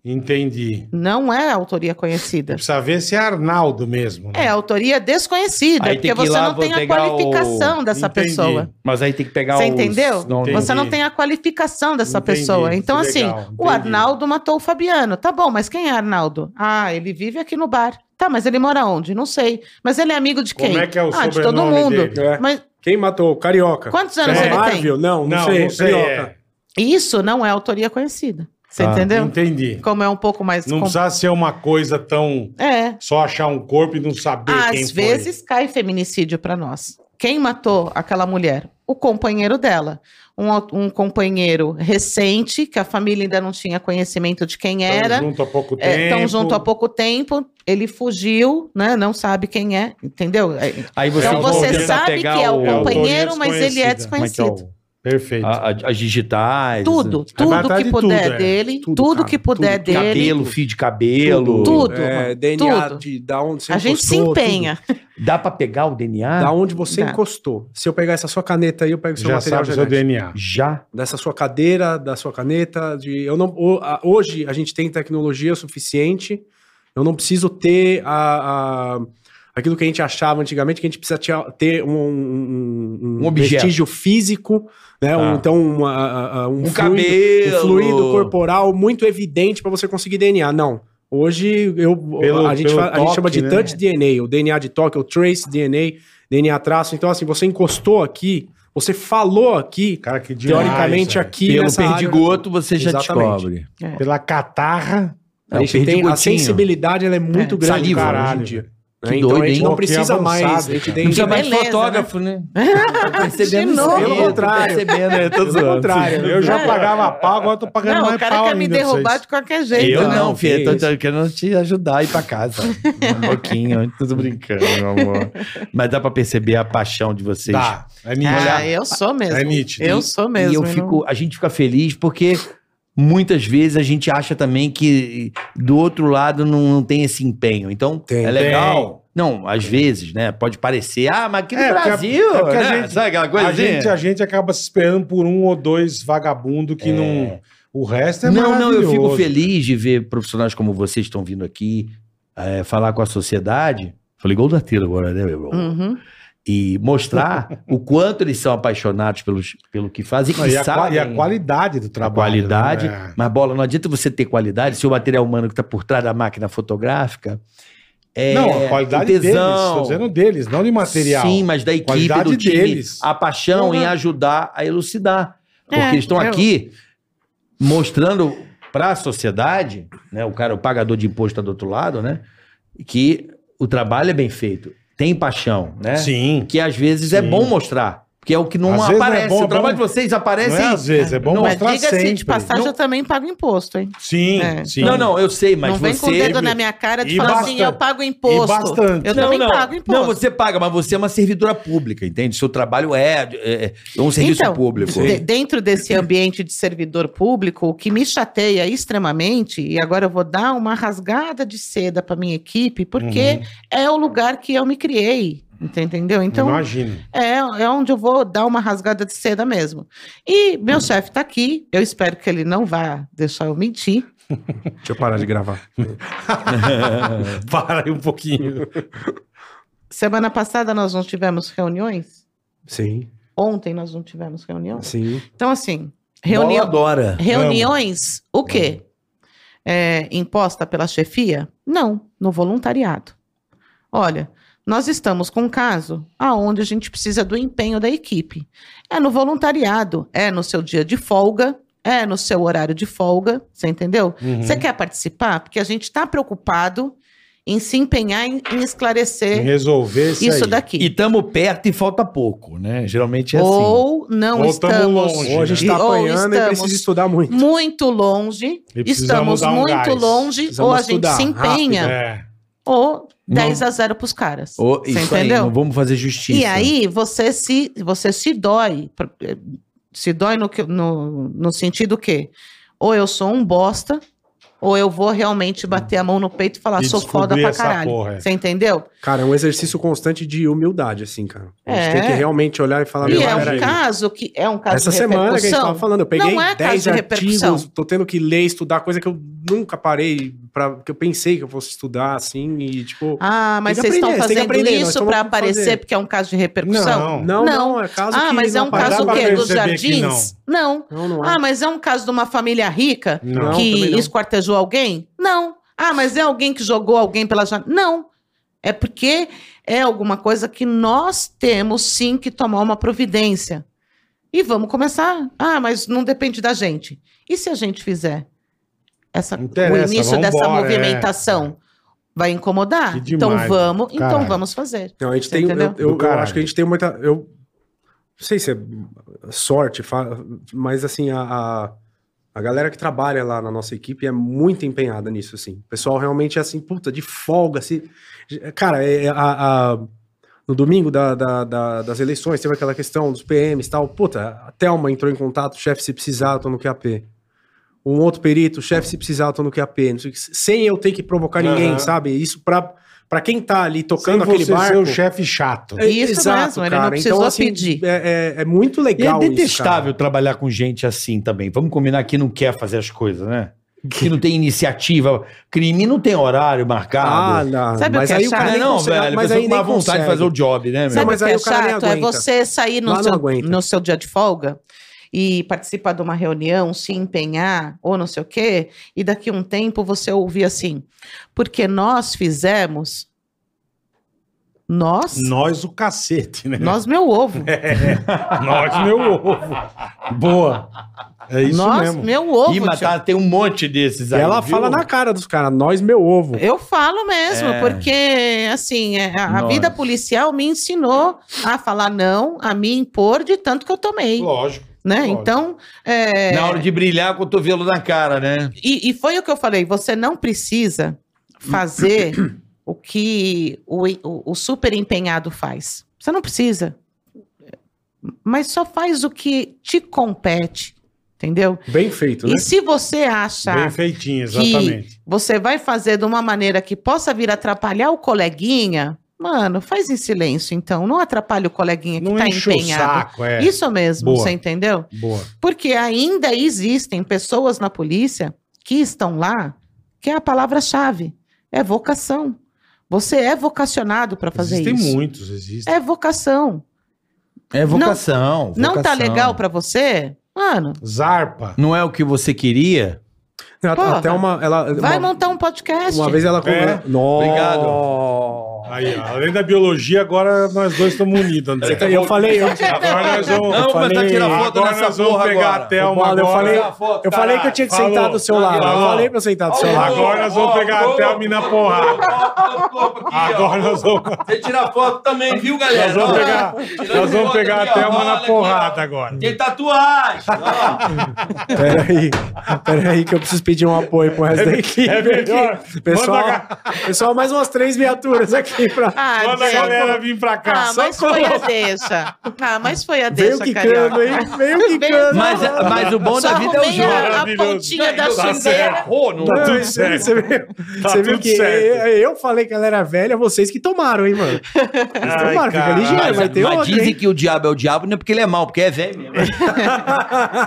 Speaker 2: Entendi.
Speaker 4: Não é autoria conhecida.
Speaker 2: Precisa ver se é Arnaldo mesmo. né?
Speaker 4: É autoria desconhecida,
Speaker 3: Aí tem
Speaker 4: É
Speaker 3: que ir
Speaker 4: porque você
Speaker 3: lá,
Speaker 4: não
Speaker 3: vou
Speaker 4: tem a
Speaker 3: pegar o-
Speaker 4: qualificação dessa
Speaker 2: Entendi.
Speaker 4: pessoa.
Speaker 3: Mas aí tem que pegar
Speaker 4: Você
Speaker 3: os-
Speaker 4: entendeu?
Speaker 3: Não,
Speaker 2: Entendi.
Speaker 4: Você não tem a qualificação dessa
Speaker 2: Entendi, é
Speaker 4: pessoa. Então,
Speaker 2: legal,
Speaker 4: assim,
Speaker 2: entendi.
Speaker 4: o Arnaldo matou o Fabiano. Tá bom, mas quem é Arnaldo? Ah, ele vive aqui no bar. Tá, mas ele mora onde? Não sei. Mas ele é amigo de quem?
Speaker 2: Como é que é o
Speaker 4: ah, de todo
Speaker 2: sobrenome
Speaker 4: mundo.
Speaker 2: dele?
Speaker 5: É.
Speaker 4: Mas
Speaker 5: Quem matou? Carioca.
Speaker 4: quantos anos
Speaker 2: É.
Speaker 4: ele
Speaker 5: Marvel? Não, não,
Speaker 2: Não,
Speaker 5: sei.
Speaker 2: não sei, é.
Speaker 5: Carioca.
Speaker 4: tem? Isso não é autoria conhecida. Você
Speaker 3: Tá,
Speaker 4: entendeu?
Speaker 2: Ah, Entendi.
Speaker 4: Como é um pouco mais.
Speaker 2: Não
Speaker 4: com-
Speaker 2: precisa ser uma coisa tão.
Speaker 4: É.
Speaker 2: Só achar um corpo e não saber quem
Speaker 4: Às
Speaker 2: foi.
Speaker 4: vezes cai feminicídio para nós. Quem matou aquela mulher? O companheiro dela. Um, au- um companheiro recente, que a família ainda não tinha conhecimento de quem
Speaker 2: Tão
Speaker 4: era.
Speaker 2: junto há pouco tempo.
Speaker 4: Estão junto há pouco tempo. Ele fugiu, né? Não sabe quem é, entendeu? É,
Speaker 3: Aí você
Speaker 4: Então
Speaker 3: volta a
Speaker 4: você
Speaker 3: tentar
Speaker 4: sabe que
Speaker 3: pegar
Speaker 4: é o
Speaker 2: é o
Speaker 4: companheiro,
Speaker 2: Toninho
Speaker 4: mas ele é
Speaker 2: desconhecido. Ah, Como
Speaker 3: Como é que é o-
Speaker 4: desconhecido.
Speaker 2: Perfeito.
Speaker 3: a- a- as digitais.
Speaker 4: Tudo,
Speaker 2: vai
Speaker 4: tudo
Speaker 2: atrás
Speaker 4: que
Speaker 2: de tudo,
Speaker 4: puder
Speaker 2: é.
Speaker 4: dele,
Speaker 5: Tudo,
Speaker 4: tudo,
Speaker 5: cara,
Speaker 4: que puder
Speaker 5: tudo.
Speaker 4: dele.
Speaker 3: Cabelo, fio de cabelo.
Speaker 4: Tudo.
Speaker 5: É,
Speaker 4: mano.
Speaker 5: DNA
Speaker 4: Tudo.
Speaker 5: de da onde você
Speaker 4: A gente se
Speaker 5: encostou, tudo.
Speaker 4: empenha. É.
Speaker 3: Dá pra pegar o DNA?
Speaker 2: um
Speaker 5: Da onde você
Speaker 4: Dá.
Speaker 5: encostou. Se eu pegar essa sua caneta aí, eu
Speaker 3: é
Speaker 5: pego seu
Speaker 2: Já
Speaker 5: material
Speaker 2: sabe o seu
Speaker 5: genético.
Speaker 2: DNA.
Speaker 3: Já.
Speaker 5: Dessa sua cadeira, da sua caneta. De, eu não, ho- a- hoje a gente tem tecnologia suficiente. Eu não preciso ter a, a- aquilo que a gente achava antigamente, que a gente precisa tia- ter um, um- um-
Speaker 3: Um objeto.
Speaker 5: vestígio físico, né? Um-
Speaker 2: Tá.
Speaker 3: Ah.
Speaker 5: então, uma- a- a- um,
Speaker 3: Um
Speaker 5: fluido-
Speaker 3: cabelo.
Speaker 5: um fluido corporal muito evidente para você conseguir DNA. Não. Hoje eu,
Speaker 2: Pelo-
Speaker 5: a, gente,
Speaker 2: pelo
Speaker 5: fa- a gente
Speaker 2: toque,
Speaker 5: chama de
Speaker 2: né?
Speaker 5: touch DNA, o DNA de toque, o trace DNA, DNA traço. Então, assim, você encostou aqui, você falou aqui,
Speaker 2: Cara, que demais,
Speaker 5: teoricamente
Speaker 2: velho.
Speaker 5: aqui.
Speaker 3: Pelo
Speaker 5: nessa área-
Speaker 3: perdigoto você já
Speaker 5: Exatamente.
Speaker 3: descobre.
Speaker 2: Pela catarra.
Speaker 3: É,
Speaker 5: A,
Speaker 3: o
Speaker 5: gente tem, a
Speaker 3: perdigotinho.
Speaker 5: sensibilidade ela é muito
Speaker 4: É,
Speaker 5: grande
Speaker 3: saliva,
Speaker 5: caralho,
Speaker 2: né?
Speaker 5: hoje em dia.
Speaker 3: Que
Speaker 5: né? Então
Speaker 3: doido,
Speaker 5: a gente
Speaker 3: hein?
Speaker 5: não
Speaker 2: Pô, que
Speaker 5: precisa
Speaker 2: avançado,
Speaker 5: mais. A gente
Speaker 2: cara.
Speaker 3: Não
Speaker 5: tem
Speaker 3: precisa mais
Speaker 4: Beleza,
Speaker 3: fotógrafo, né? Tô percebendo
Speaker 4: De novo.
Speaker 3: isso aí,
Speaker 5: Ah, Pelo
Speaker 3: tô
Speaker 5: contrário.
Speaker 3: Percebendo, eu tô
Speaker 5: Pelo
Speaker 3: zoando.
Speaker 5: contrário,
Speaker 2: Eu já
Speaker 4: É.
Speaker 2: pagava pau, agora tô pagando
Speaker 4: Não,
Speaker 2: mais
Speaker 4: o cara
Speaker 2: pau
Speaker 4: quer me
Speaker 2: ainda pra
Speaker 4: derrubar
Speaker 2: vocês.
Speaker 4: de qualquer jeito.
Speaker 3: Eu
Speaker 4: né?
Speaker 3: não, filho.
Speaker 5: que
Speaker 3: Tô, tô querendo te ajudar a ir pra casa. Um pouquinho, tudo brincando, meu amor. Mas dá pra perceber a paixão de vocês.
Speaker 2: Tá. É nítido.
Speaker 4: Ah, eu sou mesmo.
Speaker 2: É nítido.
Speaker 4: Eu sou
Speaker 3: E
Speaker 4: mesmo.
Speaker 3: eu
Speaker 4: não-
Speaker 3: fico, a gente fica feliz porque muitas vezes a gente acha também que do outro lado não, não tem esse empenho. Então,
Speaker 5: Tem.
Speaker 3: é legal. Não, às vezes, né? Pode parecer, ah, mas aqui no
Speaker 2: É, porque a-
Speaker 3: Brasil,
Speaker 2: é porque a
Speaker 3: né?
Speaker 2: gente-
Speaker 3: sabe aquela coisa
Speaker 2: a,
Speaker 3: assim?
Speaker 2: gente, é a gente acaba se esperando por um ou dois vagabundo que não. O resto é
Speaker 3: não, não, eu fico
Speaker 2: maravilhoso.
Speaker 3: feliz de ver profissionais como vocês estão vindo aqui é, falar com a sociedade. Falei igual o da Tila agora, né, meu irmão?
Speaker 4: Uhum.
Speaker 3: E mostrar o quanto eles são apaixonados pelos, pelo que fazem
Speaker 2: Não,
Speaker 3: e,
Speaker 2: e, a, qua-
Speaker 3: sabem
Speaker 2: e a qualidade do
Speaker 3: a
Speaker 2: trabalho.
Speaker 3: qualidade.
Speaker 2: né?
Speaker 3: Mas, bola, não adianta você ter qualidade se o material humano que está por trás da máquina fotográfica é.
Speaker 2: não, a qualidade
Speaker 3: o
Speaker 2: deles. Estou dizendo deles, não de material.
Speaker 3: Sim, mas da equipe,
Speaker 2: Qualidade
Speaker 3: do time.
Speaker 2: deles.
Speaker 3: A paixão
Speaker 4: Uhum.
Speaker 3: em ajudar a elucidar. Porque
Speaker 4: É,
Speaker 3: eles estão
Speaker 4: eu-
Speaker 3: aqui mostrando para a sociedade, né, o cara, o pagador de imposto tá do outro lado, né, que o trabalho é bem feito, tem paixão, né?
Speaker 2: Sim.
Speaker 3: Que às vezes é
Speaker 2: Sim.
Speaker 3: bom mostrar, porque é o que não
Speaker 2: Às vezes não é
Speaker 3: aparece.
Speaker 2: bom, é
Speaker 3: o trabalho
Speaker 2: bom-
Speaker 3: de vocês aparece
Speaker 2: Não é às vezes, é bom
Speaker 3: Não,
Speaker 4: Mas
Speaker 2: mostrar
Speaker 4: diga-se
Speaker 2: sempre.
Speaker 4: de passagem, eu também pago imposto, hein?
Speaker 2: Sim,
Speaker 4: É.
Speaker 2: sim.
Speaker 3: Não, não, eu sei, mas
Speaker 4: não vem
Speaker 3: você.
Speaker 4: com o dedo na minha cara de
Speaker 2: E
Speaker 4: falar assim,
Speaker 2: bastante.
Speaker 4: eu pago imposto.
Speaker 2: E bastante.
Speaker 4: Eu
Speaker 3: não,
Speaker 4: também
Speaker 3: não,
Speaker 4: pago imposto.
Speaker 3: não, você paga, mas você é uma servidora pública, entende? Seu trabalho é, é- é um serviço
Speaker 4: Então,
Speaker 3: público.
Speaker 4: de- dentro desse ambiente de servidor público, o que me chateia extremamente, e agora eu vou dar uma rasgada de seda para minha equipe, porque é o lugar que eu me criei. Ent- Entendeu? Então,
Speaker 2: Imagina.
Speaker 4: é, é onde eu vou dar uma rasgada de seda mesmo. E meu chefe tá aqui, eu espero que ele não vá deixar eu mentir.
Speaker 5: Deixa eu parar de gravar.
Speaker 2: Para aí um pouquinho.
Speaker 4: Semana passada nós não tivemos reuniões,
Speaker 5: Sim,
Speaker 4: ontem nós não tivemos reunião.
Speaker 5: sim.
Speaker 4: Então, assim, reunião,
Speaker 3: adora.
Speaker 4: reuniões, o quê? É, imposta pela chefia? Não, no voluntariado. Olha, nós estamos com um caso aonde a gente precisa do empenho da equipe. É no voluntariado, é no seu dia de folga, é no seu horário de folga, você entendeu?
Speaker 2: Uhum.
Speaker 4: Você quer participar? Porque a gente está preocupado em se empenhar em, em esclarecer
Speaker 2: Resolver isso,
Speaker 4: isso
Speaker 2: aí.
Speaker 4: daqui.
Speaker 3: E tamo perto e falta pouco, né? Geralmente é assim.
Speaker 4: Ou não
Speaker 2: Ou tamo
Speaker 4: estamos.
Speaker 2: longe,
Speaker 5: Ou a gente tá
Speaker 4: e- ou
Speaker 5: apanhando e
Speaker 4: estamos
Speaker 5: precisa estudar muito.
Speaker 4: muito longe,
Speaker 2: E precisamos
Speaker 4: estamos
Speaker 2: dar um
Speaker 4: muito
Speaker 2: gás.
Speaker 4: longe,
Speaker 5: Precisamos
Speaker 4: ou a gente
Speaker 5: estudar
Speaker 4: se empenha,
Speaker 2: É.
Speaker 4: ou 10 a 0 pros caras.
Speaker 3: Ou,
Speaker 4: Você
Speaker 3: isso aí,
Speaker 4: entendeu?
Speaker 3: não vamos fazer justiça.
Speaker 4: e aí você se, você se dói. pra- eh, Se dói no, que- no, no sentido que ou eu sou um bosta, ou eu vou realmente bater a mão no peito e falar,
Speaker 2: E
Speaker 4: sou foda
Speaker 2: descobrir
Speaker 4: pra
Speaker 2: essa
Speaker 4: caralho.
Speaker 2: porra, é.
Speaker 4: Você entendeu?
Speaker 5: Cara, é um exercício constante de humildade, assim, cara. A gente
Speaker 4: É.
Speaker 5: tem que realmente olhar e falar,
Speaker 4: E
Speaker 5: meu,
Speaker 4: é um
Speaker 5: peraí.
Speaker 4: caso que é um caso
Speaker 5: Essa
Speaker 4: de
Speaker 5: semana que a gente
Speaker 4: repercussão.
Speaker 5: tava falando, eu peguei
Speaker 4: Não é caso
Speaker 5: 10
Speaker 4: de repercussão.
Speaker 5: artigos, tô tendo que ler, estudar coisa que eu nunca parei, pra, que eu pensei que eu fosse estudar, assim, e tipo...
Speaker 4: Ah, mas
Speaker 5: Tem que
Speaker 4: vocês estão
Speaker 5: aprender, tem que
Speaker 4: fazendo
Speaker 5: aprender, nós
Speaker 4: isso
Speaker 5: estamos
Speaker 4: para
Speaker 5: pra fazer.
Speaker 4: aparecer porque é um caso de repercussão?
Speaker 2: Não.
Speaker 5: não,
Speaker 4: não.
Speaker 5: não, é caso
Speaker 4: ah,
Speaker 5: que
Speaker 4: mas é
Speaker 5: não
Speaker 4: um
Speaker 5: aparece.
Speaker 2: dá
Speaker 4: caso o
Speaker 2: pra
Speaker 4: quê? Dos
Speaker 2: perceber que
Speaker 4: jardins? Não.
Speaker 5: Não, não
Speaker 4: Ah,
Speaker 5: é.
Speaker 4: mas é um caso de uma família rica
Speaker 2: Não.
Speaker 5: também
Speaker 4: que
Speaker 5: não.
Speaker 4: esquartejou alguém? Não. Ah, mas é alguém que jogou alguém pela janela? Não. É porque é alguma coisa que nós temos sim que tomar uma providência. E vamos começar. Ah, mas não depende da gente. E se a gente fizer essa,
Speaker 2: Não
Speaker 4: o
Speaker 2: interessa,
Speaker 4: início
Speaker 2: vambora,
Speaker 4: dessa
Speaker 2: é.
Speaker 4: movimentação? Vai incomodar?
Speaker 2: Que demais,
Speaker 4: então vamos, então
Speaker 2: caralho.
Speaker 4: vamos fazer.
Speaker 5: Não, a gente
Speaker 4: Você
Speaker 5: tem. Eu,
Speaker 4: entendeu?
Speaker 5: eu-
Speaker 2: Do
Speaker 5: eu
Speaker 2: caralho.
Speaker 5: acho que a gente tem muita. Eu não sei se é sorte, fa- mas assim, a, a, a galera que trabalha lá na nossa equipe é muito empenhada nisso, assim. O pessoal realmente é assim, puta, de folga, assim. Cara, é, é a. a- no domingo da- da- da- das eleições, teve aquela questão dos PMs e tal. Puta, a Thelma entrou em contato, chefe, se precisar, eu tô no QAP. Um outro perito, chefe, se precisar, eu tô no QAP. Não sei, o que, sem eu ter que provocar ninguém,
Speaker 2: Aham.
Speaker 5: sabe? Isso pra, pra quem tá ali
Speaker 2: Sem
Speaker 5: tocando aquele
Speaker 2: você
Speaker 5: barco...
Speaker 2: ser o chefe chato.
Speaker 5: É,
Speaker 4: Isso mesmo, ele não precisou pedir.
Speaker 5: É, é- é
Speaker 3: E
Speaker 5: muito
Speaker 3: é
Speaker 5: legal
Speaker 3: detestável trabalhar com gente assim também. Vamos combinar que não quer fazer as coisas, né? Que não tem iniciativa. Crime não tem horário
Speaker 5: isso, cara. Ah,
Speaker 3: marcado.
Speaker 5: não.
Speaker 4: Sabe o
Speaker 5: mas
Speaker 4: que é
Speaker 5: aí o
Speaker 4: chato?
Speaker 5: cara
Speaker 3: não,
Speaker 5: nem
Speaker 3: não
Speaker 5: consegue-
Speaker 3: velho.
Speaker 5: Mas
Speaker 3: Mas aí
Speaker 5: aí
Speaker 3: uma
Speaker 5: nem
Speaker 3: vontade de fazer o job, né, meu?
Speaker 4: Sabe
Speaker 5: mas
Speaker 4: o que
Speaker 5: aí
Speaker 4: é
Speaker 5: o cara nem
Speaker 4: chato? É
Speaker 5: aguenta.
Speaker 4: você sair
Speaker 5: Lá
Speaker 4: no
Speaker 5: não
Speaker 4: seu,
Speaker 5: aguenta.
Speaker 4: no seu dia de folga e participar de uma reunião, se empenhar ou não sei o quê, e daqui a um tempo você ouvir assim, porque nós fizemos. Nós?
Speaker 2: Nós o cacete, né?
Speaker 4: Nós, meu ovo.
Speaker 2: Nós, meu ovo. Boa. É isso
Speaker 4: nós,
Speaker 2: mesmo.
Speaker 4: meu ovo.
Speaker 3: Ih, mas
Speaker 4: tio.
Speaker 3: tá- tem um monte desses
Speaker 5: E
Speaker 3: aí.
Speaker 5: ela
Speaker 3: viu?
Speaker 5: fala na cara dos caras, nós, meu ovo.
Speaker 4: Eu falo mesmo,
Speaker 3: É.
Speaker 4: porque assim, é, a, a
Speaker 3: Nós.
Speaker 4: vida policial me ensinou a falar não, a me impor de tanto que eu tomei.
Speaker 2: Lógico.
Speaker 4: né?
Speaker 2: lógico.
Speaker 4: Então. é,
Speaker 3: Na hora de brilhar, cotovelo na cara, né?
Speaker 4: E, e foi o que eu falei: você não precisa fazer o que o, o, o super empenhado faz. Você não precisa. Mas só faz o que te compete, entendeu?
Speaker 5: Bem feito, né?
Speaker 4: E se você acha
Speaker 2: Bem feitinho,
Speaker 4: que-
Speaker 2: exatamente.
Speaker 4: você vai fazer de uma maneira que possa vir atrapalhar o coleguinha, mano, faz em silêncio, então. Não atrapalha o coleguinha que
Speaker 2: Não
Speaker 4: está
Speaker 2: enche o
Speaker 4: empenhado.
Speaker 2: saco, é.
Speaker 4: Isso mesmo,
Speaker 2: Boa.
Speaker 4: você entendeu?
Speaker 2: Boa.
Speaker 4: Porque ainda existem pessoas na polícia que estão lá, que é a palavra-chave, é vocação. Você é vocacionado para fazer
Speaker 2: Existem
Speaker 4: isso.
Speaker 2: muitos, existem.
Speaker 4: É vocação.
Speaker 3: É vocação.
Speaker 4: Não tá
Speaker 3: vocação.
Speaker 4: legal para você? Mano,
Speaker 2: Zarpa.
Speaker 3: Não é o que você queria?
Speaker 5: A-
Speaker 4: Porra.
Speaker 5: Até uma. Ela,
Speaker 4: vai
Speaker 5: uma,
Speaker 4: montar um podcast.
Speaker 5: uma vez ela.
Speaker 2: É.
Speaker 5: conver- Nossa.
Speaker 2: Aí, ó, além da biologia, agora nós dois estamos unidos, André.
Speaker 5: Então, Eu falei, eu,
Speaker 2: Agora nós vamos.
Speaker 3: Não,
Speaker 2: eu
Speaker 3: mas tá
Speaker 2: falei,
Speaker 3: tirando foto
Speaker 2: agora
Speaker 3: nessa
Speaker 2: nós vamos
Speaker 3: porra
Speaker 2: pegar
Speaker 3: agora.
Speaker 2: a Thelma
Speaker 5: Ô, Paulo, eu
Speaker 2: agora.
Speaker 5: falei-
Speaker 3: foto,
Speaker 5: eu falei que eu tinha que
Speaker 2: Falou.
Speaker 5: sentar do seu lado. Eu
Speaker 2: Falou.
Speaker 5: falei pra eu sentar do seu
Speaker 2: Olha,
Speaker 5: lado.
Speaker 2: Agora nós vamos pegar a Thelma e na porrada. Agora nós vamos,
Speaker 3: Você tira foto também, viu, galera?
Speaker 2: nós vamos
Speaker 3: Ó,
Speaker 2: pegar,
Speaker 3: tirando
Speaker 2: nós vamos
Speaker 3: foto
Speaker 2: pegar
Speaker 3: aqui,
Speaker 2: a
Speaker 3: ó,
Speaker 2: Thelma
Speaker 3: olha
Speaker 2: na
Speaker 3: aqui,
Speaker 2: porrada agora.
Speaker 3: ó. Tem tatuagem. ó.
Speaker 5: Peraí, peraí, que eu preciso pedir um apoio pro resto da equipe.
Speaker 2: É melhor.
Speaker 5: Pessoal,
Speaker 2: Manda a-
Speaker 5: pessoal mais umas três viaturas aqui.
Speaker 2: vir pra...
Speaker 4: Ah,
Speaker 2: Manda a
Speaker 4: Diego.
Speaker 2: galera vir pra cá.
Speaker 4: Ah, mas foi a deixa. Ah, mas foi a
Speaker 2: Veio
Speaker 4: deixa,
Speaker 2: quicando,
Speaker 4: carioca.
Speaker 2: hein? Veio quicando.
Speaker 3: Mas,
Speaker 2: tá
Speaker 3: mas o bom
Speaker 4: Só
Speaker 3: da vida é o
Speaker 4: arrumei
Speaker 3: jogo.
Speaker 4: a, a
Speaker 2: Maravilhoso.
Speaker 4: pontinha da
Speaker 2: Tá
Speaker 4: chumbeira.
Speaker 2: Tá tudo
Speaker 5: Não, você-
Speaker 2: certo.
Speaker 5: Você viu,
Speaker 2: Tá
Speaker 5: você viu
Speaker 2: tudo
Speaker 5: que
Speaker 2: certo.
Speaker 5: eu, eu falei que ela era velha, vocês que tomaram, hein, mano? Vocês
Speaker 2: Ai,
Speaker 5: tomaram, fica
Speaker 2: caralho.
Speaker 5: ligeiro,
Speaker 3: Mas,
Speaker 5: vai ter
Speaker 3: mas
Speaker 5: outra,
Speaker 3: dizem
Speaker 5: hein?
Speaker 3: que o diabo é o diabo, não é porque ele é mau, porque é velho mesmo.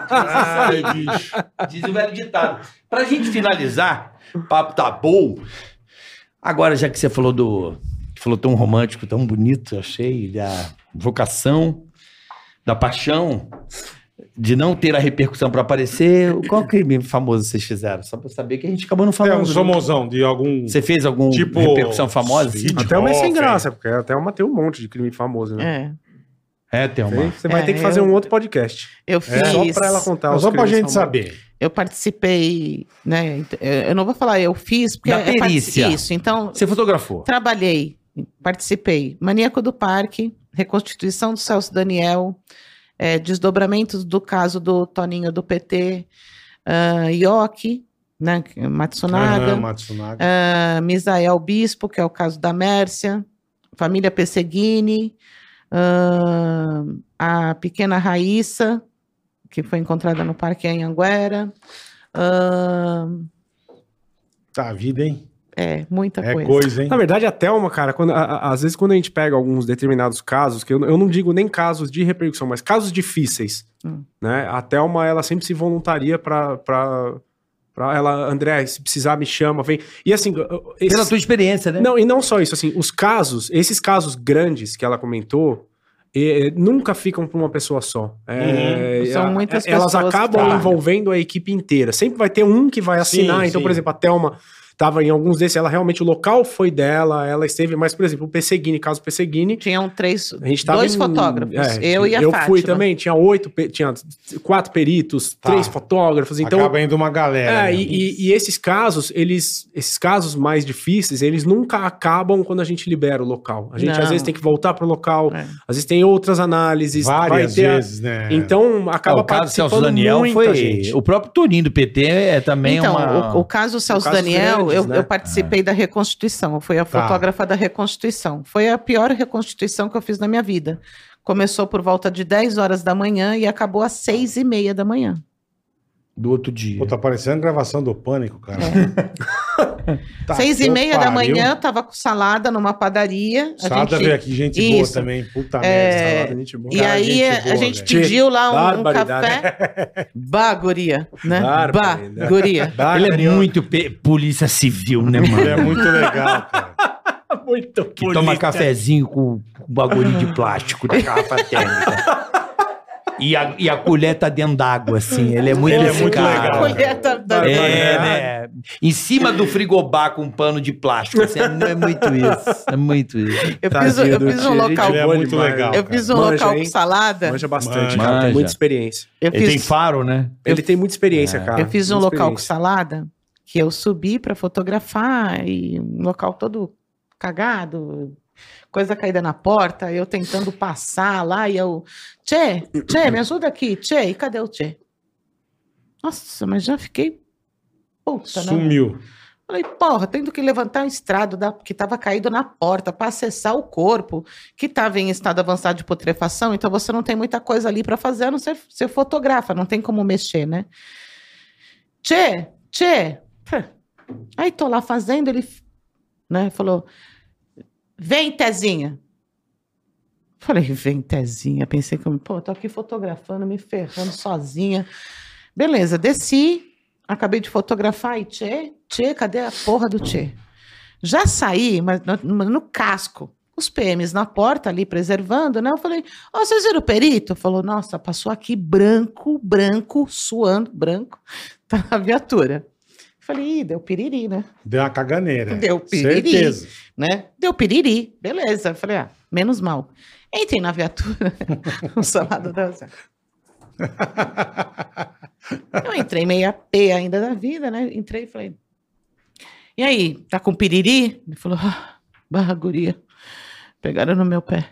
Speaker 2: Ai, bicho.
Speaker 3: Diz o velho ditado. Pra gente finalizar, papo tá bom. Agora, já que você falou do. que falou tão romântico, tão bonito, achei, da vocação, da paixão, de não ter a repercussão pra aparecer. Qual crime famoso vocês fizeram? Só pra eu saber que a gente acabou não
Speaker 2: É
Speaker 3: falando.
Speaker 2: um
Speaker 3: né?
Speaker 2: somozão de algum...
Speaker 3: Você fez alguma
Speaker 2: Tipo,
Speaker 3: repercussão famosa?
Speaker 2: sim.
Speaker 5: Até uma é sem
Speaker 2: Jovem.
Speaker 5: graça, porque até uma tem um monte de crime famoso, né?
Speaker 4: É,
Speaker 3: É, Thelma.
Speaker 5: Você vai
Speaker 4: É,
Speaker 5: ter que fazer
Speaker 4: eu-
Speaker 5: um outro podcast.
Speaker 2: É.
Speaker 5: É
Speaker 4: eu fiz.
Speaker 5: Só pra ela contar
Speaker 2: tá Só
Speaker 5: os
Speaker 2: pra
Speaker 5: crimes
Speaker 2: gente
Speaker 5: famosos.
Speaker 2: saber.
Speaker 4: Eu participei, né? ent- Eu não vou falar eu fiz, porque
Speaker 3: Da
Speaker 4: é partici-
Speaker 3: perícia.
Speaker 4: isso. Então,
Speaker 3: Você fotografou.
Speaker 4: trabalhei, participei. Maníaco do Parque, reconstituição do Celso Daniel, eh, desdobramentos do caso do Toninho do PT, ah, Ioki, né? Matsunaga.
Speaker 2: Aham, Matsunaga.
Speaker 4: Ah, Misael Bispo, que é o caso da Mércia, família Pesseguini, ah, a pequena Raíssa, que foi encontrada no Parque Anhanguera. Ah,
Speaker 2: Tá, a vida, hein?
Speaker 4: é, muita
Speaker 2: É
Speaker 4: coisa.
Speaker 2: coisa, hein?
Speaker 5: Na verdade, a Thelma, cara, quando, a- a- às vezes quando a gente pega alguns determinados casos, que eu, eu não digo nem casos de repercussão, mas casos difíceis,
Speaker 4: Hum.
Speaker 5: né? A Thelma, ela sempre se voluntaria pra... pra pra ela, André, se precisar, me chama, vem. E assim... eu-
Speaker 3: Pela
Speaker 5: esses-
Speaker 3: tua experiência, né?
Speaker 5: Não, e não só isso, assim, os casos, esses casos grandes que ela comentou, eh, nunca ficam para uma pessoa só. Eh,
Speaker 4: Uhum. São
Speaker 5: a-
Speaker 4: muitas
Speaker 5: eh, Elas
Speaker 4: pessoas que
Speaker 5: acabam
Speaker 4: trabalham.
Speaker 5: envolvendo a equipe inteira. Sempre vai ter um que vai assinar.
Speaker 2: Sim,
Speaker 5: então,
Speaker 2: sim.
Speaker 5: por exemplo, a Thelma estava em alguns desses, ela realmente, o local foi dela, ela esteve, mas, por exemplo, o Perseguini, caso Perseguini,
Speaker 4: Tinham três,
Speaker 5: a gente tava
Speaker 4: dois
Speaker 5: em-
Speaker 4: fotógrafos,
Speaker 5: é,
Speaker 4: eu e a
Speaker 5: Eu
Speaker 4: Fátima.
Speaker 5: fui também, tinha oito, pe- tinha quatro peritos,
Speaker 2: Tá.
Speaker 5: três fotógrafos, então...
Speaker 2: Acaba indo uma galera.
Speaker 5: É,
Speaker 2: né?
Speaker 5: e, e- e esses casos, eles, esses casos mais difíceis, eles nunca acabam quando a gente libera o local. A gente
Speaker 4: Não.
Speaker 5: às vezes tem que voltar pro local,
Speaker 4: É.
Speaker 5: às vezes tem outras análises,
Speaker 2: Várias
Speaker 5: vai ter a-
Speaker 2: vezes, né?
Speaker 5: Então acaba
Speaker 3: Ah, o caso do
Speaker 5: participando
Speaker 3: Celso Daniel
Speaker 5: muita
Speaker 3: foi.
Speaker 5: gente.
Speaker 3: O próprio Toninho do PT é também
Speaker 4: então,
Speaker 3: uma.
Speaker 4: o, o caso Celso
Speaker 5: caso
Speaker 4: Daniel,
Speaker 5: Fernandes,
Speaker 4: eu,
Speaker 5: né?
Speaker 4: eu participei da reconstituição, eu fui a
Speaker 2: Tá.
Speaker 4: fotógrafa da reconstituição. Foi a pior reconstituição que eu fiz na minha vida. Começou por volta de 10 horas da manhã e acabou às 6 e meia da manhã.
Speaker 3: Do outro dia.
Speaker 2: Pô, tá parecendo gravação do Pânico, cara. Tá
Speaker 4: Seis e
Speaker 2: que
Speaker 4: meia
Speaker 2: pariu.
Speaker 4: da manhã, eu tava com salada numa padaria. A
Speaker 2: Sada
Speaker 4: gente-
Speaker 2: veio aqui, gente boa
Speaker 4: Isso.
Speaker 2: também. Puta
Speaker 4: É,
Speaker 2: merda.
Speaker 5: Salada, gente boa.
Speaker 4: E
Speaker 2: Cara,
Speaker 4: aí é
Speaker 2: gente
Speaker 4: a-
Speaker 2: boa,
Speaker 4: a gente
Speaker 2: velho.
Speaker 4: pediu lá um- um,
Speaker 5: Barbaridade.
Speaker 4: café. Baguria, né?
Speaker 5: Barbaridade.
Speaker 4: Baguria.
Speaker 5: Ah,
Speaker 3: Ele é muito pe- polícia civil, né,
Speaker 2: Ele é
Speaker 3: mano?
Speaker 2: muito legal, cara.
Speaker 4: Tá
Speaker 5: muito
Speaker 3: que toma cafezinho com com bagulho de plástico da garrafa térmica. E a, e a colher tá dentro d'água, assim. Ele é muito
Speaker 2: Ele é
Speaker 3: eficaz.
Speaker 2: muito legal.
Speaker 3: cara.
Speaker 4: Colher da- da-
Speaker 3: É, né? Em cima do frigobar com um pano de plástico. assim, é muito isso. É muito isso.
Speaker 4: Eu fiz, eu fiz um local.
Speaker 2: Ele é muito legal,
Speaker 4: Eu fiz um
Speaker 5: Manja,
Speaker 4: local
Speaker 5: hein?
Speaker 4: com salada.
Speaker 5: Manja
Speaker 2: Manja.
Speaker 5: bastante, cara. Tem muita
Speaker 3: Manja.
Speaker 5: experiência.
Speaker 4: Eu
Speaker 3: Ele tem
Speaker 4: fiz,
Speaker 3: faro, né?
Speaker 5: Ele tem muita experiência, cara.
Speaker 4: eu fiz um
Speaker 5: muita
Speaker 4: local com
Speaker 5: experiência.
Speaker 4: salada que eu subi para fotografar e um local todo cagado, coisa caída na porta, eu tentando passar lá e eu, Tchê, Tchê, me ajuda aqui, Tchê, e cadê o Tchê? Nossa, mas já fiquei puta, né?
Speaker 2: Sumiu.
Speaker 4: Falei, porra, tendo que levantar um estrado da- que estava caído na porta para acessar o corpo, que estava em estado avançado de putrefação, então você não tem muita coisa ali para fazer, a não ser ser fotografa, não tem como mexer, né? Tchê, tchê. Pá. Aí tô lá fazendo, ele né, falou, vem, Tezinha. Falei, vem, Tezinha. Pensei que, eu- pô, tô aqui fotografando, me ferrando sozinha. Beleza, desci, Acabei de fotografar e tchê, tchê, cadê a porra do tchê? Já saí, mas no, no- no casco. Os PMs na porta ali preservando, né? Eu falei, ó, vocês viram o perito? Falou, nossa, passou aqui branco, branco, suando, branco, tá na viatura. Falei, ih, deu piriri, né?
Speaker 2: Deu uma caganeira.
Speaker 4: Deu piriri.
Speaker 2: Certeza.
Speaker 4: né? Deu piriri, beleza. Eu Falei, ah, menos mal. Entrei na viatura, o salado da Eu entrei meia P ainda da vida, né? Entrei e falei, e aí, tá com piriri? Ele falou, ah, barra guria, pegaram no meu pé.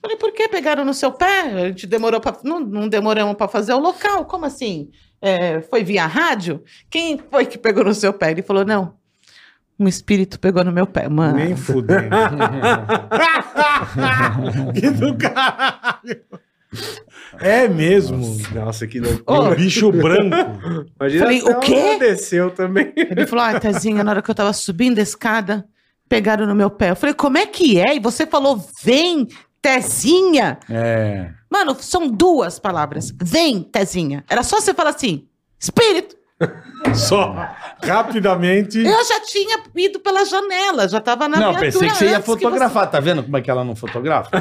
Speaker 4: Falei, por que pegaram no seu pé? A gente demorou pra, não, não demoramos para fazer o local, como assim? É, foi via rádio? Quem foi que pegou no seu pé? Ele falou, não, Um espírito pegou no meu pé, mano.
Speaker 2: Nem fudendo. que do caralho. É mesmo.
Speaker 5: Nossa, que louco.
Speaker 2: Um bicho branco.
Speaker 5: Imagina
Speaker 4: Falei,
Speaker 5: se
Speaker 4: o
Speaker 5: ela
Speaker 4: quê?
Speaker 5: desceu também.
Speaker 4: Ele falou, ai, Tazinha, na hora que eu tava subindo a escada, pegaram no meu pé. Eu falei, como é que é? E você falou, vem, Tezinha.
Speaker 2: É.
Speaker 4: Mano, são duas palavras. Vem, Tezinha. Era só você falar assim, espírito.
Speaker 2: Só rapidamente.
Speaker 4: Eu já tinha ido pela janela, já tava na
Speaker 3: Hum. Não,
Speaker 4: viatura
Speaker 3: pensei que você ia
Speaker 4: antes que Ah!
Speaker 3: fotografar. Tá vendo como é que ela não fotografa?
Speaker 4: Pô,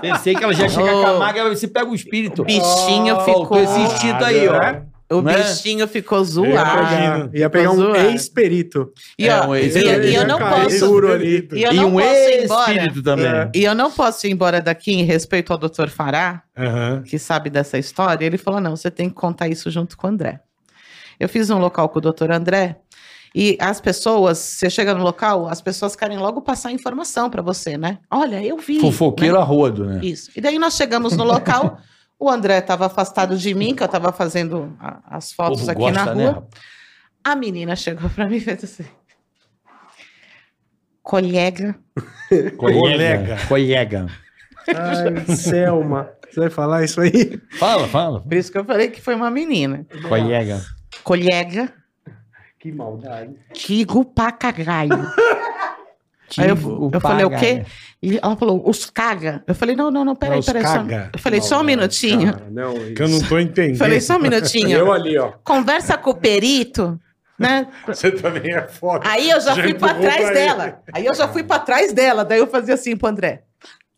Speaker 3: Pensei que ela já chega com a maga e você pega o espírito.
Speaker 4: o Oh. bichinho
Speaker 3: Faltou
Speaker 4: ficou...
Speaker 3: esse instinto aí, ó.
Speaker 5: Caralho.
Speaker 4: O
Speaker 3: né?
Speaker 4: bichinho ficou
Speaker 2: pegar-
Speaker 4: zoado.
Speaker 5: Ia pegar um
Speaker 4: Tá zoando.
Speaker 5: ex-perito.
Speaker 4: E,
Speaker 3: É,
Speaker 4: ó,
Speaker 3: um
Speaker 4: e-
Speaker 3: ex-
Speaker 4: e- e eu não
Speaker 5: Cara,
Speaker 4: posso...
Speaker 5: duro ali.
Speaker 4: E eu
Speaker 3: e
Speaker 4: não
Speaker 3: um
Speaker 4: posso ir embora.
Speaker 3: espírito também.
Speaker 5: É.
Speaker 4: E eu não posso ir embora daqui em respeito ao Dr. Fará,
Speaker 2: Aham.
Speaker 4: que sabe dessa história, ele falou: não, você tem que contar isso junto com o André. Eu fiz um local com o doutor André e as pessoas, você chega no local, as pessoas querem logo passar informação pra você, né? Olha, eu vi.
Speaker 3: Fofoqueiro
Speaker 4: né?
Speaker 3: a rodo, né?
Speaker 4: Isso. E daí nós chegamos no local, o André estava afastado de mim, que eu estava fazendo a- as
Speaker 3: O
Speaker 4: fotos
Speaker 3: povo
Speaker 4: aqui
Speaker 3: gosta,
Speaker 4: na rua.
Speaker 3: né, rapaz?
Speaker 4: A menina chegou pra mim e fez assim. Colega,
Speaker 2: Colega.
Speaker 3: Colega.
Speaker 5: Ai, Selma. Você vai falar isso aí?
Speaker 3: Fala, fala.
Speaker 4: por isso que eu falei que foi uma menina.
Speaker 3: Colega.
Speaker 4: Colega,
Speaker 5: Que maldade.
Speaker 4: Digo pra caralho. Aí eu,
Speaker 3: Digo
Speaker 4: eu
Speaker 3: pra
Speaker 4: falei, o quê?
Speaker 3: caralho.
Speaker 4: E ela falou, os caga. Eu falei, não, não, não,
Speaker 2: Ah,
Speaker 4: peraí,
Speaker 2: os
Speaker 4: peraí. Só...
Speaker 2: caga.
Speaker 4: Eu falei, só um minutinho.
Speaker 5: Cara, não, isso.
Speaker 2: Que eu não tô entendendo.
Speaker 4: Falei, só um minutinho.
Speaker 5: Eu ali, ó.
Speaker 4: Conversa com o perito, né?
Speaker 2: Você também é foda.
Speaker 4: Aí eu já,
Speaker 2: Já
Speaker 4: fui pra
Speaker 2: empurrou
Speaker 4: trás
Speaker 2: pra
Speaker 4: dela. Aí eu já fui pra trás dela. Daí eu fazia assim pro André.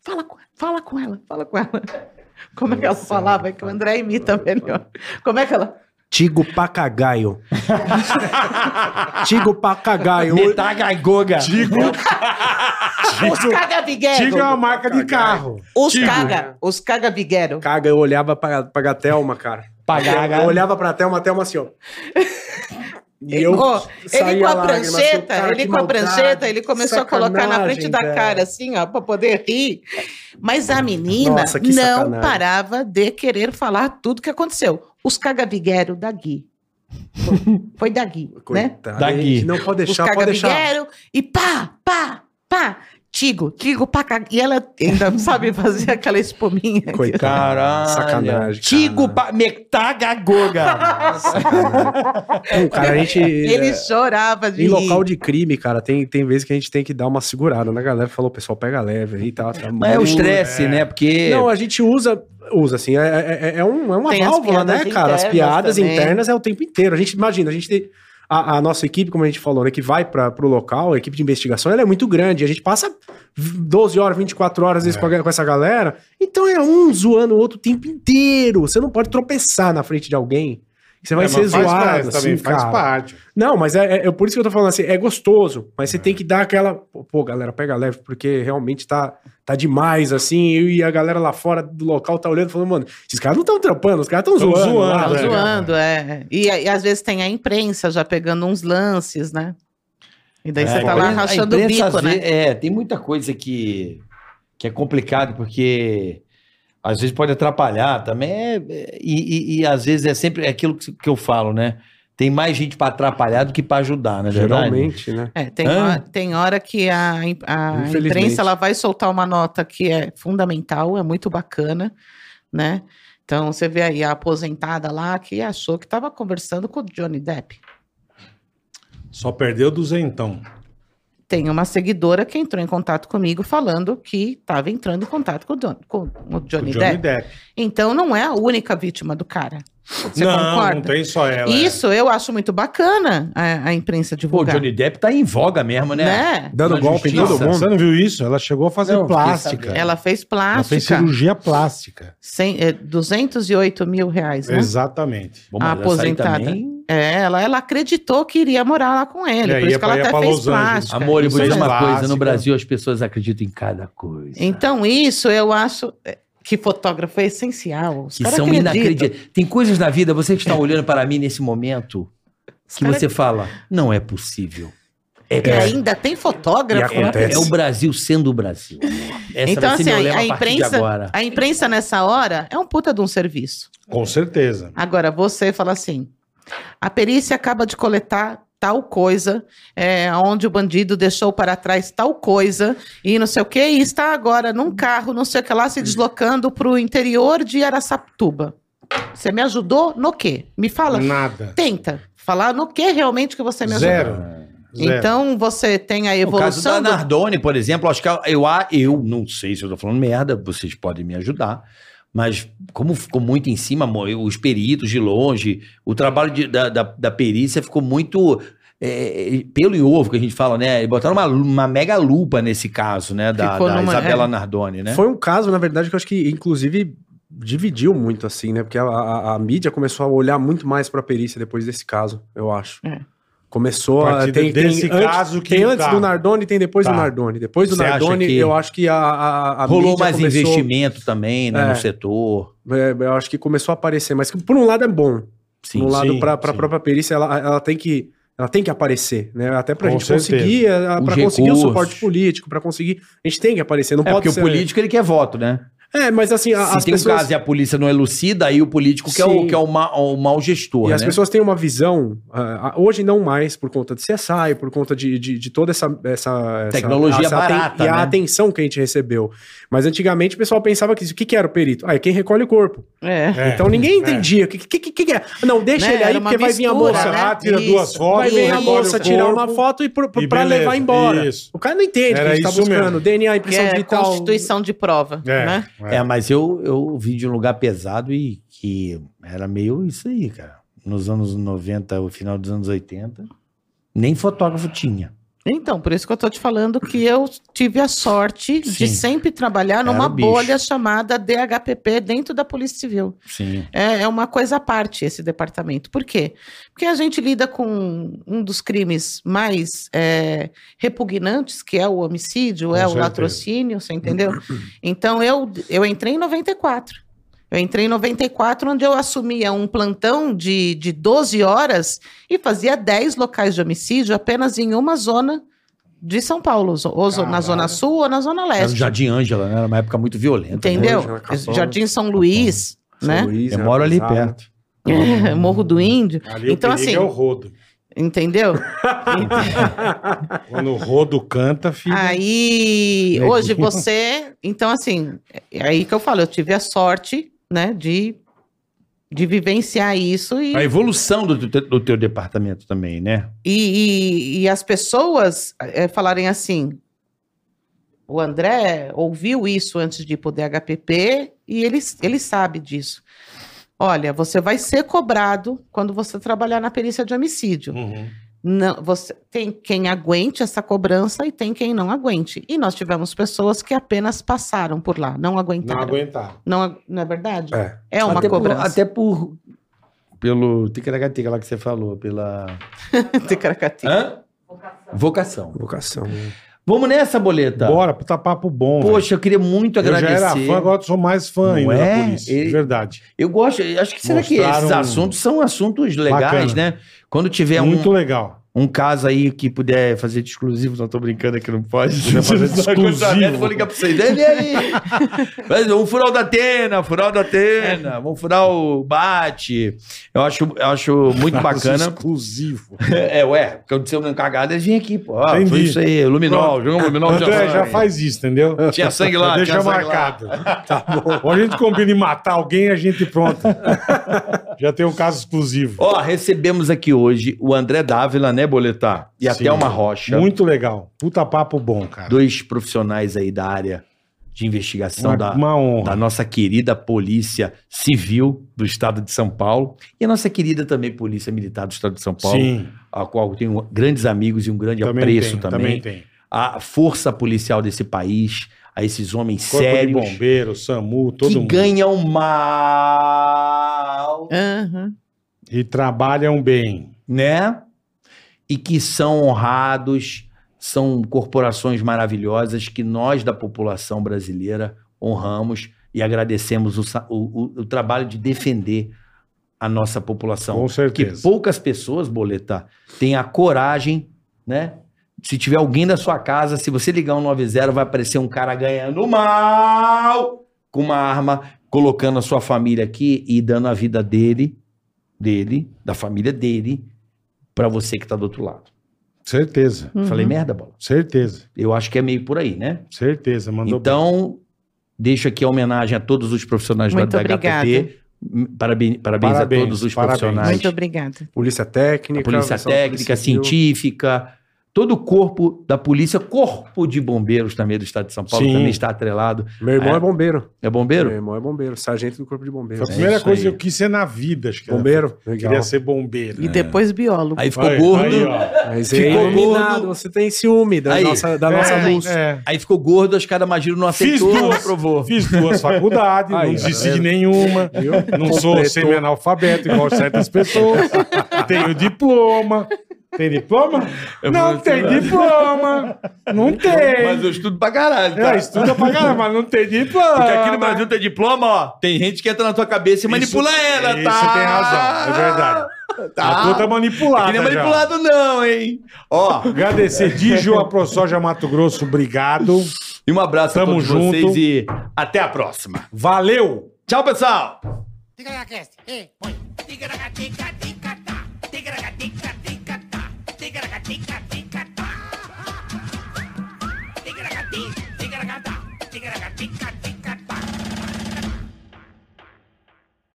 Speaker 4: Fala, com- fala com ela, fala com ela. Como é que ela falava? É que o André imita melhor. Como é que ela...
Speaker 5: Tigo Pacagaio. Tigo Pacagaio.
Speaker 3: Metaga Goga.
Speaker 2: Tigo,
Speaker 4: Os caga
Speaker 2: Tigo é uma
Speaker 4: viguero.
Speaker 2: marca de carro.
Speaker 4: Os caga, os caga viguero.
Speaker 5: Caga, eu olhava pra, pra Thelma, cara.
Speaker 3: Pagaga.
Speaker 5: Eu olhava pra Thelma, a Thelma assim, ó. E eu
Speaker 4: Ó, ele
Speaker 5: saía
Speaker 4: com a
Speaker 5: lágrima, assim,
Speaker 4: prancheta,
Speaker 5: cara,
Speaker 4: ele
Speaker 5: que
Speaker 4: com a
Speaker 5: maldade,
Speaker 4: prancheta, ele começou a colocar na frente
Speaker 5: sacanagem,
Speaker 4: da
Speaker 5: velho.
Speaker 4: cara, assim, ó, pra poder rir. Mas a menina
Speaker 5: Nossa, que
Speaker 4: não
Speaker 5: sacanagem.
Speaker 4: parava de querer falar tudo que aconteceu. Os cagavigueiro da Gui. Foi, foi da Gui, né?
Speaker 5: Coitado,
Speaker 3: Da
Speaker 5: gente,
Speaker 3: Gui.
Speaker 5: Não pode
Speaker 4: Os
Speaker 5: deixar, pode deixar.
Speaker 4: cagavigueiro e pá, pá, pá. Tigo, tigo, pá, ca- E ela ainda sabe fazer aquela espuminha.
Speaker 3: É
Speaker 4: aqui.
Speaker 5: Coitado.
Speaker 3: Caralho.
Speaker 5: Sacanagem.
Speaker 3: Tigo
Speaker 5: cara.
Speaker 3: pa... Metaga Goga.
Speaker 5: Não, cara, a gente.
Speaker 4: Ele chorava de
Speaker 5: Em
Speaker 4: rir.
Speaker 5: local de crime, cara, tem, tem vezes que a gente tem que dar uma segurada na galera. Falou, pessoal, pega leve aí, tá? tá
Speaker 3: Mas é o
Speaker 5: muito-
Speaker 3: estresse, né? Porque.
Speaker 4: é,
Speaker 5: Não, a gente usa, usa assim, é, é- é- é um, é uma
Speaker 4: Tem as
Speaker 5: válvula, né,
Speaker 4: piadas
Speaker 5: cara? As
Speaker 4: internas
Speaker 5: piadas
Speaker 4: também.
Speaker 5: internas é o tempo inteiro. A gente, imagina, a gente tem... A, a nossa equipe, como a gente falou, né, que vai para o local, a equipe de investigação, ela é muito grande. A gente passa 12 horas, 24 horas, às
Speaker 2: É.
Speaker 5: vezes, com, a- com essa galera. Então é um zoando o outro o tempo inteiro. Você não pode tropeçar na frente de alguém. Você vai
Speaker 2: É,
Speaker 5: ser
Speaker 2: mas faz parte
Speaker 5: zoado, assim,
Speaker 2: também, faz
Speaker 5: cara.
Speaker 2: parte.
Speaker 5: Não, mas é, é- é por isso que eu tô falando assim, é gostoso, mas você tem que dar aquela. Pô, pô, galera, pega leve, porque realmente tá, tá demais, assim, eu e a galera lá fora do local tá olhando e falando, mano, esses caras não estão trampando, os caras tão
Speaker 2: Tão
Speaker 5: zoando.
Speaker 2: zoando,
Speaker 5: lá,
Speaker 4: Tava
Speaker 2: né?
Speaker 5: velho."
Speaker 4: zoando, é. E, e às vezes tem a imprensa já pegando uns lances, né? E daí você
Speaker 3: É,
Speaker 4: tá
Speaker 3: a
Speaker 4: lá
Speaker 3: imprensa- a
Speaker 4: rachando o
Speaker 3: imprensa,
Speaker 4: bico,
Speaker 3: às
Speaker 4: né?
Speaker 3: ve- É, tem muita coisa que, que é complicado, porque às vezes pode atrapalhar também. é- é- e, e- e às vezes é sempre aquilo que, que eu falo, né? Tem mais gente pra atrapalhar do que pra ajudar, né?
Speaker 5: Geralmente, né?
Speaker 4: É, tem,
Speaker 3: Hã?
Speaker 4: hora, tem hora que a, im- a
Speaker 5: Infelizmente.
Speaker 4: imprensa ela vai soltar uma nota que é fundamental, é muito bacana, né? Então você vê aí a aposentada lá que achou que estava conversando com o Johnny Depp.
Speaker 2: Só perdeu duzentão.
Speaker 4: Tem uma seguidora que entrou em contato comigo falando que estava entrando em contato com o, Don- com o
Speaker 2: O
Speaker 4: Johnny
Speaker 2: Johnny
Speaker 4: Depp.
Speaker 2: Depp.
Speaker 4: Então não é a única vítima do cara. Você
Speaker 2: não,
Speaker 4: concorda?
Speaker 2: não tem só ela. é.
Speaker 4: Isso eu acho muito bacana a, a
Speaker 3: Pô,
Speaker 4: imprensa
Speaker 3: o
Speaker 4: divulgar.
Speaker 3: Johnny Depp tá em voga mesmo, né?
Speaker 4: né?
Speaker 5: Dando
Speaker 3: Na
Speaker 5: golpe em
Speaker 3: justiça.
Speaker 5: todo mundo.
Speaker 2: Você não viu isso? Ela chegou a fazer
Speaker 3: Não, fiquei
Speaker 2: plástica.
Speaker 3: sabendo.
Speaker 2: É. Ela,
Speaker 4: Ela fez
Speaker 2: fez
Speaker 4: plástica,
Speaker 2: cirurgia plástica.
Speaker 4: cem- é, 208 mil reais, né?
Speaker 2: Exatamente.
Speaker 3: Bom, mas
Speaker 4: A
Speaker 3: essa aí
Speaker 4: aposentada.
Speaker 3: também-
Speaker 4: É, ela, ela acreditou que iria morar lá com ele,
Speaker 2: É,
Speaker 4: por
Speaker 2: ia
Speaker 4: isso que ela
Speaker 2: pra- ia
Speaker 4: até
Speaker 2: pra
Speaker 4: fez
Speaker 2: Los Angeles.
Speaker 4: plástica.
Speaker 3: Amor, eu vou dizer
Speaker 2: Isso é
Speaker 3: uma
Speaker 2: clássica.
Speaker 3: coisa: no Brasil as pessoas acreditam em cada coisa.
Speaker 4: Então isso eu acho é, que fotógrafo é essencial. Os
Speaker 3: que
Speaker 4: cara
Speaker 3: são
Speaker 4: acreditam.
Speaker 3: inacreditáveis. Tem coisas na vida, você que está olhando para mim nesse momento,
Speaker 4: Os
Speaker 3: que
Speaker 4: cara-
Speaker 3: você fala, não é possível. É
Speaker 4: E ainda tem
Speaker 5: E
Speaker 4: fotógrafo. né?
Speaker 5: acontece.
Speaker 3: É o Brasil sendo o Brasil. Essa
Speaker 4: Então,
Speaker 3: vai ser
Speaker 4: assim,
Speaker 3: meu lema
Speaker 4: a- a
Speaker 3: a, partir de
Speaker 4: imprensa-
Speaker 3: agora.
Speaker 4: A imprensa nessa hora é um puta de um serviço.
Speaker 2: Com certeza.
Speaker 4: Agora, você fala assim: a perícia acaba de coletar tal coisa, é, onde o bandido deixou para trás tal coisa, e não sei o que, e está agora num carro, não sei o que lá,
Speaker 5: Hum.
Speaker 4: se deslocando para o interior de Araçatuba. Você me ajudou no quê? Me fala.
Speaker 2: Nada.
Speaker 4: Tenta falar no que realmente que você me ajudou.
Speaker 2: Zero. Zero.
Speaker 4: Então você tem
Speaker 3: No caso
Speaker 4: a
Speaker 3: da
Speaker 4: evolução do
Speaker 3: Nardone, por exemplo, acho que é eu, a- eu não sei se eu tô falando merda, vocês podem me ajudar. Mas como ficou muito em cima, amor, eu- os peritos de longe, o trabalho de- da, da- da perícia ficou muito é, pelo e ovo que a gente fala, né? E botaram uma, lu- uma mega lupa nesse caso, né? Da,
Speaker 4: Ficou
Speaker 3: da
Speaker 4: numa-
Speaker 3: Isabela
Speaker 4: é.
Speaker 3: Nardone, né?
Speaker 5: Foi um caso, na verdade, que eu acho que, inclusive, dividiu muito, assim, né? Porque a, a- a mídia começou a olhar muito mais pra perícia depois desse caso, eu acho.
Speaker 4: É.
Speaker 5: Começou
Speaker 2: A
Speaker 5: a.
Speaker 2: partir
Speaker 5: Tem, tem
Speaker 2: desse
Speaker 5: antes,
Speaker 2: caso que
Speaker 5: tem
Speaker 2: tá.
Speaker 5: antes do Nardoni, tem depois
Speaker 2: Tá.
Speaker 5: do Nardoni. Depois do
Speaker 3: Você acha
Speaker 5: Nardoni,
Speaker 3: que
Speaker 5: eu acho que a, a, a
Speaker 3: Rolou
Speaker 5: mídia
Speaker 3: mais
Speaker 5: começou-
Speaker 3: investimento também, né?
Speaker 5: É.
Speaker 3: No setor.
Speaker 5: é, eu acho que começou a aparecer. Mas que, por um lado é bom.
Speaker 3: Sim.
Speaker 5: por um lado,
Speaker 2: sim,
Speaker 5: para a
Speaker 2: sim.
Speaker 5: própria perícia, ela, ela tem que. Ela tem que aparecer, né? Até pra
Speaker 2: Com
Speaker 5: gente
Speaker 2: certeza.
Speaker 5: conseguir,
Speaker 3: Os
Speaker 5: para conseguir o
Speaker 3: recursos.
Speaker 5: suporte político, pra conseguir, a gente tem que aparecer, não
Speaker 3: É
Speaker 5: pode
Speaker 3: porque
Speaker 5: ser.
Speaker 3: o político ele quer voto, né?
Speaker 5: É, mas assim, a-
Speaker 3: Se
Speaker 5: as
Speaker 3: tem
Speaker 5: pessoas
Speaker 3: um caso e a polícia não elucida, aí o político que é o,
Speaker 5: Sim.
Speaker 3: que é o, ma, o mau gestor,
Speaker 5: E
Speaker 3: né?
Speaker 5: as pessoas têm uma visão, ah, ah, hoje não mais, por conta de CSI, por conta de, de, de toda essa, essa- essa-
Speaker 3: Tecnologia
Speaker 5: essa aten-
Speaker 3: barata,
Speaker 5: E a
Speaker 3: né?
Speaker 5: atenção que a gente recebeu. Mas antigamente o pessoal pensava que isso- o que, que era o perito? Ah, é quem recolhe o corpo.
Speaker 4: É.
Speaker 2: É.
Speaker 5: Então ninguém
Speaker 2: É.
Speaker 5: entendia. O que, que, que, que é? Não, deixa
Speaker 4: Né?
Speaker 5: ele
Speaker 4: Era
Speaker 5: aí,
Speaker 4: uma
Speaker 5: porque vai vir a
Speaker 4: mistura,
Speaker 5: moça.
Speaker 4: né?
Speaker 2: Ah, tira
Speaker 4: Isso.
Speaker 2: duas fotos,
Speaker 5: Vai vir a
Speaker 4: Isso.
Speaker 5: moça
Speaker 2: recolhe o
Speaker 5: tirar uma
Speaker 2: corpo.
Speaker 5: foto e pro-
Speaker 2: e
Speaker 5: é pra
Speaker 2: beleza,
Speaker 5: levar embora.
Speaker 2: isso.
Speaker 5: O cara não entende o
Speaker 2: Era
Speaker 5: que a gente tá
Speaker 2: isso
Speaker 5: buscando.
Speaker 2: mesmo.
Speaker 5: DNA,
Speaker 4: que
Speaker 5: impressão
Speaker 4: é
Speaker 5: digital.
Speaker 4: constituição de prova,
Speaker 2: É.
Speaker 4: né?
Speaker 3: É, mas eu, eu vim de um lugar pesado e que era meio isso aí, cara. Nos anos 90, o final dos anos 80, nem fotógrafo tinha.
Speaker 4: Então, por isso que eu tô te falando que eu tive a sorte de
Speaker 3: Sim.
Speaker 4: sempre trabalhar
Speaker 3: Era
Speaker 4: numa
Speaker 3: o bicho.
Speaker 4: bolha chamada DHPP dentro da Polícia Civil.
Speaker 3: Sim.
Speaker 4: É, é uma coisa à parte esse departamento. Por quê? Porque a gente lida com um dos crimes mais é, repugnantes, que é o homicídio,
Speaker 2: Com
Speaker 4: é o
Speaker 2: certeza.
Speaker 4: latrocínio, você entendeu? Então, eu, eu entrei em 94. Eu entrei em 94, onde eu assumia um plantão de, de 12 horas e fazia 10 locais de homicídio apenas em uma zona de São Paulo, zo- ou zo- na
Speaker 2: Caralho.
Speaker 4: Zona Sul ou na Zona
Speaker 3: Era o
Speaker 4: Leste.
Speaker 3: Jardim Ângela, né? Era uma época muito violenta.
Speaker 4: É, Entendeu?
Speaker 5: Hoje, né, Capão.
Speaker 4: Jardim São Luís,
Speaker 5: São
Speaker 4: né?
Speaker 5: Luís,
Speaker 3: Eu
Speaker 5: né,
Speaker 3: moro ali
Speaker 5: exato.
Speaker 3: perto.
Speaker 4: Morro do Índio,
Speaker 2: Ali
Speaker 4: Então,
Speaker 2: o perigo é
Speaker 4: assim-
Speaker 2: o rodo.
Speaker 4: entendeu?
Speaker 2: Quando o rodo canta, filho.
Speaker 4: Aí,
Speaker 2: Neguinho.
Speaker 4: hoje você. Então, assim, é aí que eu falo, eu tive a sorte, né, de, de vivenciar isso e,
Speaker 3: A evolução do, te- do teu departamento também, né?
Speaker 4: e, e- e as pessoas é, falarem assim. O André ouviu isso antes de ir pro DHPP e ele, ele sabe disso. Olha, você vai ser cobrado quando você trabalhar na perícia de homicídio.
Speaker 2: Uhum.
Speaker 4: Não, você tem quem aguente essa cobrança e tem quem não aguente. E nós tivemos pessoas que apenas passaram por lá, não
Speaker 2: Não
Speaker 4: aguentaram.
Speaker 2: aguentar.
Speaker 4: Não, a- não é verdade? É,
Speaker 5: É.
Speaker 4: uma
Speaker 3: até
Speaker 4: cobrança.
Speaker 3: Por, até por... Pelo ticaracatica lá que você falou, pela...
Speaker 4: Ticaracatica.
Speaker 3: Hã? Vocação.
Speaker 5: Vocação.
Speaker 3: Vamos nessa, Boleta.
Speaker 2: Bora, puta papo bom. velho.
Speaker 3: Tá. Poxa, eu queria muito
Speaker 2: eu
Speaker 3: agradecer.
Speaker 2: já era fã, agora eu sou mais fã
Speaker 3: Não
Speaker 2: ainda da
Speaker 3: é?
Speaker 2: polícia.
Speaker 3: Ele-
Speaker 2: de Verdade.
Speaker 3: Eu gosto, eu acho que será que esses
Speaker 2: Mostraram-
Speaker 3: assuntos são assuntos legais,
Speaker 2: Bacana.
Speaker 3: né? Quando tiver um,
Speaker 2: Muito legal.
Speaker 3: um caso aí que puder fazer de exclusivo, não tô brincando é que não pode.
Speaker 2: Puder fazer de exclusivo.
Speaker 3: Vou ligar pra vocês. Ele aí. Mas vamos furar o da Atena, furar o da
Speaker 2: É.
Speaker 3: Atena, vamos furar o Bate. Eu acho, eu acho muito bacana.
Speaker 2: Exclusivo.
Speaker 3: É, ué, aconteceu uma cagada, eles vêm aqui, pô. Ah, foi
Speaker 2: Entendi.
Speaker 3: isso aí, Luminol, jogamos Luminol
Speaker 2: André,
Speaker 3: tinha
Speaker 2: já
Speaker 3: sangue.
Speaker 2: faz isso, entendeu?
Speaker 3: Tinha sangue lá,
Speaker 2: Deixa
Speaker 3: tinha sangue lá.
Speaker 2: marcado. Tá bom. Ou a gente combina em matar alguém, a gente pronto. Já tem um caso exclusivo.
Speaker 3: Ó, recebemos aqui hoje o André Dávila, né, Boletar? E a
Speaker 2: Sim.
Speaker 3: Thelma Rocha.
Speaker 2: Muito legal. Puta papo bom, cara.
Speaker 3: dois profissionais aí da área de investigação
Speaker 2: Uma,
Speaker 3: da,
Speaker 2: uma honra.
Speaker 3: da nossa querida Polícia Civil do Estado de São Paulo e a nossa querida também Polícia Militar do Estado de São Paulo,
Speaker 2: Sim,
Speaker 3: a qual eu tenho grandes amigos e um grande
Speaker 2: também
Speaker 3: apreço
Speaker 2: tem,
Speaker 3: também.
Speaker 2: também tem.
Speaker 3: A força policial desse país, a esses homens
Speaker 2: Corpo
Speaker 3: sérios
Speaker 2: de bombeiro, SAMU, todo
Speaker 3: que
Speaker 2: mundo.
Speaker 3: ganham mal,
Speaker 4: Aham.
Speaker 2: E trabalham bem.
Speaker 3: né? E que são honrados, são corporações maravilhosas que nós da população brasileira honramos e agradecemos o, sa- o- o- o trabalho de defender a nossa população.
Speaker 2: Com
Speaker 3: Então, Que
Speaker 2: certeza.
Speaker 3: poucas pessoas, Boleta, têm a coragem, né? Se tiver alguém da sua casa, se você ligar um 90, vai aparecer um cara ganhando mal com uma arma, colocando a sua família aqui e dando a vida dele, dele, da família dele, pra você que tá do outro lado.
Speaker 2: Certeza.
Speaker 4: Uhum.
Speaker 3: Falei, merda, bola.
Speaker 2: Certeza.
Speaker 3: Eu acho que é meio por aí, né?
Speaker 2: Certeza. Mandou
Speaker 3: então, deixo aqui a homenagem a todos os profissionais
Speaker 4: Muito
Speaker 3: da, da
Speaker 4: obrigada.
Speaker 3: HPT. Parabéns, Hum, parabéns,
Speaker 2: Parabéns,
Speaker 3: a todos os
Speaker 2: parabéns.
Speaker 3: profissionais.
Speaker 4: Muito obrigada.
Speaker 5: Polícia técnica.
Speaker 3: A polícia
Speaker 5: ação
Speaker 3: técnica,
Speaker 5: civil.
Speaker 3: científica, todo o corpo da polícia, corpo de bombeiros também do estado de São Paulo,
Speaker 2: Sim.
Speaker 3: também está atrelado.
Speaker 5: Meu irmão
Speaker 3: É.
Speaker 5: é, bombeiro.
Speaker 3: É bombeiro?
Speaker 5: Meu irmão é bombeiro, sargento do corpo de
Speaker 2: Foi a
Speaker 5: bombeiros.
Speaker 2: primeira
Speaker 3: é isso
Speaker 2: coisa que
Speaker 3: aí.
Speaker 2: eu quis ser na vida, acho que era-
Speaker 5: Bombeiro.
Speaker 2: Eu
Speaker 5: Legal.
Speaker 2: queria ser bombeiro.
Speaker 4: E depois biólogo.
Speaker 3: Aí ficou
Speaker 2: Aí,
Speaker 3: gordo, aí,
Speaker 2: aí, ó.
Speaker 5: Mas
Speaker 3: Ficou
Speaker 5: é iluminado,
Speaker 3: gordo.
Speaker 5: você tem ciúme da
Speaker 3: Aí.
Speaker 5: nossa, da
Speaker 2: É,
Speaker 5: nossa luz.
Speaker 2: é.
Speaker 3: ficou gordo, os caras Magiro não
Speaker 2: Fiz
Speaker 3: aceitou, não
Speaker 2: duas.
Speaker 3: aprovou.
Speaker 2: Fiz duas faculdades,
Speaker 5: Aí,
Speaker 2: não
Speaker 5: tá
Speaker 2: desisti de
Speaker 5: vendo?
Speaker 2: nenhuma.
Speaker 5: Viu?
Speaker 2: Não sou
Speaker 5: Completou.
Speaker 2: semi-analfabeto igual certas pessoas. Tenho diploma. Tem diploma? não tem diploma. Não tem.
Speaker 3: Mas eu estudo pra caralho, tá?
Speaker 2: É, estuda pra caramba, mas não tem diploma.
Speaker 3: Porque aqui no Brasil tem diploma, ó. Tem gente que entra na tua cabeça e manipula ela,
Speaker 2: isso
Speaker 3: tá?
Speaker 2: Você tem razão, é verdade.
Speaker 3: Tá.
Speaker 2: A tua tá manipulada.
Speaker 3: Aqui não é
Speaker 2: já.
Speaker 3: manipulado, não, hein? Ó,
Speaker 2: Agradecer, Dijo, a ProSoja Mato Grosso, obrigado.
Speaker 3: e um abraço
Speaker 2: Tamo
Speaker 3: a todos
Speaker 2: junto.
Speaker 3: vocês e até a próxima.
Speaker 2: Valeu!
Speaker 3: Tchau, pessoal!
Speaker 6: Tiga na cast. Ei, põe. Tiga na tica, tica.